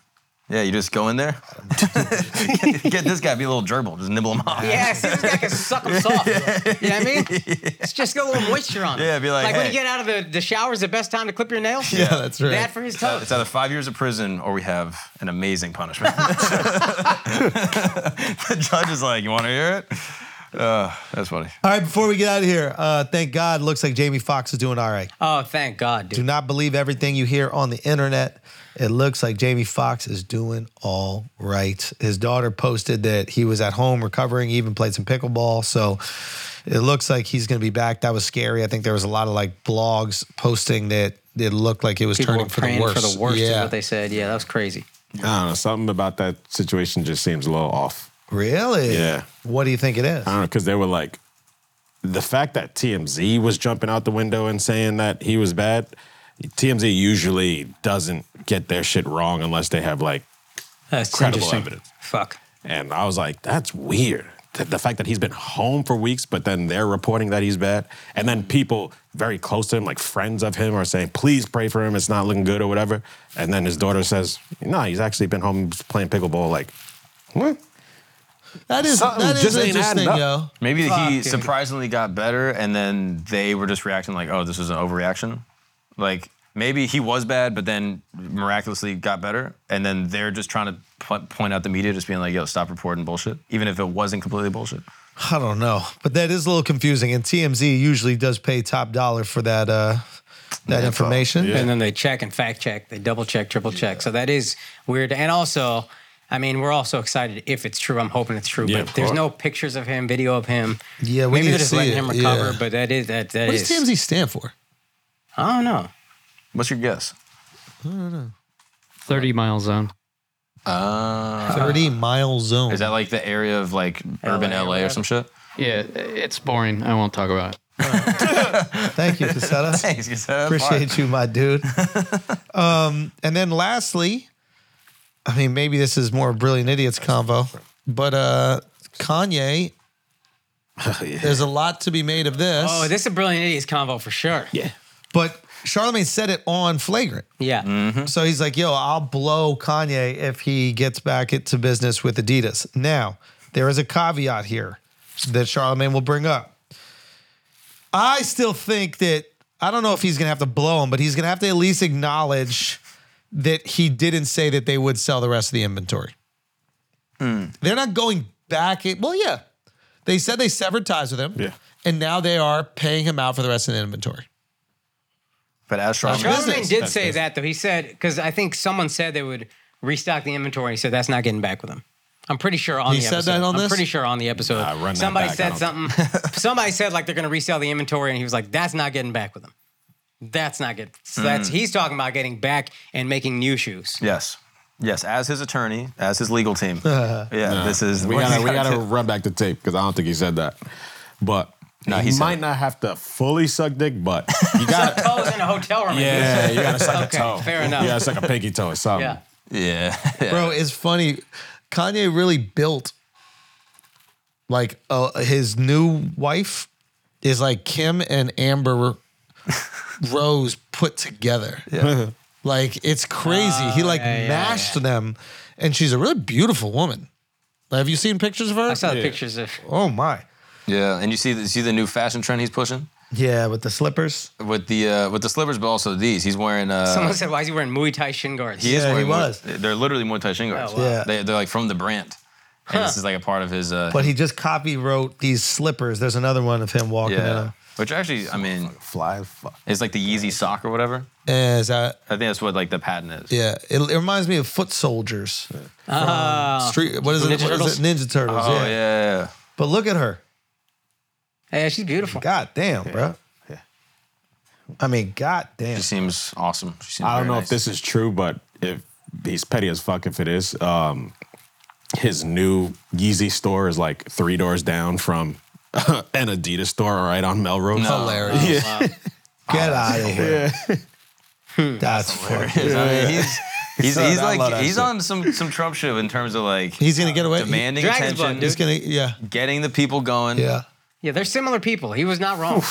[SPEAKER 7] Yeah, you just go in there. Get this guy, be a little gerbil, just nibble him off.
[SPEAKER 6] Yeah, see, this guy can suck him soft. You know what I mean? It's just get a little moisture on it.
[SPEAKER 7] Yeah, be like,
[SPEAKER 6] when you
[SPEAKER 7] hey.
[SPEAKER 6] get out of the, the shower is the best time to clip your nails?
[SPEAKER 9] Yeah, that's right.
[SPEAKER 6] Bad for his
[SPEAKER 7] Uh,
[SPEAKER 6] toes.
[SPEAKER 7] it's either five years of prison or we have an amazing punishment. the judge is like, "You want to hear it?" Uh, that's funny.
[SPEAKER 1] All right, before we get out of here, uh, thank God, looks like Jamie Foxx is doing all right.
[SPEAKER 6] oh, thank God, dude.
[SPEAKER 1] Do not believe everything you hear on the internet. It looks like Jamie Foxx is doing all right. His daughter posted that he was at home recovering, even played some pickleball. So it looks like he's going to be back. That was scary. I think there was a lot of like blogs posting that it looked like it was
[SPEAKER 6] People were
[SPEAKER 1] turning for the
[SPEAKER 6] praying
[SPEAKER 1] worst.
[SPEAKER 6] for the worst is
[SPEAKER 1] yeah.
[SPEAKER 6] what they said. Yeah, that was crazy.
[SPEAKER 3] I don't know. Something about that situation just seems a little off.
[SPEAKER 1] really?
[SPEAKER 3] Yeah.
[SPEAKER 1] What do you think it is?
[SPEAKER 3] I don't know because they were like, the fact that TMZ was jumping out the window and saying that he was bad. TMZ usually doesn't get their shit wrong unless they have like
[SPEAKER 6] That's
[SPEAKER 3] credible
[SPEAKER 6] interesting.
[SPEAKER 3] evidence.
[SPEAKER 6] Fuck.
[SPEAKER 3] And I was like, that's weird. The, the fact that he's been home for weeks, but then they're reporting that he's bad. And then people very close to him, like friends of him, are saying, please pray for him. It's not looking good or whatever. And then his daughter says, no, he's actually been home playing pickleball. Like, what?
[SPEAKER 9] That is
[SPEAKER 3] Something
[SPEAKER 9] Hmm, that is
[SPEAKER 3] just ain't adding
[SPEAKER 9] interesting,
[SPEAKER 3] up.
[SPEAKER 9] yo.
[SPEAKER 7] Maybe
[SPEAKER 6] Fuck,
[SPEAKER 7] he
[SPEAKER 6] dude.
[SPEAKER 7] surprisingly got better, and then they were just reacting like, "Oh, this was an overreaction." Like maybe he was bad, but then miraculously got better, and then they're just trying to po- point out the media, just being like, "Yo, stop reporting bullshit," even if it wasn't completely bullshit.
[SPEAKER 1] I don't know, but that is a little confusing. And TMZ usually does pay top dollar for that uh, that information.
[SPEAKER 6] And then they check and fact check. They double check, triple check. So that is weird. And also, I mean, we're also excited if it's true. I'm hoping it's true.
[SPEAKER 3] Yeah,
[SPEAKER 6] but
[SPEAKER 3] of
[SPEAKER 6] there's
[SPEAKER 3] course.
[SPEAKER 6] no pictures of him, video of him.
[SPEAKER 1] Yeah, we
[SPEAKER 6] Maybe
[SPEAKER 1] need to
[SPEAKER 6] they're just
[SPEAKER 1] see
[SPEAKER 6] letting
[SPEAKER 1] it.
[SPEAKER 6] him recover,
[SPEAKER 1] Yeah.
[SPEAKER 6] but that is that that
[SPEAKER 9] What does
[SPEAKER 6] is.
[SPEAKER 9] TMZ stand for?
[SPEAKER 6] I don't know.
[SPEAKER 7] What's your guess?
[SPEAKER 8] 30 mile zone.
[SPEAKER 9] Thirty mile zone.
[SPEAKER 7] Uh, Is that like the area of like urban
[SPEAKER 6] LA or
[SPEAKER 7] LA or some shit?
[SPEAKER 8] Yeah, it's boring. I won't talk about it.
[SPEAKER 1] Thank you, Casetta.
[SPEAKER 7] Thanks, Gazette.
[SPEAKER 1] Appreciate you, my dude. um, and then lastly,
[SPEAKER 9] I mean, maybe this is more brilliant idiots convo, but uh, Kanye, there's a lot to be made of this.
[SPEAKER 6] Oh, this is a brilliant idiots convo for sure. Yeah.
[SPEAKER 9] but Charlemagne said it on Flagrant.
[SPEAKER 6] Yeah.
[SPEAKER 9] So he's like, yo, I'll blow Kanye if he gets back into business with Adidas. Now, there is a caveat here that Charlemagne will bring up. I still think that, I don't know if he's going to have to blow him, but he's going to have to at least acknowledge that he didn't say that they would sell the rest of the inventory. They're not going back. In, well, yeah. They said they severed ties with him.
[SPEAKER 3] Yeah.
[SPEAKER 9] And now they are paying him out for the rest of the inventory.
[SPEAKER 7] But as Charlemagne,
[SPEAKER 6] Charlemagne did say that though. He said because I think someone said they would restock the inventory. He said that's not getting back with them. I'm pretty sure on
[SPEAKER 9] He
[SPEAKER 6] the
[SPEAKER 9] said
[SPEAKER 6] episode.
[SPEAKER 9] that on
[SPEAKER 6] I'm
[SPEAKER 9] this?
[SPEAKER 6] pretty sure on the episode.
[SPEAKER 3] Nah, run that
[SPEAKER 6] somebody
[SPEAKER 3] back, I
[SPEAKER 6] said
[SPEAKER 3] don't-
[SPEAKER 6] something. somebody said like they're going to resell the inventory, and he was like, "That's not getting back with them. That's not good." So that's he's talking about getting back and making new shoes.
[SPEAKER 7] yes, yes, as his attorney, as his legal team. yeah, this is
[SPEAKER 3] We gotta, we gotta run back the tape because I don't think he said that. But he,
[SPEAKER 7] he said
[SPEAKER 3] might
[SPEAKER 7] it.
[SPEAKER 3] not have to fully suck dick, but you gotta.
[SPEAKER 6] Toes in a hotel room.
[SPEAKER 3] yeah, you gotta suck
[SPEAKER 6] Oh, Okay,
[SPEAKER 3] a toe.
[SPEAKER 6] fair enough.
[SPEAKER 3] Yeah, it's like a pinky toe or something.
[SPEAKER 6] Yeah.
[SPEAKER 7] yeah, yeah.
[SPEAKER 9] Bro, it's funny. Kanye really built like uh, his new wife is like Kim and Amber Rose put together. like it's crazy. he like mashed them, and she's a really beautiful woman. Have you seen pictures of her?
[SPEAKER 6] I saw the pictures of.
[SPEAKER 9] oh my.
[SPEAKER 7] yeah. And you see, the, see the new fashion trend he's pushing
[SPEAKER 9] Yeah, with the slippers.
[SPEAKER 7] with the uh, with the slippers, but also these. He's wearing. Uh,
[SPEAKER 6] Someone said, "Why is he wearing Muay Thai shin guards?"
[SPEAKER 7] He is
[SPEAKER 9] Yeah, he
[SPEAKER 7] wearing Muay-
[SPEAKER 9] was. Oh,
[SPEAKER 7] They're literally Muay Thai shin guards.
[SPEAKER 6] wow.
[SPEAKER 9] Yeah.
[SPEAKER 7] They, they're like from the brand. And this is like a part of his. Uh,
[SPEAKER 9] But he just copy wrote these slippers. There's another one of him walking in
[SPEAKER 7] yeah.
[SPEAKER 9] them.
[SPEAKER 7] Which actually, I mean,
[SPEAKER 3] Fly, fuck.
[SPEAKER 7] it's like the Yeezy sock or whatever.
[SPEAKER 9] Is that
[SPEAKER 7] I think that's what like the patent is.
[SPEAKER 9] yeah? It, it reminds me of Foot Soldiers.
[SPEAKER 3] Ah.
[SPEAKER 6] Oh.
[SPEAKER 9] Street. What is it?
[SPEAKER 6] Ninja
[SPEAKER 9] What
[SPEAKER 6] Turtles?
[SPEAKER 9] is it? Ninja Turtles.
[SPEAKER 7] Oh
[SPEAKER 9] yeah.
[SPEAKER 7] yeah. yeah, yeah.
[SPEAKER 9] But look at her.
[SPEAKER 6] Yeah, she's beautiful.
[SPEAKER 9] God damn, bro. I mean, god damn.
[SPEAKER 7] She seems awesome. She seems
[SPEAKER 3] I don't
[SPEAKER 7] very
[SPEAKER 3] know
[SPEAKER 7] nice.
[SPEAKER 3] if this is true, but if he's petty as fuck if it is, um, his new Yeezy store is like three doors down from an Adidas store right on Melrose.
[SPEAKER 7] No.
[SPEAKER 9] Hilarious. Get out of here. That's funny.
[SPEAKER 7] I mean, he's he's,
[SPEAKER 3] Son,
[SPEAKER 7] he's
[SPEAKER 3] I love
[SPEAKER 7] like
[SPEAKER 3] that
[SPEAKER 7] he's
[SPEAKER 3] shit.
[SPEAKER 7] on some some Trump shit in terms of like
[SPEAKER 9] He's gonna get away.
[SPEAKER 7] demanding
[SPEAKER 6] Dragon's blood,
[SPEAKER 7] attention,
[SPEAKER 9] He's gonna. Yeah.
[SPEAKER 7] getting the people going.
[SPEAKER 9] Yeah.
[SPEAKER 6] Yeah, they're similar people. He was not wrong.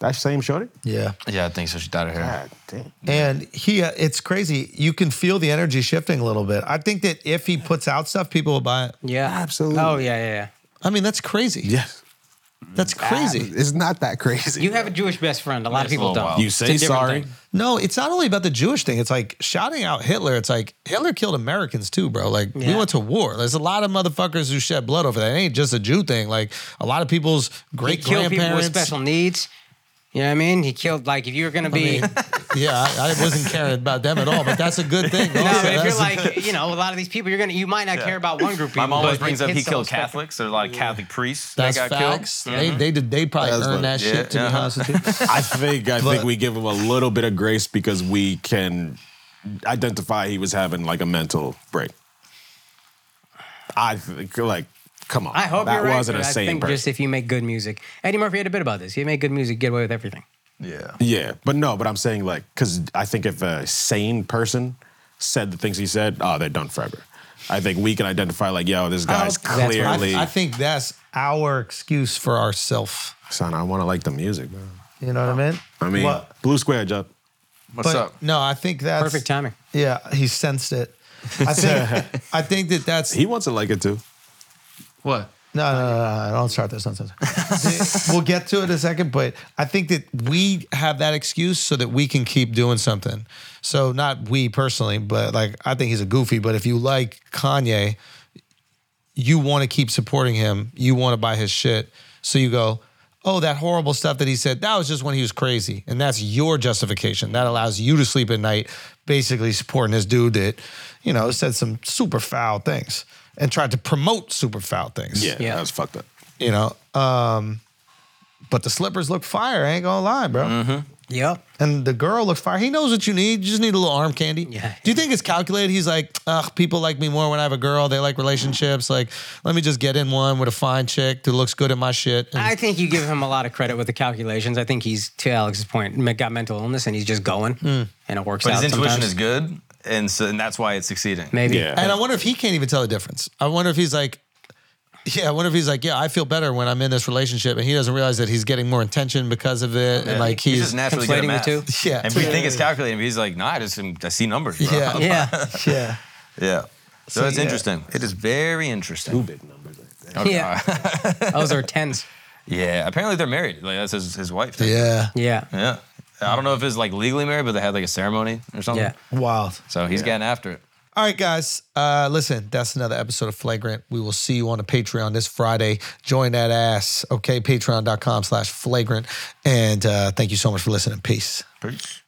[SPEAKER 3] That same shorty?
[SPEAKER 9] Yeah.
[SPEAKER 7] yeah, I think so. She dyed her hair.
[SPEAKER 3] God damn.
[SPEAKER 9] And he, uh, it's crazy. You can feel the energy shifting a little bit. I think that if he puts out stuff, people will buy it.
[SPEAKER 6] Yeah.
[SPEAKER 3] Absolutely.
[SPEAKER 6] Oh yeah, yeah, yeah.
[SPEAKER 9] I mean, that's crazy.
[SPEAKER 3] Yes.
[SPEAKER 9] That's crazy.
[SPEAKER 3] It's not that crazy.
[SPEAKER 6] You have a Jewish best friend. A lot of
[SPEAKER 7] That's a
[SPEAKER 6] people
[SPEAKER 7] little
[SPEAKER 6] don't.
[SPEAKER 7] wild.
[SPEAKER 3] You
[SPEAKER 6] It's
[SPEAKER 3] say
[SPEAKER 6] a different
[SPEAKER 3] sorry.
[SPEAKER 6] thing.
[SPEAKER 9] No, it's not only about the Jewish thing. It's like shouting out Hitler. It's like Hitler killed Americans too, bro. Like we
[SPEAKER 6] Yeah.
[SPEAKER 9] went to war. There's a lot of motherfuckers who shed blood over that. It ain't just a Jew thing. Like a lot of people's
[SPEAKER 6] He
[SPEAKER 9] great
[SPEAKER 6] killed people with
[SPEAKER 9] grandparents.
[SPEAKER 6] special needs. You know what I mean? He killed like if you were gonna be.
[SPEAKER 9] yeah, I, I wasn't caring about them at all, but that's a good thing.
[SPEAKER 6] no,
[SPEAKER 9] also.
[SPEAKER 6] but if you're
[SPEAKER 9] That's-
[SPEAKER 6] like you know a lot of these people, you're gonna you might not care about one group. of
[SPEAKER 7] My
[SPEAKER 6] people,
[SPEAKER 7] mom always
[SPEAKER 6] but
[SPEAKER 7] brings
[SPEAKER 6] it
[SPEAKER 7] up he
[SPEAKER 6] hits the whole
[SPEAKER 7] killed
[SPEAKER 6] spectrum.
[SPEAKER 7] Catholics. There's a lot of Catholic priests
[SPEAKER 9] that's
[SPEAKER 7] that got
[SPEAKER 9] facts. They,
[SPEAKER 6] Mm-hmm.
[SPEAKER 9] they did. They probably
[SPEAKER 3] That's
[SPEAKER 9] earned that
[SPEAKER 3] what-
[SPEAKER 7] yeah,
[SPEAKER 9] shit. To
[SPEAKER 7] yeah.
[SPEAKER 9] be honest with you,
[SPEAKER 3] I think I think we give him a little bit of grace because we can identify he was having like a mental break. I think like come on.
[SPEAKER 6] I hope
[SPEAKER 3] that
[SPEAKER 6] you're right.
[SPEAKER 3] wasn't
[SPEAKER 6] but
[SPEAKER 3] a
[SPEAKER 6] I
[SPEAKER 3] sane
[SPEAKER 6] think
[SPEAKER 3] person.
[SPEAKER 6] just if you make good music, Eddie Murphy had a bit about this. He made good music, get away with everything.
[SPEAKER 7] killed. Yeah.
[SPEAKER 3] yeah, but no, but I'm saying like because I think if a sane person said the things he said, oh, they're done forever. I think we can identify like, yo, this guy's
[SPEAKER 6] okay. Oh, That's what I-
[SPEAKER 3] clearly.
[SPEAKER 9] I, I think that's our excuse for ourself.
[SPEAKER 3] son, I want to like the music, man.
[SPEAKER 9] You know what I mean?
[SPEAKER 3] I mean,
[SPEAKER 9] What-
[SPEAKER 3] Blue Square, Jeff.
[SPEAKER 7] What's
[SPEAKER 9] but
[SPEAKER 7] up?
[SPEAKER 9] no, I think that's
[SPEAKER 6] Perfect timing.
[SPEAKER 9] Yeah, he sensed it. I think I think that that's
[SPEAKER 3] He wants to like it too.
[SPEAKER 17] What?
[SPEAKER 9] No, no, no, no, no. Don't start this nonsense. we'll get to it in a second, but I think that we have that excuse so that we can keep doing something. So not we personally, but like I think he's a goofy. But if you like Kanye, you want to keep supporting him. You want to buy his shit. So you go, oh, that horrible stuff that he said, that was just when he was crazy. And that's your justification. That allows you to sleep at night, basically supporting this dude that, you know, said some super foul things and tried to promote super foul things
[SPEAKER 3] Yeah,
[SPEAKER 6] Yeah.
[SPEAKER 3] that was fucked up.
[SPEAKER 9] you know. Um, but the slippers look fire. I ain't gonna lie, bro.
[SPEAKER 6] Yep.
[SPEAKER 9] And the girl looks fire. He knows what you need. You just need a little arm candy.
[SPEAKER 6] Yeah.
[SPEAKER 9] Do you think it's calculated? He's like, ugh, people like me more when I have a girl. They like relationships. Like, let me just get in one with a fine chick who looks good in my shit. And
[SPEAKER 6] I think you give him a lot of credit with the calculations. I
[SPEAKER 3] Hmm.
[SPEAKER 6] think he's to Alex's point, got mental illness and he's just going, and it works
[SPEAKER 7] But
[SPEAKER 6] out.
[SPEAKER 7] his intuition
[SPEAKER 6] sometimes.
[SPEAKER 7] is good. and so and that's why it's succeeding.
[SPEAKER 6] Maybe.
[SPEAKER 3] Yeah.
[SPEAKER 1] And I wonder if he can't even tell the difference. I wonder if he's like, yeah, I wonder if he's like, yeah, I feel better when I'm in this relationship, and he doesn't realize that he's getting more attention because of it, and like
[SPEAKER 7] he's,
[SPEAKER 1] he's,
[SPEAKER 7] just naturally good at
[SPEAKER 6] conflating
[SPEAKER 7] math.
[SPEAKER 6] the
[SPEAKER 1] Yeah.
[SPEAKER 7] and we think it's calculating, but he's like, nah, I just am- I see numbers. Bro.
[SPEAKER 1] Yeah.
[SPEAKER 6] Yeah.
[SPEAKER 9] Yeah.
[SPEAKER 7] yeah. So, it's
[SPEAKER 9] yeah.
[SPEAKER 7] interesting. It is very interesting. Oh,
[SPEAKER 3] Big numbers.
[SPEAKER 6] Yeah. Those are tens.
[SPEAKER 7] Yeah, apparently they're married. Like that's his, his wife.
[SPEAKER 9] Yeah.
[SPEAKER 6] Yeah.
[SPEAKER 7] Yeah. I don't know if it's like legally married, but they had like a ceremony or something.
[SPEAKER 6] Yeah.
[SPEAKER 9] Wild.
[SPEAKER 7] So he's getting after it.
[SPEAKER 1] All right, guys. Uh, listen, that's another episode of Flagrant. We will see you on the Patreon this Friday. Join that ass, okay? Patreon.com slash flagrant. And uh, thank you so much for listening. Peace.
[SPEAKER 7] Peace.